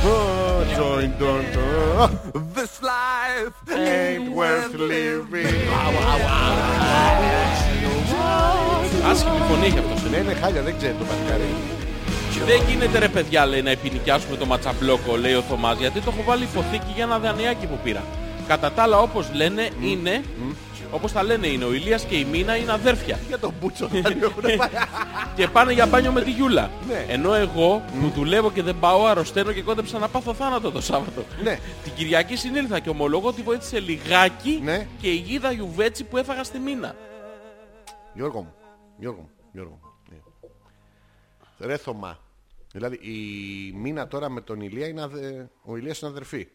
Speaker 5: for love? Join me there. Join me Whoa. This life ain't worth living. This life it ain't worth living.
Speaker 1: Join me. Join me. Join me. Join don't. Oh, Join don't. Oh, Ain't
Speaker 5: This life
Speaker 1: worth living.
Speaker 2: Άσχημη φωνή έχει αυτός.
Speaker 1: Ναι, είναι χάλια, δεν ξέρει το παλικάρι.
Speaker 2: Δεν γίνεται ρε παιδιά λέει να επινοικιάσουμε το ματσαμπλόκο λέει ο Θωμάς γιατί το έχω βάλει υποθήκη για ένα δανειάκι που πήρα. Κατά τα άλλα όπως λένε είναι, όπως τα λένε είναι ο Ηλίας και η Μίνα είναι αδέρφια.
Speaker 1: Για τον Μπούτσο θα λέω να πάει.
Speaker 2: και πάνε για μπάνιο με τη Γιούλα.
Speaker 1: Ναι.
Speaker 2: Ενώ εγώ που δουλεύω και δεν πάω αρρωσταίνω και κόντεψα να πάθω θάνατο το Σάββατο.
Speaker 1: Ναι.
Speaker 2: Την Κυριακή συνήλθα και ομολογώ ότι βοήθησε λιγάκι
Speaker 1: Ναι.
Speaker 2: και η γίδα γιουβέτσι που έφαγα στη Μίνα.
Speaker 1: Γιώργο μου, Γιώργο μου, Γιώργο μου. ναι. Ρε Θωμά. Δηλαδή η Μίνα τώρα με τον Ηλία είναι αδε- ο Ηλίας είναι αδερφή.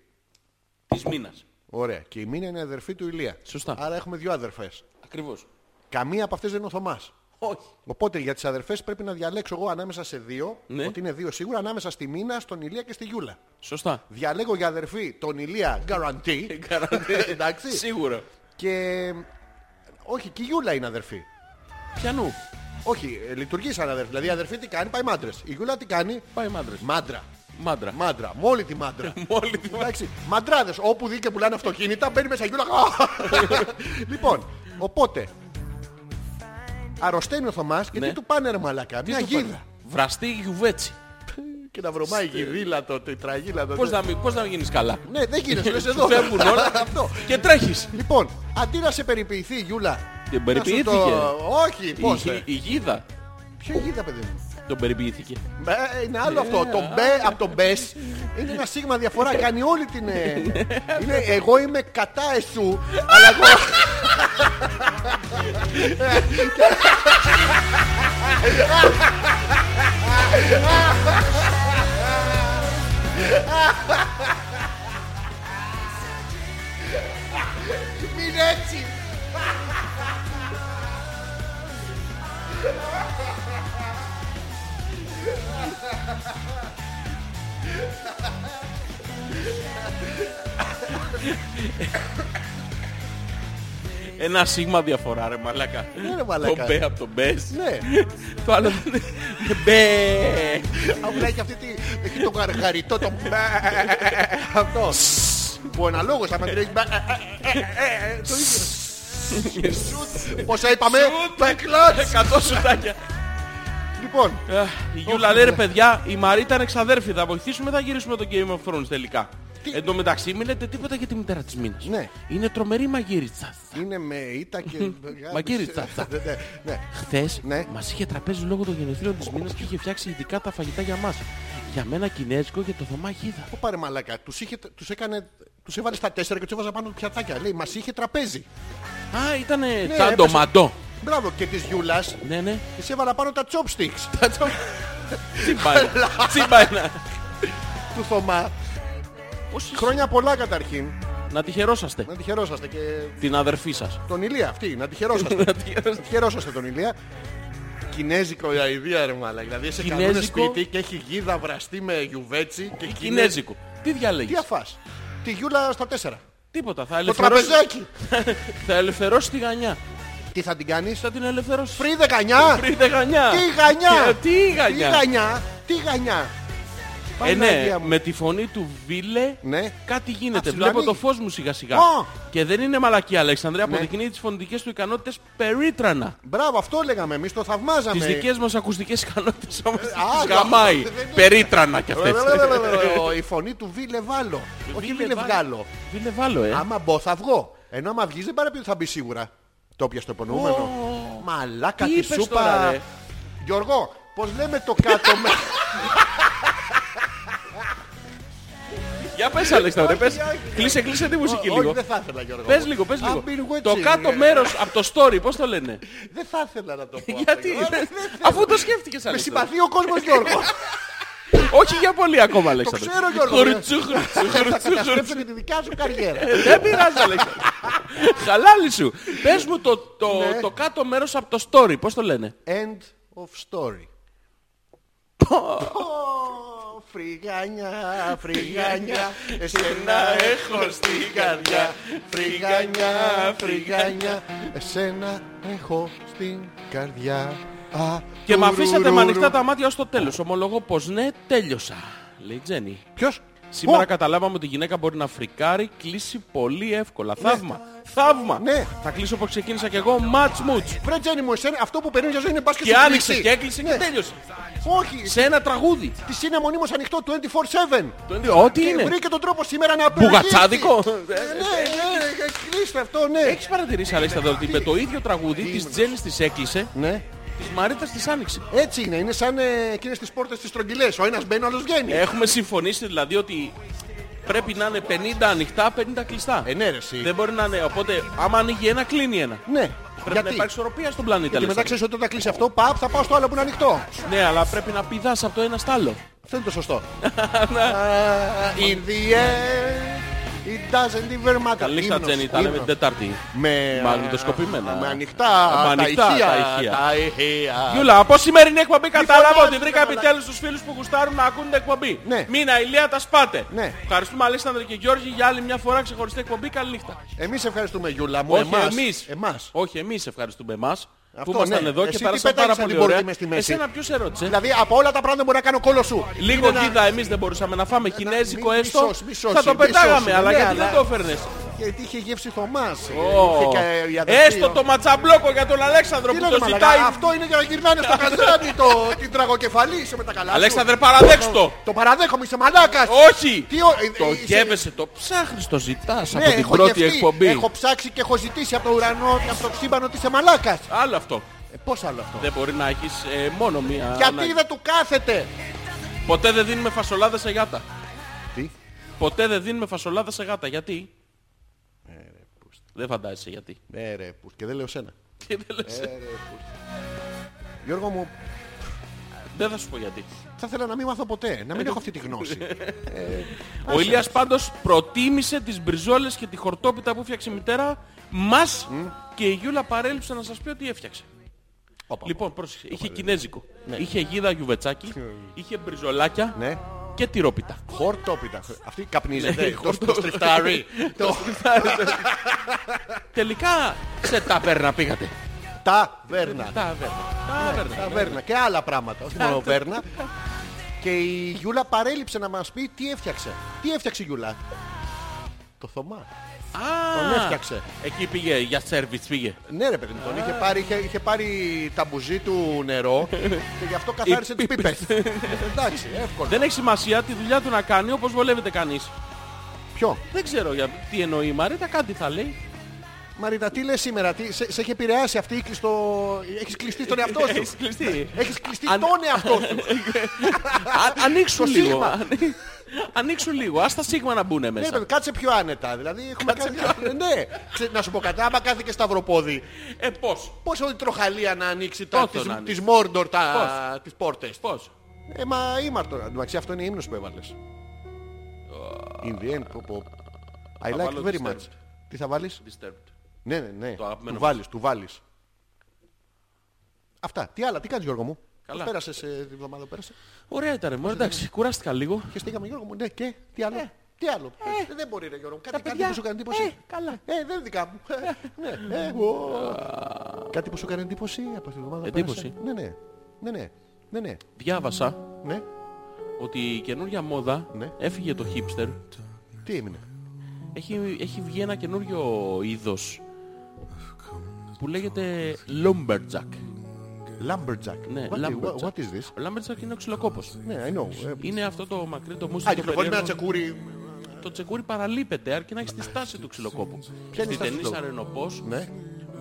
Speaker 2: Της Μίνας.
Speaker 1: Ωραία. Και η Μίνα είναι αδερφή του Ηλία.
Speaker 2: Σωστά.
Speaker 1: Άρα έχουμε δύο αδερφές.
Speaker 2: Ακριβώς.
Speaker 1: Καμία από αυτές δεν είναι ο Θωμάς.
Speaker 2: Όχι.
Speaker 1: Οπότε για τις αδερφές πρέπει να διαλέξω εγώ ανάμεσα σε δύο,
Speaker 2: Ναι.
Speaker 1: ότι είναι δύο σίγουρα, ανάμεσα στη Μίνα, στον Ηλία και στη Γιούλα.
Speaker 2: Σωστά.
Speaker 1: Διαλέγω για αδερφή τον Ηλία guarantee Εντάξει.
Speaker 2: Σίγουρα.
Speaker 1: και όχι, και η Γιούλα είναι αδερφή.
Speaker 2: Πιανού.
Speaker 1: Όχι, ε, λειτουργεί σαν αδερφή. Δηλαδή η αδερφή τι κάνει, πάει μάντρες. Η Γιούλα τι κάνει,
Speaker 2: Πάει μάντρες.
Speaker 1: μάντρα.
Speaker 2: Μάντρα.
Speaker 1: Μάντρα, με όλη τη μάντρα.
Speaker 2: Μόλι τη
Speaker 1: Εντάξει, μαντράδες, όπου δει και πουλάνε αυτοκίνητα, μπαίνει μέσα η Γιούλα. λοιπόν, οπότε, αρρωσταίνει ο Θωμάς και
Speaker 2: Ναι.
Speaker 1: τι του πάνε ρε μαλακά, μια γίδα.
Speaker 2: Βραστή γιουβέτσι.
Speaker 1: Και να βρωμάει γυρίλατο, τετραγίλατο.
Speaker 2: Πώς να, μην- πώς να γίνεις καλά.
Speaker 1: Ναι, δεν γίνεται, λες
Speaker 2: Σου
Speaker 1: εδώ.
Speaker 2: φεύγουν όλα
Speaker 1: Αυτό.
Speaker 2: και τρέχεις.
Speaker 1: Λοιπόν, αντί να σε περιποιηθεί η Γιούλα.
Speaker 2: Την
Speaker 1: να σου το-
Speaker 2: περιποιήθηκε.
Speaker 1: Όχι, πώς.
Speaker 2: Η-
Speaker 1: ε.
Speaker 2: Η γίδα
Speaker 1: Ποιο γίδα, παιδί μου.
Speaker 2: τον περιποιήθηκε.
Speaker 1: Ε, Είναι άλλο αυτό. Το μπε από το μπες είναι ένα σίγμα διαφορά. Κάνει όλη την. ε, είναι, εγώ είμαι κατά εσού, αλλά εγώ. Μην έτσι.
Speaker 2: Ένα σίγμα διαφορά ρε μαλάκα.
Speaker 1: ρε μαλάκα.
Speaker 2: Το μπέ από το μπες.
Speaker 1: Ναι.
Speaker 2: Το άλλο δεν Μπε.
Speaker 1: Αφού έχει αυτή τη... Έχει το γαργαριτό το... ε, Αυτό. Που αναλόγως άμα τρέχει... ε, Το ίδιο. Πόσα είπαμε. Μπεκλάτς.
Speaker 2: 100 σουτάκια.
Speaker 1: Λοιπόν.
Speaker 2: Αχ, Η Γιούλα λέει ρε παιδιά, η Μαρή ήταν εξαδέρφη. Θα βοηθήσουμε, θα γυρίσουμε το Game of Thrones τελικά.
Speaker 1: Τι-
Speaker 2: Εν τω μεταξύ, μην λέτε τίποτα για τη μητέρα της Μίνας.
Speaker 1: Ναι.
Speaker 2: Είναι τρομερή μαγείριτσα.
Speaker 1: Είναι με ήττα και...
Speaker 2: Μαγείριτσα.
Speaker 1: Ναι, ναι, ναι.
Speaker 2: Χθες
Speaker 1: Ναι.
Speaker 2: μας είχε τραπέζι λόγω των γενεθλίων της μήνα και είχε φτιάξει ειδικά τα φαγητά για μας. Για μένα κινέζικο και το Θωμά Γίδα.
Speaker 1: Πού πάρε μαλακά. Τους, είχε, τους, έκανε, τους έβαλε στα τέσσερα και τους έβαζα πάνω πιατάκια. Λέει, μας είχε τραπέζι.
Speaker 2: Α, ήταν ναι,
Speaker 1: έπεσε.
Speaker 2: τσαντομαντό.
Speaker 1: Μπράβο και της Γιούλας.
Speaker 2: Ναι, ναι.
Speaker 1: Της έβαλα πάνω τα chopsticks.
Speaker 2: Τσιμπά ένα. Τσιμπά ένα.
Speaker 1: του Θωμά.
Speaker 2: Πώς είσαι-
Speaker 1: Χρόνια πολλά καταρχήν.
Speaker 2: Να τη χαιρόσαστε.
Speaker 1: Να τη χαιρόσαστε και
Speaker 2: Την αδερφή σας.
Speaker 1: τον Ηλία αυτή. Να τη χαιρόσαστε. να τη χαιρόσαστε τον Ηλία. Κινέζικο η αηδία ρε μάλα. Δηλαδή σε καλούν
Speaker 2: Κινέζικο.
Speaker 1: σπίτι και έχει γίδα βραστή με γιουβέτσι και κινέζικο.
Speaker 2: Κινέζικο. Τι
Speaker 1: Τι
Speaker 2: διαλέγει.
Speaker 1: αφάς. Τη γιούλα στα τέσσερα.
Speaker 2: Τίποτα. Θα
Speaker 1: Το
Speaker 2: ελευθερώσει.
Speaker 1: τραπεζάκι.
Speaker 2: Θα ελευθερώσει τη γανιά.
Speaker 1: Τι θα την κάνεις.
Speaker 2: Θα την ελευθερώσει.
Speaker 1: Πριν 19.
Speaker 2: Πριν τη γανιά.
Speaker 1: Τι γανιά.
Speaker 2: Ε, Τι
Speaker 1: Τι
Speaker 2: γανιά.
Speaker 1: γανιά. Τι γανιά.
Speaker 2: Ε, ναι,
Speaker 1: Παναγία μου.
Speaker 2: με τη φωνή του Βίλε
Speaker 1: Ναι.
Speaker 2: κάτι γίνεται.
Speaker 1: Αψιλάνη.
Speaker 2: Βλέπω το φως μου σιγά σιγά.
Speaker 1: Ω!
Speaker 2: Και δεν είναι μαλακή, Αλεξανδρέα.
Speaker 1: Ναι.
Speaker 2: Αποδεικνύει τις φωνητικές του ικανότητες περίτρανα.
Speaker 1: Μπράβο αυτό λέγαμε εμείς το θαυμάζαμε.
Speaker 2: Τις δικές μας ακουστικές ικανότητες όμως
Speaker 1: Ε, α,
Speaker 2: τις γαμάει.
Speaker 1: δεν είναι.
Speaker 2: Περίτρανα κι αυτές.
Speaker 1: Λελελελελελε, Η φωνή του Βίλε Βάλο. Όχι
Speaker 2: Βίλε
Speaker 1: Βίλε
Speaker 2: Βάλο.
Speaker 1: Βγάλο.
Speaker 2: Βίλε βάλω, ε.
Speaker 1: Άμα μπω θα βγω. Ενώ άμα βγεις δεν παραπεί θα μπει σίγουρα. Το πιάσαι το υπονοούμενο. Μαλάκα
Speaker 2: Τι
Speaker 1: τη
Speaker 2: είπες τώρα,
Speaker 1: σούπα.
Speaker 2: ρε.
Speaker 1: Γιώργο, πώς λέμε το κάτω με...
Speaker 2: Για πες Αλεξανδρέ, πες.
Speaker 1: Όχι, όχι.
Speaker 2: Κλείσε, κλείσε τη μουσική
Speaker 1: Όχι,
Speaker 2: λίγο.
Speaker 1: δεν θα ήθελα Γιώργο.
Speaker 2: Πες λίγο, πες
Speaker 1: Α,
Speaker 2: λίγο.
Speaker 1: μπει εγώ
Speaker 2: Το
Speaker 1: έτσι,
Speaker 2: κάτω
Speaker 1: ρε.
Speaker 2: μέρος από το story, πώς το λένε.
Speaker 1: Δεν θα ήθελα να το πω. αυτό,
Speaker 2: Γιατί,
Speaker 1: Γιώργο.
Speaker 2: ρε, αφού το σκέφτηκες
Speaker 1: Με
Speaker 2: Αλέξανδρε.
Speaker 1: συμπαθεί ο κόσμος Γιώργο.
Speaker 2: Όχι για πολύ ακόμα, Αλέξανδρε.
Speaker 1: ξέρω, Γιώργο, ναι. ρε.
Speaker 2: Χρουτσού, χρουτσού,
Speaker 1: Θα
Speaker 2: χρουτσού,
Speaker 1: καταστρέψω
Speaker 2: χρουτσού.
Speaker 1: και τη δικιά σου καριέρα.
Speaker 2: Δεν πειράζει, Αλέξανδρε. Χαλάλι σου. Πες μου το, το,
Speaker 1: Ναι.
Speaker 2: το κάτω μέρος από το story, πώς το λένε.
Speaker 1: End of story. Πω, Φρυγάνια, φρυγάνια, εσένα έχω στην καρδιά. Φρυγάνια, φρυγάνια, εσένα έχω στην καρδιά. Α,
Speaker 2: Και με αφήσατε με ανοιχτά
Speaker 1: τουρουρουρου.
Speaker 2: τα μάτια ως το τέλος. Ομολογώ πως ναι, τέλειωσα. Λέει η Τζένι.
Speaker 1: Ποιος?
Speaker 2: Σήμερα
Speaker 1: Ω,
Speaker 2: καταλάβαμε ότι η γυναίκα μπορεί να φρικάρει, κλείσει πολύ εύκολα. Θαύμα. Θαύμα.
Speaker 1: Ναι.
Speaker 2: Θα κλείσω όπως ξεκίνησα και εγώ. Μάτς μουτς.
Speaker 1: Βρε Τζένι μου, εσένα, αυτό που παίρνεις για ζωή είναι μπάσκετ
Speaker 2: Και
Speaker 1: στην
Speaker 2: άνοιξε
Speaker 1: κλειστή.
Speaker 2: και έκλεισε και
Speaker 1: Ναι.
Speaker 2: τέλειωσε.
Speaker 1: Όχι,
Speaker 2: Σε ένα τραγούδι.
Speaker 1: της είναι μονίμως ανοιχτό 24-7.
Speaker 2: Ό,τι
Speaker 1: Και
Speaker 2: είναι.
Speaker 1: Βρήκε τον τρόπο σήμερα να
Speaker 2: Μπουγατσάδικο.
Speaker 1: Ε, Ναι, ναι, κλείστε αυτό, ναι.
Speaker 2: Έχεις παρατηρήσει Αλέξανδρο ότι με το ίδιο τραγούδι της Τζέννης της έκλεισε,
Speaker 1: Ναι.
Speaker 2: της Μαρίτας της άνοιξε.
Speaker 1: Έτσι είναι, είναι σαν ε, εκείνες τις πόρτες τις στρογγυλές. Ο ένας μπαίνει, ο άλλος βγαίνει. Ε,
Speaker 2: Έχουμε συμφωνήσει δηλαδή ότι πρέπει να είναι 50 ανοιχτά, 50 κλειστά. Ε,
Speaker 1: ναι, ρε, εσύ.
Speaker 2: Δεν μπορεί να είναι. Οπότε άμα ανοίγει ένα, κλείνει ένα.
Speaker 1: Ναι,
Speaker 2: Πρέπει να
Speaker 1: γιατί.
Speaker 2: υπάρχει ισορροπία στον πλανήτη.
Speaker 1: Και μετά
Speaker 2: Αλέξανδρε.
Speaker 1: ξέρεις ότι όταν κλείσει αυτό, παπ, θα πάω στο άλλο που είναι ανοιχτό.
Speaker 2: Ναι, αλλά πρέπει να πηδάς από το ένα στο άλλο.
Speaker 1: Αυτό είναι το σωστό.
Speaker 2: Ναι.
Speaker 1: Α, In the air, it doesn't even matter.
Speaker 2: Καλή στα
Speaker 1: Ύμνος,
Speaker 2: Τζένι, τα λέμε
Speaker 1: ύμνος.
Speaker 2: Τετάρτη.
Speaker 1: Με
Speaker 2: μαγνητοσκοπημένα.
Speaker 1: Με ανοιχτά,
Speaker 2: Ε, Με
Speaker 1: τα
Speaker 2: ανοιχτά,
Speaker 1: ηχεία.
Speaker 2: τα ηχεία.
Speaker 1: τα ηχεία.
Speaker 2: Γιούλα, από σημερινή εκπομπή κατάλαβα
Speaker 1: φωνάζεις,
Speaker 2: ότι βρήκα
Speaker 1: ρε
Speaker 2: επιτέλους τους φίλους που γουστάρουν να ακούν την εκπομπή.
Speaker 1: Ναι.
Speaker 2: Μήνα, ηλία, τα σπάτε.
Speaker 1: Ναι.
Speaker 2: Ευχαριστούμε Αλέξανδρε και Γιώργη για άλλη μια φορά ξεχωριστή εκπομπή. Καλή νύχτα.
Speaker 1: Εμείς ευχαριστούμε Γιούλα μου,
Speaker 2: Όχι
Speaker 1: εμάς.
Speaker 2: εμείς.
Speaker 1: Εμάς.
Speaker 2: Όχι εμείς ευχαριστούμε εμάς.
Speaker 1: Αυτό,
Speaker 2: που ήμασταν
Speaker 1: ναι.
Speaker 2: εδώ
Speaker 1: Εσύ
Speaker 2: και
Speaker 1: τι
Speaker 2: πέρασαν πάρα
Speaker 1: πέταξες
Speaker 2: πολύ
Speaker 1: την
Speaker 2: ωραία.
Speaker 1: πόρτη μες στη μέση.
Speaker 2: Εσένα ποιος ερώτησε.
Speaker 1: Δηλαδή από όλα τα πράγματα μπορεί να κάνω κόλλο σου.
Speaker 2: Λίγο
Speaker 1: Είναι ένα-
Speaker 2: γίδα εμείς δεν μπορούσαμε να φάμε κινέζικο
Speaker 1: μη- μη
Speaker 2: έστω.
Speaker 1: σώσει, μη
Speaker 2: Θα
Speaker 1: σώσει,
Speaker 2: το
Speaker 1: μη σώσει.
Speaker 2: πετάγαμε, αλλά
Speaker 1: Ναι,
Speaker 2: γιατί
Speaker 1: αλλά-
Speaker 2: δεν το έφερνες.
Speaker 1: Γιατί Ε, είχε γεύση Θωμάς. ε,
Speaker 2: Ω,
Speaker 1: Είχε και η αδερφή,
Speaker 2: Έστω
Speaker 1: ο-
Speaker 2: το ματσαμπλόκο για τον Αλέξανδρο
Speaker 1: Τι
Speaker 2: που
Speaker 1: λένε,
Speaker 2: το
Speaker 1: μαλακά,
Speaker 2: ζητάει.
Speaker 1: Αυτό είναι για να γυρνάνε στο καζάνι το, την τραγοκεφαλή. Είσαι με τα καλά. σου.
Speaker 2: Αλέξανδρε παραδέξτε το.
Speaker 1: Το παραδέχομαι, είσαι μαλάκας.
Speaker 2: Όχι!
Speaker 1: Τι ο- ε,
Speaker 2: Το
Speaker 1: ε, είσαι-
Speaker 2: γεύεσαι, το ψάχνεις, το ζητάς
Speaker 1: Ναι,
Speaker 2: από την
Speaker 1: έχω
Speaker 2: πρώτη
Speaker 1: γευτεί,
Speaker 2: εκπομπή.
Speaker 1: Έχω ψάξει και έχω ζητήσει από το ουρανό και από το ξύμπανο ότι είσαι μαλάκας.
Speaker 2: Άλλο αυτό.
Speaker 1: Ε, πώς άλλο αυτό.
Speaker 2: Δεν μπορεί να έχεις ε, μόνο μία...
Speaker 1: Γιατί
Speaker 2: ανάγκη.
Speaker 1: δεν του κάθεται.
Speaker 2: Ποτέ δεν δίνουμε φασολάδα σε γάτα.
Speaker 1: Τι?
Speaker 2: Ποτέ δεν δίνουμε φασολάδα σε γάτα. Γιατί?
Speaker 1: Ε,
Speaker 2: δεν φαντάζεσαι γιατί.
Speaker 1: Ναι ρε, που- και δεν λέω σένα.
Speaker 2: Τι δεν λες.
Speaker 1: Γιώργο μου,
Speaker 2: Δεν θα σου πω γιατί.
Speaker 1: θα ήθελα να μην μάθω ποτέ,
Speaker 2: Ε,
Speaker 1: να
Speaker 2: ναι.
Speaker 1: μην έχω αυτή τη γνώση.
Speaker 2: Ο Ηλίας πάντως προτίμησε τις μπριζόλες και τη χορτόπιτα που έφτιαξε η μητέρα μας και η Γιούλα παρέλειψε να σας πει ότι έφτιαξε. Λοιπόν, πρόσεξε. Είχε κινέζικο. Είχε γίδα γιουβετσάκι, είχε μπριζολάκια
Speaker 1: Ναι.
Speaker 2: και τυρόπιτα.
Speaker 1: Χορτόπιτα. Αυτή καπνίζεται. Το
Speaker 2: Ναι, χορτό-
Speaker 1: το στριφτάρι. Το
Speaker 2: ναι. Τελικά σε ταβέρνα πήγατε.
Speaker 1: ταβέρνα.
Speaker 2: Ταβέρνα. Ναι. Τάβερνα.
Speaker 1: Ναι. Ταβέρνα και άλλα πράγματα, όχι μόνο βέρνα. Και η Γιούλα παρέλειψε να μας πει τι έφτιαξε. Τι έφτιαξε η Γιούλα. Το Θωμά.
Speaker 2: Α,
Speaker 1: Τον έφτιαξε.
Speaker 2: Εκεί πήγε, για σερβις πήγε.
Speaker 1: Ναι ρε παιδί μου, τον είχε πάρει, είχε, είχε πάρει τα μπουζί του νερό και γι' αυτό καθάρισε τις πίπες. Εντάξει, εύκολα.
Speaker 2: Δεν έχει σημασία τη δουλειά του να κάνει όπως βολεύεται κανείς.
Speaker 1: Ποιο.
Speaker 2: Δεν ξέρω για τι εννοεί η Μαρίτα, κάτι θα λέει.
Speaker 1: Μαρίτα, τι λες σήμερα, τι, σε, σε έχει επηρεάσει αυτή η κλειστό... Έχεις κλειστεί τον εαυτό σου.
Speaker 2: Έχεις κλειστεί.
Speaker 1: Έχεις κλειστεί
Speaker 2: Αν-
Speaker 1: τον εαυτό σου.
Speaker 2: Α- Ανοίξου
Speaker 1: Το
Speaker 2: λίγο.
Speaker 1: σίγμα.
Speaker 2: Ανοί- Ανοίξου λίγο. Ας τα σίγμα να μπουν
Speaker 1: Ναι,
Speaker 2: μέσα.
Speaker 1: παιδί, κάτσε πιο άνετα. Δηλαδή, έχουμε κάνει... Ναι, Ξε- να σου πω κάτι. Άμα κάθε και σταυροπόδι,
Speaker 2: Ε, πώς.
Speaker 1: Πώς όλη η τροχαλία να ανοίξει τα,
Speaker 2: Πώς το
Speaker 1: τις,
Speaker 2: να ανοίξει.
Speaker 1: τις Μόρντορ τα, τις πόρτες.
Speaker 2: Πώς.
Speaker 1: Ε, μα ήμαρτο. Εν τω μεταξύ, αυτό είναι η ύμνος που έβαλες. In the end, πω, πω. I like
Speaker 2: βάλω
Speaker 1: it very
Speaker 2: disturbed.
Speaker 1: much. Τι θα βάλεις?
Speaker 2: Disturbed.
Speaker 1: Ναι, ναι, ναι.
Speaker 2: Το αγαπημένο
Speaker 1: Του
Speaker 2: μας.
Speaker 1: βάλεις, του βάλεις. Αυτά. Τι άλλα, τι κάνεις Γιώργο μου.
Speaker 2: Καλά.
Speaker 1: Πώς πέρασες ε, την εβδομάδα που πέρασε.
Speaker 2: Ωραία ήταν ρε μωρέ, εντάξει, κουράστηκα λίγο.
Speaker 1: Και στείλαμε Γιώργο μου, ναι και τι άλλο. Τι άλλο. Ε, δεν μπορεί ρε Γιώργο μου. Κάτι, κάτι
Speaker 2: παιδιά.
Speaker 1: που σου κάνει εντύπωση.
Speaker 2: Ε, καλά.
Speaker 1: Ε, δεν είναι δικά μου. ναι, ε, ω. κάτι που σου κάνει εντύπωση από αυτή την εβδομάδα. που
Speaker 2: Εντύπωση.
Speaker 1: πέρασε. Ναι, ναι. Ναι, ναι. Ναι, ναι.
Speaker 2: Διάβασα
Speaker 1: ναι.
Speaker 2: ότι η καινούργια μόδα
Speaker 1: Ναι.
Speaker 2: έφυγε το hipster.
Speaker 1: Τι έμεινε.
Speaker 2: Έχει, έχει βγει ένα καινούριο είδος που λέγεται Lumberjack.
Speaker 1: Lumberjack.
Speaker 2: Ναι,
Speaker 1: what,
Speaker 2: lumberjack.
Speaker 1: what is this.
Speaker 2: Ο Lumberjack είναι ο ξυλοκόπος.
Speaker 1: Ναι, I know. Ε,
Speaker 2: Είναι αυτό το μακρύ το μουσικό.
Speaker 1: Α, κυκλοφορεί με ένα τσεκούρι.
Speaker 2: Το τσεκούρι παραλείπεται αρκεί να έχεις τη στάση του ξυλοκόπου.
Speaker 1: Ποια είναι η
Speaker 2: Στη
Speaker 1: στάση του?
Speaker 2: ταινίσα Ρενοπός
Speaker 1: Ναι.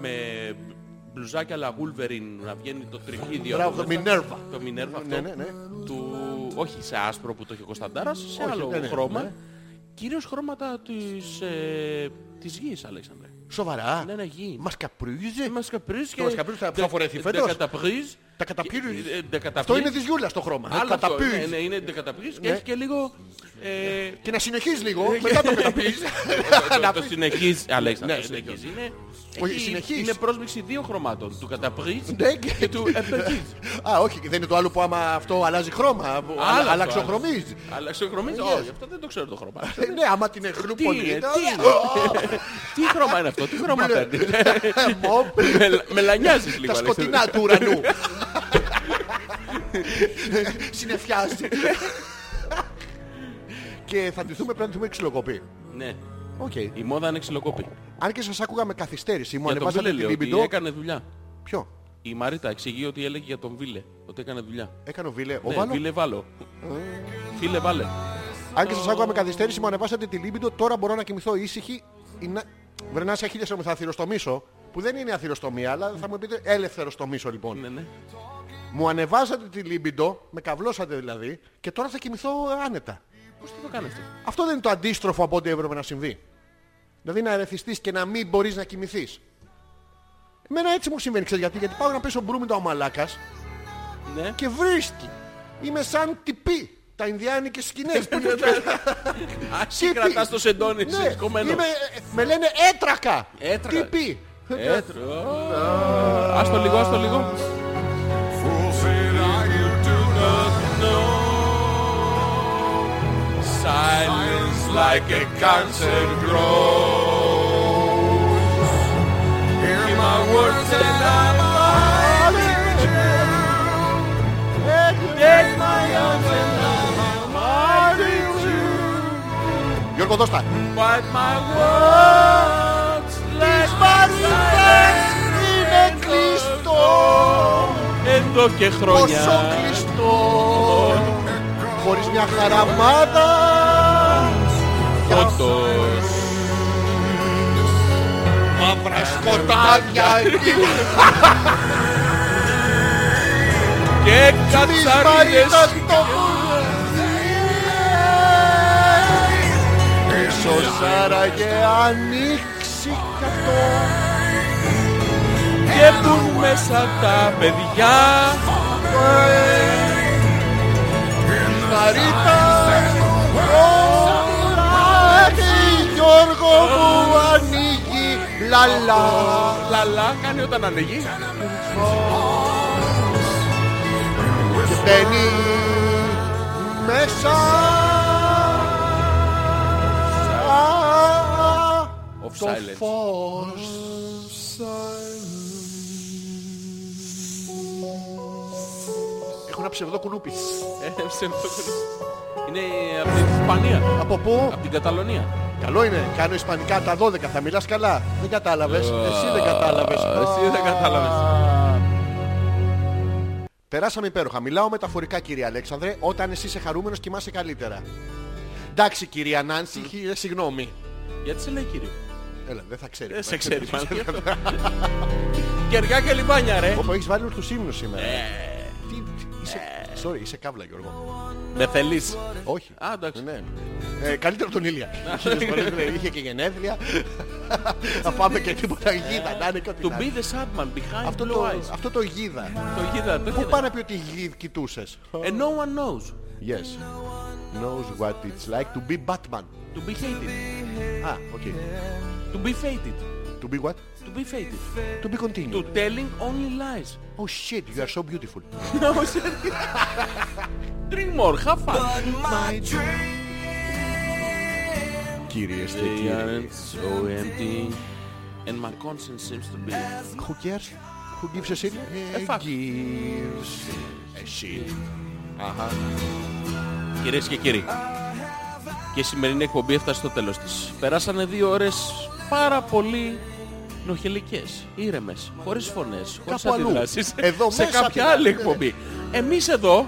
Speaker 2: με μπλουζάκια αλλά Wolverine να βγαίνει το τριχίδιο.
Speaker 1: Μπράβο,
Speaker 2: από
Speaker 1: το
Speaker 2: μέσα.
Speaker 1: Minerva.
Speaker 2: Το Minerva αυτό.
Speaker 1: Ναι, ναι, ναι.
Speaker 2: Του... Όχι σε άσπρο που το έχει ο Κωνσταντάρας, σε
Speaker 1: Όχι,
Speaker 2: άλλο
Speaker 1: ναι, ναι,
Speaker 2: χρώμα.
Speaker 1: ναι.
Speaker 2: Κυρίως χρώματα της, ε, της γης, Αλέξανδρε.
Speaker 1: Σοβαρά.
Speaker 2: Ναι, ναι, γη.
Speaker 1: Μασκαπρίζε.
Speaker 2: Μας καπρίζ και...
Speaker 1: Το Ε, μας καπρίζ θα- θα φορεθεί φέτος.
Speaker 2: Τα καταπρίζ.
Speaker 1: Τα καταπύρει.
Speaker 2: Ε, ε, τα καταπρίζ.
Speaker 1: Αυτό είναι της Γιούλας το χρώμα.
Speaker 2: Άλλο αυτό,
Speaker 1: Καταπύρει.
Speaker 2: Ναι, ναι, είναι τα καταπρίζ και
Speaker 1: Ναι.
Speaker 2: έχει και λίγο... ε,
Speaker 1: Και να συνεχίζεις λίγο. μετά το καταπύρει.
Speaker 2: το- το συνεχίζει, Αλέξανδρε,
Speaker 1: Ναι,
Speaker 2: το συνεχίζει. Είναι,
Speaker 1: Όχι,
Speaker 2: έχει-
Speaker 1: συνεχίζει.
Speaker 2: είναι πρόσμιξη δύο χρωμάτων. Του καταπρίζ
Speaker 1: Ναι, και-
Speaker 2: και του επερκίζ.
Speaker 1: Α, όχι, δεν είναι το άλλο που άμα αυτό αλλάζει χρώμα.
Speaker 2: αυτό,
Speaker 1: Αλλαξοχρωμίζει.
Speaker 2: Αλλά ξεχρωμίζει. Όχι, αυτό δεν το ξέρω το χρώμα.
Speaker 1: Ε, Ναι, άμα την
Speaker 2: Τι είναι, τι
Speaker 1: εχλούπολη.
Speaker 2: είναι. Τι χρώμα είναι αυτό, τι χρώμα παίρνει. Με- Μελανιάζεις Ε, λίγο.
Speaker 1: Ε, Τα
Speaker 2: Αλέξανδρε.
Speaker 1: σκοτεινά του ουρανού. Συνεφιάζει. Και θα ντυθούμε πρέπει να ντυθούμε ξυλοκοπή.
Speaker 2: Ναι,
Speaker 1: Οκ.
Speaker 2: η μόδα είναι ξυλοκόπη.
Speaker 1: Αν και σας άκουγα με καθυστέρηση, μου
Speaker 2: Για τον
Speaker 1: ανεβάσατε
Speaker 2: Βίλε
Speaker 1: την
Speaker 2: λέω ότι
Speaker 1: Λίμπιντο.
Speaker 2: έκανε δουλειά.
Speaker 1: Ποιο?
Speaker 2: Η Μαρίτα εξηγεί ότι έλεγε για τον Βίλε, ότι έκανε δουλειά.
Speaker 1: Έκανε ο Βίλε. Ο
Speaker 2: Ναι,
Speaker 1: Βάλο. Ε.
Speaker 2: Βίλε βάλω. Φίλε βάλε.
Speaker 1: Αν και σας άκουγα με καθυστέρηση, μου ανεβάσατε τη λίμπιντο. Τώρα μπορώ να κοιμηθώ ήσυχη. Είναι... Βρενά σε χίλια σε θα αθυροστομήσω. Που δεν είναι αθυροστομία, αλλά θα μου πείτε ελευθεροστομήσω λοιπόν.
Speaker 2: Ναι, ναι.
Speaker 1: Μου ανεβάσατε τη λίμπιντο, με καβλώσατε δηλαδή, και τώρα θα κοιμηθώ άνετα.
Speaker 2: Πώς τι το κάνει αυτό.
Speaker 1: Αυτό δεν είναι το αντίστροφο από ό,τι έπρεπε να συμβεί. Δηλαδή να ερεθιστείς και να μην μπορείς να κοιμηθείς. Εμένα έτσι μου συμβαίνει, ξέρεις γιατί. Γιατί πάω να πέσω μπρούμιντα ο μαλάκας
Speaker 2: Ναι.
Speaker 1: και βρίσκει. Είμαι σαν τυπή. Τα Ινδιάνικες σκηνές που είναι
Speaker 2: Α, εσύ κρατάς το σεντόνι
Speaker 1: Ναι,
Speaker 2: ναι, κομμένο.
Speaker 1: είμαι, με λένε έτρακα.
Speaker 2: Έτρακα.
Speaker 1: Τι πει.
Speaker 2: Έτρο. Ας το λίγο, ας το λίγο.
Speaker 4: Fool said I, you do not know. Silence like a cancer grows. Hear my words and I might Take my arms and I might
Speaker 1: Γιώργο δώστα.
Speaker 4: But my words let my
Speaker 1: Είναι κλειστό.
Speaker 2: Εδώ και
Speaker 1: Πόσο
Speaker 2: χρόνια.
Speaker 1: κλειστό. Χωρίς μια χαραμάδα.
Speaker 2: Φώτος.
Speaker 1: Μαύρα σκοτάδια εκεί.
Speaker 2: Και
Speaker 1: Της
Speaker 2: κατσαρίδες.
Speaker 1: Μαρίνας το Ίσως άραγε ανοίξει κατώ.
Speaker 2: Και μπουν μέσα τα παιδιά.
Speaker 1: Χαρίτα Ωράτη Γιώργο μου ανοίγει Λαλά
Speaker 2: Λαλά κάνει όταν ανοίγει.
Speaker 1: Και μπαίνει μέσα
Speaker 2: Of
Speaker 1: Το
Speaker 2: silence.
Speaker 1: φως ένα ψευδό κουνούπι.
Speaker 2: Ε, ψευδοκολλή. Είναι από την Ισπανία.
Speaker 1: Από πού?
Speaker 2: Από την Καταλωνία.
Speaker 1: Καλό είναι. Κάνω ισπανικά τα 12. Θα μιλάς καλά. Δεν κατάλαβες. Εσύ δεν κατάλαβες.
Speaker 2: Ε, Εσύ δεν κατάλαβες.
Speaker 1: Περάσαμε υπέροχα. Μιλάω μεταφορικά κύριε Αλέξανδρε. Όταν εσύ είσαι χαρούμενος κοιμάσαι καλύτερα. Εντάξει κυρία Νάνση, χι- ε, συγγνώμη.
Speaker 2: Γιατί σε λέει κύριο.
Speaker 1: Έλα, δεν θα ξέρει.
Speaker 2: Δεν Ε, σε ξέρει μάλλον. Κεριά και λιβάνια ρε.
Speaker 1: Όπου έχεις βάλει ορθούς ύμνους σήμερα.
Speaker 2: Ε.
Speaker 1: Τι, τι- είσαι... Sorry, είσαι καύλα Γιώργο.
Speaker 2: Με θέλεις.
Speaker 1: Όχι.
Speaker 2: Α, εντάξει.
Speaker 1: Ναι. Ε, καλύτερα από τον Ήλια. Χίλιες φορές, ναι, Είχε και γενέθλια. Θα πάμε και τίποτα γίδα να είναι και ό,τι
Speaker 2: To
Speaker 1: να
Speaker 2: be
Speaker 1: είναι.
Speaker 2: the Sandman behind
Speaker 1: Αυτό
Speaker 2: blue
Speaker 1: το,
Speaker 2: eyes.
Speaker 1: αυτό το γίδα.
Speaker 2: Το γίδα, το
Speaker 1: Πού
Speaker 2: γίδα.
Speaker 1: πάει να πει ότι γι- κοιτούσες.
Speaker 2: And no one knows.
Speaker 1: Yes. Knows what it's like to be Batman.
Speaker 2: To be hated.
Speaker 1: Α, οκ.
Speaker 2: To be fated.
Speaker 1: To be what?
Speaker 2: To be fated.
Speaker 1: To be
Speaker 2: To
Speaker 1: continued.
Speaker 2: telling only lies.
Speaker 1: Oh shit, you are so beautiful.
Speaker 2: No, seriously. Drink more, have fun.
Speaker 1: Κυρίες και
Speaker 2: They
Speaker 1: κύριοι.
Speaker 2: aren't so empty. And my conscience seems to be.
Speaker 1: Who cares? Who gives a shit?
Speaker 2: Ε, fuck.
Speaker 1: gives a shit.
Speaker 2: Κυρίες και κύριοι, και η σημερινή εκπομπή έφτασε στο τέλος της. Περάσανε δύο ώρες πάρα πολύ νοχελικές, ήρεμες, χωρίς φωνές, χωρίς
Speaker 1: Κάπου αλλού.
Speaker 2: αντιδράσεις.
Speaker 1: Εδώ
Speaker 2: σε
Speaker 1: μέσα
Speaker 2: κάποια
Speaker 1: την-
Speaker 2: άλλη
Speaker 1: ναι,
Speaker 2: εκπομπή. Εμείς εδώ,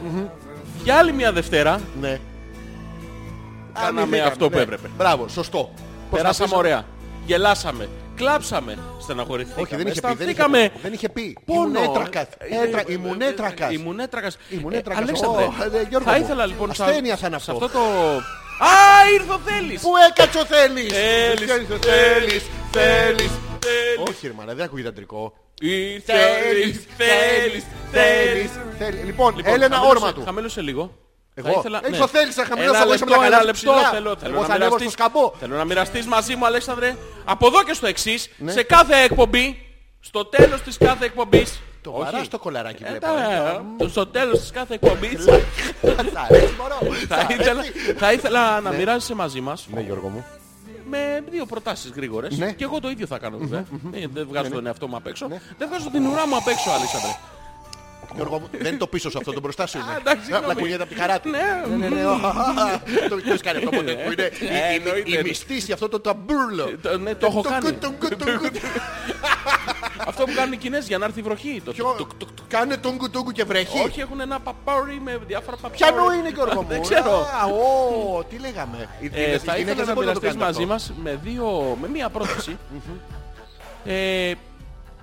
Speaker 2: για άλλη μια Δευτέρα,
Speaker 1: Ναι.
Speaker 2: Κάναμε
Speaker 1: Αμυνθήκαμε,
Speaker 2: αυτό που
Speaker 1: ναι.
Speaker 2: έπρεπε.
Speaker 1: Μπράβο, σωστό.
Speaker 2: περάσαμε
Speaker 1: Προσπαθήσαμε-
Speaker 2: ωραία. Γελάσαμε, κλαψαμε, στεναχωρηθήκαμε,
Speaker 1: Όχι, δεν είχε πει. Δεν είχε,
Speaker 2: αισθανθήκαμε
Speaker 1: δεν είχε πει. Ήμουν
Speaker 2: Πόνο. ε,
Speaker 1: έτρακα. Έτρα, ήμουν έτρακας.
Speaker 2: Ήμουν έτρακας.
Speaker 1: Ήμουν
Speaker 2: Ε,
Speaker 1: έτρακας.
Speaker 2: Αλέξανδρε,
Speaker 1: Ω, ε, Γιώργο
Speaker 2: θα
Speaker 1: μου.
Speaker 2: ήθελα λοιπόν σε-
Speaker 1: Ασθένεια θα είναι
Speaker 2: σε
Speaker 1: αυτό.
Speaker 2: αυτό το... Α, ήρθε ο Θέλης.
Speaker 1: Πού έκατσε ο Θέλης.
Speaker 2: Θέλεις,
Speaker 1: Θέλεις, ο
Speaker 2: θέλεις, θέλεις, θέλεις.
Speaker 1: Όχι, ρε μάνα, δεν ακούγεται αντρικό.
Speaker 2: Ήρθε ο Θέλης, θέλεις, θέλεις.
Speaker 1: θέλεις. Λοιπόν,
Speaker 2: Λοιπόν,
Speaker 1: Έλενα
Speaker 2: χαμήλωσε-
Speaker 1: όρμα του.
Speaker 2: Χαμήλωσε λίγο.
Speaker 1: Εγώ.
Speaker 2: Θα ήθελα-
Speaker 1: Έχεις
Speaker 2: ναι.
Speaker 1: το Θέλης να χαμηλώσει,
Speaker 2: Ένα
Speaker 1: εγώ είσαι με τα
Speaker 2: λεπτό,
Speaker 1: καλά
Speaker 2: ένα
Speaker 1: σου
Speaker 2: λεπτό.
Speaker 1: ψηλά.
Speaker 2: Θέλω, θέλω
Speaker 1: Εγώ
Speaker 2: να
Speaker 1: θα ανέβω
Speaker 2: μοιραστείς-
Speaker 1: στο σκαμπό.
Speaker 2: Θέλω να μοιραστείς μαζί μου, Αλέξανδρε, από εδώ και στο εξής,
Speaker 1: Ναι.
Speaker 2: σε κάθε εκπομπή, στο τέλος της κάθε εκπομπής,
Speaker 1: Το
Speaker 2: όχι.
Speaker 1: βαράς το κολαράκι
Speaker 2: Ε,
Speaker 1: βλέπω.
Speaker 2: τα- Στο τέλος της κάθε εκπομπής
Speaker 1: Σ' αρέσει, μωρό.
Speaker 2: θα
Speaker 1: Σ'
Speaker 2: ήθελα,
Speaker 1: αρέσει.
Speaker 2: θα ήθελα να μοιράζεσαι μαζί μας
Speaker 1: Ναι, Γιώργο μου.
Speaker 2: με δύο προτάσεις γρήγορες.
Speaker 1: Ναι.
Speaker 2: Και εγώ το ίδιο θα κάνω βέβαια. Ε, Δεν βγάζω τον εαυτό μου απ' έξω. Δεν βγάζω την ουρά μου απ' έξω, Αλέξανδρε.
Speaker 1: Γιώργο μου, δεν είναι το πίσω σου αυτό, το μπροστά σου είναι.
Speaker 2: Α, εντάξει, συγγνώμη.
Speaker 1: Απλά ακούγεται από τη χαρά του.
Speaker 2: Ναι. Ε,
Speaker 1: Ναι, ναι, ναι. ο, Το έχεις κάνει αυτό ποτέ που είναι η- η- η-
Speaker 2: εννοείται.
Speaker 1: η μυστήση, αυτό το ταμπούρλο.
Speaker 2: Το- ναι, το έχω κάνει.
Speaker 1: κουτ, τον κουτ, τον κουτ.
Speaker 2: Αυτό που κάνουν οι Κινέζοι για να έρθει η βροχή. Το-
Speaker 1: Ποιο- Κάνε τον κουτούγκου και βρέχει.
Speaker 2: Όχι, έχουν ένα παπάρι με διάφορα παπάρι.
Speaker 1: Πιανού είναι Γιώργο μου.
Speaker 2: Δεν ξέρω.
Speaker 1: Α, ω, τι λέγαμε. Οι
Speaker 2: Ε,
Speaker 1: γυναίκες-
Speaker 2: θα
Speaker 1: οι
Speaker 2: ήθελα
Speaker 1: γυναίκες
Speaker 2: να
Speaker 1: δεν μπορούν το
Speaker 2: μοιραστείς
Speaker 1: κάνουν
Speaker 2: μαζί
Speaker 1: αυτό.
Speaker 2: μας με, δύο, με μία πρόταση. ε,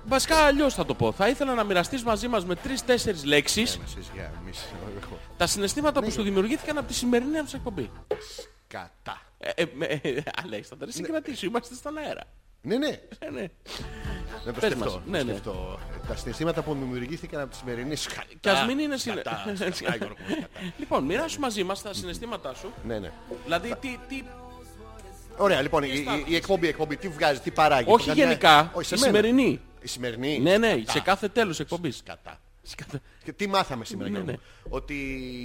Speaker 2: βασικά αλλιώς θα το πω. Θα ήθελα να μοιραστείς μαζί μας με τρεις-τέσσερις λέξεις
Speaker 1: Εσείς, για, εμείς, εγώ,
Speaker 2: τα συναισθήματα
Speaker 1: Ναι,
Speaker 2: που σου δημιουργήθηκαν από τη σημερινή μας εκπομπή.
Speaker 1: Κατά.
Speaker 2: Ε, ε, με- ε, Αλέξανδρε, συγκρατήσου, είμαστε στον αέρα.
Speaker 1: Ναι, ναι.
Speaker 2: Ε, ναι.
Speaker 1: Να το
Speaker 2: Πες
Speaker 1: σκεφτώ.
Speaker 2: μας.
Speaker 1: να το
Speaker 2: Ναι, ναι.
Speaker 1: σκεφτώ. Τα συναισθήματα που δημιουργήθηκαν από τη σημερινή σκατά.
Speaker 2: Και ας μην είναι συνε...
Speaker 1: σκατά, σκατά, Γιώργο μου, σκατά.
Speaker 2: Λοιπόν, μοιράσου μαζί μας τα συναισθήματά σου.
Speaker 1: Ναι, ναι.
Speaker 2: Δηλαδή, τι, τι...
Speaker 1: Ωραία, λοιπόν, η, η, η εκπομπή, η εκποmbή, τι βγάζει, τι παράγει.
Speaker 2: όχι
Speaker 1: Βγάζει μια-
Speaker 2: γενικά,
Speaker 1: Όχι, σε
Speaker 2: η
Speaker 1: μένα.
Speaker 2: σημερινή.
Speaker 1: Η σημερινή.
Speaker 2: Ναι, ναι,
Speaker 1: Κατά.
Speaker 2: σε κάθε τέλος εκπομπής.
Speaker 1: Κατά.
Speaker 2: Σε κάθε-
Speaker 1: Και τι μάθαμε σήμερα,
Speaker 2: Ναι,
Speaker 1: Γιώργο
Speaker 2: ναι.
Speaker 1: μου? Ότι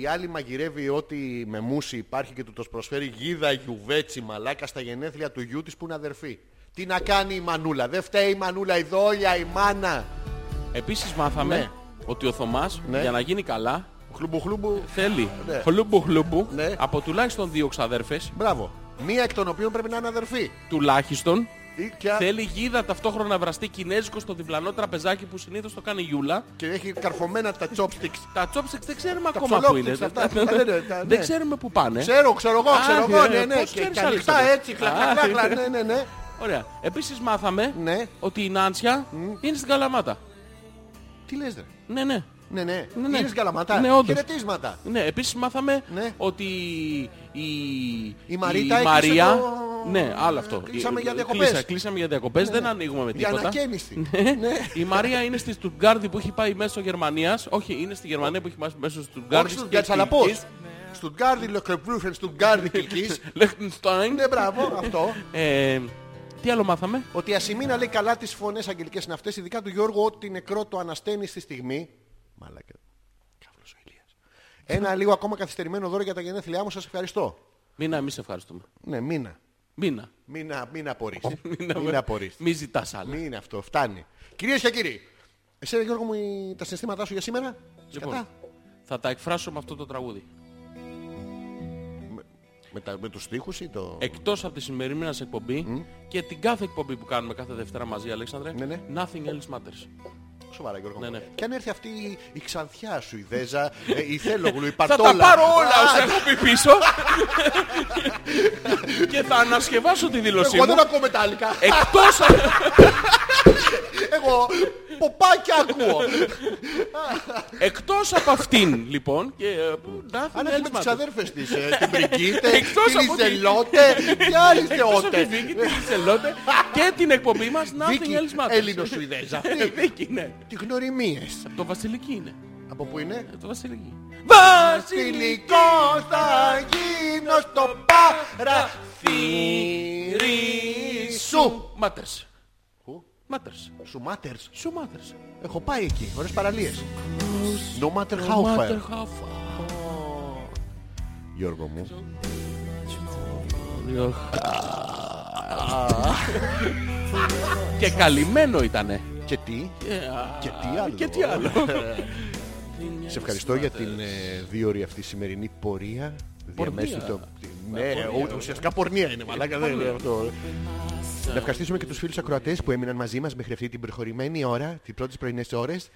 Speaker 1: η άλλη μαγειρεύει ό,τι με μουσι υπάρχει και του το προσφέρει γίδα γιουβέτσι μαλάκα στα γενέθλια του γιού της που είναι αδερφή. Τι να κάνει η μανούλα. Δεν φταίει η μανούλα, η δόλια, η μάνα.
Speaker 2: Επίσης μάθαμε
Speaker 1: Ναι.
Speaker 2: ότι ο Θωμάς,
Speaker 1: Ναι.
Speaker 2: για να γίνει καλά,
Speaker 1: Χλουμπου χλουμπου.
Speaker 2: θέλει
Speaker 1: Ναι.
Speaker 2: χλούμπου χλούμπου
Speaker 1: Ναι.
Speaker 2: από τουλάχιστον δύο ξαδέρφες,
Speaker 1: Μπράβο. Μία εκ των οποίων πρέπει να είναι αδερφή.
Speaker 2: τουλάχιστον,
Speaker 1: Ή- Και,
Speaker 2: θέλει γίδα ταυτόχρονα βραστή κινέζικο στο διπλανό τραπεζάκι που συνήθως το κάνει η Γιούλα.
Speaker 1: και έχει καρφωμένα τα chopsticks.
Speaker 2: Τα chopsticks δεν ξέρουμε ακόμα
Speaker 1: ψολόφτυξ
Speaker 2: που είναι.
Speaker 1: αυτά.
Speaker 2: Δεν-
Speaker 1: Ναι, ναι, τα- ναι.
Speaker 2: Δεν ξέρουμε που πάνε.
Speaker 1: Ξέρω, ξέρω εγώ,
Speaker 2: Ε? Α,
Speaker 1: ξέρω εγώ,
Speaker 2: ε,
Speaker 1: ναι, ναι.
Speaker 2: πώς
Speaker 1: Και,
Speaker 2: ξέρεις,
Speaker 1: και ανοιχτά
Speaker 2: Αλέξανδρε.
Speaker 1: έτσι, χλα, χλα,
Speaker 2: Α,
Speaker 1: χλα, χλα, ναι, ναι, ναι.
Speaker 2: Ωραία. Επίσης μάθαμε
Speaker 1: Ναι.
Speaker 2: ότι η Νάντσια είναι στην Καλαμάτα.
Speaker 1: Τι λες ρε.
Speaker 2: Ναι, ναι.
Speaker 1: Ναι, ναι.
Speaker 2: Ναι, ναι.
Speaker 1: Είναι σκαλαματά.
Speaker 2: Ναι, όντως.
Speaker 1: Χαιρετίσματα.
Speaker 2: Ναι, επίσης μάθαμε
Speaker 1: Ναι.
Speaker 2: ότι η,
Speaker 1: Η Μαρίτα έκλεισε
Speaker 2: Μαρία...
Speaker 1: το-
Speaker 2: Ναι, άλλο αυτό.
Speaker 1: Κλείσαμε
Speaker 2: Η-
Speaker 1: για
Speaker 2: κλείσα-
Speaker 1: διακοπές. Ναι,
Speaker 2: κλείσαμε για διακοπές, δεν ανοίγουμε με
Speaker 1: Για
Speaker 2: τίποτα.
Speaker 1: ανακαίνιση.
Speaker 2: Ναι. Η Μαρία είναι στη Στουτγκάρδη που έχει πάει μέσω Γερμανίας. Όχι, είναι στη Γερμανία που έχει πάει μέσω Στουτγκάρδη.
Speaker 1: Όχι Στουτγκάρδη, αλλά πώς. Στουτγκάρδη, Λεκρεβρούφεν, Στουτγκάρδη, Κιλκής.
Speaker 2: Λεχτενστάιν.
Speaker 1: Ναι, μπράβο, αυτό.
Speaker 2: Ε, τι άλλο μάθαμε.
Speaker 1: Ότι η Ασημίνα λέει καλά τις φωνές αγγελικές είναι αυτές, ειδικά του Γιώργου, ό,τι νεκρό το ανασταίνει στη στιγμή. Μαλάκα. Καύλος ο Ηλίας. Ένα λίγο ακόμα καθυστερημένο δώρο για τα γενέθλιά μου, σας ευχαριστώ.
Speaker 2: Μήνα, εμείς ευχαριστούμε.
Speaker 1: Ναι, μήνα.
Speaker 2: Μήνα.
Speaker 1: Μην, α- μην απορείς. μην απορείς.
Speaker 2: Μη ζητάς άλλα.
Speaker 1: Μην είναι αυτό, φτάνει. Κυρίες και κύριοι, εσένα Γιώργο μου η- τα συναισθήματά σου για σήμερα.
Speaker 2: Λοιπόν,
Speaker 1: Κατά.
Speaker 2: Θα τα εκφράσω με αυτό το τραγούδι.
Speaker 1: Με, τα, με τους στίχους ή το...
Speaker 2: Εκτός από τη σημερινή μας εκπομπή και την κάθε εκπομπή που κάνουμε κάθε Δευτέρα μαζί, Αλέξανδρε,
Speaker 1: Ναι, ναι.
Speaker 2: Nothing Else Matters.
Speaker 1: Σοβαρά Γιώργο.
Speaker 2: Ναι, ναι.
Speaker 1: Και αν έρθει αυτή η, η ξανθιά σου, η Δέζα, ε, η Θέλογλου, η
Speaker 2: Θα
Speaker 1: Παρτόλα.
Speaker 2: τα πάρω όλα
Speaker 1: Α,
Speaker 2: όσα έχω πει πίσω και θα ανασκευάσω τη δήλωσή
Speaker 1: Εγώ
Speaker 2: μου. Ε,
Speaker 1: δεν ακούω μετάλλικα.
Speaker 2: Εκτός,
Speaker 1: Εγώ ποπάκια ακούω.
Speaker 2: εκτός από αυτήν, λοιπόν, και ε,
Speaker 1: Αν
Speaker 2: Nothing
Speaker 1: έρθει με
Speaker 2: Else
Speaker 1: τις
Speaker 2: Matters.
Speaker 1: αδέρφες της, ε, την Μπριγκίτε,
Speaker 2: ναι. Εκτός
Speaker 1: την
Speaker 2: από τη-
Speaker 1: Ιζελότε, και άλλη
Speaker 2: Εκτός από τη
Speaker 1: θεότε.
Speaker 2: Βίκη, την Ελσελότε και την εκπομπή μας Nothing
Speaker 1: Βίκη,
Speaker 2: Else Matters.
Speaker 1: Έλληνο-Σουηδέζα
Speaker 2: Ε,
Speaker 1: αυτή.
Speaker 2: Βίκη, ναι.
Speaker 1: Τι γνωριμίες.
Speaker 2: Το Βασιλική είναι.
Speaker 1: Από πού είναι?
Speaker 2: Ε, Το Βασιλική.
Speaker 1: Βασιλικός θα γίνω στο παραθύρι σου.
Speaker 2: Matters.
Speaker 1: Who?
Speaker 2: Matters.
Speaker 1: Σου μάτερς.
Speaker 2: Σου Matters.
Speaker 1: Έχω πάει εκεί, ωραίες παραλίες. No matter
Speaker 2: No
Speaker 1: how far.
Speaker 2: matter how far.
Speaker 1: Γιώργο μου.
Speaker 2: Και καλυμμένο ήτανε.
Speaker 1: Και τι, και τι
Speaker 2: Ε,
Speaker 1: άλλο. Ε,
Speaker 2: Και τι άλλο.
Speaker 1: Σε ευχαριστώ για την ε, διόρη αυτή σημερινή πορεία.
Speaker 2: Πορνεία.
Speaker 1: Διαμέσου το...
Speaker 2: Ε,
Speaker 1: Ναι, ο- ουσιαστικά πορνεία είναι, μαλάκα δεν είναι αυτό. Να ευχαριστήσουμε και τους φίλους ακροατές που έμειναν μαζί μας μέχρι αυτή την προχωρημένη ώρα, τις πρώτες πρωινές ώρες.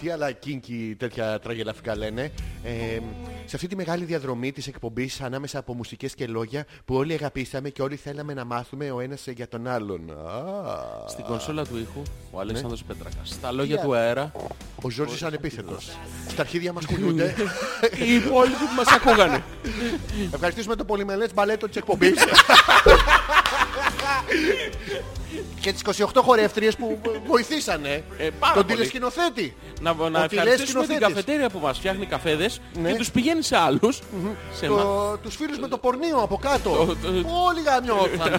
Speaker 1: Τι άλλα κίνκι τέτοια τραγελαφικά λένε. Ε, σε αυτή τη μεγάλη διαδρομή της εκπομπής ανάμεσα από μουσικές και λόγια που όλοι αγαπήσαμε και όλοι θέλαμε να μάθουμε ο ένας για τον άλλον. Α, Ναι.
Speaker 2: Στην κονσόλα του ήχου, ο Αλέξανδρος Πέτρακας. Στα λόγια του αέρα,
Speaker 1: ο Ζόρζης ανεπίθετος. Στα αρχίδια μας κουνιούνται.
Speaker 2: οι υπόλοιποι που μας ακούγανε.
Speaker 1: Ευχαριστήσουμε το πολυμελές μπαλέτο της εκπομπής. και τις 28 χορεύτριες που βοηθήσανε
Speaker 2: Ε, πάρα
Speaker 1: τον
Speaker 2: πολύ.
Speaker 1: τηλεσκηνοθέτη.
Speaker 2: Να, να
Speaker 1: Ο τηλές
Speaker 2: ευχαριστήσουμε την
Speaker 1: σκηνοθέτης.
Speaker 2: καφετέρια που μας φτιάχνει καφέδες
Speaker 1: Ναι.
Speaker 2: και τους πηγαίνει σε άλλους. Σε Ε, μα-
Speaker 1: Το, τους φίλους με το πορνείο από κάτω. Όλοι γαμιόταν.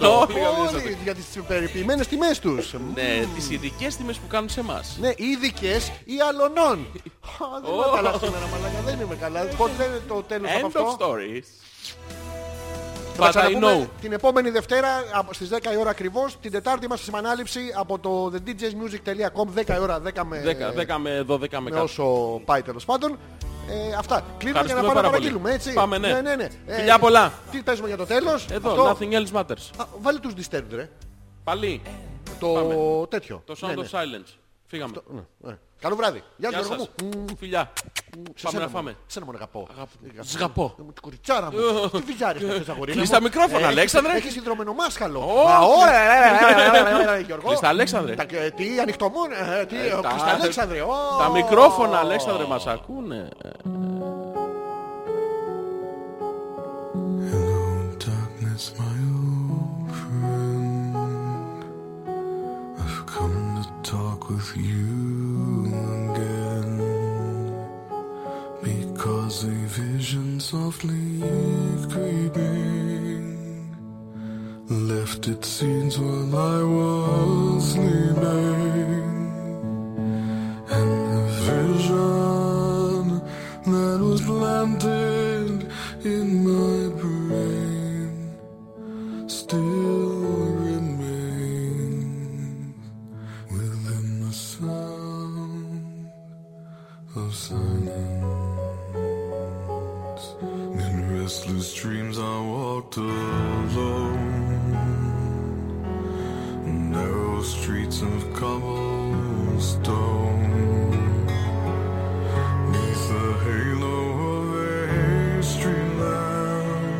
Speaker 2: το- όλοι
Speaker 1: Όλοι για τις περιποιημένες τιμές τους.
Speaker 2: Ναι, τις ειδικές τιμές που κάνουν σε εμάς.
Speaker 1: Ναι, ειδικές ή αλωνών. Α, Δεν είμαι καλά σήμερα, μαλάκα. Δεν είμαι καλά. Πώς λένε το τέλος από
Speaker 2: End of
Speaker 1: Ναι, αυτό.
Speaker 2: stories.
Speaker 1: Θα τα
Speaker 2: But I
Speaker 1: ξαναπούμε
Speaker 2: know.
Speaker 1: Την επόμενη Δευτέρα από- στις 10 η ώρα ακριβώς. Την Τετάρτη είμαστε στην ανάληψη από το thedjsmusic.com 10 η ώρα, 10 με...
Speaker 2: 10, 10 με 12 με
Speaker 1: Ε, με
Speaker 2: κάτι.
Speaker 1: όσο πάει τέλος πάντων. Ε, αυτά. Κλείνουμε για
Speaker 2: Ευχαριστούμε
Speaker 1: να πάμε να
Speaker 2: πάρα πολύ.
Speaker 1: παραγγείλουμε, έτσι.
Speaker 2: Πάμε, ναι.
Speaker 1: ναι, ναι, ναι.
Speaker 2: Φιλιά πολλά.
Speaker 1: Τι παίζουμε για το τέλος.
Speaker 2: Εδώ,
Speaker 1: Αυτό.
Speaker 2: nothing else matters.
Speaker 1: Α, βάλε τους Disturbed, ρε.
Speaker 2: Πάλι,
Speaker 1: Το
Speaker 2: Πάμε.
Speaker 1: τέτοιο.
Speaker 2: το sound
Speaker 1: Ναι,
Speaker 2: of
Speaker 1: ναι.
Speaker 2: silence. Φύγαμε.
Speaker 1: Ναι. Καλό βράδυ. Γεια,
Speaker 2: Γεια
Speaker 1: Γιώργο
Speaker 2: σας.
Speaker 1: μου.
Speaker 2: Φιλιά.
Speaker 1: Σε
Speaker 2: Πάμε
Speaker 1: σένα
Speaker 2: να
Speaker 1: μου.
Speaker 2: φάμε.
Speaker 1: Σένα μόνο αγαπώ.
Speaker 2: Σγαπώ.
Speaker 1: Ε, μου, Την κουριτσάρα μου. Τι βυζάρεις να θες αγορίνα
Speaker 2: Κλείς τα μικρόφωνα, Αλέξανδρε.
Speaker 1: Έχεις συνδρομενο μάσχαλο.
Speaker 2: Ω,
Speaker 1: Μα,
Speaker 2: κλείς-
Speaker 1: ωραία, ωραία, ωραία, ωραία, ωραία, ωραία, Γιώργο.
Speaker 2: Κλείς τα, Αλέξανδρε.
Speaker 1: Τα- ε, Τι ανοιχτομούν. ε, Τι
Speaker 2: Ε,
Speaker 1: ο,
Speaker 2: τα-
Speaker 1: κλείς τα Αλέξανδρε. ω.
Speaker 2: Τα μικρόφωνα, Αλέξανδρε, μας ακούνε.
Speaker 5: Hello, darkness, my old friend. I've come to talk with you again because a vision softly creeping left its scenes while I was sleeping. And the vision that was planted in my brain still remains within the sound of silence. In restless dreams, I walked alone narrow streets of cobblestone. Neath the halo of a street lamp,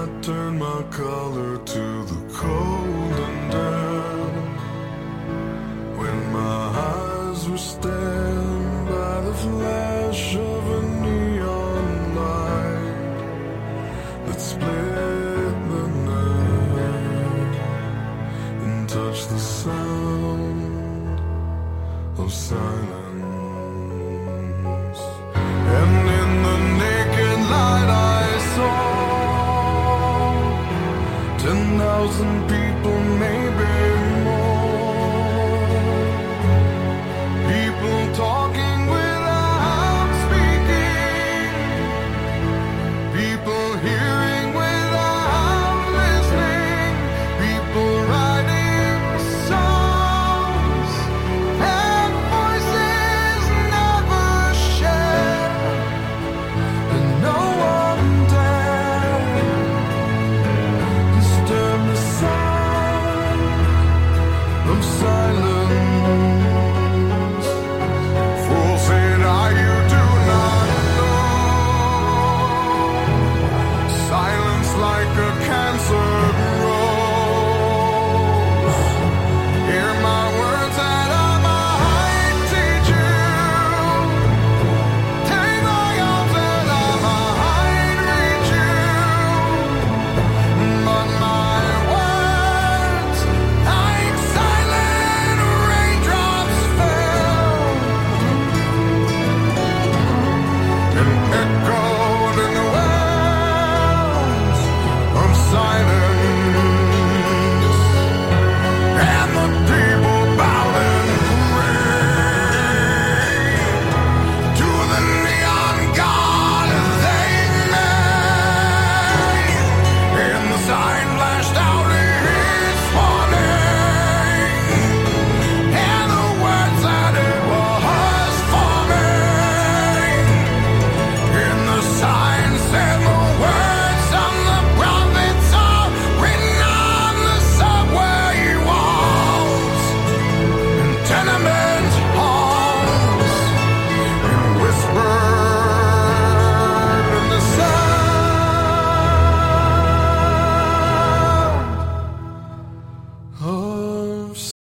Speaker 5: I turned my collar to the cold and damp. When my eyes were stained by the flash of a neon light that split the night and touch the sound of silence. And in the naked light I saw ten thousand people, maybe